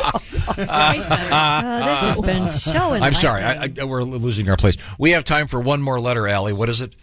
[SPEAKER 20] Oh,
[SPEAKER 4] this has been so
[SPEAKER 5] Uh, I'm sorry, I, I, we're losing our place. We have time for one more letter, Allie. What is it?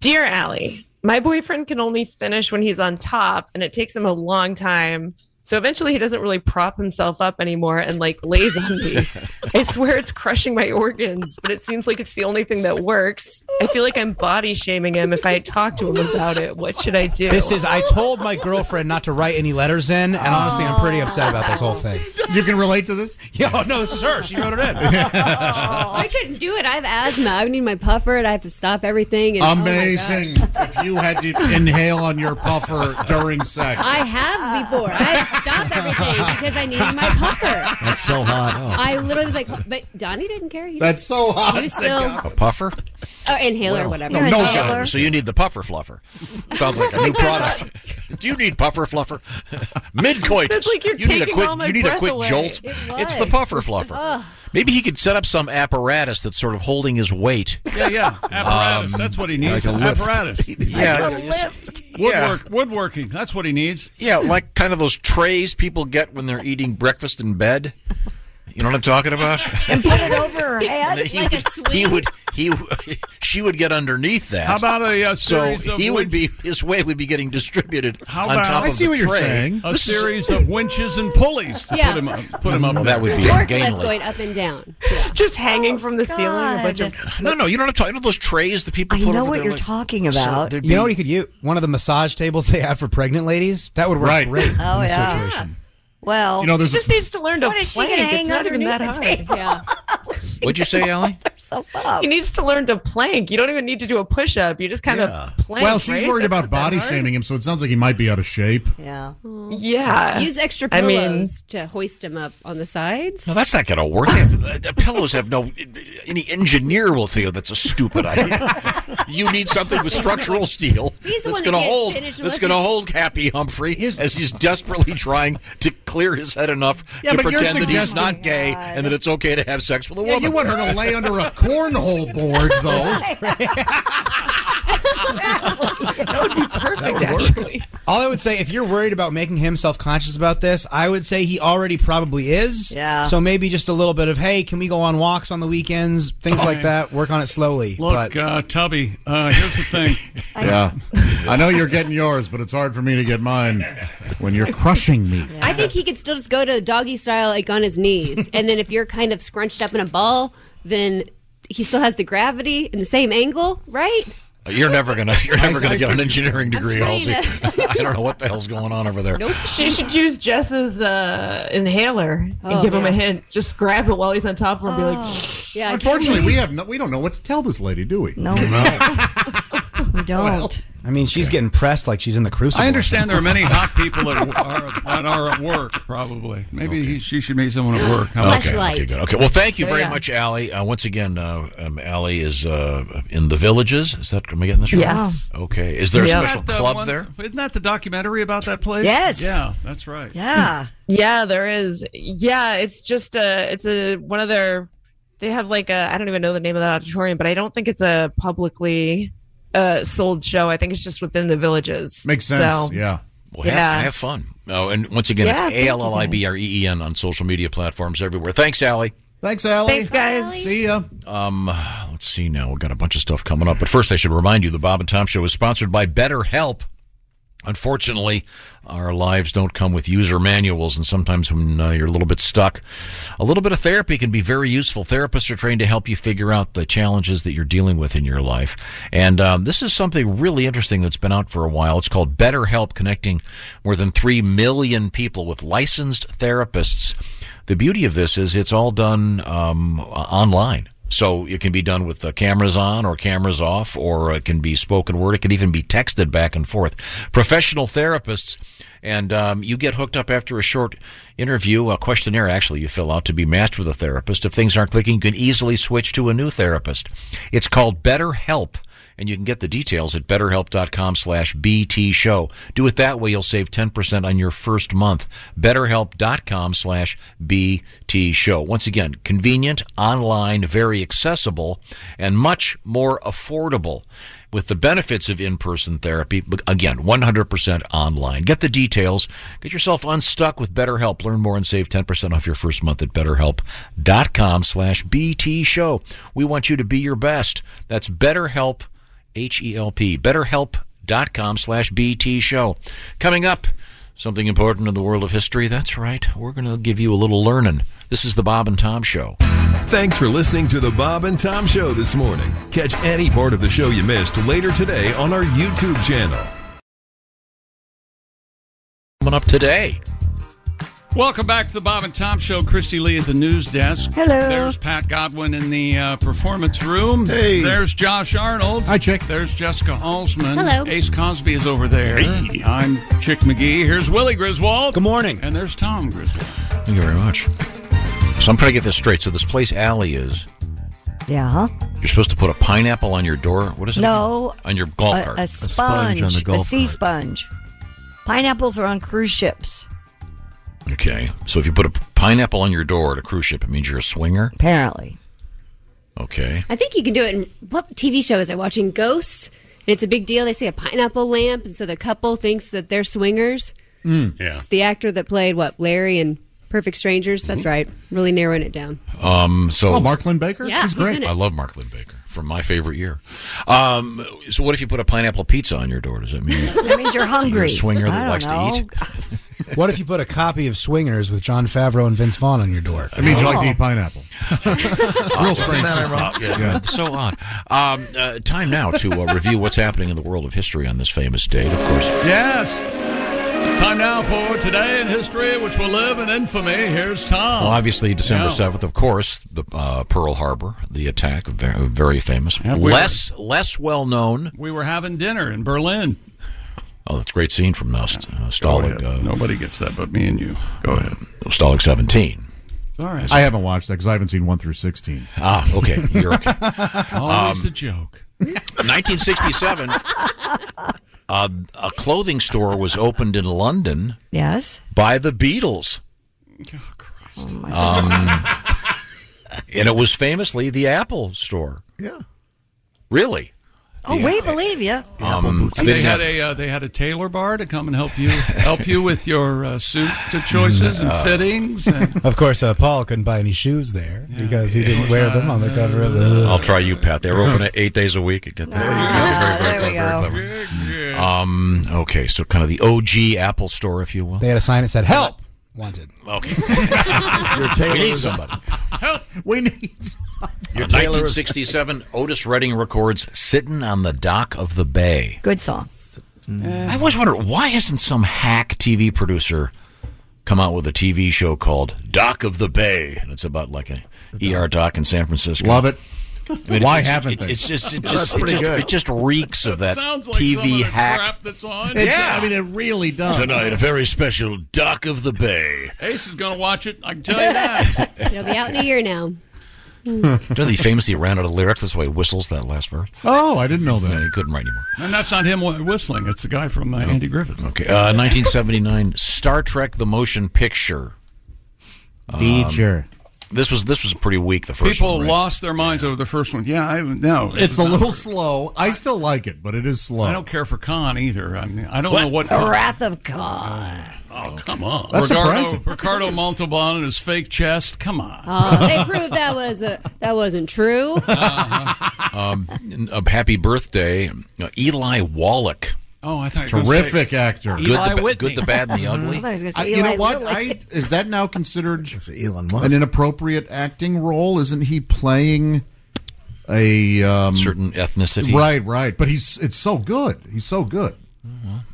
[SPEAKER 20] Dear Allie, my boyfriend can only finish when he's on top, and it takes him a long time. So eventually, he doesn't really prop himself up anymore and like lays on me. I swear it's crushing my organs, but it seems like it's the only thing that works. I feel like I'm body shaming him if I talk to him about it. What should I do?
[SPEAKER 6] This is. I told my girlfriend not to write any letters in, and honestly, I'm pretty upset about this whole thing.
[SPEAKER 3] You can relate to this?
[SPEAKER 6] Yeah. No, this is her. She wrote it in.
[SPEAKER 19] Oh, I couldn't do it. I have asthma. I would need my puffer. and I have to stop everything. And, oh my God.
[SPEAKER 3] Amazing. if you had to inhale on your puffer during sex.
[SPEAKER 19] I have before. I have stopped everything because I needed my puffer.
[SPEAKER 3] That's so hot.
[SPEAKER 19] I literally was like, but Donnie didn't care. He
[SPEAKER 3] That's so hot.
[SPEAKER 19] He was still
[SPEAKER 5] A puffer?
[SPEAKER 19] or inhaler,
[SPEAKER 5] Well,
[SPEAKER 19] whatever.
[SPEAKER 5] No, no, so, so you need the puffer fluffer. Sounds like a new product. Do you need puffer fluffer? Mid coitus.
[SPEAKER 20] That's like you're
[SPEAKER 5] you need a
[SPEAKER 20] taking
[SPEAKER 5] quick,
[SPEAKER 20] all my
[SPEAKER 5] You need a
[SPEAKER 20] breath
[SPEAKER 5] quick
[SPEAKER 20] away.
[SPEAKER 5] jolt.
[SPEAKER 20] It
[SPEAKER 5] it's the
[SPEAKER 20] was.
[SPEAKER 5] puffer fluffer. Maybe he could set up some apparatus that's sort of holding his weight.
[SPEAKER 1] Yeah, yeah. Apparatus.
[SPEAKER 5] Um,
[SPEAKER 1] that's what he needs.
[SPEAKER 5] like a lift.
[SPEAKER 1] Apparatus.
[SPEAKER 5] Yeah. Like a
[SPEAKER 1] Woodwork, woodworking. That's what he needs.
[SPEAKER 5] Yeah, like kind of those trays people get when they're eating breakfast in bed. You know what I'm talking about?
[SPEAKER 4] And put it over her
[SPEAKER 5] And
[SPEAKER 4] head.
[SPEAKER 5] he, he would he w- she would get underneath that.
[SPEAKER 1] How about a, uh,
[SPEAKER 5] so
[SPEAKER 1] series of
[SPEAKER 5] he would be his weight would be getting distributed
[SPEAKER 1] How
[SPEAKER 5] on
[SPEAKER 1] about
[SPEAKER 5] top of the tray.
[SPEAKER 1] A
[SPEAKER 5] This is-
[SPEAKER 1] series of winches and pulleys to
[SPEAKER 19] Yeah.
[SPEAKER 1] put him up. Put him up.
[SPEAKER 5] That would be
[SPEAKER 19] Forklift
[SPEAKER 5] ungainly.
[SPEAKER 19] going up and down.
[SPEAKER 20] Just hanging from the ceiling. A bunch of
[SPEAKER 5] No, no, you don't have to. You know those trays that people.
[SPEAKER 4] I
[SPEAKER 5] put
[SPEAKER 4] know
[SPEAKER 5] over
[SPEAKER 4] what
[SPEAKER 5] their
[SPEAKER 4] you're
[SPEAKER 5] leg-
[SPEAKER 4] talking
[SPEAKER 5] So
[SPEAKER 4] about.
[SPEAKER 5] there'd
[SPEAKER 6] You know
[SPEAKER 5] be-
[SPEAKER 6] what you could use? One of the massage tables they have for pregnant ladies. That would work
[SPEAKER 3] Right.
[SPEAKER 6] great
[SPEAKER 4] Oh,
[SPEAKER 6] in this
[SPEAKER 4] yeah.
[SPEAKER 6] situation.
[SPEAKER 4] Well,
[SPEAKER 6] You know, there's She a- just
[SPEAKER 20] needs to learn to
[SPEAKER 4] What is she
[SPEAKER 20] plank.
[SPEAKER 4] gonna
[SPEAKER 20] It's
[SPEAKER 4] hang
[SPEAKER 20] not even that
[SPEAKER 4] underneath the
[SPEAKER 20] hard.
[SPEAKER 4] table?
[SPEAKER 19] Yeah.
[SPEAKER 5] What'd you say, Allie?
[SPEAKER 4] yourself up.
[SPEAKER 20] He needs to learn to plank. You don't even need to do a push up. You just kind of plank.
[SPEAKER 3] well, she's
[SPEAKER 20] right?
[SPEAKER 3] worried
[SPEAKER 20] That's
[SPEAKER 3] about
[SPEAKER 20] not that
[SPEAKER 3] body
[SPEAKER 20] hard.
[SPEAKER 3] shaming him, so it sounds like he might be out of shape.
[SPEAKER 4] Yeah.
[SPEAKER 20] Yeah.
[SPEAKER 2] Use extra
[SPEAKER 20] I
[SPEAKER 2] pillows
[SPEAKER 20] mean-
[SPEAKER 2] to hoist him up on the sides.
[SPEAKER 5] No, that's not going to work. They have- uh, the pillows have no. Any engineer will tell you that's a stupid idea. you need something with structural steel
[SPEAKER 2] He's the
[SPEAKER 5] that's
[SPEAKER 2] one that
[SPEAKER 5] going to
[SPEAKER 2] can't
[SPEAKER 5] hold.
[SPEAKER 2] finish
[SPEAKER 5] That's
[SPEAKER 2] unless
[SPEAKER 5] going to
[SPEAKER 2] he-
[SPEAKER 5] hold Happy Humphrey as he's desperately trying to clear his head enough
[SPEAKER 3] Yeah,
[SPEAKER 5] to
[SPEAKER 3] but you're
[SPEAKER 5] pretend that he's
[SPEAKER 3] suggesting-
[SPEAKER 5] not gay and that it's okay to have sex with a
[SPEAKER 3] Yeah,
[SPEAKER 5] woman.
[SPEAKER 3] you want her to lay under a cornhole board, though.
[SPEAKER 20] Perfect.
[SPEAKER 6] All I would say, if you're worried about making him self conscious about this, I would say he already probably is.
[SPEAKER 4] Yeah.
[SPEAKER 6] So maybe just a little bit of, hey, can we go on walks on the weekends? Things like that. Work on it slowly.
[SPEAKER 1] Look, uh, Tubby, uh, here's the thing.
[SPEAKER 3] yeah. I know you're getting yours, but it's hard for me to get mine when you're crushing me.
[SPEAKER 2] I think he could still just go to doggy style, like on his knees. and then if you're kind of scrunched up in a ball, then he still has the gravity and the same angle, right?
[SPEAKER 5] You're never gonna. You're never
[SPEAKER 2] I
[SPEAKER 5] gonna get
[SPEAKER 2] see.
[SPEAKER 5] an engineering degree,
[SPEAKER 2] trying
[SPEAKER 5] Halsey. I don't know what the hell's going on over there.
[SPEAKER 2] Nope.
[SPEAKER 20] She should use Jess's uh, inhaler and
[SPEAKER 3] Oh,
[SPEAKER 20] give him a
[SPEAKER 3] yeah.
[SPEAKER 20] hint. Just grab it while he's on top of her and be
[SPEAKER 4] Oh.
[SPEAKER 20] like,
[SPEAKER 2] Yeah.
[SPEAKER 3] Unfortunately, we have no, we don't know what to tell this lady, do we? No,
[SPEAKER 4] we
[SPEAKER 6] don't. I mean, she's getting pressed like she's in the crucible.
[SPEAKER 1] I understand there are many hot people at, are, that are at work, probably. Maybe he, she should meet someone at work. How about that?
[SPEAKER 5] Okay, okay, good. Okay. Well, thank you
[SPEAKER 1] So,
[SPEAKER 5] very
[SPEAKER 1] yeah.
[SPEAKER 5] much, Allie. Uh, once again, uh, um, Allie is uh, in the villages. Is that am I getting this right?
[SPEAKER 1] Yes.
[SPEAKER 5] Okay. Is there
[SPEAKER 1] Isn't
[SPEAKER 5] a
[SPEAKER 1] that
[SPEAKER 5] special
[SPEAKER 1] the
[SPEAKER 5] club
[SPEAKER 1] one-
[SPEAKER 5] there?
[SPEAKER 1] Isn't that the documentary about that place?
[SPEAKER 20] Yes.
[SPEAKER 1] Yeah, that's right.
[SPEAKER 20] yeah, there is. Yeah, it's just a. It's a one of their. They have like a. I don't even know the name of the auditorium, but I don't think it's a publicly uh, sold show. I think it's just within the villages. So-
[SPEAKER 5] Well, have,
[SPEAKER 20] yeah.
[SPEAKER 5] have fun. Oh, and once again,
[SPEAKER 20] Yeah,
[SPEAKER 5] it's
[SPEAKER 20] thank
[SPEAKER 5] A
[SPEAKER 20] you,
[SPEAKER 5] L L I B R E E N on social media platforms everywhere. Thanks, Allie.
[SPEAKER 3] Thanks, Allie.
[SPEAKER 20] Thanks, guys.
[SPEAKER 3] See ya.
[SPEAKER 5] Um, let's see now. We've got a bunch of stuff coming up. But first, I should remind you the Bob and Tom Show is sponsored by BetterHelp. Unfortunately, our lives don't come with user manuals, and sometimes when uh, you're a little bit stuck, a little bit of therapy can be very useful. Therapists are trained to help you figure out the challenges that you're dealing with in your life. And um, this is something really interesting that's been out for a while. It's called BetterHelp, connecting more than 3 million people with licensed therapists. The beauty of this is it's all done um, online. So it can be done with uh, cameras on or cameras off, or it can be spoken word. It can even be texted back and forth. Professional therapists, and um, you get hooked up after a short interview, a questionnaire actually you fill out to be matched with a therapist. If things aren't clicking, you can easily switch to a new therapist. It's called BetterHelp. And you can get the details at betterhelp.com slash BT show. Do it that way. You'll save 10% on your first month. Betterhelp.com slash BT show. Once again, convenient, online, very accessible, and much more affordable with the benefits of in-person therapy. But Again, 100% online. Get the details. Get yourself unstuck with BetterHelp. Learn more and save 10% off your first month at betterhelp.com slash BT show. We want you to be your best. That's BetterHelp, H-E-L-P, betterhelp.com slash BT show. Coming up, something important in the world of history. That's right. We're going to give you a little learning. This is the Bob and Tom Show.
[SPEAKER 11] Thanks for listening to the Bob and Tom Show this morning. Catch any part of the show you missed later today on our YouTube channel.
[SPEAKER 5] Coming up today.
[SPEAKER 1] Welcome back to the Bob and Tom Show. Christy Lee at the news desk. Hello. There's Pat Godwin in the uh, performance room.
[SPEAKER 3] Hey.
[SPEAKER 1] There's Josh Arnold. Hi, Chick. There's Jessica Halsman.
[SPEAKER 3] Hello.
[SPEAKER 1] Ace Cosby is over there. I'm Chick McGee. Here's Willie Griswold. Good
[SPEAKER 6] morning.
[SPEAKER 1] And there's Tom Griswold.
[SPEAKER 5] Thank you very much. So I'm trying to get this straight. So this place Alley is,
[SPEAKER 4] Yeah.
[SPEAKER 5] you're supposed to put a pineapple on your door. What is it?
[SPEAKER 4] No.
[SPEAKER 5] On your golf
[SPEAKER 4] a,
[SPEAKER 5] cart.
[SPEAKER 4] a sponge. A, sea sponge. Pineapples are on cruise ships.
[SPEAKER 5] Okay. So if you put a pineapple on your door at a cruise ship, it means you're a swinger?
[SPEAKER 4] Apparently.
[SPEAKER 5] Okay.
[SPEAKER 2] I think you can do it in what TV show is I watching? Ghosts? And it's a big deal. They say a pineapple lamp, and so the couple thinks that they're swingers.
[SPEAKER 5] Yeah.
[SPEAKER 2] It's the actor that played what Larry and Perfect Strangers. That's right. Really narrowing it down.
[SPEAKER 5] Um, so
[SPEAKER 3] Mm-hmm. Oh, Mark Lynn Baker?
[SPEAKER 2] Yeah, He's great. he's in it.
[SPEAKER 5] I love Mark Lynn Baker from my favorite year. Um, so what if you put a pineapple pizza on your door? Does that mean
[SPEAKER 4] That means you're hungry.
[SPEAKER 5] You're a swinger that
[SPEAKER 4] I don't
[SPEAKER 5] likes to
[SPEAKER 4] know.
[SPEAKER 5] eat?
[SPEAKER 6] what if you put a copy of Swingers with John Favreau and Vince Vaughn on your door?
[SPEAKER 3] That means you
[SPEAKER 1] Oh.
[SPEAKER 3] like to eat pineapple.
[SPEAKER 5] It's
[SPEAKER 3] real strange system.
[SPEAKER 5] Yeah.
[SPEAKER 3] Yeah.
[SPEAKER 5] It's so odd. Um, uh, time now to uh, review what's happening in the world of history on this famous date, of course.
[SPEAKER 1] Yes. Time now for Today in History, which will live in infamy. Here's Tom.
[SPEAKER 5] Well, obviously, December
[SPEAKER 1] Yeah.
[SPEAKER 5] 7th, of course, the uh, Pearl Harbor, the attack, very, very famous.
[SPEAKER 1] we
[SPEAKER 5] less less well known.
[SPEAKER 1] We were having dinner in Berlin.
[SPEAKER 5] Oh, that's a great scene from uh, St- uh, Stalag. Uh,
[SPEAKER 1] Nobody gets that but me and you. Go ahead.
[SPEAKER 5] Stalag 17.
[SPEAKER 1] All right.
[SPEAKER 3] I haven't watched that because I haven't seen one through sixteen.
[SPEAKER 5] Ah, okay. You're okay.
[SPEAKER 3] Always
[SPEAKER 5] Um,
[SPEAKER 3] a joke.
[SPEAKER 5] 1967, uh, a clothing store was opened in London
[SPEAKER 4] Yes.
[SPEAKER 5] by the Beatles.
[SPEAKER 1] Oh,
[SPEAKER 5] Um, and it was famously the Apple store.
[SPEAKER 4] Yeah.
[SPEAKER 5] Really?
[SPEAKER 4] Oh, we believe you.
[SPEAKER 5] Um, they
[SPEAKER 1] They
[SPEAKER 5] didn't have-
[SPEAKER 1] had a uh, they had a tailor bar to come and help you help you with your uh, suit to choices and
[SPEAKER 6] Uh,
[SPEAKER 1] fittings. And,
[SPEAKER 6] of course, uh, Paul couldn't buy any shoes there because he didn't wear them on the cover of the.
[SPEAKER 5] I'll try you, Pat. They were open at eight days a week. There you go. Very, very clever. Very clever. Um, okay, so kind of the OG Apple store, if you will.
[SPEAKER 6] They had a sign that said "Help wanted."
[SPEAKER 5] Okay.
[SPEAKER 6] Your
[SPEAKER 5] We
[SPEAKER 6] tailor
[SPEAKER 5] need
[SPEAKER 6] is-
[SPEAKER 5] somebody.
[SPEAKER 1] Help!
[SPEAKER 3] We need
[SPEAKER 5] Your 1967, Uh, Otis Redding records Sitting on the Dock of the Bay.
[SPEAKER 4] Good song.
[SPEAKER 5] I always wonder why hasn't some hack TV producer come out with a TV show called Dock of the Bay, and it's about like a ER dock in San Francisco.
[SPEAKER 3] Love it.
[SPEAKER 5] I mean,
[SPEAKER 3] Why
[SPEAKER 5] it's,
[SPEAKER 3] haven't
[SPEAKER 5] it's,
[SPEAKER 3] they?
[SPEAKER 5] It's just it
[SPEAKER 3] That's
[SPEAKER 5] just, it
[SPEAKER 3] pretty
[SPEAKER 5] just,
[SPEAKER 3] good.
[SPEAKER 5] it just reeks of that
[SPEAKER 3] Sounds
[SPEAKER 1] like some
[SPEAKER 5] TV
[SPEAKER 1] of the
[SPEAKER 5] hack.
[SPEAKER 1] crap that's on.
[SPEAKER 3] It-
[SPEAKER 1] Yeah.
[SPEAKER 3] I mean, it really does.
[SPEAKER 5] Tonight, a very special Dock of the Bay.
[SPEAKER 1] Ace is going to watch it. I can tell you that.
[SPEAKER 19] It'll be out in a year now.
[SPEAKER 5] You know, that he famously ran out of lyrics. That's why he whistles that last verse.
[SPEAKER 3] Oh, I didn't know that.
[SPEAKER 5] he couldn't write anymore.
[SPEAKER 1] And that's not him whistling. It's the guy from uh, Andy Griffith.
[SPEAKER 5] Okay, uh, 1979, Star Trek: The Motion Picture. Um,
[SPEAKER 1] Feature.
[SPEAKER 5] this was this was pretty weak. The first
[SPEAKER 1] People
[SPEAKER 5] one, right?
[SPEAKER 1] lost their minds over the first one. Yeah, I no. it
[SPEAKER 3] It's a
[SPEAKER 1] was not
[SPEAKER 3] little
[SPEAKER 1] very-
[SPEAKER 3] slow. I still like it, but it is slow.
[SPEAKER 1] I don't care for Khan either. I mean, I don't know what.
[SPEAKER 4] The Wrath of God.
[SPEAKER 1] Oh, come on.
[SPEAKER 3] That's
[SPEAKER 1] Ricardo,
[SPEAKER 3] surprising.
[SPEAKER 1] Ricardo Montalban and his fake chest. Come on.
[SPEAKER 19] Oh, they proved that was a, that wasn't true.
[SPEAKER 3] Uh-huh.
[SPEAKER 1] Uh-huh.
[SPEAKER 5] um, n- uh, happy birthday, uh, Eli Wallach.
[SPEAKER 1] Oh, I thought
[SPEAKER 3] Terrific actor.
[SPEAKER 5] Good, the, ba- good, the bad, and the ugly.
[SPEAKER 3] I- you know what? I, is that now considered an inappropriate acting role? Isn't he playing a um,
[SPEAKER 5] certain ethnicity?
[SPEAKER 3] Right, right. But he's it's so good. He's so good.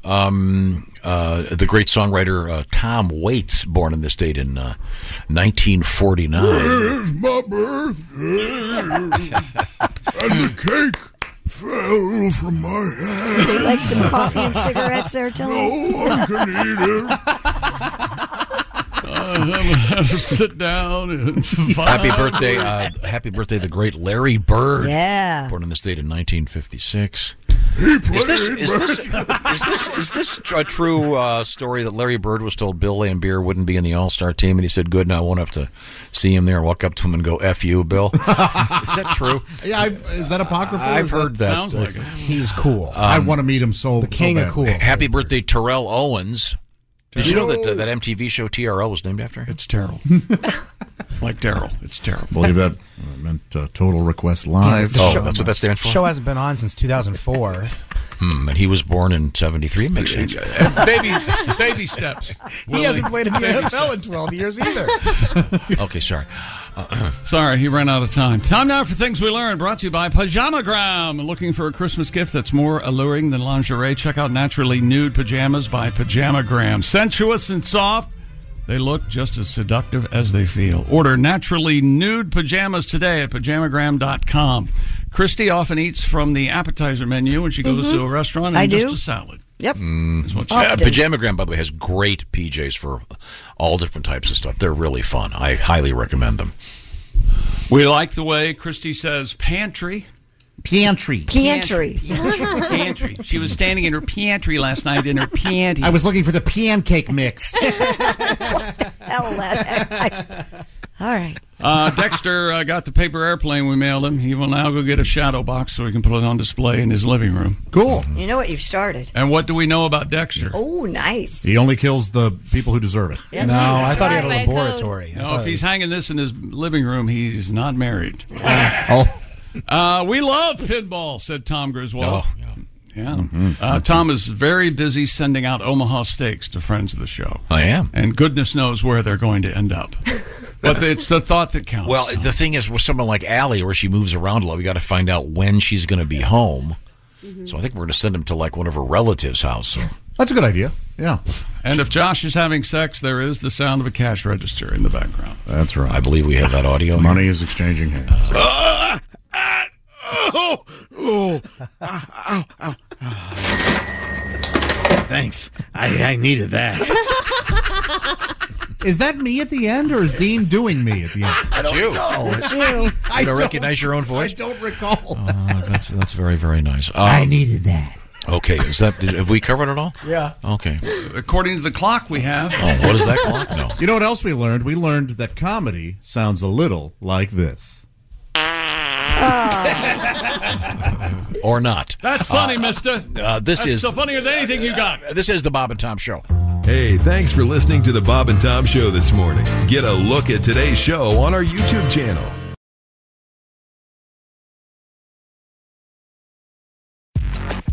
[SPEAKER 5] Um, uh, the great songwriter uh, Tom Waits, born on this date in uh, 1949.
[SPEAKER 18] my birthday, and the cake fell from my hand.
[SPEAKER 4] Like some coffee and cigarettes there, Dylan?
[SPEAKER 18] No one can eat it.
[SPEAKER 1] Uh, sit down and
[SPEAKER 5] Happy birthday! Uh, happy birthday, the great Larry Bird.
[SPEAKER 4] Yeah.
[SPEAKER 5] born on this date in 1956.
[SPEAKER 18] Is
[SPEAKER 5] this is this is this is this tr- a true uh, story that Larry Bird was told Bill Lambier wouldn't be in the All Star team, and he said, "Good, now I won't have to see him there." And walk up to him and go, "F you, Bill." Is that true?
[SPEAKER 3] Yeah, I've, is that apocryphal?
[SPEAKER 5] I've
[SPEAKER 3] Is that-
[SPEAKER 5] heard that. uh, Um, Sounds like
[SPEAKER 3] it.
[SPEAKER 6] He's cool.
[SPEAKER 3] I want to meet him so. The
[SPEAKER 5] king
[SPEAKER 1] Oh,
[SPEAKER 5] of cool. Happy birthday, Terrell Owens. Did you know that uh, that MTV show TRL was named after him?
[SPEAKER 1] It's Terrell. like Daryl. It's terrible.
[SPEAKER 3] Believe that I meant uh, Total Request Live.
[SPEAKER 5] Oh, that's what that stands for?
[SPEAKER 6] Show hasn't been on since 2004.
[SPEAKER 5] Hmm, and he was born in '73. Makes sense.
[SPEAKER 1] baby, baby steps.
[SPEAKER 6] he hasn't played in the
[SPEAKER 1] Baby
[SPEAKER 6] NFL in 12 years either.
[SPEAKER 5] okay, sorry.
[SPEAKER 1] Sorry, he ran out of time. Time now for Things We Learned, brought to you by Pajamagram. Looking for a Christmas gift that's more alluring than lingerie? Check out Naturally Nude Pajamas by Pajamagram. Sensuous and soft, they look just as seductive as they feel. Order Naturally Nude Pajamas today at pajamagram.com. Christy often eats from the appetizer menu when she goes
[SPEAKER 4] Mhm.
[SPEAKER 1] to a restaurant and
[SPEAKER 4] I
[SPEAKER 1] just
[SPEAKER 4] do.
[SPEAKER 1] a salad.
[SPEAKER 4] Yep.
[SPEAKER 5] Mm.
[SPEAKER 1] what she-
[SPEAKER 5] Uh,
[SPEAKER 1] Often.
[SPEAKER 5] Pajamagram, by the way, has great PJs for all different types of stuff. They're really fun. I highly recommend them.
[SPEAKER 1] We like the way Christy says pantry.
[SPEAKER 3] Pantry.
[SPEAKER 4] Pantry.
[SPEAKER 1] pantry. She was standing in her pantry last night in her panties.
[SPEAKER 3] I was looking for the pancake mix.
[SPEAKER 18] Ah!
[SPEAKER 4] All right.
[SPEAKER 1] Uh, Dexter uh, got the paper airplane we mailed him. He will now go get a shadow box so he can put it on display in his living room.
[SPEAKER 3] Cool.
[SPEAKER 4] You know what? You've started.
[SPEAKER 1] And what do we know about Dexter?
[SPEAKER 4] Oh, nice.
[SPEAKER 3] He only kills the people who deserve it.
[SPEAKER 4] Yes, No, I thought he had a By a code. laboratory. I
[SPEAKER 1] No,
[SPEAKER 4] thought
[SPEAKER 1] if
[SPEAKER 4] it
[SPEAKER 1] he's
[SPEAKER 4] was-
[SPEAKER 1] hanging this in his living room, he's not married.
[SPEAKER 3] oh.
[SPEAKER 1] Uh, we love pinball, said Tom Griswold. yeah. Uh, Tom is very busy sending out Omaha steaks to friends of the show.
[SPEAKER 5] I am.
[SPEAKER 1] And goodness knows where they're going to end up. But it's the thought that counts.
[SPEAKER 5] Well, the thing is, with someone like Allie, where she moves around a lot, we got to find out when she's going to be home. So I think we're going to send him to like one of her relatives' house.
[SPEAKER 3] That's a good idea. Yeah.
[SPEAKER 1] And if Josh is having sex, there is the sound of a cash register in the background.
[SPEAKER 3] That's right. I
[SPEAKER 5] believe we have that audio. Uh,
[SPEAKER 3] Money is exchanging hands.
[SPEAKER 18] Ah!
[SPEAKER 21] Oh, oh,
[SPEAKER 10] Ah,
[SPEAKER 21] ow, ow, ow. Thanks. I, I needed that.
[SPEAKER 3] Is that me at the end, or is Dean doing me at the end?
[SPEAKER 21] I don't
[SPEAKER 5] you.
[SPEAKER 21] know.
[SPEAKER 5] It's
[SPEAKER 3] you.
[SPEAKER 5] I don't recognize your own voice.
[SPEAKER 3] I don't recall.
[SPEAKER 5] Uh, that's that's very very nice.
[SPEAKER 1] I
[SPEAKER 5] needed that. Okay, is that did, have we covered it all?
[SPEAKER 1] Yeah.
[SPEAKER 5] Okay.
[SPEAKER 1] According to the clock we have.
[SPEAKER 5] Oh, what is that clock? No.
[SPEAKER 3] You know what else we learned? We learned that comedy sounds a little like this.
[SPEAKER 5] Or not.
[SPEAKER 1] That's funny,
[SPEAKER 5] Uh,
[SPEAKER 1] mister.
[SPEAKER 5] Uh, this
[SPEAKER 1] That's
[SPEAKER 5] is Uh,
[SPEAKER 1] so funnier than anything you got.
[SPEAKER 5] this is the Bob and Tom Show.
[SPEAKER 11] Hey, thanks for listening to the Bob and Tom Show this morning. Get a look at today's show on our YouTube channel.